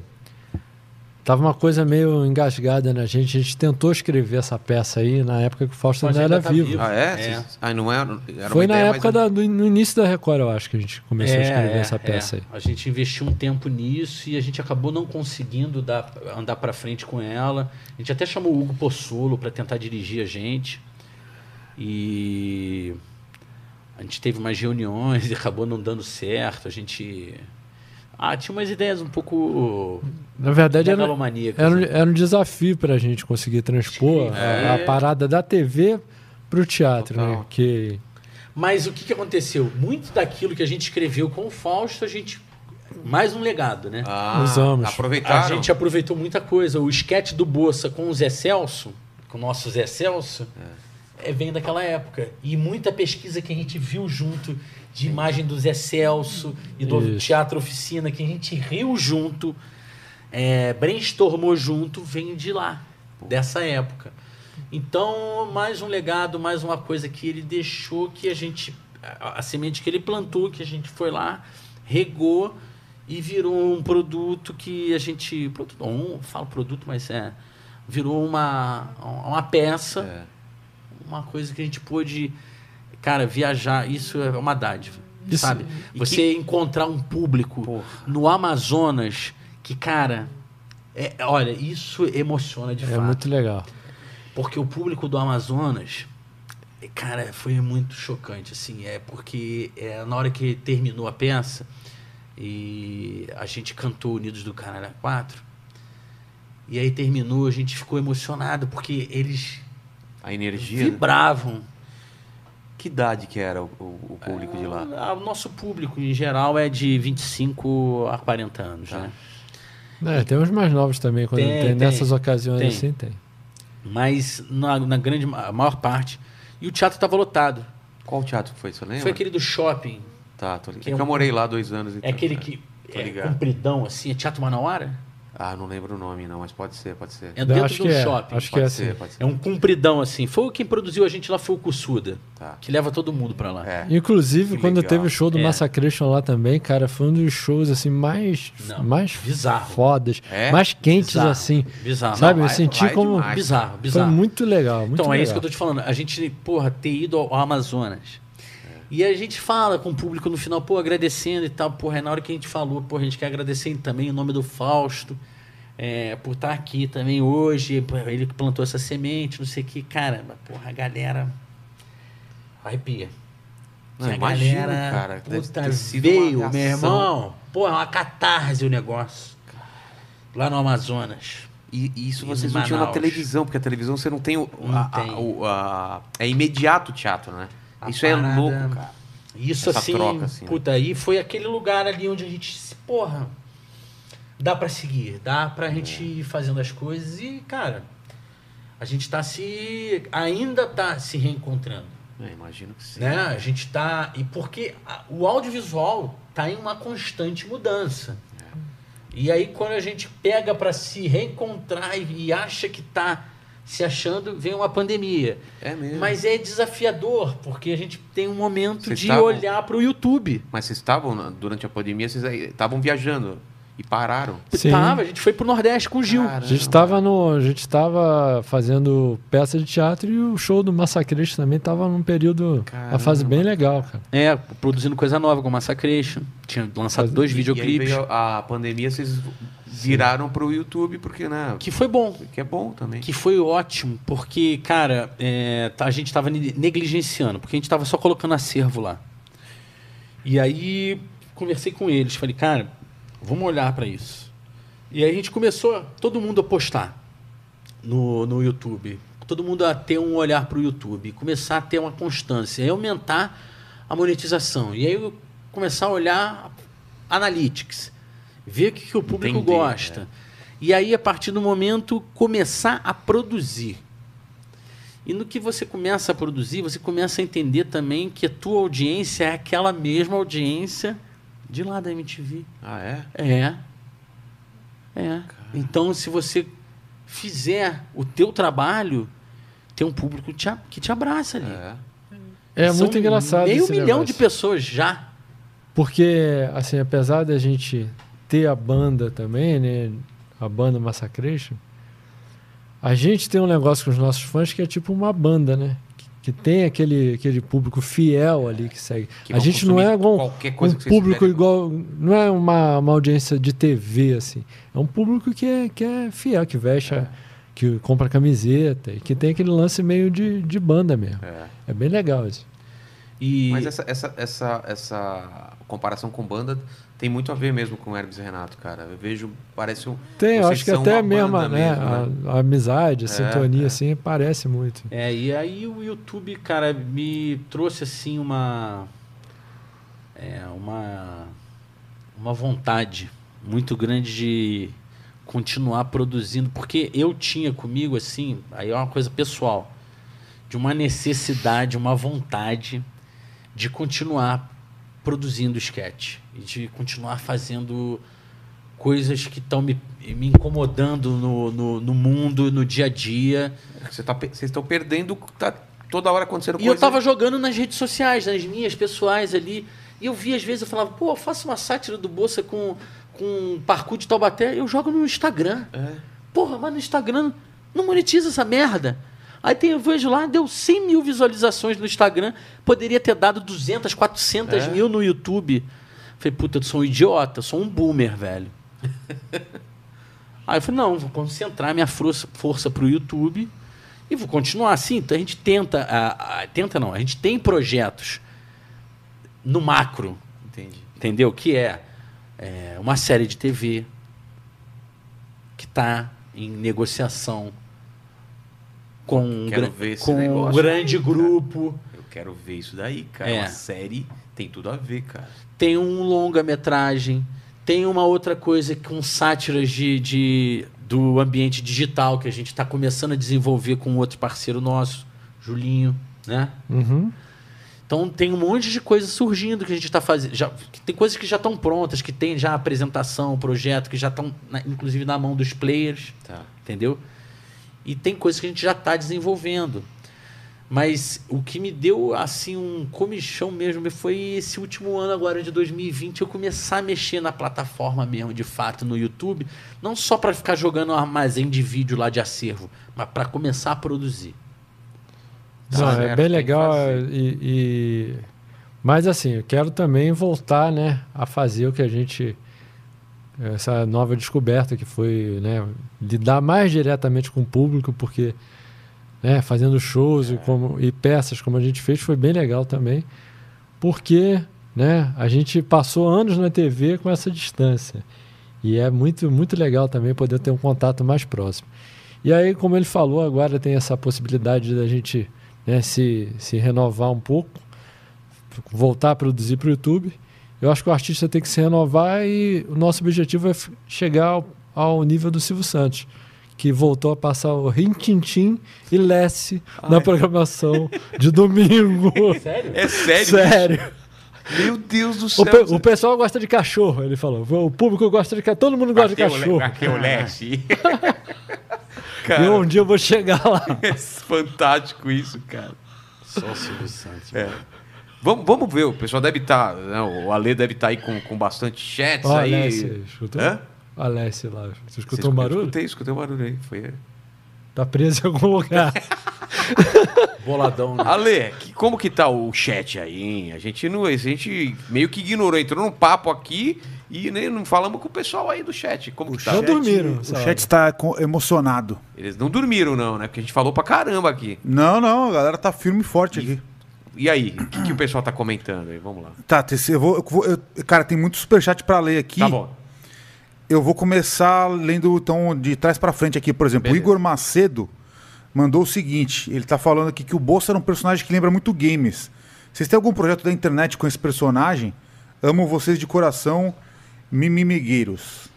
S2: tava uma coisa meio engasgada na gente. A gente tentou escrever essa peça aí na época que o Fausto
S3: Mas
S2: ainda era
S3: ainda tá
S2: vivo.
S3: vivo.
S1: Ah, é?
S3: É.
S1: Vocês- Ah, não era, era
S2: Foi
S1: uma
S2: na
S1: ideia mais
S2: época
S1: an-
S2: da, do, no início da Record, eu acho que a gente começou
S3: É,
S2: a escrever essa peça aí.
S3: A gente investiu um tempo nisso e a gente acabou não conseguindo dar, andar pra frente com ela. A gente até chamou o Hugo Pozzolo pra tentar dirigir a gente. E a gente teve umas reuniões *laughs* e acabou não dando certo. A gente. Ah, tinha umas ideias um pouco.
S2: Na verdade, era,
S3: megalomaníacas.
S2: era, um,
S3: né?
S2: era um desafio pra gente conseguir transpor a, a parada da TV pro teatro, né?
S1: é. Total.
S2: Que
S3: Mas o que, que aconteceu? Muito daquilo que a gente escreveu com o Fausto, a gente. Mais um legado, né?
S1: Ah,
S2: Usamos.
S1: aproveitaram.
S3: A gente é aproveitou muita coisa. O esquete do Bossa com o Zé Celso, com o nosso Zé Celso, é. vem daquela época. E muita pesquisa que a gente viu junto de imagem do Zé Celso e do
S2: Isso.
S3: Teatro Oficina, que a gente riu junto, é, brainstormou junto, vem de lá, dessa época. Então, mais um legado, mais uma coisa que ele deixou que a gente. A, a semente que ele plantou, que a gente foi lá, regou e virou um produto que a gente. Produto, um, falo produto, mas é. Virou uma, uma peça, uma coisa que a gente pôde. Cara, viajar, isso é uma dádiva.
S2: Isso-
S3: Sabe? Você encontrar um público no Amazonas que, cara. é- olha, isso emociona de
S2: É
S3: fato.
S2: muito legal.
S3: Porque o público do Amazonas, cara, foi muito chocante, assim. É porque é, na hora que terminou a peça e a gente cantou Unidos do Caralho 4, e aí terminou, a gente ficou emocionado, porque eles
S1: A energia. né?
S3: vibravam.
S1: Que idade que era o, o- o público de lá?
S3: Ah, O nosso público, em geral, é de 25 a 40 anos,
S1: Tá.
S3: né?
S2: É, tem uns mais novos também, quando
S3: Tem,
S2: tem,
S3: tem.
S2: nessas ocasiões
S3: Tem.
S2: assim, tem.
S3: Mas na, na grande ma- a maior parte. E o teatro estava lotado.
S1: Qual teatro que foi? Você lembra?
S3: Foi aquele do shopping,
S1: Tá, tô ligado.
S3: que
S1: É
S3: é
S1: que eu
S3: um-
S1: morei lá dois anos.
S3: É
S1: então,
S3: aquele
S1: cara.
S3: que
S1: Tô
S3: é
S1: ligado.
S3: compridão, assim, é Teatro Manauara?
S1: Ah, não lembro o nome não, mas pode ser, pode ser.
S3: É dentro
S2: acho
S3: de um
S2: que é,
S3: shopping.
S2: acho que
S1: pode
S2: é
S1: ser,
S2: assim.
S1: pode ser.
S3: É um compridão, assim. Foi o quem produziu a gente lá, foi o Cussuda,
S1: Tá.
S3: que leva todo mundo pra lá.
S1: É.
S2: Inclusive,
S1: Que
S2: quando
S1: legal.
S2: teve o show do
S3: É.
S2: Massacration lá também, cara, foi um dos shows assim mais,
S3: Não,
S2: mais
S3: bizarro.
S2: fodas,
S1: É?
S2: mais quentes
S3: Bizarro,
S2: assim.
S3: Bizarro.
S2: Sabe,
S1: Não,
S2: eu
S1: lá é-
S2: senti
S1: lá é
S2: como.
S1: demais.
S3: Bizarro,
S2: Foi
S3: bizarro.
S2: muito legal, muito
S3: então,
S2: legal.
S3: é isso que eu tô te falando. A gente, porra, ter ido ao, ao Amazonas.
S1: É.
S3: E a gente fala com o público no final, pô, agradecendo e tal. Porra, é na hora que a gente falou, porra, a gente quer agradecer também em nome do Fausto. é, por estar aqui também hoje, pô, ele que plantou essa semente, não sei o que, caramba, porra, a galera arrepia.
S1: Não,
S3: Que a
S1: imagino,
S3: galera,
S1: cara, deve
S3: puta,
S1: ter sido
S3: veio,
S1: uma
S3: meu
S1: reação.
S3: irmão. Pô, é uma catarse o negócio. Lá no Amazonas.
S1: E, e isso
S3: E
S1: vocês
S3: no
S1: não tinham na
S3: Manaus.
S1: televisão, porque a televisão você não tem o.
S3: Não
S1: a- a-
S3: tem.
S1: o- a- é imediato o teatro, né?
S3: A
S1: isso é
S3: parada-
S1: louco, cara.
S3: Isso
S1: Essa
S3: assim,
S1: troca, assim, né?
S3: puta, aí foi aquele lugar ali onde a gente se, porra, dá pra seguir, dá pra
S1: É.
S3: gente ir fazendo as coisas e, cara, a gente tá se, ainda tá se reencontrando,
S1: É, imagino que sim.
S3: né? A gente tá, e porque a- o audiovisual tá em uma constante mudança.
S1: É.
S3: E aí quando a gente pega pra se reencontrar e, e acha que tá se achando, vem uma pandemia.
S1: É mesmo. Mas,
S3: Mas é desafiador, porque a gente tem um momento
S1: Vocês
S3: de
S1: estavam-
S3: olhar pro YouTube.
S1: vocês estavam, na- durante a pandemia, vocês aí estavam viajando e pararam.
S2: Sim.
S3: Tava, Tá, a gente foi pro Nordeste com o Gil.
S2: A gente tava no, a gente tava fazendo peça de teatro e o show do Massacration também tava num período, a fase bem legal, cara.
S3: É, produzindo coisa nova com Massacration. Tinha lançado dois
S1: E-
S3: videoclipes.
S1: E aí veio a pandemia, vocês viraram pro YouTube, porque, né?
S3: Que foi bom.
S1: Que é bom também.
S3: Que foi ótimo, porque, cara, é, tá- a gente tava ne- negligenciando, porque a gente tava só colocando acervo lá. E aí conversei com eles, falei, cara, vamos olhar pra isso. E aí a gente começou, todo mundo a postar no, no YouTube. Todo mundo a ter um olhar pro YouTube, começar a ter uma constância, e aumentar a monetização. E aí eu começar a olhar analytics, ver o que, que o público
S1: Entender,
S3: gosta. E aí, a partir do momento, começar a produzir. E no que você começa a produzir, você começa a entender também que a tua audiência é aquela mesma audiência de lá da MTV.
S1: Ah, é?
S3: É. É. Então, se você fizer o teu trabalho, tem um público te a- que te abraça ali.
S1: É.
S2: É
S3: São
S2: muito engraçado
S3: Meio
S2: esse
S3: milhão de
S2: negócio.
S3: pessoas já.
S2: Porque, assim, apesar da gente ter a banda também, né? A banda Massacration, a gente tem um negócio com os nossos fãs que é tipo uma banda, né? Que, que tem aquele, aquele público fiel ali que segue.
S1: Que
S2: a
S1: vão
S2: gente não é
S1: consumir
S2: igual
S1: qualquer
S2: um
S1: coisa que vocês
S2: público
S1: fizerem.
S2: igual. Não é uma, uma audiência de TV, assim. É um público que é, que é fiel, que veste, a- que compra camiseta e que tem aquele lance meio de, de banda mesmo.
S1: É.
S2: É bem legal isso.
S3: E
S2: é
S1: Mas essa, essa, essa, essa comparação com banda tem muito a ver mesmo com Hermes e Renato, cara. Eu vejo, parece um.
S2: Tem, eu
S1: vocês
S2: acho que
S1: são
S2: até
S1: uma
S2: a mesma,
S1: banda
S2: né,
S1: mesmo, É,
S2: A, a amizade, a sintonia, assim, parece muito.
S3: É, e aí o YouTube, cara, me trouxe assim uma. É, uma. Uma vontade muito grande de continuar produzindo, porque eu tinha comigo, assim, aí é uma coisa pessoal, de uma necessidade, uma vontade de continuar produzindo sketch e de continuar fazendo coisas que estão me, me incomodando no, no, no mundo, no dia a dia.
S2: Ah.
S1: Você tá pe- Vocês estão perdendo. Tá toda hora acontecendo né?
S3: E eu tava jogando nas redes sociais, nas minhas pessoais ali. E eu vi, às vezes, eu falava, pô, faça uma sátira do Bolsa com, com parkour de Taubaté. Eu jogo no Instagram. Porra, mas no Instagram não monetiza essa merda. Aí tem, eu vejo lá, deu 100 mil visualizações no Instagram. Poderia ter dado 200, 400 mil no YouTube. Falei, puta, eu sou um idiota, sou um boomer, velho. Aí eu falei, não, vou concentrar minha força, força pro YouTube e vou continuar assim. Então a gente tenta, a- a- tenta não, a gente tem projetos no macro,
S1: Entendi.
S3: entendeu? Que é, é, uma série de TV que está em negociação com um,
S1: Quero
S3: gran-
S1: ver esse
S3: com um
S1: negócio É.
S3: grande
S1: aí, cara.
S3: grupo.
S1: Eu quero ver isso daí, cara.
S3: É.
S1: Uma série tem tudo a ver, cara.
S3: tem um longa-metragem, tem uma outra coisa com sátiras de, de- do ambiente digital que a gente está começando a desenvolver com outro parceiro nosso, Julinho, né?
S2: Uhum.
S3: Então tem um monte de coisa surgindo que a gente está fazendo. Já, que tem coisas que já estão prontas, que tem já apresentação, projeto, que já estão, na- inclusive, na mão dos players.
S1: Tá.
S3: Entendeu? E tem coisas que a gente já está desenvolvendo. Mas o que me deu assim um comichão mesmo foi esse último ano agora de 2020 eu começar a mexer na plataforma mesmo, de fato, no YouTube, não só para ficar jogando um armazém de vídeo lá de acervo, mas para começar a produzir.
S1: Tá
S2: Não, é
S1: certo,
S2: bem
S1: tem que
S2: legal
S1: fazer.
S2: e, e- Mas assim, eu quero também voltar né, a fazer o que a gente... Essa nova descoberta que foi né, lidar mais diretamente com o público, porque né, fazendo
S1: É.
S2: shows e, como, e peças como a gente fez foi bem legal também, porque né, a gente passou anos na TV com essa distância. E é muito, muito legal também poder ter um contato mais próximo. E aí, como ele falou, agora tem essa possibilidade da gente né, se, se renovar um pouco, voltar a produzir para o YouTube. Eu acho que o artista tem que se renovar e o nosso objetivo é f- chegar ao, ao nível do Silvio Santos, que voltou a passar o Rintintim e Lesse na programação de domingo. *laughs* Sério?
S1: É sério?
S2: Sério.
S1: Meu Deus do
S2: O,
S1: céu.
S2: pe- o pessoal gosta de cachorro, ele falou. O público gosta de cachorro. Todo mundo gosta de cachorro.
S1: Aquele
S2: *laughs*
S1: leste.
S2: E
S1: cara,
S2: um dia eu vou chegar lá.
S1: *laughs* é fantástico isso, cara.
S3: Só o Silvio Santos.
S1: É. Vamos, vamos ver, o pessoal deve estar. o Ale deve estar aí com, com bastante chats
S2: Ó,
S1: aí.
S2: Alessi, escutou?
S1: Hã?
S2: Alessi lá. Você
S1: Vocês-
S2: escutou um
S1: Eu
S2: barulho?
S1: escutei, escutei um barulho aí. Foi.
S2: Tá preso em algum lugar.
S1: Então,
S3: Boladão, né?
S1: Ale, que- como que tá o chat aí, hein? A gente, não, a gente meio que ignorou, entrou num papo aqui e nem não falamos com o pessoal aí do chat. Como que tá?
S2: Não dormiram,
S4: O
S2: sabe?
S4: chat está co- emocionado.
S1: Eles não dormiram, não, né? Porque a gente falou pra caramba aqui.
S4: Não, não, a galera tá firme e forte aqui.
S1: E aí, o que, que o pessoal tá comentando aí? Vamos lá.
S4: Tá, Tessê, eu vou, eu vou- eu- cara, tem muito superchat pra ler aqui.
S1: Tá bom.
S4: Eu vou começar lendo então de trás pra frente aqui, por exemplo, o
S1: Beleza.
S4: Igor Macedo mandou o seguinte, ele tá falando aqui que o Bolsa era um personagem que lembra muito games. Vocês têm algum projeto da internet com esse personagem? Amo vocês de coração, mimimigueiros.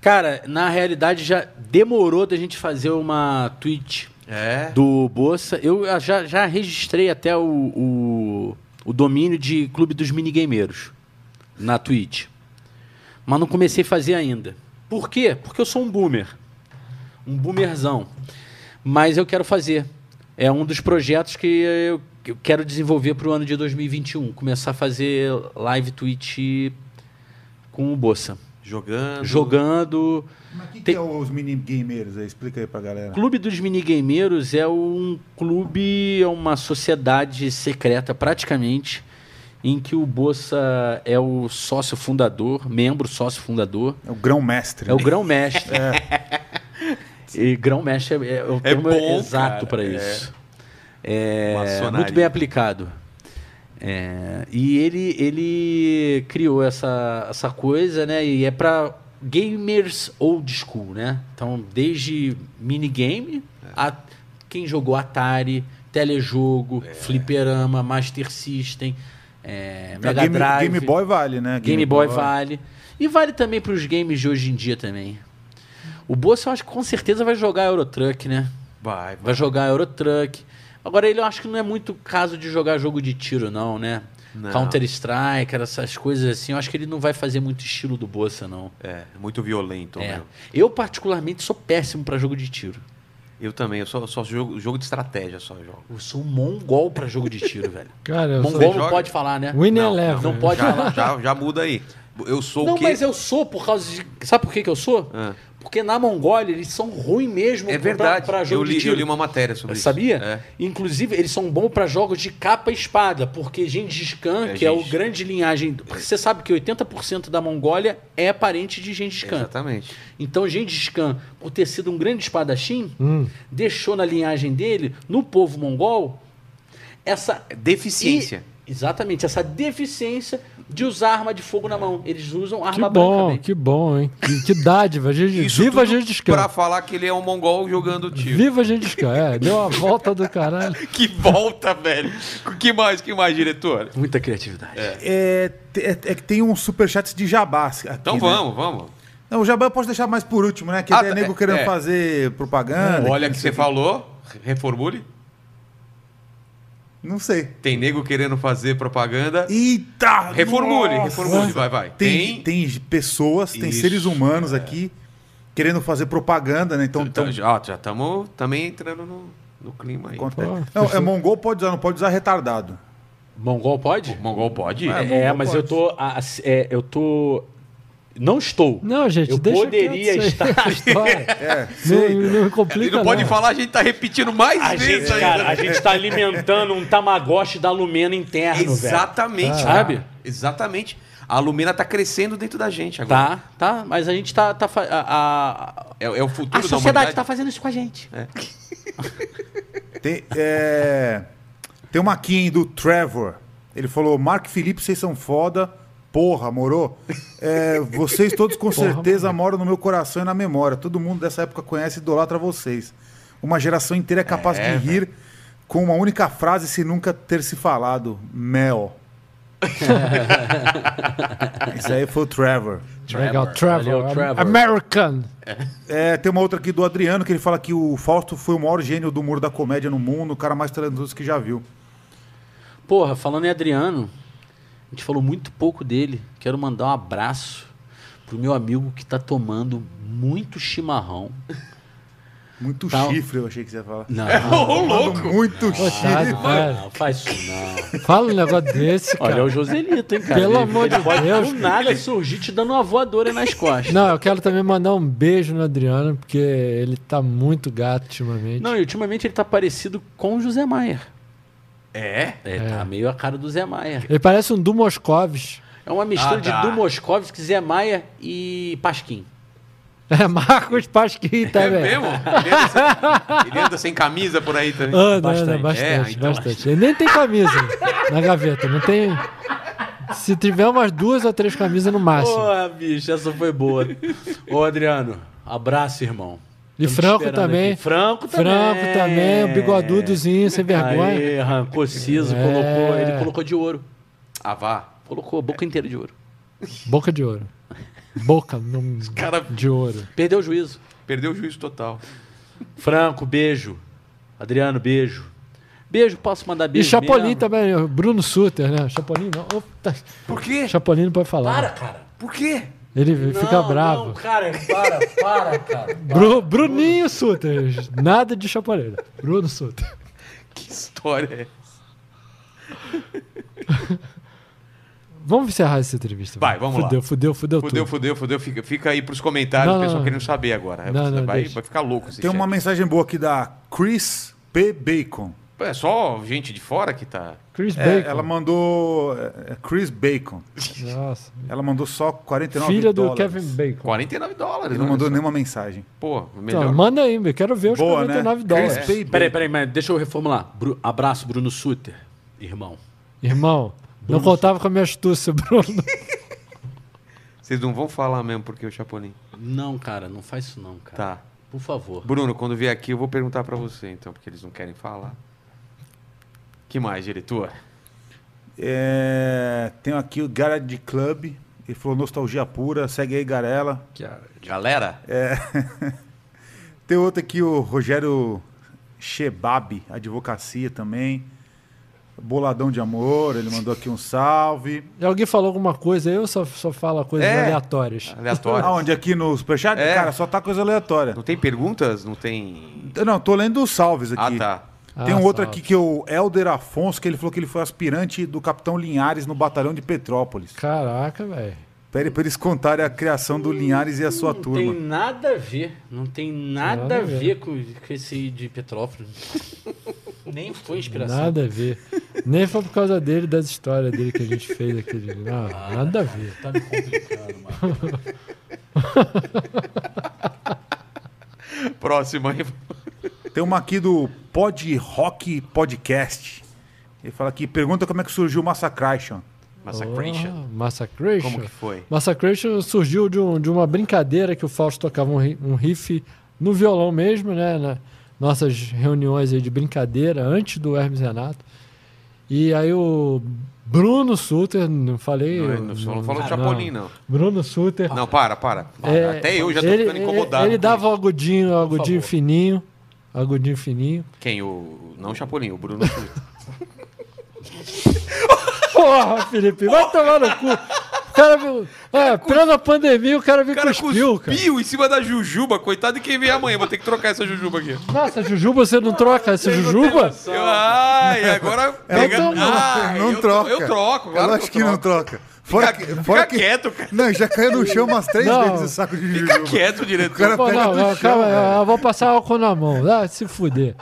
S3: Cara, na realidade já demorou da gente fazer uma tweet
S1: É.
S3: do Bolsa. Eu ah, já, já registrei até o, o, o domínio de Clube dos Minigameiros na Twitch. Mas não comecei a fazer ainda. Por quê? Porque eu sou um boomer. Um boomerzão. Mas eu quero fazer. É um dos projetos que eu, que eu quero desenvolver para o ano de 2021. Começar a fazer live Twitch com o Bolsa.
S1: Jogando.
S3: Jogando.
S4: Mas o que,
S3: Tem-
S4: é os minigameiros aí? Explica aí pra galera.
S3: Clube dos Minigameiros é um clube, é uma sociedade secreta praticamente, em que o Bossa é o sócio fundador, membro sócio fundador,
S4: É o grão mestre.
S3: é o grão-mestre. E grão-mestre é, é o termo
S1: É. bom, cara,
S3: exato para
S1: é.
S3: isso. É,
S1: Maçonaria.
S3: muito bem aplicado. É, e ele, ele criou essa, essa coisa, né? E é para gamers old school, né? Então, desde minigame
S4: É.
S3: a quem jogou Atari, telejogo,
S4: É.
S3: fliperama, Master System, é,
S4: É,
S3: Mega
S4: Game,
S3: Drive,
S4: Game Boy vale, né?
S3: Game Boy vale. E vale também para os games de hoje em dia também. O Bolsa, eu acho que com certeza vai jogar Eurotruck, né?
S1: Vai, vai.
S3: Vai jogar Eurotruck. Agora ele eu acho que não é muito caso de jogar jogo de tiro, não, né?
S1: Não.
S3: Counter-Strike, era essas coisas assim. Eu acho que ele não vai fazer muito estilo do Bossa, não.
S1: É, muito violento.
S3: É.
S1: meu.
S3: Eu, particularmente, sou péssimo pra jogo de tiro.
S1: Eu também, eu só, só jogo, jogo de estratégia, só jogo.
S3: Eu sou um mongol pra jogo de tiro, velho.
S2: Cara, eu
S3: Mongol
S1: joga?
S3: não pode falar, né?
S2: Win
S1: Não,
S2: Eleven.
S3: não pode
S1: já,
S3: falar.
S1: Já, já muda aí. Eu sou
S3: Não,
S1: o quê?
S3: mas eu sou por causa de. Sabe por que, que eu sou?
S1: Ah.
S3: Porque na Mongólia eles são ruins mesmo
S1: É
S3: pra-
S1: verdade.
S3: pra jogo
S1: eu, li,
S3: de
S1: eu
S3: tiro.
S1: li uma matéria sobre isso.
S3: Sabia?
S1: É.
S3: Inclusive, eles são bons pra jogos de capa e espada, porque Gengis Khan,
S1: É,
S3: que é o
S1: Gengis- É.
S3: grande linhagem. Porque você sabe que 80% da Mongólia é parente de Gengis Khan.
S1: Exatamente.
S3: Então, Gengis Khan, por ter sido um grande espadachim,
S2: Hum.
S3: deixou na linhagem dele, no povo mongol, essa
S1: Deficiência.
S3: e- exatamente, essa deficiência de usar arma de fogo na
S1: É.
S3: mão. Eles usam
S2: Que
S3: arma branca.
S2: bom,
S3: velho.
S2: que bom, hein? Que, que dádiva. Gengis,
S1: Isso
S2: viva
S1: tudo
S2: Gengis
S1: Pra
S2: Khan.
S1: falar que ele é um mongol jogando tiro.
S2: Viva Gengis Khan. É, deu uma volta do caralho.
S1: Que volta, velho. Que mais, que mais, diretor?
S3: Muita criatividade.
S4: É, te- é, é que tem uns superchats de jabás. Aqui,
S1: Então
S4: né?
S1: vamos, vamos.
S4: Não, o jabá eu posso deixar mais por último, né? Que
S1: Ah,
S4: é
S1: tá,
S4: nego
S1: é,
S4: querendo
S1: é.
S4: fazer
S3: Ah,
S4: propaganda.
S1: Olha o que você falou, reformule.
S4: Não sei.
S1: Tem nego querendo fazer propaganda.
S4: Eita!
S1: Reformule,
S4: nossa!
S1: reformule, vai, vai.
S4: Tem, tem pessoas, tem
S1: Isso,
S4: seres humanos aqui querendo fazer propaganda, né? Então, então
S1: Então, já estamos também entrando no, no clima aí.
S4: conta-
S2: Pô,
S4: não, é
S2: pessoa-
S4: mongol pode usar, não pode usar retardado.
S3: Mongol pode?
S1: O mongol pode?
S4: É,
S3: É,
S4: mongol
S3: mas
S4: pode.
S3: eu tô. a- a- é, eu tô. Não estou.
S2: Não, gente,
S3: eu
S2: deixa
S3: poderia
S2: quieto *laughs* isso aí.
S3: estar.
S2: História.
S4: É,
S2: Não,
S4: sei.
S2: não
S1: Ele
S2: complica
S1: não pode falar, a gente tá repetindo mais
S3: A
S1: vezes
S3: gente,
S1: ainda.
S3: cara, a gente tá alimentando um tamagotchi da Lumena interno, velho.
S1: Exatamente,
S3: Ah.
S1: cara.
S3: Sabe?
S1: Exatamente. A Lumena tá crescendo dentro da gente agora.
S3: Tá, tá, mas a gente tá. tá fa- a, a-
S1: É, é o futuro da
S3: a sociedade
S1: humanidade.
S3: tá fazendo isso com a gente.
S4: Tem, é, tem uma aqui, hein, do Trevor. Ele falou: Marco e Felipe, vocês são foda. Porra, moro? É, vocês todos com certeza moram no meu coração e na memória. Todo mundo dessa época conhece e idolatra vocês. Uma geração inteira é capaz de rir com uma única frase sem nunca ter se falado: Mel. Isso aí foi o Trevor.
S2: Legal, Trevor.
S3: Valeu, Trevor.
S2: American.
S4: É, tem uma outra aqui do Adriano que ele fala que o Fausto foi o maior gênio do muro da comédia no mundo, o cara mais talentoso que já viu.
S3: Porra, falando em Adriano, a gente falou muito pouco dele. Quero mandar um abraço pro meu amigo que tá tomando muito chimarrão.
S4: Muito
S3: Tá.
S4: chifre, eu achei que você ia falar.
S1: *laughs*
S3: Não,
S1: Ô, louco!
S4: Muito
S2: Coitado,
S4: chifre.
S2: tá, cara.
S3: não faz isso não.
S2: Fala um negócio desse, cara.
S3: Olha, é o Joselito, hein, cara.
S2: Pelo
S3: Ele-
S2: amor
S3: ele
S2: de
S3: pode
S2: Deus,
S3: Do
S2: cara.
S3: nada surgir te dando uma voadora nas costas.
S2: Não, eu quero também mandar um beijo no Adriano, porque ele tá muito gato ultimamente.
S3: Não, e ultimamente ele tá parecido com o José Maia.
S1: É?
S3: É, tá meio a cara do Zé Maia.
S2: Ele parece um Du Moscovis. *laughs*
S3: É uma mistura
S1: Ah, tá.
S3: de Du Moscovici, Zé Maia e Pasquim.
S2: É Marcos Pasquim
S1: É
S2: também.
S1: mesmo? Ele anda, sem, ele anda sem camisa por aí também.
S2: Anda,
S3: Bastante.
S2: anda, bastante,
S1: É, então-
S2: bastante. Ele nem tem camisa na gaveta, não tem. Se tiver umas duas ou três camisas no máximo.
S3: Porra, bicho, essa foi *laughs* boa. Ô, Adriano, abraço, irmão.
S2: E
S3: Tamo te
S2: Franco
S3: esperando
S2: também.
S3: aqui. Franco também.
S2: Franco também, o bigodudozinho, sem vergonha.
S3: Aí, arrancou siso,
S2: É.
S3: colocou, ele colocou de ouro.
S1: Ah, vá.
S3: Colocou a boca inteira de ouro.
S2: Boca de ouro. Boca no...
S1: cara-
S2: de ouro.
S3: Perdeu o juízo.
S1: Perdeu o juízo total.
S3: Franco, beijo. Adriano, beijo. Beijo, posso mandar
S2: E
S3: beijo
S2: Chapolin
S3: mesmo?
S2: também, o Bruno Suter, né? Chapolin não. Opa,
S1: Por quê?
S2: Chapolin não pode falar.
S3: Para, cara.
S1: Por quê?
S2: Ele fica bravo.
S3: Não, cara, para, para, cara.
S2: *laughs* Bru- Bruninho Suter. Nada de chapoleira. Bruno Suter.
S1: Que história é essa?
S2: Vamos encerrar essa entrevista.
S1: Vai, vamos lá.
S2: fudeu, Fudeu, fudeu,
S1: Fudeu,
S2: tudo.
S1: fudeu, fudeu. Fica, fica aí pros comentários,
S2: Não,
S1: o pessoal
S2: não,
S1: querendo saber agora.
S2: Não, não,
S1: vai,
S2: deixa.
S1: vai ficar louco esse
S4: Tem uma
S1: chat.
S4: mensagem boa aqui da Chris P. Bacon.
S1: É só gente de fora que tá.
S2: Chris
S4: É,
S2: Bacon.
S4: ela mandou. é, é, Chris Bacon.
S2: Nossa.
S4: Ela mandou só 49
S2: Filha do
S4: dólares.
S2: Kevin Bacon.
S1: 49 dólares.
S4: Ele não mandou
S1: olha só.
S4: nenhuma mensagem.
S1: Pô, melhor.
S2: Então, manda aí, meu. Quero ver os
S4: Boa,
S2: 49
S4: né?
S2: dólares.
S4: Chris
S3: Peraí,
S4: P. Bacon.
S3: peraí, mas deixa eu reformular. Bru- abraço, Bruno Suter, irmão.
S2: Irmão, não contava com a minha
S4: *laughs*
S2: astúcia, Bruno.
S1: Vocês não vão falar mesmo porque o Chapolin.
S3: Não, cara, não faz isso não, cara.
S1: Tá.
S3: Por favor.
S1: Bruno, quando vier aqui, eu vou perguntar pra você, então, porque eles não querem falar. Que mais, diretor?
S4: É, tem aqui o Garage Club. Ele falou nostalgia pura. Segue aí, Garela.
S1: Galera?
S4: Tem outro aqui, o Rogério Shebab, advocacia também. Boladão de amor, ele mandou aqui um salve.
S2: E alguém falou alguma coisa aí ou só, só fala coisas
S1: É.
S2: aleatórias?
S1: Aleatório.
S4: *laughs* Aonde? Aqui no Superchat?
S1: É.
S4: Cara, só tá coisa aleatória.
S1: Não tem perguntas? Não tem.
S4: Não, tô lendo os salves aqui.
S1: Ah, tá.
S4: Tem um
S2: Ah,
S4: outro
S2: salve.
S4: aqui que é o Helder Afonso, que ele falou que ele foi aspirante do Capitão Linhares no Batalhão de Petrópolis.
S2: Caraca, velho.
S4: Pede pra eles contarem a criação do Linhares e a
S1: Hum,
S4: sua
S3: Não tem
S4: turma.
S3: nada a ver. Não tem nada,
S2: Nada a
S3: a ver com, com esse aí de
S2: *laughs*
S3: Petrópolis. Nem foi inspiração.
S2: Nada a ver. Nem foi por causa dele, das histórias dele que a gente fez aqui. Não, nada a ver.
S3: Tá me complicando, mano.
S1: Próximo aí.
S4: Tem uma aqui do Pod Rock Podcast. Ele fala aqui, pergunta como é que surgiu o Massacration.
S1: Massacration.
S2: Oh, Massacration.
S1: Como que foi?
S2: Massacration surgiu de, um- de uma brincadeira que o Fausto tocava um, ri- um riff no violão mesmo, né? na- nossas reuniões aí de brincadeira, antes do Hermes Renato. E aí o Bruno Suter, não falei...
S1: Não,
S2: eu-
S1: ele não falou- não falou de Chapolin, não.
S2: Bruno Suter...
S1: Não, para, para. Para.
S2: É,
S1: Até eu já tô
S2: ele-
S1: ficando incomodado.
S2: Ele, ele
S1: com
S2: dava o agudinho, o agudinho
S3: favor.
S2: fininho, agudinho fininho.
S1: isso. Quem? O. Não o Chapolin, o Bruno. Suter.
S2: Porra, Felipe, vai tomar no cu. O cara, veio- é, plena pandemia, o cara me
S1: O cara cuspiu,
S2: cuspiu, cara.
S1: em cima da Jujuba, coitado de quem vem amanhã. Vou ter que trocar essa Jujuba aqui.
S2: Nossa, Jujuba, você não troca essa Jujuba?
S1: Eu, ai, agora pega.
S2: não-
S1: Ai,
S4: não
S1: Ah, eu,
S4: troca.
S1: Eu troco,
S4: Eu
S1: claro.
S4: acho que não troca.
S1: Fica- fica quieto, cara.
S4: Não, já caiu no chão umas três
S2: Não.
S4: vezes o saco de
S1: Fica
S4: jujuba.
S1: quieto,
S4: O
S1: diretor.
S4: cara
S2: Pô,
S4: pega
S2: não,
S4: do
S2: não,
S4: chão,
S2: calma,
S4: velho.
S2: eu, eu vou passar álcool na mão. Ah, se fuder.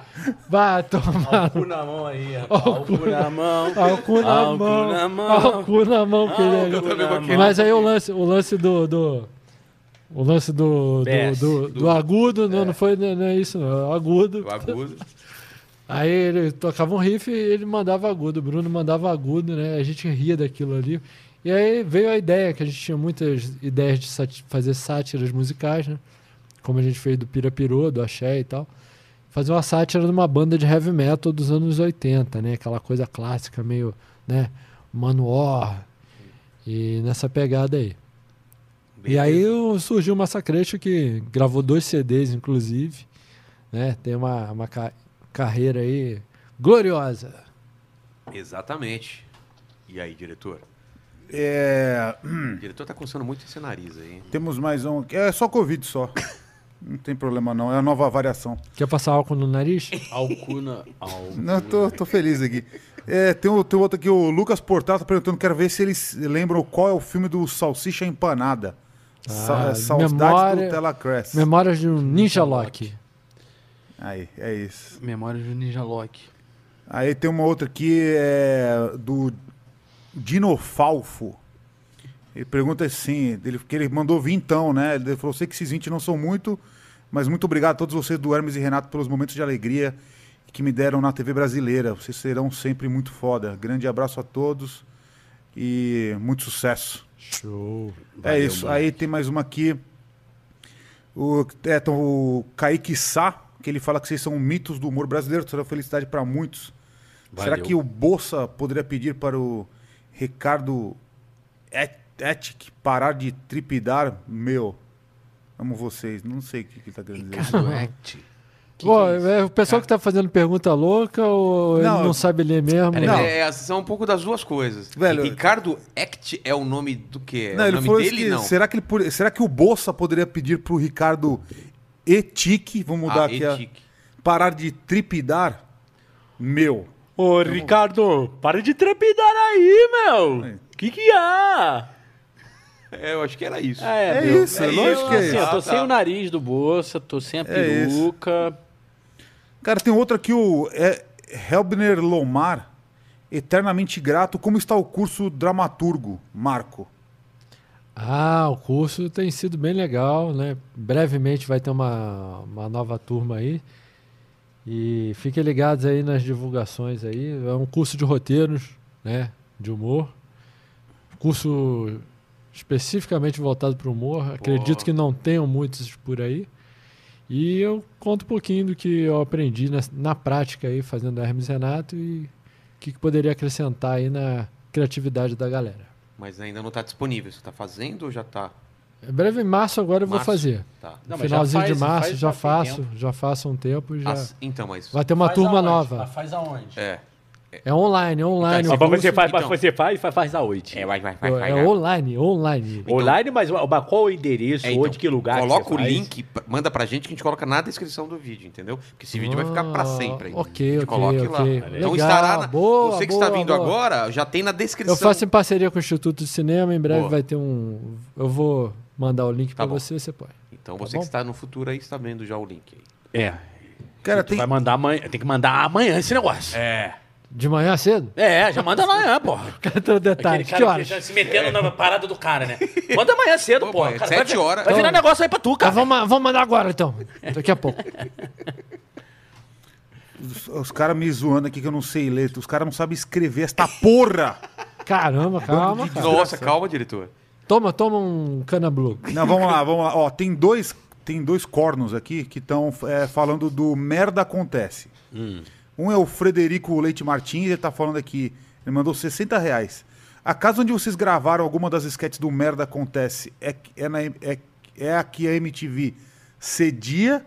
S2: Vai tomar
S3: Álcool na mão aí, rapaz. Álcool na mão.
S2: álcool na
S3: Álcool
S2: mão.
S3: na mão.
S2: Álcool na mão, que ele é-
S3: Álcool na mão.
S2: Mas aí o lance, o lance do. do- o lance do, do,
S3: Desce,
S2: do- do agudo, não, não foi não é isso, não. é Agudo.
S1: O agudo.
S2: Aí ele tocava um riff e ele mandava agudo, o Bruno mandava agudo, né? A gente ria daquilo ali. E aí veio a ideia, que a gente tinha muitas ideias de sati- fazer sátiras musicais, né? Como a gente fez do Pirapirô, do Axé e tal. Fazer uma sátira de uma banda de heavy metal dos anos 80, né? Aquela coisa clássica, meio, né? Manowar. E nessa pegada aí. E aí o- surgiu o Massacration, que gravou dois CDs, inclusive. Né? Tem uma, uma ca- carreira aí gloriosa.
S1: Exatamente. E aí, diretor?
S4: É, hum,
S1: O diretor tá coçando muito esse nariz aí. hein?
S4: temos mais um aqui. É só Covid só. Não tem problema não, é a nova variação.
S2: Quer passar álcool no nariz?
S3: Álcool na... Álcool.
S4: Não, tô, tô feliz aqui. É, tem, um, tem outro aqui, o Lucas Portal tá perguntando, quero ver se eles lembram qual é o filme do Salsicha Empanada. Sa
S2: Ah,
S4: é, Saudade
S2: memória-
S4: do Telecrest.
S2: Memórias de um Ninja Lock.
S4: Aí, é isso.
S3: Memórias do Ninja Loki.
S4: Aí tem uma outra aqui, é, do Dinofalfo. Ele pergunta assim, ele, que ele mandou vintão, né? Ele falou, sei que esses 20 não são muito, mas muito obrigado a todos vocês do Hermes e Renato pelos momentos de alegria que me deram na TV brasileira. Vocês serão sempre muito foda. Grande abraço a todos e muito sucesso.
S2: Show.
S4: é isso. Aí tem mais uma aqui. O, é, então, o Kaique Sá, que ele fala que vocês são mitos do humor brasileiro, será felicidade para muitos. Será
S3: Valeu.
S4: que o Bolsa poderia pedir para o Ricardo Et- Etic parar de tripidar? Meu, amo vocês. Não sei o que que ele tá querendo dizer.
S3: Duet.
S2: Bom, é o pessoal que tá fazendo pergunta louca ou ele
S4: Não,
S2: não sabe ler mesmo?
S1: Peraí,
S4: Não.
S1: é, são um pouco das duas coisas.
S4: Velho-
S1: Ricardo Act é o nome do quê? É
S4: Não,
S1: o
S4: ele
S1: nome
S4: falou isso
S1: dele,
S4: que-
S1: não.
S4: Será, que ele, por- será que o Bolsa poderia pedir para o Ricardo Etic, vamos mudar
S1: Ah,
S4: aqui, a-
S1: Etic.
S4: parar de tripidar? Meu.
S3: Ô, Ricardo, para de trepidar aí,
S4: É.
S3: meu. Que que há?
S1: É, eu acho que era isso.
S4: É
S3: meu,
S4: isso, lógico que é
S3: assim,
S1: isso.
S3: Eu tô
S1: Ah, tá.
S3: sem o nariz do bolsa, tô sem a
S4: É isso.
S3: peruca.
S4: Cara, tem outro aqui, o é, Helbner Lomar. Eternamente grato. Como está o curso dramaturgo, Marco?
S2: Ah, o curso tem sido bem legal, né? Brevemente vai ter uma, uma nova turma aí. E fiquem ligados aí nas divulgações aí. É um curso de roteiros, né? De humor. Curso especificamente voltado para o humor. Acredito que não tenham muitos por aí. E eu conto um pouquinho do que eu aprendi na, na prática aí, fazendo Hermes e Renato e o que, que poderia acrescentar aí na criatividade da galera.
S1: Mas ainda não tá disponível. Você tá fazendo ou já tá?
S2: Em breve, em março agora eu vou
S1: Março.
S2: fazer.
S1: Tá.
S3: Não, mas já
S2: Finalzinho
S3: faz-
S2: de março,
S3: faz
S2: já
S3: tem
S2: faço,
S3: tempo.
S2: já faço há um tempo, já
S1: Ah, então, mas.
S2: vai ter uma
S3: Faz
S2: turma
S3: aonde?
S2: nova.
S3: Ah, Faz aonde?
S1: É.
S2: É online, é online.
S1: Então,
S2: o
S1: Mas
S3: Tá você
S2: curso.
S3: faz,
S1: então.
S3: você faz, faz, faz aonde?
S1: É, vai, vai, vai. vai,
S2: É
S1: vai.
S2: online, online.
S3: Online, mas, mas qual o endereço,
S1: É, então,
S3: onde, que lugar? que
S1: Coloca
S3: você
S1: o
S3: faz?
S1: link, p- manda pra gente que a gente coloca na descrição do vídeo, entendeu? Porque esse vídeo vai ficar pra
S2: Ah,
S1: sempre. aí.
S2: ok,
S1: a gente
S2: ok,
S1: coloque
S2: ok.
S1: lá. Então
S2: Legal,
S1: estará. Na...
S2: boa,
S1: você que
S2: boa,
S1: está vindo
S2: boa.
S1: agora, já tem na descrição.
S2: Eu faço em parceria com o Instituto de Cinema, em breve
S1: Boa.
S2: vai ter um. Eu vou mandar o link
S1: Tá
S2: pra
S1: bom.
S2: você, você põe.
S1: Então
S2: Tá
S1: você
S2: bom?
S1: que está no futuro aí está vendo já o link aí.
S3: É.
S4: Cara,
S3: Tu
S4: tem,
S3: Vai mandar amanhã. Tem que mandar amanhã esse negócio. É,
S2: De manhã cedo?
S3: já manda
S2: *laughs*
S3: amanhã, porra.
S2: Cadê o detalhe?
S3: Aquele
S2: Que
S3: cara que
S2: horas?
S3: tá se metendo na parada do cara, né? Manda amanhã cedo,
S1: Pô,
S3: porra.
S1: é
S3: Cara,
S1: sete
S3: vai-
S1: horas.
S3: Vai virar um negócio aí pra tu,
S2: Tá,
S3: cara.
S2: vamos, ma- vamos mandar agora então. Daqui a pouco.
S4: os, os caras me zoando aqui que eu não sei ler. Os caras não sabem escrever esta porra.
S3: *laughs*
S2: Caramba, calma, cara.
S1: Nossa, calma, diretor.
S2: Toma, toma um cana blue.
S4: Não, vamos lá, vamos lá. Ó, tem dois, tem dois cornos aqui que estão falando do Merda Acontece. Um é o Frederico Leite Martins, ele tá falando aqui, ele mandou 60 reais. A casa onde vocês gravaram alguma das sketches do Merda Acontece é, é, na, é, é a que a MTV cedia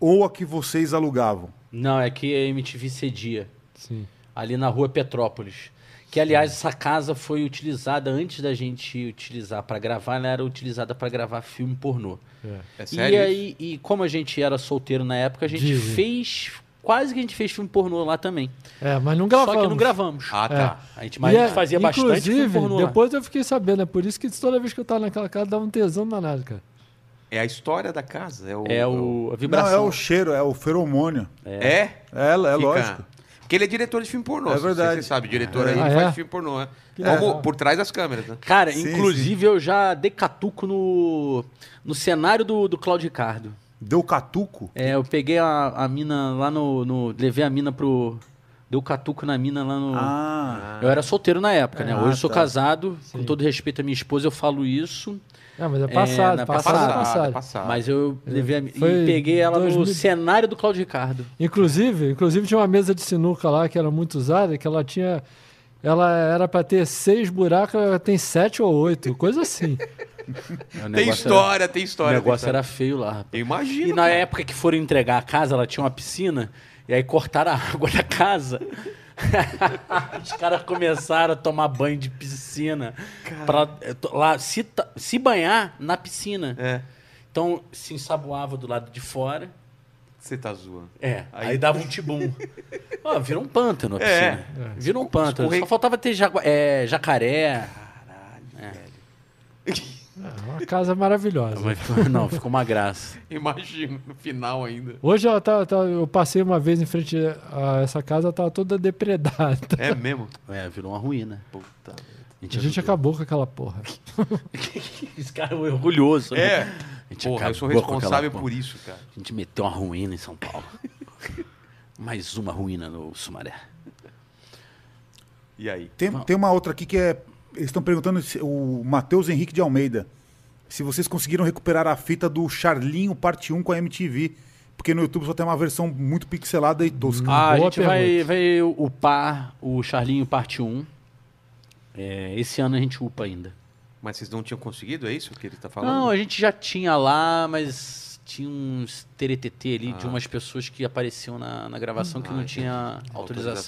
S4: ou a que vocês alugavam?
S3: Não, é que a MTV cedia.
S2: Sim.
S3: ali na rua Petrópolis. Que, aliás, essa casa foi utilizada antes da gente utilizar para gravar, ela era utilizada para gravar filme pornô.
S1: É
S3: e
S1: sério? isso?
S3: aí, e como a gente era solteiro na época, a gente
S2: Dizem.
S3: fez. Quase que a gente fez filme pornô lá também.
S2: É, mas não gravamos.
S3: Só que não gravamos.
S1: Ah, tá.
S3: A gente, mas a gente
S2: é,
S3: fazia bastante filme
S2: Inclusive,
S3: pornô. lá.
S2: depois eu fiquei sabendo. É por isso que toda vez que eu tava naquela casa, dava um tesão danado, cara.
S1: É a história da casa. É o.
S3: É o, a
S4: Não, é
S3: vibração.
S4: o cheiro, é o feromônio.
S1: É?
S4: É, é
S1: Fica-
S4: lógico.
S1: Porque ele é diretor de filme pornô.
S4: É
S1: se você-
S4: verdade.
S1: Você sabe, diretor aí
S2: Ah,
S1: ele
S2: é?
S1: faz filme pornô. É.
S2: Que
S1: Como
S2: legal.
S1: por trás das câmeras, né?
S3: Cara,
S4: Sim,
S3: inclusive eu já dei catuco no, no cenário do, do Cláudio Ricardo.
S4: Deu catuco?
S3: É, eu peguei a, a mina lá no, no- Levei a mina pro. Deu catuco na mina lá no.
S4: Ah,
S3: Eu era solteiro na época, né?
S4: Ah,
S3: Hoje eu sou
S4: tá.
S3: casado,
S2: Sim.
S3: com todo respeito à minha esposa, eu falo isso.
S2: É, mas é
S3: É,
S2: passado,
S3: na
S2: passado,
S3: passada,
S2: passado.
S1: passada.
S3: Mas eu levei a... mi-
S2: Foi
S3: e peguei ela no
S2: 2000.
S3: cenário do Cláudio Ricardo.
S2: Inclusive, inclusive tinha uma mesa de sinuca lá que era muito usada, que ela tinha. Ela era pra ter seis buracos, ela tem sete ou oito, coisa assim.
S3: O
S1: Tem
S3: negócio
S1: história, tem
S3: Era... O
S1: história.
S3: negócio
S1: tem história.
S3: era feio lá. rapaz.
S1: Eu imagino.
S3: E na
S1: cara.
S3: época que foram entregar a casa, ela tinha uma piscina, e aí cortaram a *laughs* água da casa. *laughs* Os caras começaram a tomar banho de piscina. Pra, eh, to- lá, se, ta- se banhar na piscina.
S1: É.
S3: Então se ensaboava do lado de fora.
S1: Você tá zoando.
S3: É, aí,
S1: Aí-
S3: dava
S1: *laughs*
S3: um tibum. Ó, virou um pântano a
S1: É.
S3: piscina. Virou um pântano.
S1: Escorre-
S3: Só faltava ter jagua- é, jacaré.
S1: Ah,
S2: É uma casa maravilhosa.
S3: *laughs* Não, ficou uma graça.
S1: Imagino, no final ainda.
S2: Hoje ela tá, tá- eu passei uma vez em frente a essa casa, ela tava toda depredada.
S1: É mesmo?
S3: É, virou uma ruína.
S1: Puta.
S2: A gente
S3: ajudou.
S2: acabou com aquela porra.
S3: Esse cara é orgulhoso. né?
S1: É.
S3: A gente
S1: Porra, eu sou
S3: acabou com
S1: responsável
S3: aquela-
S1: por isso, cara.
S3: A gente meteu uma ruína em São *laughs* Paulo. Mais uma ruína no Sumaré.
S1: E aí?
S4: Tem, tem uma outra aqui que é. Eles estão perguntando se- o Matheus Henrique de Almeida. Se vocês conseguiram recuperar a fita do Charlinho parte 1 com a MTV. Porque no YouTube só tem uma versão muito pixelada e tosca.
S3: Ah, a
S2: Boa
S3: gente vai,
S2: pergunta.
S3: vai upar o Charlinho parte 1. É, esse ano a gente upa ainda.
S1: Mas vocês não tinham conseguido, é isso que ele tá falando?
S3: Não, a gente já tinha lá, mas tinha uns TTT ali de umas pessoas que apareciam na, na gravação que
S1: Ah,
S3: não
S1: entendi.
S3: tinha
S1: Autorização.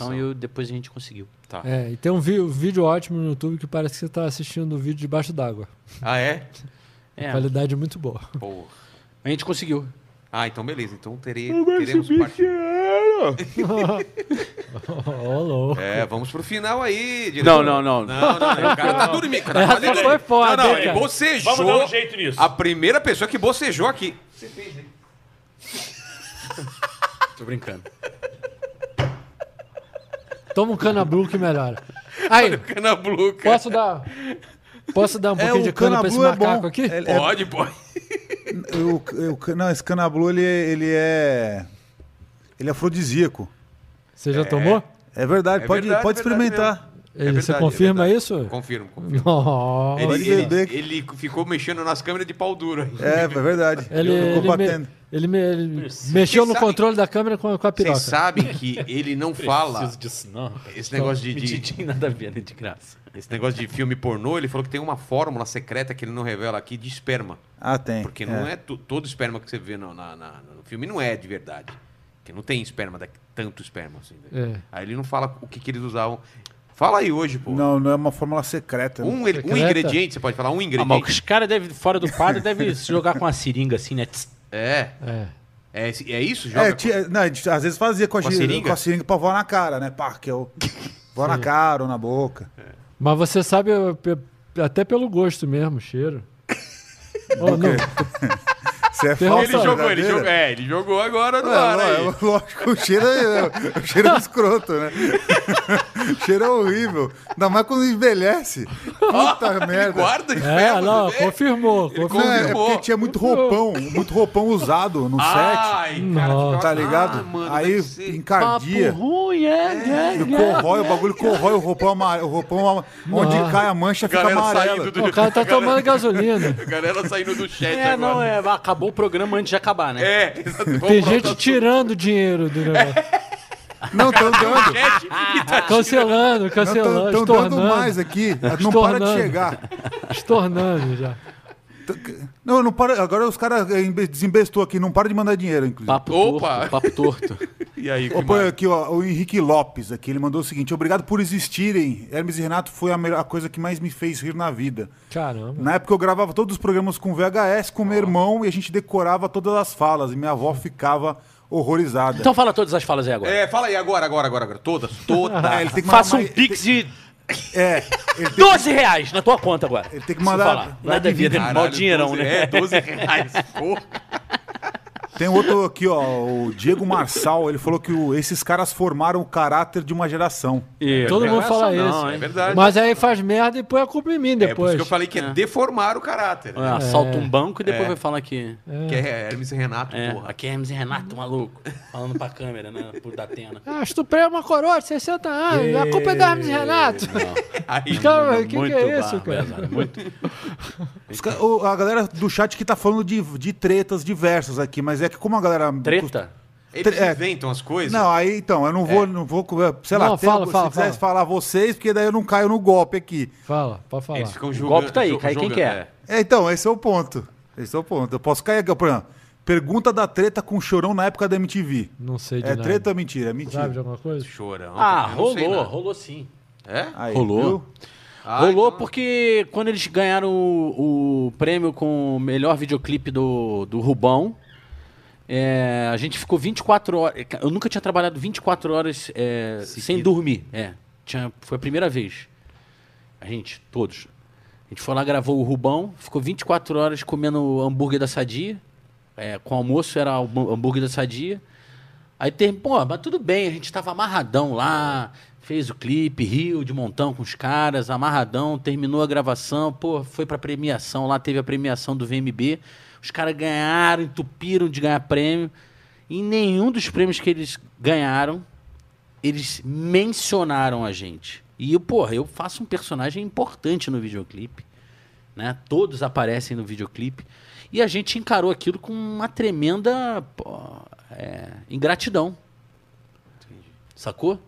S3: autorização e eu- depois a gente conseguiu.
S1: Tá.
S2: É, e tem um vi- vídeo ótimo no YouTube que parece que você tá assistindo o vídeo debaixo d'água.
S1: Ah, é?
S3: É,
S2: Qualidade muito boa.
S1: Porra.
S3: a gente conseguiu.
S1: Ah, então beleza. Então terei, teremos parte.
S2: Ô, louco.
S1: É, vamos pro final aí, diretor.
S3: Não, não, não.
S1: Não, não, não. O cara tá dormindo. Cara,
S2: Essa
S1: falei-
S2: foi foda,
S1: Não, não,
S2: hein,
S1: ele
S2: cara?
S1: bocejou.
S5: Vamos dar um jeito nisso.
S1: A primeira pessoa que bocejou aqui.
S3: Tô brincando.
S2: Toma um cana blue que melhora. Aí,
S1: Cana Blue, cara.
S2: posso dar. Posso
S4: É,
S1: É,
S2: dar um pouquinho de cana pra esse
S4: Canablu
S2: macaco aqui?
S4: Ele- é-
S1: Pode, pode.
S4: o- o can- não, esse Canablu ele, ele é. Ele é afrodisíaco.
S2: Você já tomou?
S4: É verdade,
S1: É
S4: pode,
S1: verdade,
S4: pode
S1: é verdade
S4: experimentar.
S2: Ele-
S1: É
S2: você
S1: verdade,
S2: confirma
S1: é verdade.
S2: isso?
S1: Confirmo, confirmo.
S2: Não.
S1: Ele,
S4: Pode
S1: ele,
S4: beber.
S1: ele ficou mexendo nas câmeras de pau duro. aí.
S4: É,
S1: *laughs*
S4: é verdade.
S2: Ele,
S4: Ele ficou
S2: ele,
S4: batendo.
S2: me- ele me- ele mexeu no
S1: sabe-
S2: controle da câmera com, a- com a
S1: Vocês
S2: piroca.
S1: sabem que ele não fala
S3: disso, não.
S1: esse negócio de, de-
S3: Mentidinho, nada a ver, né? De graça.
S1: esse negócio de filme pornô. Ele falou que tem uma fórmula secreta que ele não revela aqui de esperma,
S4: Ah, tem.
S1: porque é não é to- todo esperma que você vê no, na- na- no filme não é de verdade, porque não tem esperma da- tanto esperma assim. velho.
S2: É.
S1: Aí ele não fala o que, que eles usavam. Fala aí hoje, pô.
S4: Não, não é uma fórmula secreta. né?
S1: Um, ele- um
S2: Secreta?
S1: ingrediente, você pode falar um
S3: Ah, mas
S1: ingrediente.
S3: os caras devem, fora do quadro, devem se jogar com uma seringa assim, né? Tss.
S1: É,
S2: É.
S1: é, esse- é isso? Joga
S4: É, tinha- não, a gente às vezes fazia com a,
S1: Com a
S4: gi-
S1: seringa?
S4: com a seringa pra voar na cara, né? Pá,
S1: *laughs*
S4: que eu. Voar na cara ou na boca.
S1: É.
S2: Mas você sabe eu, pe- até pelo gosto mesmo, cheiro. Ô, não,
S4: Você é
S2: Tem-
S4: falso,
S1: Ele jogou, ele
S4: verdadeira?
S1: jogou. É, ele jogou agora no
S4: É,
S1: ar aí.
S4: lo- *laughs* lógico, o cheiro é,
S1: *laughs*
S4: o cheiro é um escroto, né? o cheiro é horrível. Ainda mais quando envelhece. Puta
S1: *laughs* Ele
S4: merda.
S1: guarda de
S2: é,
S1: ferro,
S2: não,
S1: né?
S2: confirmou.
S1: Ele
S2: confirmou.
S4: Não, é, é
S1: confirmou.
S4: porque tinha muito roupão, muito roupão usado no
S1: Ai, cara,
S2: Nossa.
S1: fica-
S4: set, tá ligado?
S1: Ah, mano,
S4: Aí
S1: deve ser. né?
S4: encardia.
S3: ruim, é,
S4: E corrói, o bagulho corrói o roupão amarelo. O roupão ama- onde
S2: Nossa.
S4: cai a mancha
S1: Ah.
S4: fica
S1: Galera
S4: amarela.
S1: saindo do...
S2: O
S1: *laughs*
S2: cara tá tomando gasolina.
S1: Galera saindo do chat
S3: É,
S1: agora.
S3: não, é, acabou o programa antes de acabar, né?
S1: É, *laughs* exato. Vamos
S2: Tem
S1: pra
S2: gente
S1: outra-
S2: tirando dinheiro do negócio.
S4: Não, estão dando.
S1: Chat e tá
S2: Cancelando, cancelando,
S4: Estão dando
S2: estornando.
S4: mais aqui. Não para de
S2: Estornando.
S4: chegar.
S2: Estornando já.
S4: Não, não para. Agora os caras eh, embe- desembestou aqui, não para de mandar dinheiro, inclusive.
S3: Papo
S1: Opa!
S3: torto, papo torto.
S1: E aí, que
S4: Ó, põe
S1: mais?
S4: aqui, ó, o Henrique Lopes aqui, ele mandou o seguinte: obrigado por existirem. Hermes e Renato foi a, melhor, a coisa que mais me fez rir na vida.
S2: Caramba.
S4: Na época eu gravava todos os programas com VHS com meu irmão e a gente decorava todas as falas. E minha avó ficava horrorizada.
S3: Então fala todas as falas aí agora.
S1: É, fala aí agora, agora, agora, agora. Todas, todas.
S4: É, ele tem que
S3: Faça
S4: mandar
S3: um
S4: mais-
S3: pix de
S4: É, ele tem,
S3: 12 reais na tua conta agora.
S4: ele tem que
S3: Preciso
S4: mandar.
S3: falar. é Nada devia ter mal dinheirão,
S1: 12
S3: né?
S1: É,
S3: *laughs*
S1: 12 reais. Porra.
S4: Tem outro aqui, ó, o Diego Marçal, ele falou que o- esses caras formaram o caráter de uma geração.
S2: Todo
S1: não
S2: mundo
S1: é
S2: fala
S3: essa não,
S2: isso.
S1: É verdade.
S2: Mas aí faz merda e põe a culpa em
S1: É
S2: mim
S1: por
S2: depois.
S1: isso que eu falei que é, deformar o caráter.
S3: É,
S1: né?
S3: Assalta um banco e depois vai falar que.
S1: Que é Hermes e Renato,
S3: É,
S1: porra.
S3: aqui é Hermes e Renato, maluco. Falando pra câmera, né? Por Datena.
S2: Ah, estuprei uma coroa de 60 anos. A culpa é do Hermes
S1: *laughs*
S2: e Renato.
S1: Aí,
S2: Os caras, o que, que é isso,
S3: barba,
S2: cara?
S3: Muito.
S4: Os ca- o- a galera do chat que tá falando de, de tretas diversas aqui, mas é que como a galera.
S3: Treta?
S1: eles
S4: é.
S1: inventam as coisas.
S4: Não, aí então, eu não vou, não vou, eh, sei lá,
S2: É. Não,
S4: tem
S2: fala,
S4: algo-
S2: fala,
S4: se quisesse
S2: fala.
S4: falar vocês, porque daí eu não caio no golpe aqui.
S2: Fala, pode falar.
S1: Eles ficam
S3: O
S1: julgando.
S3: golpe tá aí,
S1: jo-
S3: cai quem
S1: julgando,
S3: quer.
S4: É, então, esse é o ponto. Esse é o ponto. Eu posso cair aqui, por exemplo. Pergunta da treta com o chorão na época da MTV.
S2: Não sei de
S4: É
S2: nada.
S4: treta ou mentira? É mentira.
S2: Sabe de alguma coisa?
S1: Chorão.
S3: Ah,
S1: eu não sei
S3: rolou,
S1: nada.
S3: rolou sim.
S1: É?
S4: Aí,
S3: Rolou.
S4: viu?
S1: Ah,
S3: rolou
S1: então-
S3: porque quando eles ganharam o, o prêmio com o melhor videoclipe do, do Rubão, é, a gente ficou 24 horas. Eu nunca tinha trabalhado 24 horas é, sem dormir. É, tinha, foi a primeira vez. A gente, todos. A gente foi lá, gravou o Rubão, ficou 24 horas comendo hambúrguer da Sadia. É, com almoço era hambú- hambúrguer da Sadia. Aí tem, pô, mas tudo bem, a gente tava amarradão lá, fez o clipe, riu de montão com os caras, amarradão, terminou a gravação, pô, foi pra premiação, lá teve a premiação do VMB. Os caras ganharam, entupiram de ganhar prêmio. Em nenhum dos prêmios que eles ganharam, eles mencionaram a gente. E, eu, porra, eu faço um personagem importante no videoclipe. Né? Todos aparecem no videoclipe. E a gente encarou aquilo com uma tremenda pô, é, ingratidão. Sacou?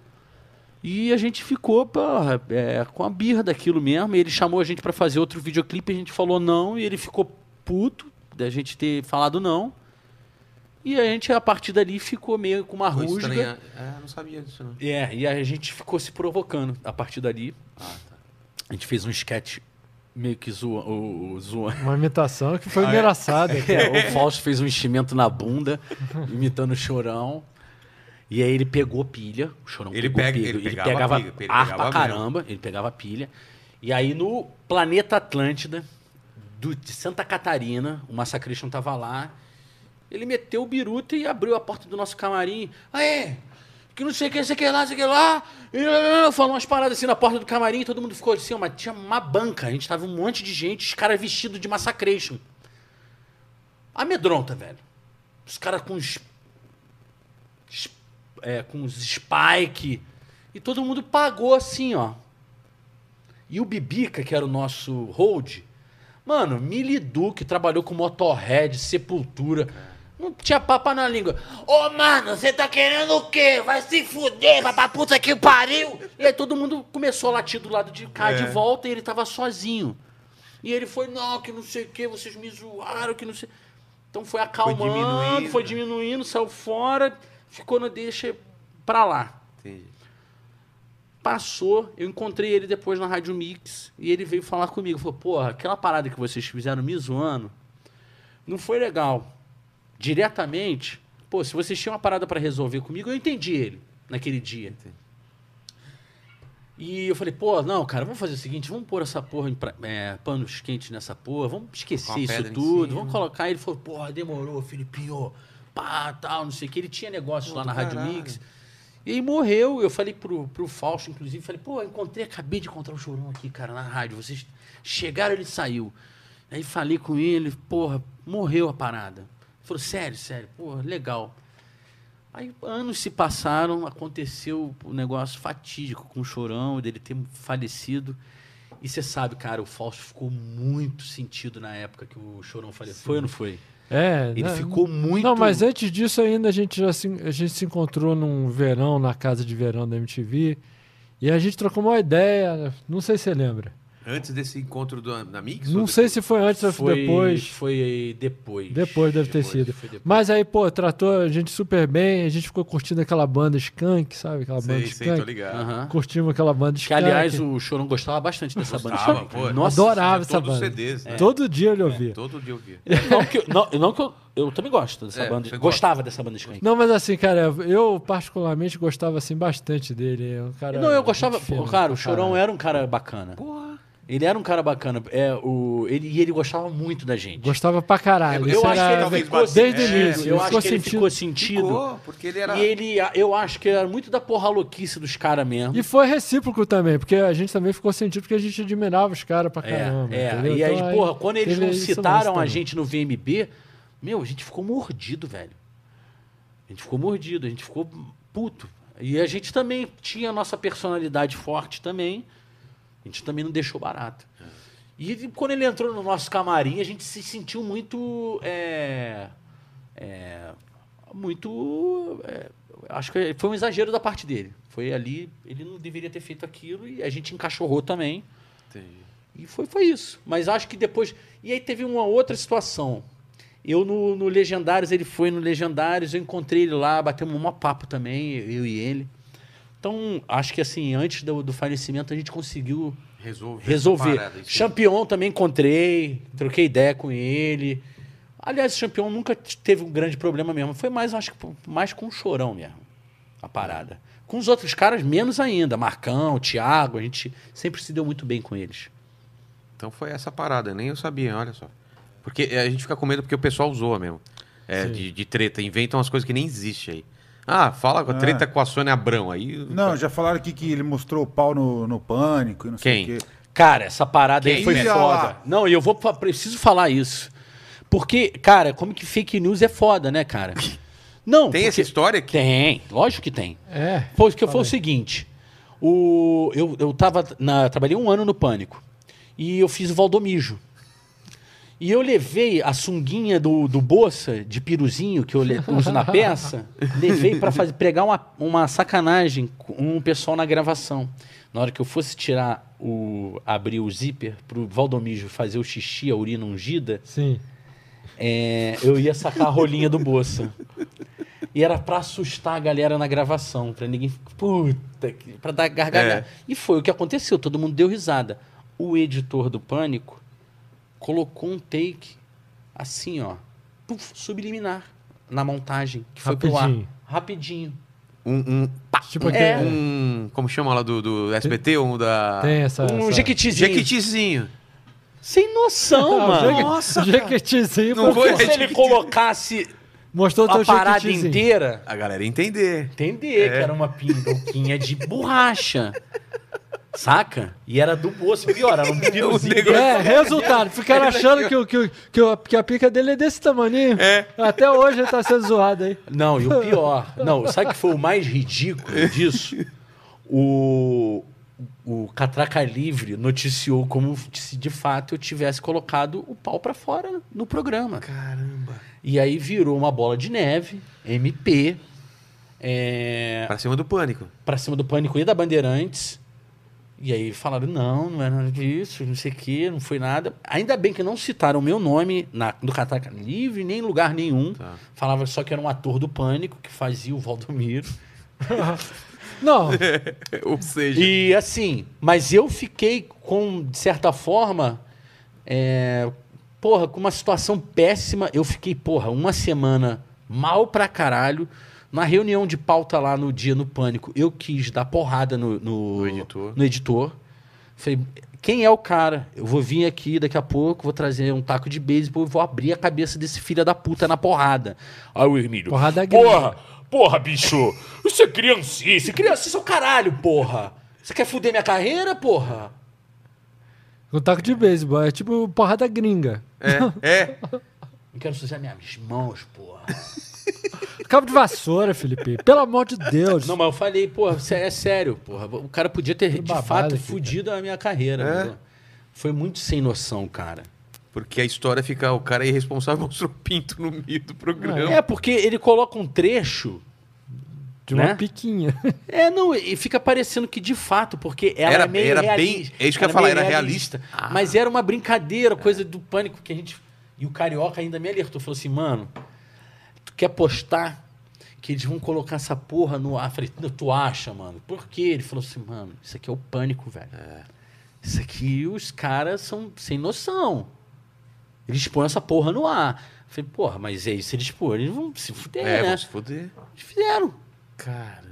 S3: E a gente ficou porra, é, com a birra daquilo mesmo. E ele chamou a gente pra fazer outro videoclipe, a gente falou não, e ele ficou puto da gente ter falado não. E a gente, a partir dali, ficou meio com uma
S1: Foi
S3: rusga.
S1: estranha. É, não sabia disso, não.
S3: É, e a gente ficou se provocando a partir dali. A gente fez um sketch meio que zoa, o, o- zoa.
S2: Uma imitação que
S1: Ah,
S2: foi
S1: *laughs*
S2: engraçada. cara.
S3: *laughs* É, o Fausto fez um enchimento na bunda, imitando o chorão. E aí ele pegou pilha. O chorão
S1: Ele
S3: pegou
S1: pega-
S3: pilha.
S1: ele pegava pilha, ele
S3: ar
S1: pegava
S3: pra caramba, ele pegava pilha. E aí no planeta Atlântida, do- de Santa Catarina, o Massacration tava lá. Ele meteu o biruta e abriu a porta do nosso camarim. Aê! Que não sei o que, não sei o que lá, não sei o que lá. E, ah, Falou umas paradas assim na porta do camarim, todo mundo ficou assim, ó, mas tinha uma banca. A gente tava um monte de gente, os caras vestidos de Massacration. Amedronta, velho. Os caras com os. es- é, com os spike. E todo mundo pagou assim, ó. E o Bibica, que era o nosso hold, mano, Milidu, que trabalhou com Motorhead, Sepultura. Não tinha papa na língua. Ô, mano, você tá querendo o quê? Vai se fuder, vai pra puta que pariu! E aí todo mundo começou a latir do lado de cá de volta e ele tava sozinho. E ele foi, não, que não sei o quê, vocês me zoaram, que não sei. Então foi acalmando, foi
S1: diminuindo.
S3: diminuindo, saiu fora, ficou no deixa pra lá.
S1: Entendi.
S3: Passou, eu encontrei ele depois na Rádio Mix e ele veio falar comigo. Falou, porra, aquela parada que vocês fizeram me zoando não foi legal. Diretamente, pô, se vocês tinham uma parada pra resolver comigo, eu entendi ele naquele dia. E eu falei, pô, não, cara, vamos fazer o seguinte, vamos pôr essa porra em pra- é, panos quentes nessa porra, vamos esquecer
S1: Colocar uma
S3: isso
S1: pedra em
S3: tudo,
S1: cima.
S3: vamos colocar. Ele falou, porra, demorou, Filipinho, pá, tal, não sei o que. Ele tinha negócio lá na Rádio
S1: caralho.
S3: Mix. E aí morreu, eu falei pro, pro Fausto, inclusive, falei, pô, encontrei, acabei de encontrar o Chorão aqui, cara, na rádio, vocês chegaram, ele saiu. Aí falei com ele, porra, morreu a parada. Ele falou, sério, sério, porra, legal. Aí anos se passaram, aconteceu o negócio fatídico com o Chorão, dele ter falecido. E você sabe, cara, o Fausto ficou muito sentido na época que o Chorão faleceu. Foi ou não foi?
S2: É,
S3: Ele
S2: né?
S3: ficou muito...
S2: Não, mas antes disso ainda a gente já se, a gente se encontrou num verão, na casa de verão da MTV. E a gente trocou uma ideia, não sei se você lembra.
S1: Antes desse encontro do, na Mix?
S2: Não
S1: ou
S2: sei
S1: depois?
S2: se foi antes ou
S3: Foi
S2: depois.
S3: Foi depois.
S2: Depois deve ter sido.
S3: foi depois.
S2: Mas aí, pô, tratou a gente super bem, a gente ficou curtindo aquela banda Skank, sabe? Aquela banda
S1: Sei, sei, tô
S2: Skank.
S1: ligado.
S3: Aham.
S2: Curtimos aquela banda
S3: Que,
S2: Skank.
S3: aliás, o Chorão gostava bastante dessa banda.
S1: Gostava,
S3: Skank,
S1: pô.
S3: né? Nossa,
S2: Adorava
S1: É
S2: essa
S1: todos os
S2: banda.
S1: CDs, né?
S2: Todo dia ele ouvia.
S1: Todo dia eu via.
S3: não que, eu- não, não que eu, eu também gosto dessa
S1: É,
S3: banda.
S1: você
S3: Gostava dessa banda Skank.
S2: Não, mas assim, cara, eu particularmente gostava assim bastante dele. é um cara,
S3: Não, eu gostava.
S2: gente fina
S3: cara, o
S2: pra
S3: Chorão
S2: caralho.
S3: era um cara bacana. Ele era um cara bacana. É, o, ele, e ele gostava muito da gente.
S2: Gostava pra caralho.
S1: Eu
S2: Isso
S3: Eu acho que
S2: era-
S3: ele
S1: talvez é,
S3: ficou
S2: desde o
S3: sentido.
S2: início,
S3: Eu
S2: ele
S3: acho
S2: ficou
S3: que ele
S2: sentido.
S3: ficou sentido.
S1: Ficou, porque ele era...
S3: E ele, eu acho que era muito da porra louquice dos caras mesmo.
S2: E foi recíproco também, porque a gente também ficou sentido porque a gente admirava os caras pra caramba.
S3: É, é.
S2: entendeu?
S3: E aí,
S2: Então,
S3: porra, quando eles
S2: teve
S3: não
S2: isso
S3: citaram
S2: também.
S3: a gente no VMB, meu, a gente ficou mordido, velho. A gente ficou mordido, a gente ficou puto. E a gente também tinha a nossa personalidade forte também. A gente também não deixou barato. E ele- quando ele entrou no nosso camarim, a gente se sentiu muito. É, é, muito. é, acho que foi um exagero da parte dele. Foi ali, ele não deveria ter feito aquilo e a gente encaixorrou também. E foi, foi isso. Mas acho que depois. E aí teve uma outra situação. Eu no, no Legendários, ele foi no Legendários, eu encontrei ele lá, batemos um maior papo também, eu e ele. Então, acho que assim, antes do, do falecimento, a gente conseguiu
S1: Resolve.
S3: resolver.
S1: essa parada, isso.
S3: Champion também encontrei, troquei ideia com ele. Aliás, o Champion nunca t- teve um grande problema mesmo. Foi mais, acho que, p- mais com o Chorão mesmo, a parada. Com os outros caras, menos ainda. Marcão, Thiago, a gente sempre se deu muito bem com eles.
S1: Então foi essa parada, nem eu sabia, olha só. Porque é, a gente fica com medo porque o pessoal zoa mesmo. É, de, de treta, inventam umas coisas que nem existem aí. Ah, fala com a treta com a Sônia Abrão aí. tá.
S4: Não, já falaram aqui que ele mostrou o pau no, no pânico e não
S1: Quem?
S4: sei o quê.
S3: Cara, essa parada aí
S1: Quem
S3: foi
S4: é?
S3: foda. Não, e eu vou fa- preciso falar isso. Porque, cara, como que fake news é foda, né, cara? Não,
S1: Tem essa
S3: porque...
S1: história aqui?
S3: Tem, lógico que tem.
S2: É.
S3: Foi, que foi o seguinte. O, eu, eu tava na, trabalhei um ano no Pânico. E eu fiz o Valdomijo. E eu levei a sunguinha do, do Bolsa, de piruzinho, que eu le- uso na peça, levei pra fazer, pregar uma, uma sacanagem com um pessoal na gravação. Na hora que eu fosse tirar o. abrir o zíper pro Valdomijo fazer o xixi, a urina ungida,
S2: Sim.
S3: é, eu ia sacar a rolinha do Bolsa. E era pra assustar a galera na gravação, pra ninguém. Puta, que- pra dar gargalhada.
S1: É.
S3: E foi o que aconteceu, todo mundo deu risada. O editor do Pânico colocou um take assim, ó, puf, subliminar na montagem, que foi pro
S2: Rapidinho.
S3: ar. Rapidinho.
S1: Um, um, pá,
S2: Tipo
S1: um-
S3: é
S2: aquele-
S1: um- Como chama lá do, do SBT? Um da.
S2: Tem essa.
S3: um
S2: essa...
S3: jequitizinho.
S1: Jequitizinho.
S3: Sem noção,
S2: Ah, o
S3: mano.
S2: jequi-
S1: Nossa,
S2: o Jequitizinho,
S1: Não
S2: pô,
S1: foi-
S3: Porque se ele colocasse
S2: mostrou
S3: a
S2: teu
S3: parada
S2: Jequitizinho.
S3: inteira.
S1: A galera ia entender.
S3: entender
S1: É.
S3: que era uma pindoquinha de borracha. Saca? E era do bolso, pior,
S1: *laughs*
S3: era um piruzinho.
S1: negócio-
S2: É, resultado. Ficaram achando que, o- que, o- que, o- que a pica dele é desse tamaninho.
S3: É.
S2: Até hoje ele tá sendo zoado aí.
S3: Não, e o pior. Não, sabe o que foi o mais ridículo disso? O, o Catraca Livre noticiou como se de fato eu tivesse colocado o pau pra fora no programa.
S1: Caramba.
S3: E aí virou uma bola de neve, MP, é,
S1: Pra cima do pânico.
S3: pra cima do Pânico e da Bandeirantes. E aí falaram, não, não é nada disso, não sei o quê, não foi nada. Ainda bem que não citaram meu nome na, no Catraca Livre, nem em lugar nenhum.
S1: Tá.
S3: Falava só que era um ator do Pânico, que fazia o Valdomiro. *laughs*
S2: Não,
S1: É, Ou seja,
S3: E assim, mas eu fiquei com, de certa forma, é, porra, com uma situação péssima. Eu fiquei, porra, uma semana mal pra caralho. Na reunião de pauta lá no dia no Pânico, eu quis dar porrada no, no,
S1: No editor.
S3: no editor. Falei, quem é o cara? Eu vou vir aqui daqui a pouco, vou trazer um taco de beisebol e vou abrir a cabeça desse filho da puta na porrada. Aí o Hermílio.
S2: Porrada grande.
S3: porra, porra, bicho! Isso é criancice, isso é criancice é o caralho, porra! Você quer fuder minha carreira, porra?
S2: um taco de beisebol. É tipo porrada gringa.
S1: é, é.
S3: Não quero sujar minhas mãos, porra.
S2: Cabo de vassoura, Felipe. Pelo amor de Deus.
S3: Não, mas eu falei, porra, sé- é sério, porra. O cara podia ter, de
S2: babado
S3: fato,
S2: aqui,
S3: fudido a minha carreira. entendeu? Foi muito sem noção, cara.
S1: Porque a história fica, o cara é irresponsável *laughs* mostrou o pinto no meio do programa.
S3: É, porque ele coloca um trecho
S2: de uma
S3: né?
S2: piquinha.
S3: É, não, e fica parecendo que de fato, porque ela
S1: Era-
S3: é meio
S1: era
S3: realista.
S1: bem- é isso que eu ia falar,
S3: meio
S1: era realista. É.
S3: Mas era uma brincadeira, coisa do pânico que a gente... E o Carioca ainda me alertou, falou assim, mano, tu quer postar que eles vão colocar essa porra no ar? Eu falei, "Não, tu acha, mano? Por quê? Ele falou assim, mano, isso aqui é o pânico, velho.
S1: É.
S3: Isso aqui, os caras são sem noção. Eles põem essa porra no ar. Eu falei, porra, mas é isso, eles põem, eles vão se fuder,
S1: É,
S3: né?
S1: vão se foder.
S3: Eles fizeram. Caramba.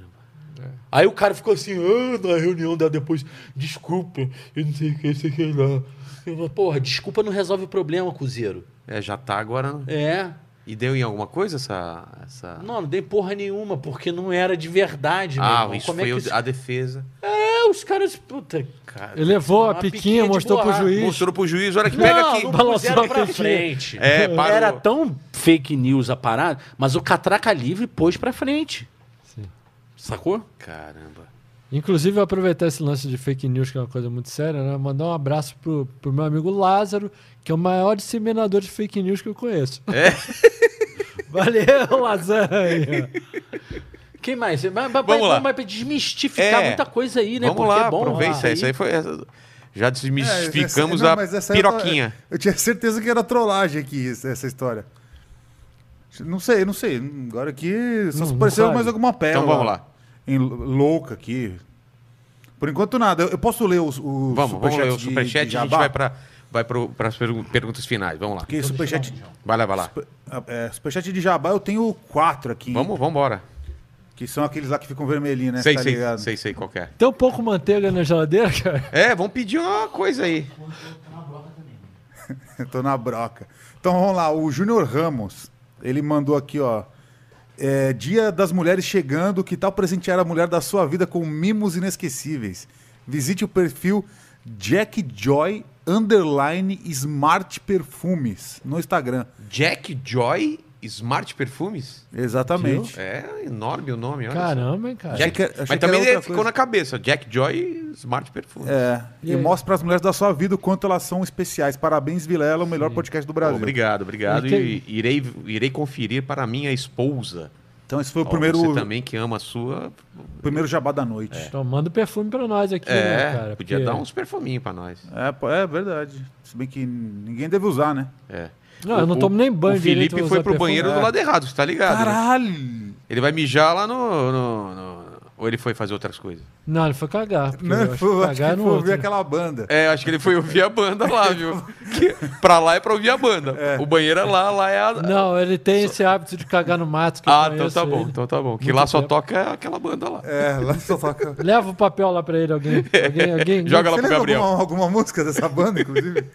S3: É. Aí o cara ficou assim, ah, na reunião dela depois, desculpa, eu não sei o que, eu sei o que lá. Eu falei, Porra, desculpa não resolve o problema, Cuzeiro.
S1: É, já tá agora. né?
S3: É.
S1: E deu em alguma coisa essa. essa...
S3: Não, não dei porra nenhuma, porque não era de verdade, meu
S1: ah,
S3: irmão.
S1: isso
S3: Como
S1: foi
S3: é
S1: o-
S3: que...
S1: a defesa.
S3: É, os caras, puta, cara.
S2: Ele levou a
S3: Uma
S2: piquinha,
S3: piquinha de
S2: mostrou pro
S3: borracha.
S2: juiz.
S1: Mostrou pro juiz, olha que pega aqui.
S3: não
S2: Balançou
S3: puseram
S2: a
S3: pra
S2: tetinha.
S3: frente.
S1: É, parou.
S3: Era tão fake news a parada, mas o Catraca Livre pôs pra frente.
S2: Sim.
S3: Sacou?
S1: Caramba.
S2: *laughs* Inclusive, eu aproveitar esse lance de fake news, que é uma coisa muito séria, né? Mandar um abraço pro, pro meu amigo Lázaro, que é o maior disseminador de fake news que eu conheço. É? *laughs* Valeu, Lasanha!
S3: Quem mais? Mas, mas,
S1: Vamos lá.
S3: mas pra desmistificar
S1: É.
S3: muita coisa aí, né?
S1: Vamos
S3: Porque
S1: lá,
S3: é bom
S1: aproveita.
S3: falar
S1: Isso aí foi. essa- Já desmistificamos
S4: É, essa- É, não,
S1: a
S4: mas essa aí eu tô-
S1: piroquinha.
S4: Eu, tinha certeza que era trollagem aqui, essa essa história. Não sei, não sei. Agora aqui só
S2: Não,
S4: se
S2: não
S4: apareceu
S2: sabe.
S4: mais alguma pérola.
S1: Então vamos lá.
S4: Em, louca aqui. Por enquanto nada. Eu, eu posso ler os, os
S1: Vamos, vamos ler o
S4: de-
S1: superchat
S4: de
S1: e a gente
S4: jabá?
S1: vai para vai as perguntas finais. Vamos lá.
S4: Porque superchat,
S1: Vai lá, vai lá.
S4: é, superchat de jabá eu tenho quatro aqui.
S1: Vamos, vamos embora.
S4: Que são aqueles lá que ficam vermelhinhos, né?
S1: Sei,
S4: tá
S1: sei,
S4: ligado?
S1: sei, sei qual que é.
S2: Tem um pouco manteiga na geladeira, cara?
S1: É, vamos pedir uma coisa aí.
S4: Eu *laughs* tô na broca. Então vamos lá, o Júnior Ramos, ele mandou aqui, ó. é, Dia das Mulheres chegando, que tal presentear a mulher da sua vida com mimos inesquecíveis? Visite o perfil Jack Joy underline Smart Perfumes no Instagram.
S1: Jack Joy Smart Perfumes?
S4: Exatamente.
S1: É enorme o nome, olha. só.
S2: Caramba, hein, cara?
S4: Achei
S1: Jack-
S4: que- achei que
S1: mas também
S4: era outra
S1: ficou
S4: coisa.
S1: na cabeça. Jack Joy Smart Perfumes.
S4: É,
S2: E
S4: e,
S2: aí?
S4: mostra para as mulheres da sua vida o quanto elas são especiais. Parabéns, Vilela, o melhor podcast do Brasil.
S1: Obrigado, obrigado.
S2: E tem-
S1: E irei, irei conferir para minha esposa.
S4: Então esse foi o
S1: Ó,
S4: primeiro,
S1: Você também É. que ama a sua.
S4: primeiro jabá da noite.
S2: Então manda perfume pra nós aqui, né,
S1: É,
S2: cara?
S1: podia
S2: Porque-
S1: dar uns perfuminhos para nós.
S4: É, pô, é verdade. Se bem que ninguém deve usar, né?
S1: É.
S2: Não, eu não
S1: O-
S2: tomo nem banho
S1: O
S2: direito,
S1: Felipe
S2: vou
S1: foi
S2: usar
S1: pro
S2: perfume.
S1: banheiro
S4: É.
S1: do lado errado, você tá ligado? né?
S4: Caralho!
S1: Ele vai mijar lá no, no- no- Ou ele foi fazer outras coisas?
S2: Não, ele foi cagar. porque eu
S4: Não,
S2: acho que
S4: eu acho que
S2: cagar
S4: ele
S2: no
S4: foi
S2: outro.
S4: ouvir aquela banda.
S1: É, acho que ele foi ouvir a banda
S2: *laughs*
S1: lá, viu? Que pra lá é pra ouvir a banda. O banheiro é lá, lá é a.
S2: Não, ele tem esse hábito de cagar no mato. Que eu
S1: ah, então
S2: conheço
S1: tá bom,
S2: ele.
S1: então tá bom. Que
S2: Muito
S1: lá só
S2: tempo.
S1: toca aquela banda lá.
S4: É, lá só toca.
S2: Leva o papel lá pra ele, alguém. Alguém,
S1: *laughs*
S2: alguém.
S1: Joga lá
S4: Você
S1: pro
S4: lembra
S1: Gabriel.
S4: alguma, alguma música dessa banda, inclusive?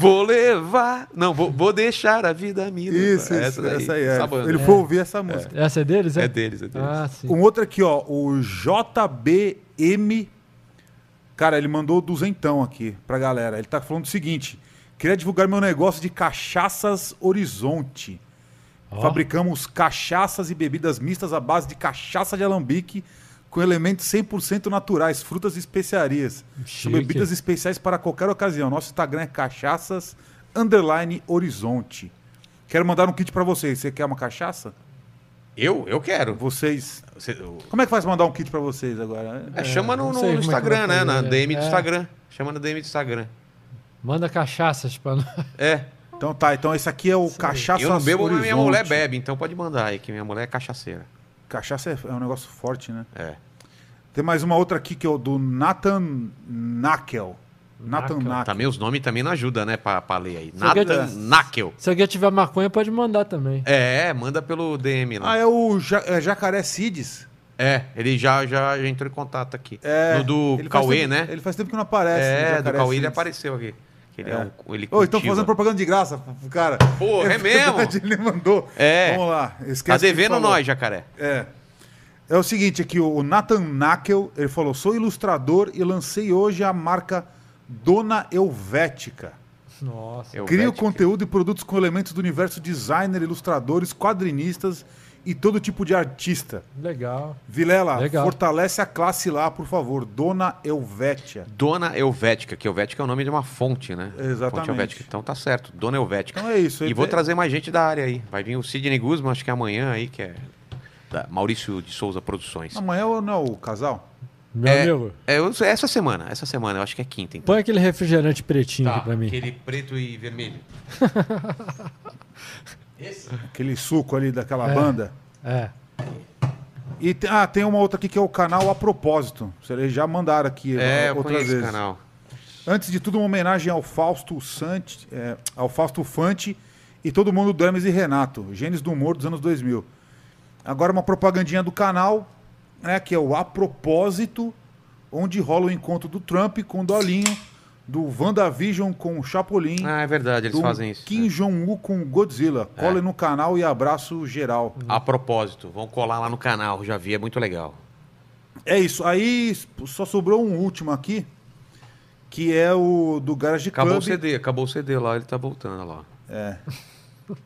S1: Vou levar. Não, vou, vou deixar a vida me levar.
S4: isso, isso,
S1: daí,
S4: essa aí é.
S1: essa banda. né?
S4: Ele foi ouvir essa música.
S2: Essa é deles?
S1: É deles, é deles.
S2: Ah, sim.
S4: Um outro aqui, ó, o JBM. Cara, ele mandou duzentão aqui pra galera. Ele tá falando o seguinte: queria divulgar meu negócio de cachaças Horizonte. Fabricamos cachaças e bebidas mistas à base de cachaça de alambique com elementos 100% naturais, frutas e especiarias. São
S2: Chique.
S4: bebidas especiais para qualquer ocasião. Nosso Instagram é cachaças underline horizonte. Quero mandar um kit pra vocês. Você quer uma cachaça?
S1: Eu? Eu quero.
S4: Vocês
S1: Você- eu-
S4: como é que faz pra mandar um kit pra vocês agora?
S1: É, chama no,
S2: não
S1: no
S2: sei como é que
S1: Instagram,
S2: vai
S1: né?
S2: fazer,
S1: Na
S2: né?
S1: DM do
S2: É.
S1: Instagram. Chama na DM do Instagram.
S2: Manda cachaças pra nós. *laughs*
S1: É.
S4: Então tá, então esse aqui é o cachaça
S1: Eu não bebo, mas minha mulher
S4: Horizonte.
S1: bebe, então pode mandar aí, que minha mulher é cachaceira.
S4: Cachaça é, é um negócio forte, né?
S1: É.
S4: Tem mais uma outra aqui que é o do Nathan Nakel. Nathan
S2: Nakel.
S4: Nakel.
S1: Também os nomes também não ajudam, né, pra, pra ler aí.
S2: alguém
S1: Nada,
S2: tiver-
S1: Nakel.
S2: Se alguém tiver maconha, pode mandar também.
S1: É, manda pelo DM lá.
S4: Ah, é o Ja- é Jacaré Cides.
S1: É, ele já, já, já entrou em contato aqui.
S4: É,
S1: no do
S4: ele faz
S1: Cauê,
S4: tempo-
S1: né?
S4: Ele faz tempo que não aparece. né,
S1: é, do
S4: Jacaré
S1: Cauê ele
S4: Cides.
S1: apareceu aqui. Que Ele é. um, ele
S4: Ô, estão
S1: cultiva.
S4: fazendo propaganda de graça pro cara.
S1: Pô,
S4: *laughs*
S1: é
S4: verdade,
S1: mesmo?
S4: Ele mandou.
S1: É.
S4: Vamos lá. Esquece
S1: Tá
S4: o que
S1: devendo
S4: falou.
S1: nós, jacaré.
S4: É. É o seguinte, aqui o Nathan Nakel, ele falou, sou ilustrador e lancei hoje a marca Dona Helvética.
S2: Nossa.
S1: Eu
S4: Crio
S1: vejo
S4: conteúdo e produtos com elementos do universo designer, ilustradores, quadrinistas e todo tipo de artista.
S2: Legal.
S4: Vilela,
S2: Legal.
S4: fortalece a classe lá, por favor. Dona Helvétia.
S1: que- Dona Helvética, que Helvética é o nome de uma fonte, né?
S4: Exatamente.
S1: Fonte Helvética. Então tá certo, Dona Helvética.
S4: Então é isso.
S1: E
S4: ele-
S1: vou trazer mais gente da área aí. Vai vir o Sidney Guzman, acho que é amanhã aí, que é da Maurício de Souza Produções.
S4: Amanhã ou não, é o casal?
S2: Meu
S1: É.
S2: amigo,
S1: É eu- essa semana, essa semana, eu acho que é quinta, então.
S2: põe aquele refrigerante pretinho aqui pra mim.
S1: Tá, aquele preto e vermelho.
S4: Aquele suco ali daquela
S2: É.
S4: banda.
S2: É.
S4: E te- ah, tem uma outra aqui que é o canal A Propósito. Vocês já mandaram aqui
S1: É,
S4: eh,
S1: eu
S4: outras
S1: conheço
S4: vezes.
S1: esse canal.
S4: Antes de tudo, uma homenagem ao Fausto Sante, eh, ao Fausto Fante e todo mundo do Hermes e Renato, gênios do humor dos anos 2000. Agora uma propagandinha do canal, né, que é o A Propósito, onde rola o encontro do Trump com o Dolinho, do WandaVision com o Chapolin,
S1: Ah, é verdade, eles
S4: do
S1: fazem isso. né. É.
S4: Kim Jong-un com o Godzilla. Colhem no canal e abraço geral.
S1: A propósito, vão colar lá no canal, já vi, é muito legal.
S4: É isso. Aí só sobrou um último aqui, que é o do Garage
S1: Acabou
S4: Club.
S1: o CD, acabou o CD lá, ele tá voltando olha lá.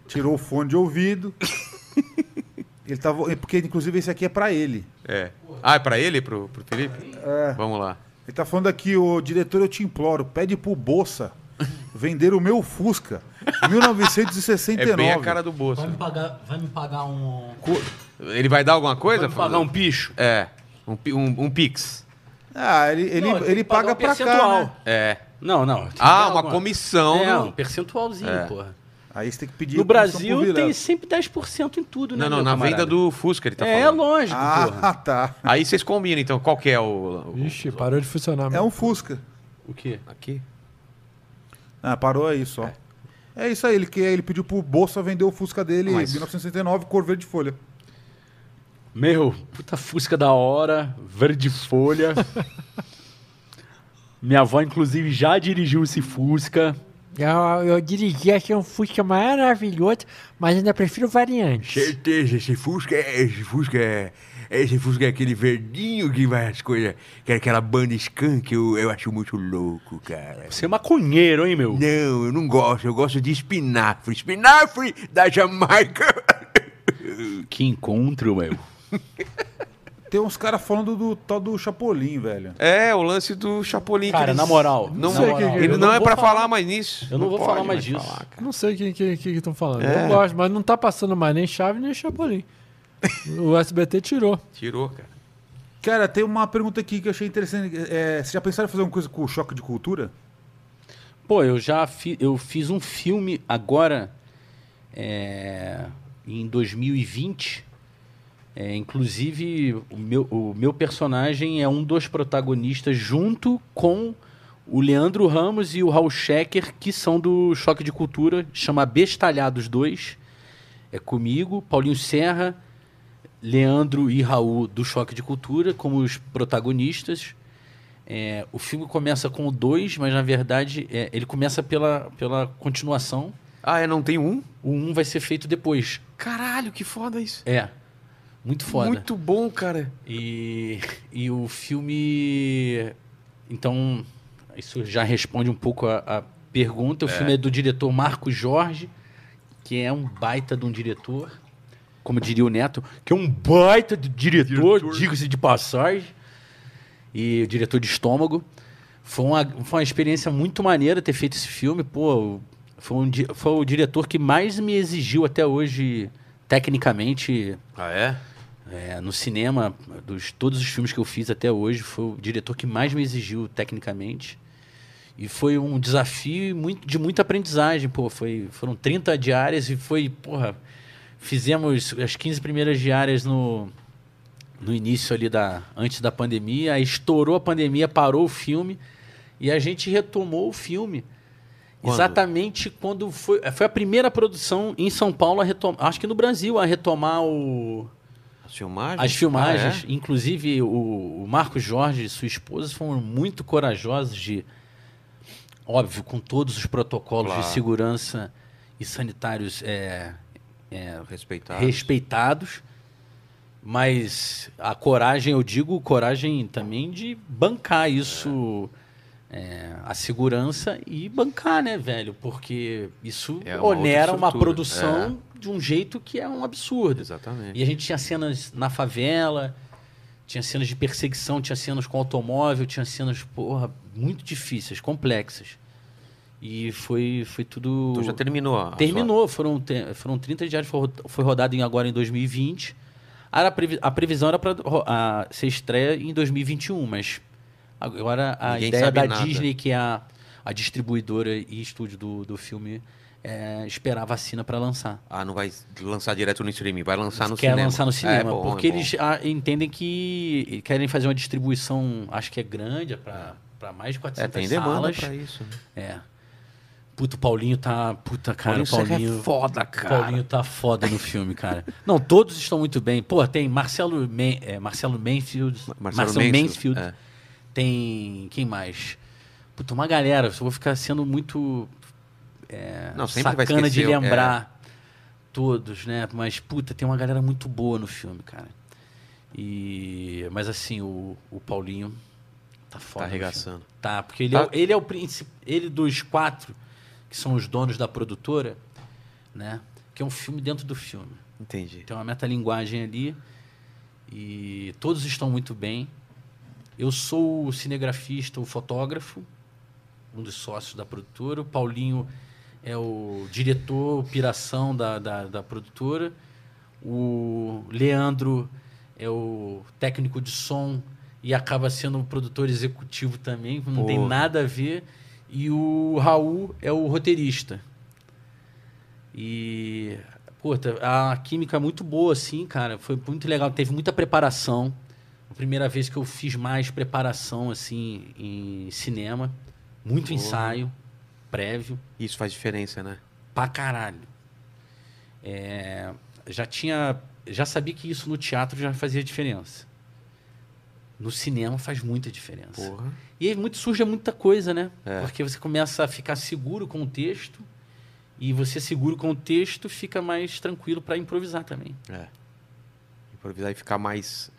S4: Tirou o fone de ouvido. ele tava, porque inclusive esse aqui é pra ele.
S1: É. Ah, é pra ele, pro, pro Felipe?
S4: É.
S1: Vamos lá.
S4: Ele tá falando aqui, o diretor, eu te imploro, pede pro Bolsa vender o meu
S5: *laughs*
S4: Fusca,
S5: É
S4: 1969.
S1: É bem a cara do bolso.
S3: Vai me pagar, vai me pagar um.
S1: Ele vai dar alguma coisa?
S5: Vai me pagar um picho.
S1: É. Um, pi- um, um Pix.
S4: Ah, ele, ele,
S5: Não, tem
S4: ele
S5: que
S4: paga
S5: pagar um
S4: pra cá,
S5: percentual.
S4: né?
S1: É.
S5: Não, não. tem que
S1: Ah,
S5: dar
S1: uma
S5: alguma-
S1: comissão.
S5: É,
S1: não. É.
S5: um percentualzinho, porra.
S4: Aí você tem que pedir
S5: No
S4: comissão pro
S5: Brasil
S4: Vilela.
S5: tem sempre 10% em tudo, né?
S1: Não, não,
S5: meu
S1: na
S5: camarada?
S1: venda do Fusca ele tá
S5: é,
S1: falando.
S5: lógico, porra.
S4: Ah, *laughs* tá.
S1: Aí vocês combinam, então, qual que é o... o-
S2: Ixi, parou de funcionar.
S4: É um Fusca.
S5: O quê?
S1: Aqui?
S4: Ah, parou aí só. É. isso aí, ele, que, ele pediu pro Bolsa vender o Fusca dele em
S1: Mas-
S4: 1969, cor verde folha.
S5: Meu, puta fusca da hora, verde folha. Minha avó, inclusive, já dirigiu esse fusca.
S2: Eu, é eu dirigi aqui um Fusca maravilhoso, mas ainda prefiro variantes.
S7: Certeza, esse Fusca é. Esse Fusca é. Esse Fusca é aquele verdinho que vai as coisas. Que é aquela banda skunk, eu, eu acho muito louco, cara.
S5: Você é maconheiro, hein, meu?
S7: Não, eu não gosto, eu gosto de espinafre. Espinafre da Jamaica!
S5: Que encontro, meu.
S4: Tem uns caras falando do tal do Chapolin, velho.
S1: É, o lance do Chapolin. que
S5: Cara,
S1: eles-
S5: na moral,
S1: Não,
S5: na moral,
S1: ele
S5: eu
S1: não, é
S5: vou
S1: pra falar mais nisso.
S5: Eu não vou
S1: pode
S5: falar mais disso.
S1: cara.
S2: Não sei o que que que estão falando.
S1: É.
S2: Eu gosto, mas não tá passando mais nem chave
S1: *laughs*
S2: nem Chapolin. o SBT tirou.
S1: Tirou, cara.
S4: Cara, tem uma pergunta aqui que eu achei interessante. É, vocês já pensaram em fazer alguma coisa com o choque de cultura?
S5: Pô, eu já fi- eu fiz um filme agora, é, em 2020. É, inclusive, o meu, o meu personagem é um dos protagonistas, junto com o Leandro Ramos e o Raul Schecker, que são do Choque de Cultura, chama Bestalhados 2. É comigo, Paulinho Serra, Leandro e Raul do Choque de Cultura, como os protagonistas. É, o filme começa com o 2, mas na verdade é, ele começa pela, pela continuação.
S1: Ah, é, não tem um?
S5: O 1 um vai ser feito depois.
S1: Caralho, que foda isso.
S5: É. Muito foda.
S1: Muito bom, cara.
S5: E, e o filme. Então, isso já responde um pouco a, a pergunta. O filme é do diretor Marcos Jorge, que é um baita de um diretor. Como diria o Neto, que é um baita de diretor, diga-se de passagem. E diretor de estômago. Foi uma, foi uma experiência muito maneira ter feito esse filme. Pô, foi, um di- foi o diretor que mais me exigiu até hoje, tecnicamente,
S1: Ah, é?
S5: é, no cinema, dos todos os filmes que eu fiz até hoje, foi o diretor que mais me exigiu tecnicamente. E foi um desafio e muito, de muita aprendizagem, pô. Foi, foram 30 diárias e foi, porra, fizemos as 15 primeiras diárias no,
S3: no início ali da antes da pandemia, aí estourou a pandemia, parou o filme e a gente retomou o filme.
S1: Quando?
S3: Exatamente quando foi, foi a primeira produção em São Paulo a retomar, acho que no Brasil a retomar o
S1: As filmagens?
S3: as filmagens,
S1: Ah,
S3: inclusive o, o Marco Jorge e sua esposa foram muito corajosos de, óbvio, com todos os protocolos
S1: Claro.
S3: de segurança e sanitários é, é,
S1: é? Respeitado.
S3: respeitados, mas a coragem, eu digo, coragem também de bancar isso, é, a segurança e bancar, né, velho? Porque isso
S1: É uma outra
S3: onera uma
S1: estrutura,
S3: produção de um jeito que é um absurdo.
S1: Exatamente.
S3: E a gente tinha cenas na favela, tinha cenas de perseguição, tinha cenas com automóvel, tinha cenas, porra, muito difíceis, complexas. E foi, foi tudo.
S1: Então já terminou. a- a
S3: Terminou, foram, te- foram 30 diários, foi, ro- foi rodado em, agora em 2020. Era previ- a previsão era para ser estreia em 2021, mas agora a
S1: Ninguém
S3: ideia
S1: sabe
S3: da
S1: nada.
S3: Disney, que é a, a distribuidora e estúdio do, do filme, é esperar a vacina para lançar.
S1: Ah, não vai lançar direto no streaming, vai lançar no
S3: Quer
S1: cinema.
S3: lançar no cinema,
S1: É bom,
S3: porque
S1: é bom.
S3: eles ah, entendem que e querem fazer uma distribuição, acho que é grande, para mais de
S1: É,
S3: 400
S1: tem demanda
S3: salas.
S1: pra isso. né?
S3: É. Puto, o Paulinho tá. Puta,
S1: Paulinho
S3: cara, o
S1: Serra é
S3: Paulinho.
S1: foda, cara.
S3: O Paulinho tá foda no filme, cara. Não, todos estão muito bem. Pô, tem Marcelo, Man, é, Marcelo Mansfield. Marcelo, Mansfield.
S1: é.
S3: Tem. Quem mais? Puta, uma galera. Eu vou ficar sendo muito
S1: Não, sempre vai
S3: sacana de
S1: esquecer, é.
S3: lembrar todos, né? Mas, puta, tem uma galera muito boa no filme, cara. E. Mas assim, o, o Paulinho
S1: Tá
S3: tá foda. no filme.
S1: arregaçando.
S3: Tá, porque ele,
S1: Tá.
S3: É, o- ele é o príncipe. Ele dos quatro, que são os donos da produtora, né? Que é um filme dentro do filme.
S1: Entendi.
S3: Tem uma metalinguagem ali. E todos estão muito bem. Eu sou o cinegrafista, o fotógrafo, um dos sócios da produtora. O Paulinho é o diretor, o piração da, da, da produtora. O Leandro é o técnico de som e acaba sendo um produtor executivo também, não tem
S1: Porra.
S3: nada a ver. E o Raul é o roteirista. E, pô, tá- a química é muito boa, assim, cara. Foi muito legal. Teve muita preparação. A primeira vez que eu fiz mais preparação, assim, em cinema. Muito
S1: Porra.
S3: ensaio prévio
S1: Isso faz diferença, né?
S3: pra caralho. É, já tinha, já sabia que isso no teatro já fazia diferença. No cinema faz muita diferença.
S1: Porra.
S3: E aí muito surge muita coisa, né? Porque você começa a ficar seguro com o texto e você seguro com o texto fica mais tranquilo pra improvisar também.
S1: Improvisar e ficar mais,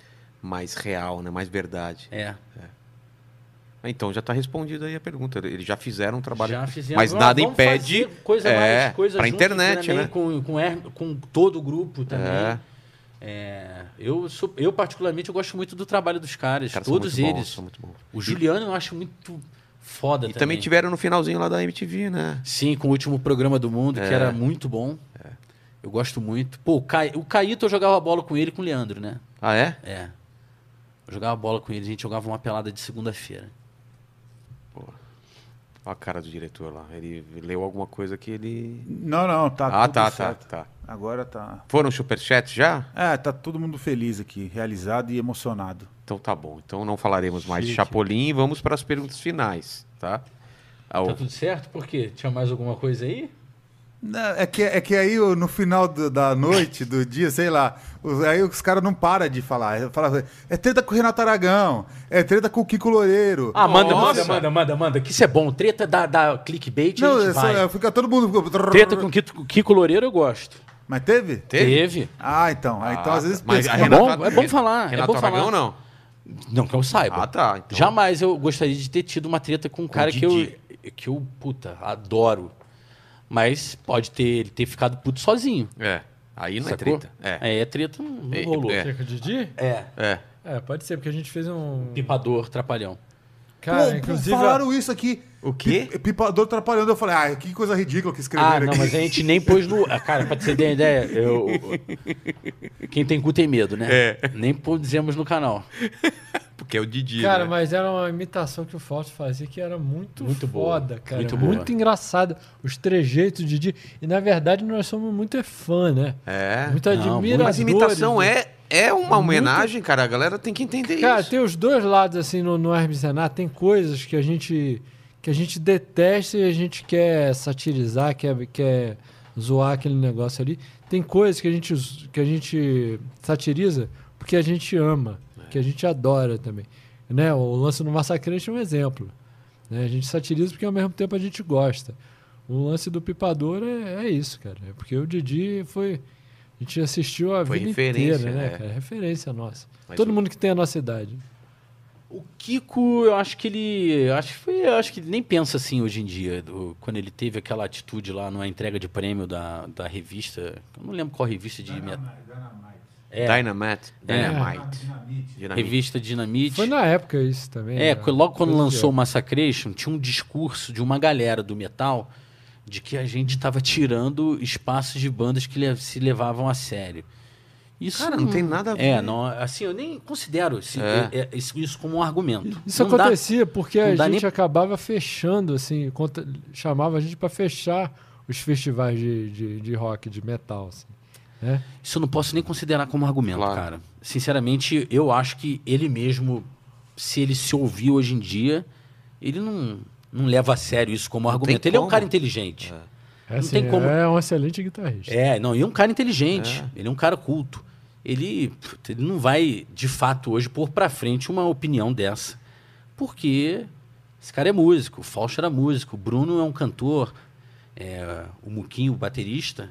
S1: mais real, né? Mais verdade.
S3: É.
S1: Então já tá respondido aí a pergunta. Eles já fizeram um trabalho.
S3: Já fizemos.
S1: Mas nada
S3: vamos
S1: impede,
S3: fazer Coisa
S1: é,
S3: mais, coisa
S1: pra
S3: junto
S1: internet,
S3: também,
S1: né?
S3: Com, com, er- com todo o grupo também.
S1: É.
S3: É, eu, sou- eu, particularmente, eu gosto muito do trabalho dos caras,
S1: Cara, são
S3: todos
S1: muito bons,
S3: eles.
S1: são muito bons.
S3: O Juliano eu acho muito foda
S1: E também tiveram no finalzinho lá da MTV, né?
S3: Sim, com o último programa do mundo, que era muito bom. Eu gosto muito. Pô, o, Ca... o Caíto eu jogava bola com ele e com o Leandro, né?
S1: Ah, é?
S3: É. Eu jogava bola com ele, a gente jogava uma pelada de segunda-feira.
S1: Olha a cara do diretor lá. Ele leu alguma coisa que ele.
S4: Não, não, tá.
S1: ah,
S4: tudo
S1: tá, tá,
S4: certo.
S1: tá.
S4: Agora tá.
S1: Foram superchats já?
S4: É, tá todo mundo feliz aqui, realizado e emocionado.
S1: Então tá bom. Então não falaremos mais de Chapolin e vamos para as perguntas finais, tá? Ah, o-
S3: Tá tudo certo? Por quê? Tinha mais alguma coisa aí?
S4: Não, É que, é que aí eu, no final do- da noite, do dia, sei lá, os- aí os caras não param de falar. Fala, é treta com o Renato Aragão, é treta com o Kiko Loureiro.
S3: Ah, manda,
S1: Nossa!
S3: manda, manda, manda, manda. Que isso é bom. Treta da, da clickbait,
S4: não,
S3: a gente
S4: é só-
S3: vai.
S4: é, fica todo mundo.
S3: Treta com Kiko, Kiko Loureiro eu gosto.
S4: Mas teve?
S1: Teve?
S4: Ah, então. Ah, então às vezes.
S1: Mas
S4: pensa-
S1: a
S3: É
S1: Renata-
S3: bom- é bom falar, é
S1: Renato
S3: bom falar. É
S1: Aragão, não.
S3: Não que eu saiba.
S1: Ah, tá. Então,
S3: Jamais eu gostaria de ter tido uma treta com um cara que
S1: Didi.
S3: eu, que eu, puta, adoro. Mas pode ter, ele ter ficado puto sozinho.
S1: É. Aí não
S3: sacou?
S1: é treta. É.
S3: É, treta não, não
S1: É,
S3: rolou.
S1: é.
S3: É.
S2: Quer que eu Didi?
S1: É.
S2: É, pode ser, porque a gente fez um.
S3: Pipador, trapalhão.
S4: Pô,
S2: Cara,
S4: pô,
S2: inclusive.
S4: falaram isso aqui.
S1: O quê?
S4: Pi- Pipador atrapalhando. Eu falei, ah, que coisa ridícula que escreveram
S3: Ah, não,
S4: aqui.
S3: mas a gente nem pôs no. ah, Cara, pra você ter uma ideia, eu. Quem tem cu tem medo, né?
S1: É.
S3: Nem pusemos no canal.
S1: Porque é o Didi.
S2: Cara,
S1: né?
S2: mas era uma imitação que o Fausto fazia que era muito,
S3: Muito boa,
S2: foda, cara.
S3: muito
S2: Muito,
S3: boa.
S2: engraçada. Os trejeitos de Didi. E na verdade nós somos muito é fã, né?
S1: É.
S2: Muito
S3: Não,
S2: admiradores. né?
S1: Mas imitação
S3: né?
S2: do-
S1: é é uma homenagem, cara. A galera tem que entender
S2: Cara,
S1: isso.
S2: tem os dois lados assim no, no Hermes e Renato, tem coisas que a gente que a gente detesta e a gente quer satirizar, quer, quer zoar aquele negócio ali. Tem coisas que a gente z- que a gente satiriza porque a gente ama, que a gente adora também, né? O lance do Massacrante é um exemplo, né? A gente satiriza porque ao mesmo tempo a gente gosta. O lance do Pipador é, é isso, cara. É porque o Didi foi a gente assistiu a
S1: Foi
S2: vida
S1: referência,
S2: inteira, né?
S1: né?
S2: cara? É referência nossa.
S1: Mas
S2: Todo
S1: o-
S2: mundo que tem a nossa idade.
S3: O Kiko, eu acho que ele. eu acho que, foi- eu acho que ele nem pensa assim hoje em dia. do- quando ele teve aquela atitude lá na entrega de prêmio da, da revista. Eu não lembro qual revista de. met- É,
S1: Dynamite.
S3: É.
S1: Dynamite. Dinamite.
S3: revista Dinamite.
S2: Foi na época isso também. né?
S3: É, que logo quando
S2: Coisa de
S3: lançou o Massacration, tinha um discurso de uma galera do metal de que a gente estava tirando espaços de bandas que le- se levavam a sério. Isso
S1: Cara, não tem nada a ver.
S3: É, não, assim, eu nem considero esse-
S1: É.
S3: é- é- isso, isso como um argumento.
S2: Isso
S3: Não dá-
S2: acontecia porque a
S3: não dá
S2: gente
S3: nem-
S2: acabava fechando, assim, conta- chamava a gente pra fechar os festivais de, de, de rock, de metal. Assim.
S3: Isso eu não posso nem considerar como argumento,
S1: Claro.
S3: cara. Sinceramente, eu acho que ele mesmo, se ele se ouvir hoje em dia, ele não, não leva a sério isso como
S1: tem
S3: argumento. Ele é um
S1: como.
S3: cara inteligente.
S2: É, assim,
S3: tem como-
S2: é um excelente guitarrista.
S3: É, não, e é um cara inteligente, ele é um cara culto. Ele, pff, ele não vai, de fato, hoje pôr pra frente uma opinião dessa. Porque esse cara é músico, o Fausto era músico, o Bruno é um cantor, é, o Muquinho, o baterista,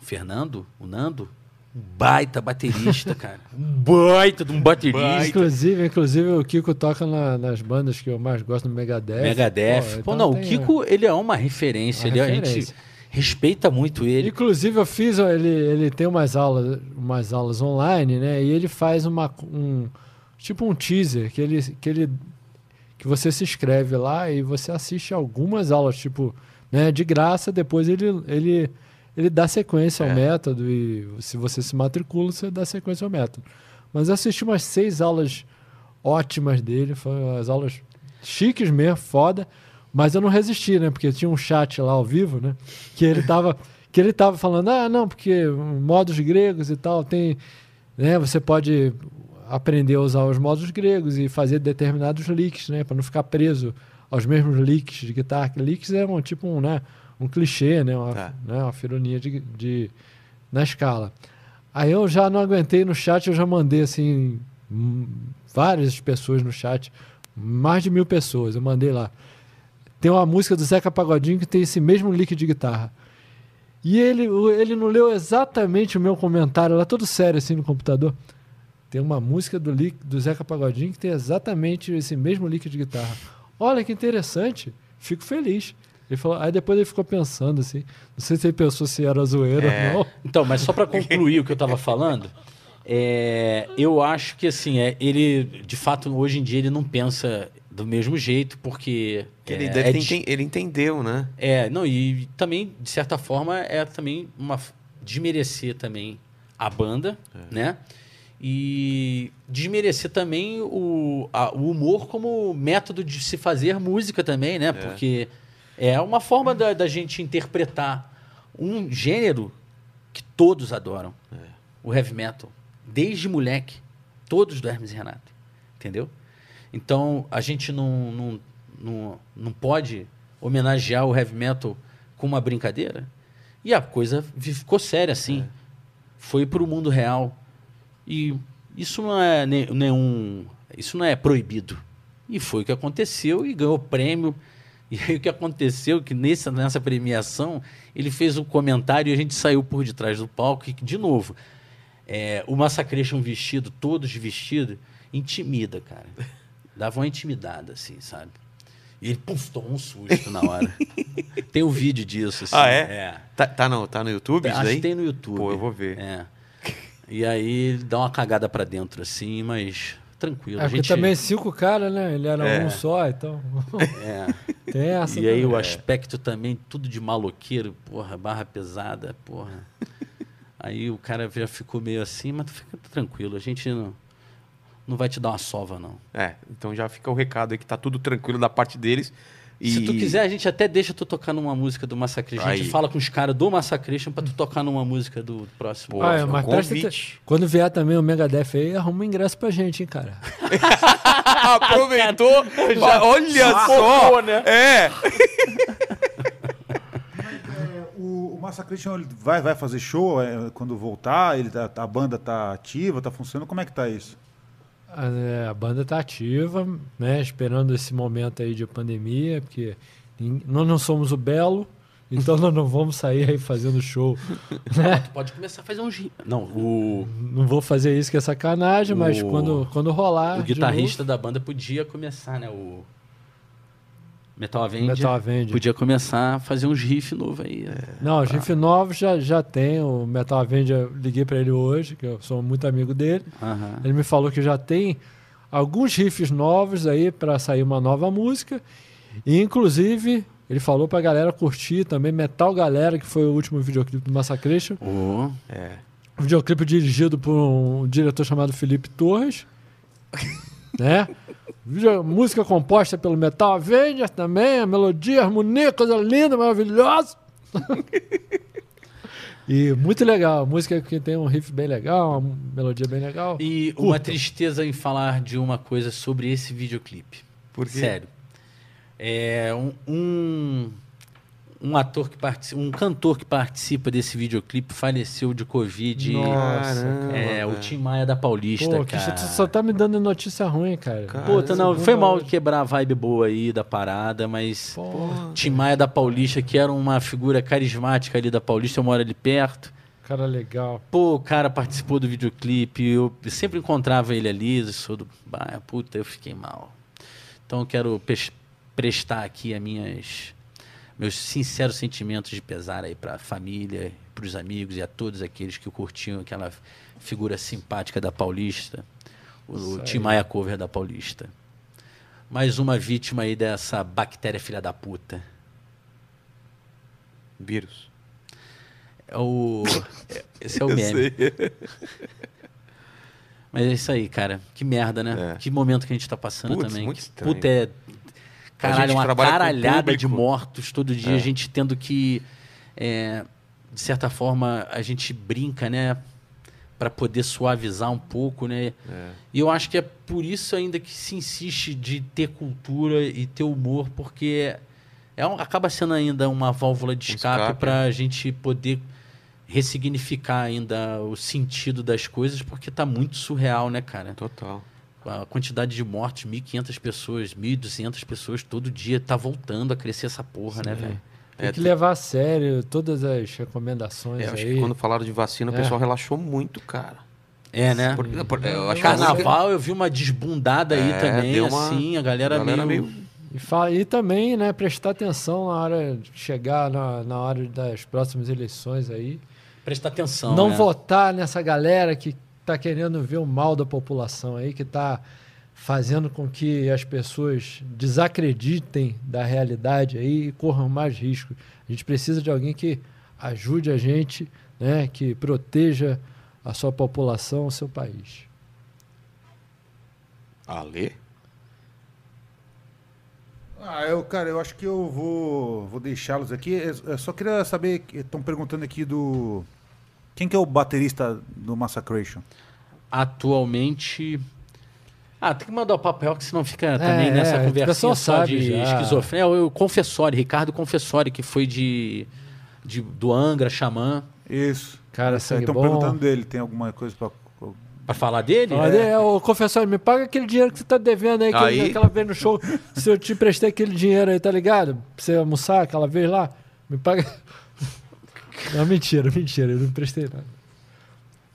S3: o Fernando, o Nando, um baita baterista, cara. Um baita de um baterista.
S2: Inclusive, inclusive, o Kiko toca na- nas bandas que eu mais gosto, no Megadeth.
S3: Megadeth. Pô,
S2: então
S3: não, o
S2: tem, é.
S3: Kiko, ele é uma referência,
S2: Uma
S3: ele é- a gente
S2: referência.
S3: respeita muito ele.
S2: Inclusive, eu fiz, ó, ele, ele tem umas aulas, umas aulas online, né? E ele faz uma, um tipo um teaser que ele, que ele que você se inscreve lá e você assiste algumas aulas, tipo, né, de graça, depois ele, ele, ele dá sequência ao método e se você se matricula, você dá sequência ao método. Mas eu assisti umas seis aulas ótimas dele, foram as aulas chiques mesmo, foda, mas eu não resisti, né, porque tinha um chat lá ao vivo, né, que ele tava, que ele tava falando, ah, não, porque modos gregos e tal, tem, né, você pode aprender a usar os modos gregos e fazer determinados licks, né, para não ficar preso aos mesmos licks de guitarra. Licks é um tipo um, né, um clichê, né, uma,
S1: Tá.
S2: né, uma fironia de, de na escala. Aí eu já não aguentei no chat, eu já mandei assim hum, várias pessoas no chat, mais de mil pessoas, eu mandei lá. Tem uma música do Zeca Pagodinho que tem esse mesmo lick de guitarra. E ele, o- ele não leu exatamente o meu comentário lá, todo sério assim no computador. Tem uma música do, lick, do Zeca Pagodinho que tem exatamente esse mesmo lick de guitarra. Olha que interessante, fico feliz. Ele falou, aí depois ele ficou pensando assim, não sei se ele pensou se era zoeira ou não. é
S3: Então, mas só para concluir o que eu
S2: *laughs*
S3: estava falando, é, eu acho que assim, é, ele, de fato, hoje em dia ele não pensa do mesmo jeito, porque.
S1: Ele,
S3: é,
S1: deve
S3: é
S1: ter
S3: di-
S1: enten- ele entendeu, né?
S3: é, não, e também, de certa forma, é também uma f- desmerecer também a banda,
S1: É.
S3: né? E desmerecer também o, a- o humor como método de se fazer música também, né? Porque é uma forma da, da gente interpretar um gênero que todos adoram.
S1: É.
S3: O heavy metal. Desde moleque. Todos do Hermes e Renato. Entendeu? Então, a gente não, não, não, não pode homenagear o heavy metal com uma brincadeira. E a coisa vi- ficou séria, assim. Foi para o mundo real. E isso não é ne- nenhum... Isso não é proibido. E foi o que aconteceu e ganhou prêmio. *laughs* E aí o que aconteceu é que nessa, nessa premiação ele fez um comentário e a gente saiu por detrás do palco. E, de novo, é, o Massacration vestido, todos de vestido,
S1: *laughs*
S3: intimida, cara. Dava uma intimidada, assim, sabe? E ele, puf, tomou um susto na hora.
S1: *laughs*
S3: tem um vídeo disso, assim.
S1: Ah, é? Tá, tá no, tá no YouTube isso
S3: Acho que
S1: daí?
S3: tem no YouTube.
S1: Pô, eu vou ver.
S3: É. E aí ele dá uma cagada pra dentro, assim, mas tranquilo.
S2: É,
S3: a
S2: porque
S3: gente...
S2: também cinco caras, né? Ele era
S1: É.
S2: um só, então.
S3: *laughs* É.
S2: *laughs* Tem essa.
S3: E aí
S2: também.
S3: o aspecto também, tudo de maloqueiro, porra, barra pesada,
S2: *laughs*
S3: porra. aí o cara já ficou meio assim, mas tu fica tranquilo, a gente não, não vai te dar uma sova, não.
S1: É, então já fica o recado aí que tá tudo tranquilo da parte deles. E-
S3: Se tu quiser, a gente até deixa tu tocar numa música do Massacration. A
S1: Aí.
S3: gente fala com os caras do Massacration pra tu tocar numa música do próximo.
S1: Pô,
S2: Ah, é,
S1: é um
S2: mas presta
S1: convite.
S2: atenção. Quando vier também o Megadeth aí, arruma um ingresso pra gente, hein, cara.
S1: *laughs*
S3: *laughs*
S1: Aproveitou. já- olha só.
S3: focou, né?
S1: É.
S4: O, o Massacration ele vai, vai fazer show é, quando voltar? Ele tá- a banda tá ativa, tá funcionando? Como é que tá isso?
S2: A, é, a banda tá ativa, né? Esperando esse momento aí de pandemia, porque nin- nós não somos o Belo, então nós não vamos sair aí fazendo show.
S3: Tu pode começar a fazer uns. ri- Não, o,
S2: Não vou fazer isso que é sacanagem, mas
S3: O-
S2: quando, quando rolar.
S3: o
S2: de
S3: guitarrista da banda podia começar, né? O Metal
S2: novo,
S3: Avenger.
S2: Metal Avenger.
S3: Podia começar a fazer uns riffs novos aí. É.
S2: Não, os riff novos já, já tem. O Metal Avenger, eu liguei pra ele hoje, que eu sou muito amigo dele.
S3: Aham.
S2: Ele me falou que já tem alguns riffs novos aí pra sair uma nova música. E inclusive, ele falou pra galera curtir também Metal Galera, que foi o último videoclipe do Massacration.
S3: Ô,
S2: Um videoclipe dirigido por um diretor chamado Felipe Torres. né? Video- música composta pelo Metal Avengers também, a melodia, a harmonia, coisa linda, maravilhosa. *laughs* e muito legal, música que tem um riff bem legal, uma melodia bem legal.
S3: E uma tristeza em falar de uma coisa sobre esse videoclipe. Por quê? Sério. É um, um, um ator que participa, um cantor que participa desse videoclipe faleceu de covid.
S1: Caramba,
S3: é, o
S1: velho.
S3: Tim Maia da Paulista,
S2: Pô, que
S3: cara.
S2: tu só tá me dando notícia ruim, cara.
S1: é
S3: Puta, não,
S2: Segunda
S3: foi mal
S2: hoje.
S3: quebrar a vibe boa aí da parada, mas
S2: Porra.
S3: Tim Maia da Paulista, que era uma figura carismática ali da Paulista, eu moro ali perto.
S2: Cara legal.
S3: Pô, o cara participou do videoclipe, eu sempre encontrava ele ali, eu sou do bairro, puta, eu fiquei mal. Então eu quero pes- prestar aqui as minhas meus sinceros sentimentos de pesar aí pra família, pros amigos e a todos aqueles que curtiam aquela figura simpática da Paulista, o Tim Maia cover da Paulista. Mais uma vítima aí dessa bactéria filha da puta.
S1: Vírus.
S3: É o. é- Esse é o meme. Mas é isso aí, cara. Que merda, né?
S1: É.
S3: Que momento que a gente tá passando
S1: Putz,
S3: também.
S1: muito
S3: que,
S1: estranho.
S3: puta, é.
S1: gente
S3: Caralho, uma
S1: trabalha com
S3: caralhada
S1: público. É.
S3: de mortos todo dia. A gente tendo que. é, de certa forma, a gente brinca, né? Pra poder suavizar um pouco, né? E eu acho que é por isso ainda que se insiste de ter cultura e ter humor, porque é um- acaba sendo ainda uma válvula de
S1: Um
S3: escape
S1: escape,
S3: para a gente poder ressignificar ainda o sentido das coisas, porque tá muito surreal, né, cara?
S1: Total.
S3: A quantidade de mortes, 1.500 pessoas, 1.200 pessoas todo dia, tá voltando a crescer essa porra, né, velho?
S2: Tem
S1: É,
S2: que levar a sério todas as recomendações
S1: É, eu acho
S2: aí.
S1: que quando falaram de vacina, o
S2: É.
S1: pessoal relaxou muito, cara.
S3: É, né?
S1: Porque- por- eu acho que a música-
S3: Carnaval, eu vi uma desbundada aí
S1: É,
S3: também,
S1: deu uma-
S3: assim, a galera,
S1: a galera
S3: meio...
S1: meio-
S2: E, fa- e também, né, prestar atenção na hora de chegar na, na hora das próximas eleições aí.
S3: Presta atenção,
S2: não
S3: né?
S2: votar nessa galera que tá querendo ver o mal da população aí, que tá fazendo com que as pessoas desacreditem da realidade aí e corram mais riscos. A gente precisa de alguém que ajude a gente, né, que proteja a sua população, o seu país.
S1: Ale?
S4: Ah, eu, cara, eu acho que eu vou, vou deixá-los aqui. Eu, eu só queria saber, estão perguntando aqui do... Quem que é o baterista do Massacration?
S3: atualmente. Ah, tem que mandar o papel, que senão fica também
S2: é,
S3: nessa
S2: o
S3: conversinha
S2: pessoal
S3: só
S2: sabe
S3: de
S2: já.
S3: esquizofrenia. É, o Confessori, Ricardo Confessori, que foi de, de- do Angra, Xamã.
S4: Isso.
S2: Cara,
S4: Isso aí,
S2: sangue
S4: tão
S2: bom.
S4: perguntando dele, tem alguma coisa pra...
S3: Pra falar dele?
S2: Olha, é, ô, confessor, me paga aquele dinheiro que você tá devendo aí, que
S1: Aí.
S2: eu- aquela vez no show. Se eu te emprestei aquele dinheiro aí, tá ligado? Pra você almoçar aquela vez lá, me paga. *laughs* Não, mentira, mentira, eu não emprestei nada.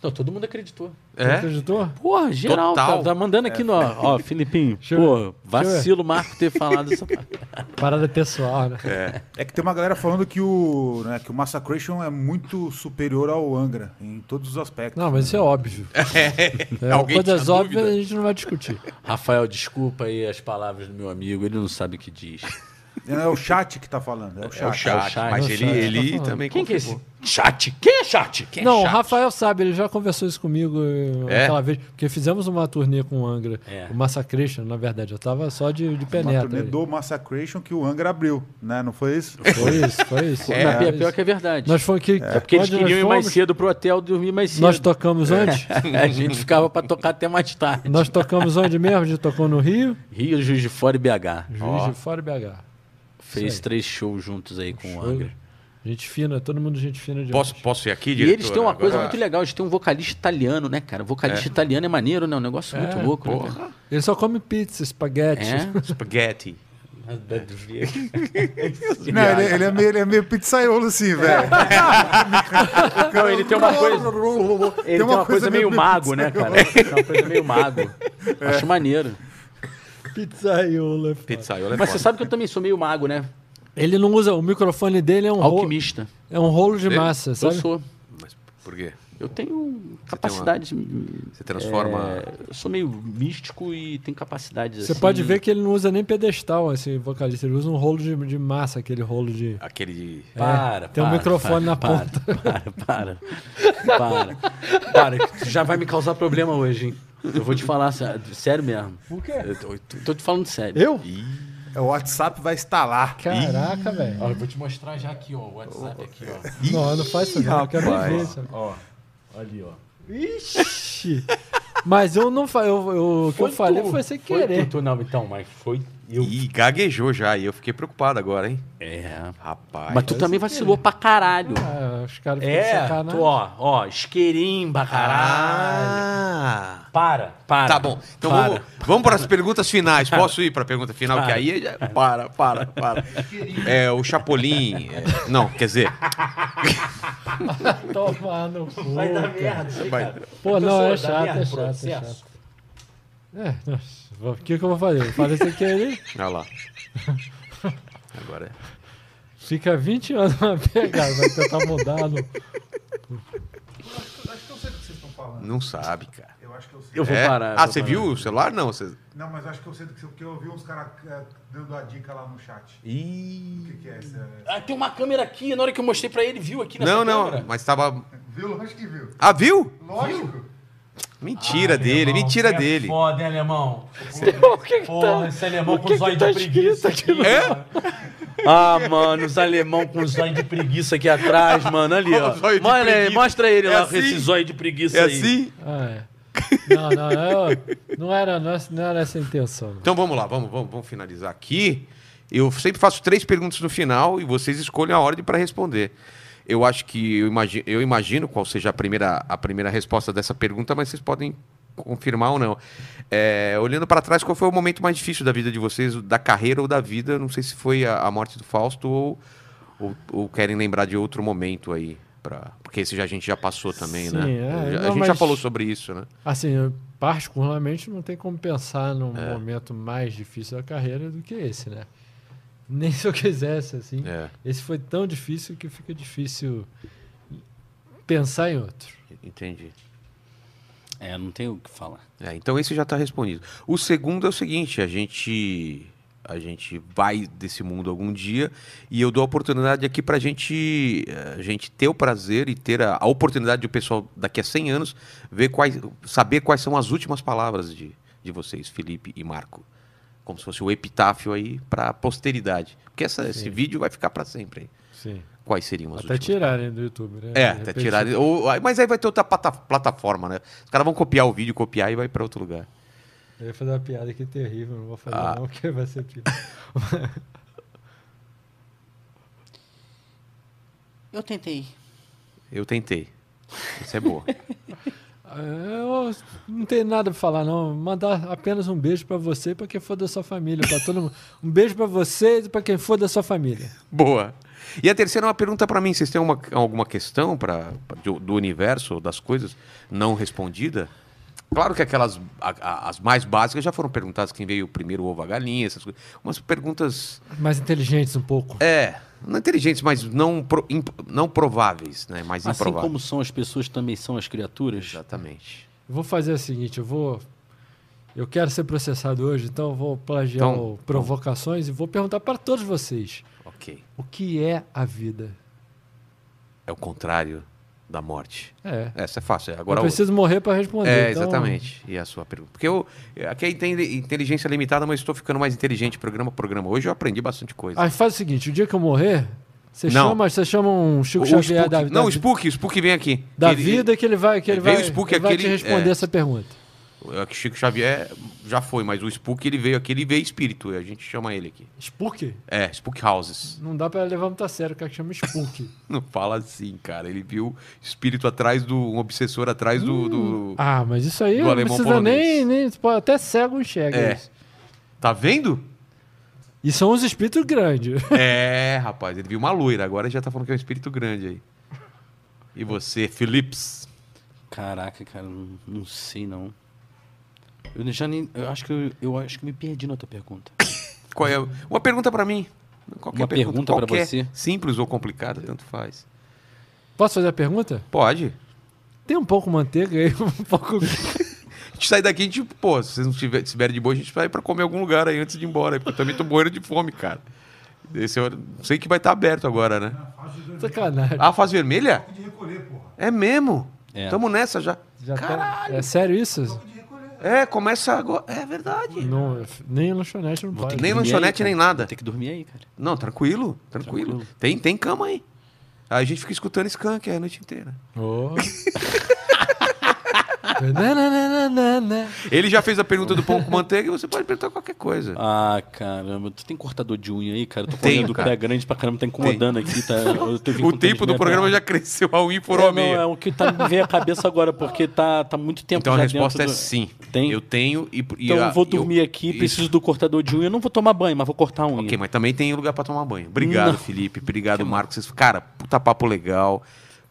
S3: Não, todo mundo acreditou.
S2: Você
S1: É?
S2: acreditou?
S3: Porra, geral,
S1: Total.
S3: tá, tá mandando
S1: É.
S3: aqui no. Ó, Filipinho,
S2: eu
S3: pô,
S2: ver, deixa
S3: vacilo o Marco ter falado *laughs* essa parte.
S2: Parada pessoal, né?
S4: É que tem uma galera falando que o, né, que o Massacration é muito superior ao Angra, em todos os aspectos.
S2: Não, mas isso
S1: *laughs*
S2: é óbvio. É,
S1: Alguém
S2: coisas
S1: tinha
S2: óbvias
S1: dúvida?
S2: a gente não vai discutir.
S3: Rafael, desculpa aí as palavras do meu amigo, ele não sabe o que diz.
S4: É o chat que tá falando, é o chat.
S1: É o chat,
S3: chat,
S1: mas
S2: é o
S1: ele,
S2: chat.
S1: ele
S2: Tá falando.
S1: também
S3: Quem que é esse
S1: confirmou.
S3: Chat? Quem é chat? Quem é
S2: não, o
S3: chat?
S2: Rafael sabe, ele já conversou isso comigo eh,
S1: É?
S2: aquela vez, porque fizemos uma turnê com o Angra,
S3: É.
S2: o Massacration, na verdade, eu tava só de, de
S4: Uma
S2: penetra.
S4: turnê
S2: é aí.
S4: do Massacration que o Angra abriu, né? Não foi isso?
S2: Foi isso, foi isso.
S3: É, pior- pior que é verdade.
S2: Nós fomos que,
S3: É porque eles
S2: onde nós
S3: queriam ir mais
S2: fomos,
S3: cedo pro hotel dormir mais cedo. É.
S2: Nós tocamos onde?
S3: *laughs* a gente ficava pra tocar até mais tarde.
S2: Nós tocamos onde mesmo? A gente tocou no Rio,
S3: Rio, Juiz de Fora e BH.
S2: Juiz de Fora e BH.
S3: Fez
S2: Isso aí.
S3: três shows juntos aí com o
S2: Show.
S3: Um Angra.
S2: Gente fina, todo mundo gente fina de
S1: Posso, posso ir aqui,
S3: E
S1: diretor? né?
S3: eles têm uma coisa
S1: Agora-
S3: muito legal, eles têm um vocalista italiano, né, cara? Vocalista italiano é maneiro, né? Um negócio muito
S2: É,
S3: louco, né?
S1: porra.
S3: cara?
S2: Ele só come pizza, espaguete.
S3: É.
S1: Spaghetti.
S4: Não, ele, ele é meio, ele é meio pizzaiolo, assim, velho.
S3: *laughs* Não, ele tem uma coisa. Ele tem uma, coisa, meio mago, né, cara? É uma coisa meio mago. Acho maneiro.
S2: Pizzaiola. foda.
S1: Pizzaiola é
S3: Mas
S1: foda.
S3: você sabe que eu também sou meio mago, né?
S2: Ele não usa, o microfone dele é um, rolo,
S3: Alquimista.
S2: é um rolo de massa,
S3: Eu
S2: sabe?
S3: sou.
S1: Mas por quê?
S3: Eu tenho capacidade.
S1: Você transforma...
S3: é, eu sou meio místico e tenho capacidades
S2: Você
S3: assim.
S2: pode ver que ele não usa nem pedestal, esse vocalista. Ele usa um rolo de, de massa, aquele rolo de.
S1: Aquele...
S3: Para,
S2: tem um
S3: É, para,
S2: microfone na
S3: para, Para, para. Para. Para, que tu já vai me causar problema hoje, hein? Eu vou te falar sé- sério mesmo. Por quê? Eu tô, eu tô- tô te falando sério.
S2: Eu?
S4: É, O WhatsApp vai estalar.
S2: Caraca, velho.
S3: Ó, eu vou te mostrar já aqui, ó, o WhatsApp aqui, ó.
S2: Não, eu não faz isso, não. Eu quero nem ver isso.
S3: Ali, ó.
S2: Ixi. Mas eu não fa... eu, eu- O que eu falei foi sem
S3: Foi
S2: querer.
S3: tu, tu *laughs* não, então, mas foi eu.
S1: Ih, gaguejou já. E eu fiquei preocupado agora, hein?
S3: É.
S1: Rapaz.
S3: Mas tu também
S1: assim.
S3: vacilou pra caralho.
S2: Ah, os caras ficam de
S3: É,
S2: sacanagem.
S3: tu, ó, ó, esquerimba, caralho.
S1: Ah...
S3: Para, para.
S1: Tá bom. Então
S3: Para.
S1: vamos, vamos para as perguntas finais. Posso ir para a pergunta final? Que aí já... Para, para, para. É, o Chapolin... é, Não, quer dizer...
S2: Tomar no cu.
S3: Vai dar merda, isso aí,
S1: Vai.
S3: cara.
S2: Pô, não,
S3: Professor,
S2: é
S3: dá
S2: chato,
S3: merda
S2: é
S3: pro
S2: chato, é
S3: processo.
S2: chato. É, nossa, vou- o que, que eu vou fazer? Eu falei sem querer,
S1: Olha lá. Agora é...
S2: fica 20 anos na pegada, vai tentar mudar. Não.
S4: Acho que eu sei do que vocês estão falando.
S1: Não sabe, cara.
S4: Eu acho que eu sei.
S3: Eu vou
S1: É?
S3: parar.
S1: Ah,
S3: vou
S1: você
S3: parar.
S1: viu o celular? Não, você...
S4: Não, mas acho que eu sei do que você... Porque eu ouvi uns caras dando a dica lá no chat. O que, é esse?
S3: Ah, tem uma câmera aqui, na hora que eu mostrei pra ele, viu aqui nessa
S1: Não,
S3: câmera?
S1: não, mas tava...
S4: Viu? Lógico que viu.
S1: Ah, viu?
S4: Lógico.
S1: Mentira dele, mentira dele.
S3: foda, hein, alemão?
S2: O que que
S3: Porra, esse alemão
S2: com que que zóio de tá preguiça
S3: aqui. *laughs* Ah, mano, os alemão com zóio de preguiça aqui atrás, mano. Ali, ó.
S1: Zóio de
S3: Mostra, aí,
S1: preguiça.
S3: mostra ele
S1: É
S3: lá,
S1: assim?
S3: esse zóio de preguiça
S1: É
S3: aí.
S1: assim?
S2: Ah, é. Não, não, eu, não, era, nossa- não era essa a intenção. não.
S1: Então vamos lá, vamos, vamos, vamos finalizar aqui. Eu sempre faço três perguntas no final e vocês escolhem a ordem para responder. Eu acho que eu imagino, eu imagino qual seja a primeira, a primeira resposta dessa pergunta, mas vocês podem confirmar ou não. É, olhando para trás, qual foi o momento mais difícil da vida de vocês, da carreira ou da vida? Não sei se foi a, a morte do Fausto ou, ou, ou querem lembrar de outro momento aí. Pra, porque esse já, a gente já passou também,
S2: Sim,
S1: né?
S2: é,
S1: Já- a
S2: não,
S1: gente já
S2: mas-
S1: falou sobre isso, né?
S2: Assim, eu, particularmente não tem como pensar num
S1: É.
S2: momento mais difícil da carreira do que esse, né? *laughs* Nem se eu quisesse, assim.
S1: É,
S2: Esse foi tão difícil que fica difícil pensar em outro.
S1: entendi.
S3: É, não tem o que falar.
S1: É, então esse já está respondido. O segundo é o seguinte, a gente a gente vai desse mundo algum dia e eu dou a oportunidade aqui para gente, eh, a gente ter o prazer e ter a, a oportunidade de o pessoal daqui a 100 anos ver quais, saber quais são as últimas palavras de, de vocês, Felipe e Marco. Como se fosse o epitáfio aí para a posteridade. Porque essa- esse vídeo vai ficar para sempre. aí.
S2: Sim.
S1: Quais seriam as
S2: Até
S1: últimas
S2: tirarem do YouTube,
S1: é,
S2: né? De
S1: até
S2: repente-
S1: tirar. Ou, aí- mas aí vai ter outra plata- plataforma, né? Os caras vão copiar o vídeo, copiar e vai pra outro lugar.
S2: Eu ia fazer uma piada aqui terrível, não vou fazer
S1: Ah.
S2: não, *laughs* porque vai ser pior.
S5: Eu tentei.
S1: Eu tentei. Isso é
S3: *laughs*
S1: boa.
S2: Eu não tenho nada pra falar, não. Mandar apenas um beijo pra você e pra quem for da sua família, pra todo mundo. Um beijo pra vocês e pra quem for da sua família.
S1: boa. E a terceira é uma pergunta pra mim. Vocês têm uma- alguma questão pra, pra- do, do universo, ou das coisas, não respondida? Claro que aquelas a- a- as mais básicas já foram perguntadas quem veio primeiro, o ovo, a galinha, essas coisas. Umas perguntas,
S2: Mais inteligentes um pouco.
S1: é, não inteligentes, mas não, pro- imp- não prováveis, né? Mais
S3: Assim
S1: improváveis.
S3: como são as pessoas, também são as criaturas.
S1: Exatamente.
S2: Eu vou fazer o seguinte, eu vou... Eu quero ser processado hoje, então eu vou plagiar
S1: Então,
S2: o provocações e vou perguntar pra todos vocês.
S1: Ok.
S2: O que é a vida?
S1: é o contrário da morte.
S2: É.
S1: Essa é fácil. Agora,
S2: Agora, eu
S1: o-
S2: preciso morrer para responder.
S1: é,
S2: então-
S1: exatamente. E a sua pergunta? Porque eu. Aqui é inte- inteligência limitada, mas estou ficando mais inteligente programa a programa. Hoje eu aprendi bastante coisa.
S2: Aí faz o seguinte: o dia que eu morrer, você
S1: Não.
S2: chama, você chama um Chico Xavier da,
S1: Spook, não, o
S2: da,
S1: Spook, o Spook vem aqui.
S2: da
S1: Ele-
S2: vida que ele vai, que ele
S1: Veio
S2: vai,
S1: o Spook
S2: ele vai te
S1: aquele-
S2: responder
S1: é.
S2: essa pergunta.
S1: É que Chico Xavier já foi, mas o Spook ele veio aqui, ele veio espírito, a gente chama ele aqui.
S2: Spook?
S1: É, Spook Houses. *laughs*
S2: Não dá para levar muito a sério o cara que chama Spook.
S1: Não fala assim, cara. Ele viu espírito atrás do. um obsessor atrás do. do-
S2: ah, mas isso aí
S1: Do
S2: não
S1: alemão
S2: precisa nem,
S1: polonês.
S2: nem. pô, Até cego enxerga
S1: É.
S2: isso.
S1: Tá vendo?
S2: E são uns espíritos grandes. *laughs*
S1: É, rapaz, ele viu uma loira, agora ele já tá falando que é um espírito grande aí. E você, Philips?
S3: Caraca, cara, não, não sei não. Eu já nem. Eu acho que eu,
S1: Tá
S3: eu acho que me perdi na tua pergunta.
S1: Qual é? o- Uma pergunta pra mim. Qualquer
S3: Uma pergunta pra
S1: qualquer,
S3: você.
S1: Simples ou complicada, tanto faz.
S2: Posso fazer a pergunta?
S1: Pode.
S2: Tem um pouco manteiga aí, *laughs* um pouco.
S1: A gente sai daqui, a gente, pô, se vocês não tiver- tiverem de boa, a gente vai pra comer em algum lugar aí antes de ir embora, porque eu também tô morrendo de fome, cara. Esse eu sei que vai estar aberto agora, né?
S2: Sacanagem.
S1: Ah, faz vermelha? É mesmo?
S3: É.
S1: Tamo nessa já.
S2: Já tá-
S1: Caralho!
S2: É sério isso?
S1: É, começa agora. É verdade.
S2: Não, nem lanchonete não pode.
S1: Nem
S3: Dormir
S1: lanchonete,
S3: aí,
S1: nem
S3: cara.
S1: nada.
S3: Vou ter que dormir aí, cara.
S1: Não, tranquilo, tranquilo.
S3: Tranquilo.
S1: Tem, tem cama aí. Aí a gente fica escutando skunk aí a noite inteira.
S2: Oh. Na, na, na, na, na, na.
S1: Ele já fez a pergunta do pão com manteiga e você pode perguntar qualquer coisa.
S3: Ah, caramba. Tu tem cortador de unha aí, cara? Eu tô
S1: Tenho,
S3: correndo o
S1: cara.
S3: pé grande pra caramba, tá incomodando aqui. Tá, eu tô
S1: O tempo do programa já cresceu a um e por ao
S3: é, não,
S1: meio.
S3: é o que tá, me veio a cabeça agora, porque tá, tá muito tempo
S1: Então a
S3: já
S1: resposta é
S3: dentro do-
S1: sim.
S3: Tem?
S1: Eu tenho e. e
S3: Então
S1: a-
S3: eu vou dormir aqui,
S1: isso.
S3: preciso do cortador de unha. Eu não vou tomar banho, mas vou cortar a unha.
S1: Ok, mas também tem lugar pra tomar banho. Obrigado,
S3: Não.
S1: Felipe. Obrigado, Marcos. Vocês- Cara, puta papo legal.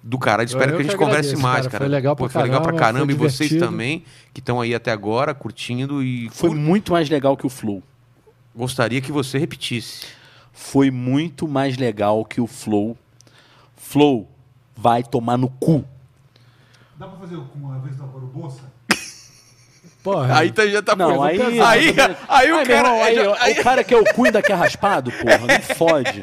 S1: Do caralho, espero
S2: Eu
S1: que a
S2: que
S1: gente converse
S2: agradeço,
S1: mais,
S2: cara.
S1: cara.
S2: Foi legal pra
S1: foi legal pra
S2: caramba,
S1: caramba. E
S2: foi
S1: vocês
S2: divertido.
S1: também, que estão aí até agora, curtindo. E
S3: Foi
S1: cur-
S3: muito mais legal que o Flow.
S1: gostaria que você repetisse.
S3: Foi muito mais legal que o Flow. Flow vai tomar no cu.
S4: Dá pra fazer com uma vez agora o Bolsa?
S2: Porra. é
S1: Aí tá- já tá
S3: Não, aí.
S1: Aí, *laughs* aí, aí o
S3: meu
S1: cara.
S3: irmão,
S1: é,
S3: aí,
S1: já-
S3: ó,
S1: aí
S3: O cara que é o cu ainda que é raspado, porra, não fode.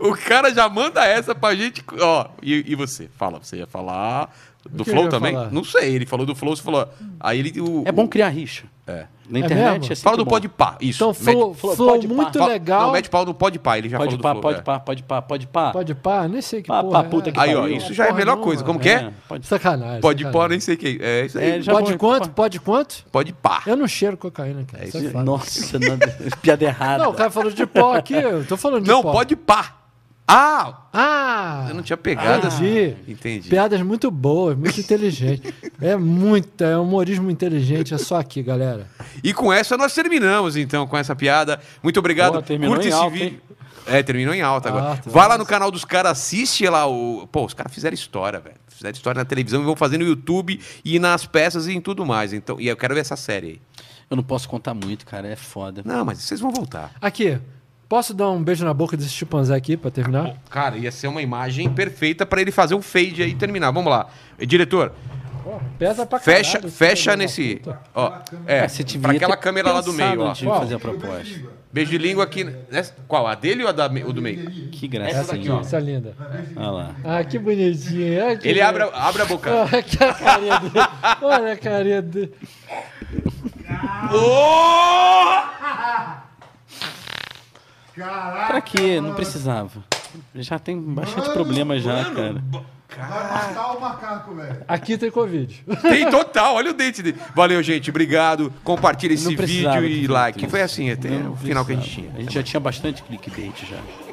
S1: o cara já manda essa pra gente. Ó, e, e você? Fala, você ia falar do
S2: O que eu
S1: Flow
S2: ia
S1: também?
S2: falar?
S1: Não sei, ele falou do Flow, você falou. Aí ele. O,
S3: É bom criar rixa.
S1: É.
S3: Na
S2: É
S3: internet
S2: mesmo?
S3: é,
S1: Fala do
S3: pode
S1: pode pá. Isso.
S2: Então, flow,
S3: Flow,
S2: flow
S3: pode pá.
S2: muito
S1: fala-
S2: legal.
S1: Não, mete pau no pode pá, ele já
S3: Pode
S1: falou
S3: pá,
S1: do Flow.
S3: pode
S1: é.
S3: pá, pode pá, pode pá.
S2: Pode pá, nem sei que
S3: Pá,
S2: porra.
S3: pá, puta
S2: é.
S3: que
S1: Aí, ó,
S3: pariu.
S1: isso já é
S2: Porra
S1: melhor
S2: nenhuma.
S1: coisa. Como que
S3: É,
S1: é?
S3: pode
S2: Sacanagem.
S1: Pode pá,
S2: sacanagem.
S1: nem sei o que. É isso aí.
S3: É, já
S2: Pode
S3: vou-
S2: quanto?
S3: pá.
S2: Pode quanto?
S1: Pode pá.
S2: Eu não cheiro cocaína, cara.
S1: É
S2: Sai
S1: isso aí.
S2: fora.
S3: Nossa, nada- *laughs* piada errada.
S2: Não, o cara falou de pó aqui, eu tô falando de
S1: Não,
S2: pó.
S1: pode pá. Ah,
S2: Ah!
S1: eu não tinha pegado essa.
S2: Entendi.
S1: Entendi.
S2: Piadas muito boas, muito
S1: *laughs*
S2: inteligentes. É muita, é humorismo inteligente, é só aqui, galera.
S1: E com essa nós terminamos, então, com essa piada. Muito obrigado.
S3: Porra, terminou em alta, hein?
S1: É, terminou em alta
S2: Ah,
S1: agora.
S2: tá.
S1: Vai lá no canal dos caras, assiste lá o. Pô, os caras fizeram história, velho. Fizeram história na televisão e vão fazer no YouTube e nas peças e em tudo mais. Então, e eu quero ver essa série aí.
S3: Eu não posso contar muito, cara, é foda.
S1: Não, mas vocês vão voltar.
S2: Aqui, posso dar um beijo na boca desse chimpanzé aqui pra terminar?
S1: Cara, ia ser uma imagem perfeita pra ele fazer um fade aí e terminar. Vamos lá. Eh, Diretor,
S2: Pesa pra caralho.
S1: fecha,
S2: filho da
S1: fecha
S2: uma
S1: nesse.
S2: puta.
S1: Ó, é,
S3: Você devia
S1: pra aquela
S3: ter
S1: câmera lá do
S3: pensado
S1: meio, ó.
S3: antes de fazer a proposta.
S1: Beijo de língua aqui. nessa- Qual? A dele ou a da, me- o do meio?
S2: Essa
S3: Que
S2: aqui,
S3: gracinha.
S2: ó. Essa é linda.
S3: Olha lá.
S2: Ah, que bonitinho. Ai, que
S1: Ele
S2: lindo.
S1: abre, a- abre a boca.
S2: *laughs* Olha que a carinha dele. Olha a carinha dele.
S3: Pra quê? Não precisava. Já tem bastante problema já, cara.
S4: Vai matar o macaco, velho.
S2: Aqui tem Covid.
S1: Tem total, olha o dente dele. Valeu, gente, obrigado. Compartilha esse
S3: precisava
S1: vídeo
S3: ter
S1: e
S3: feito
S1: like.
S3: isso.
S1: Foi assim, até
S3: Não
S1: o final que a gente
S3: precisava.
S1: tinha.
S3: A gente já tinha bastante clickbait já.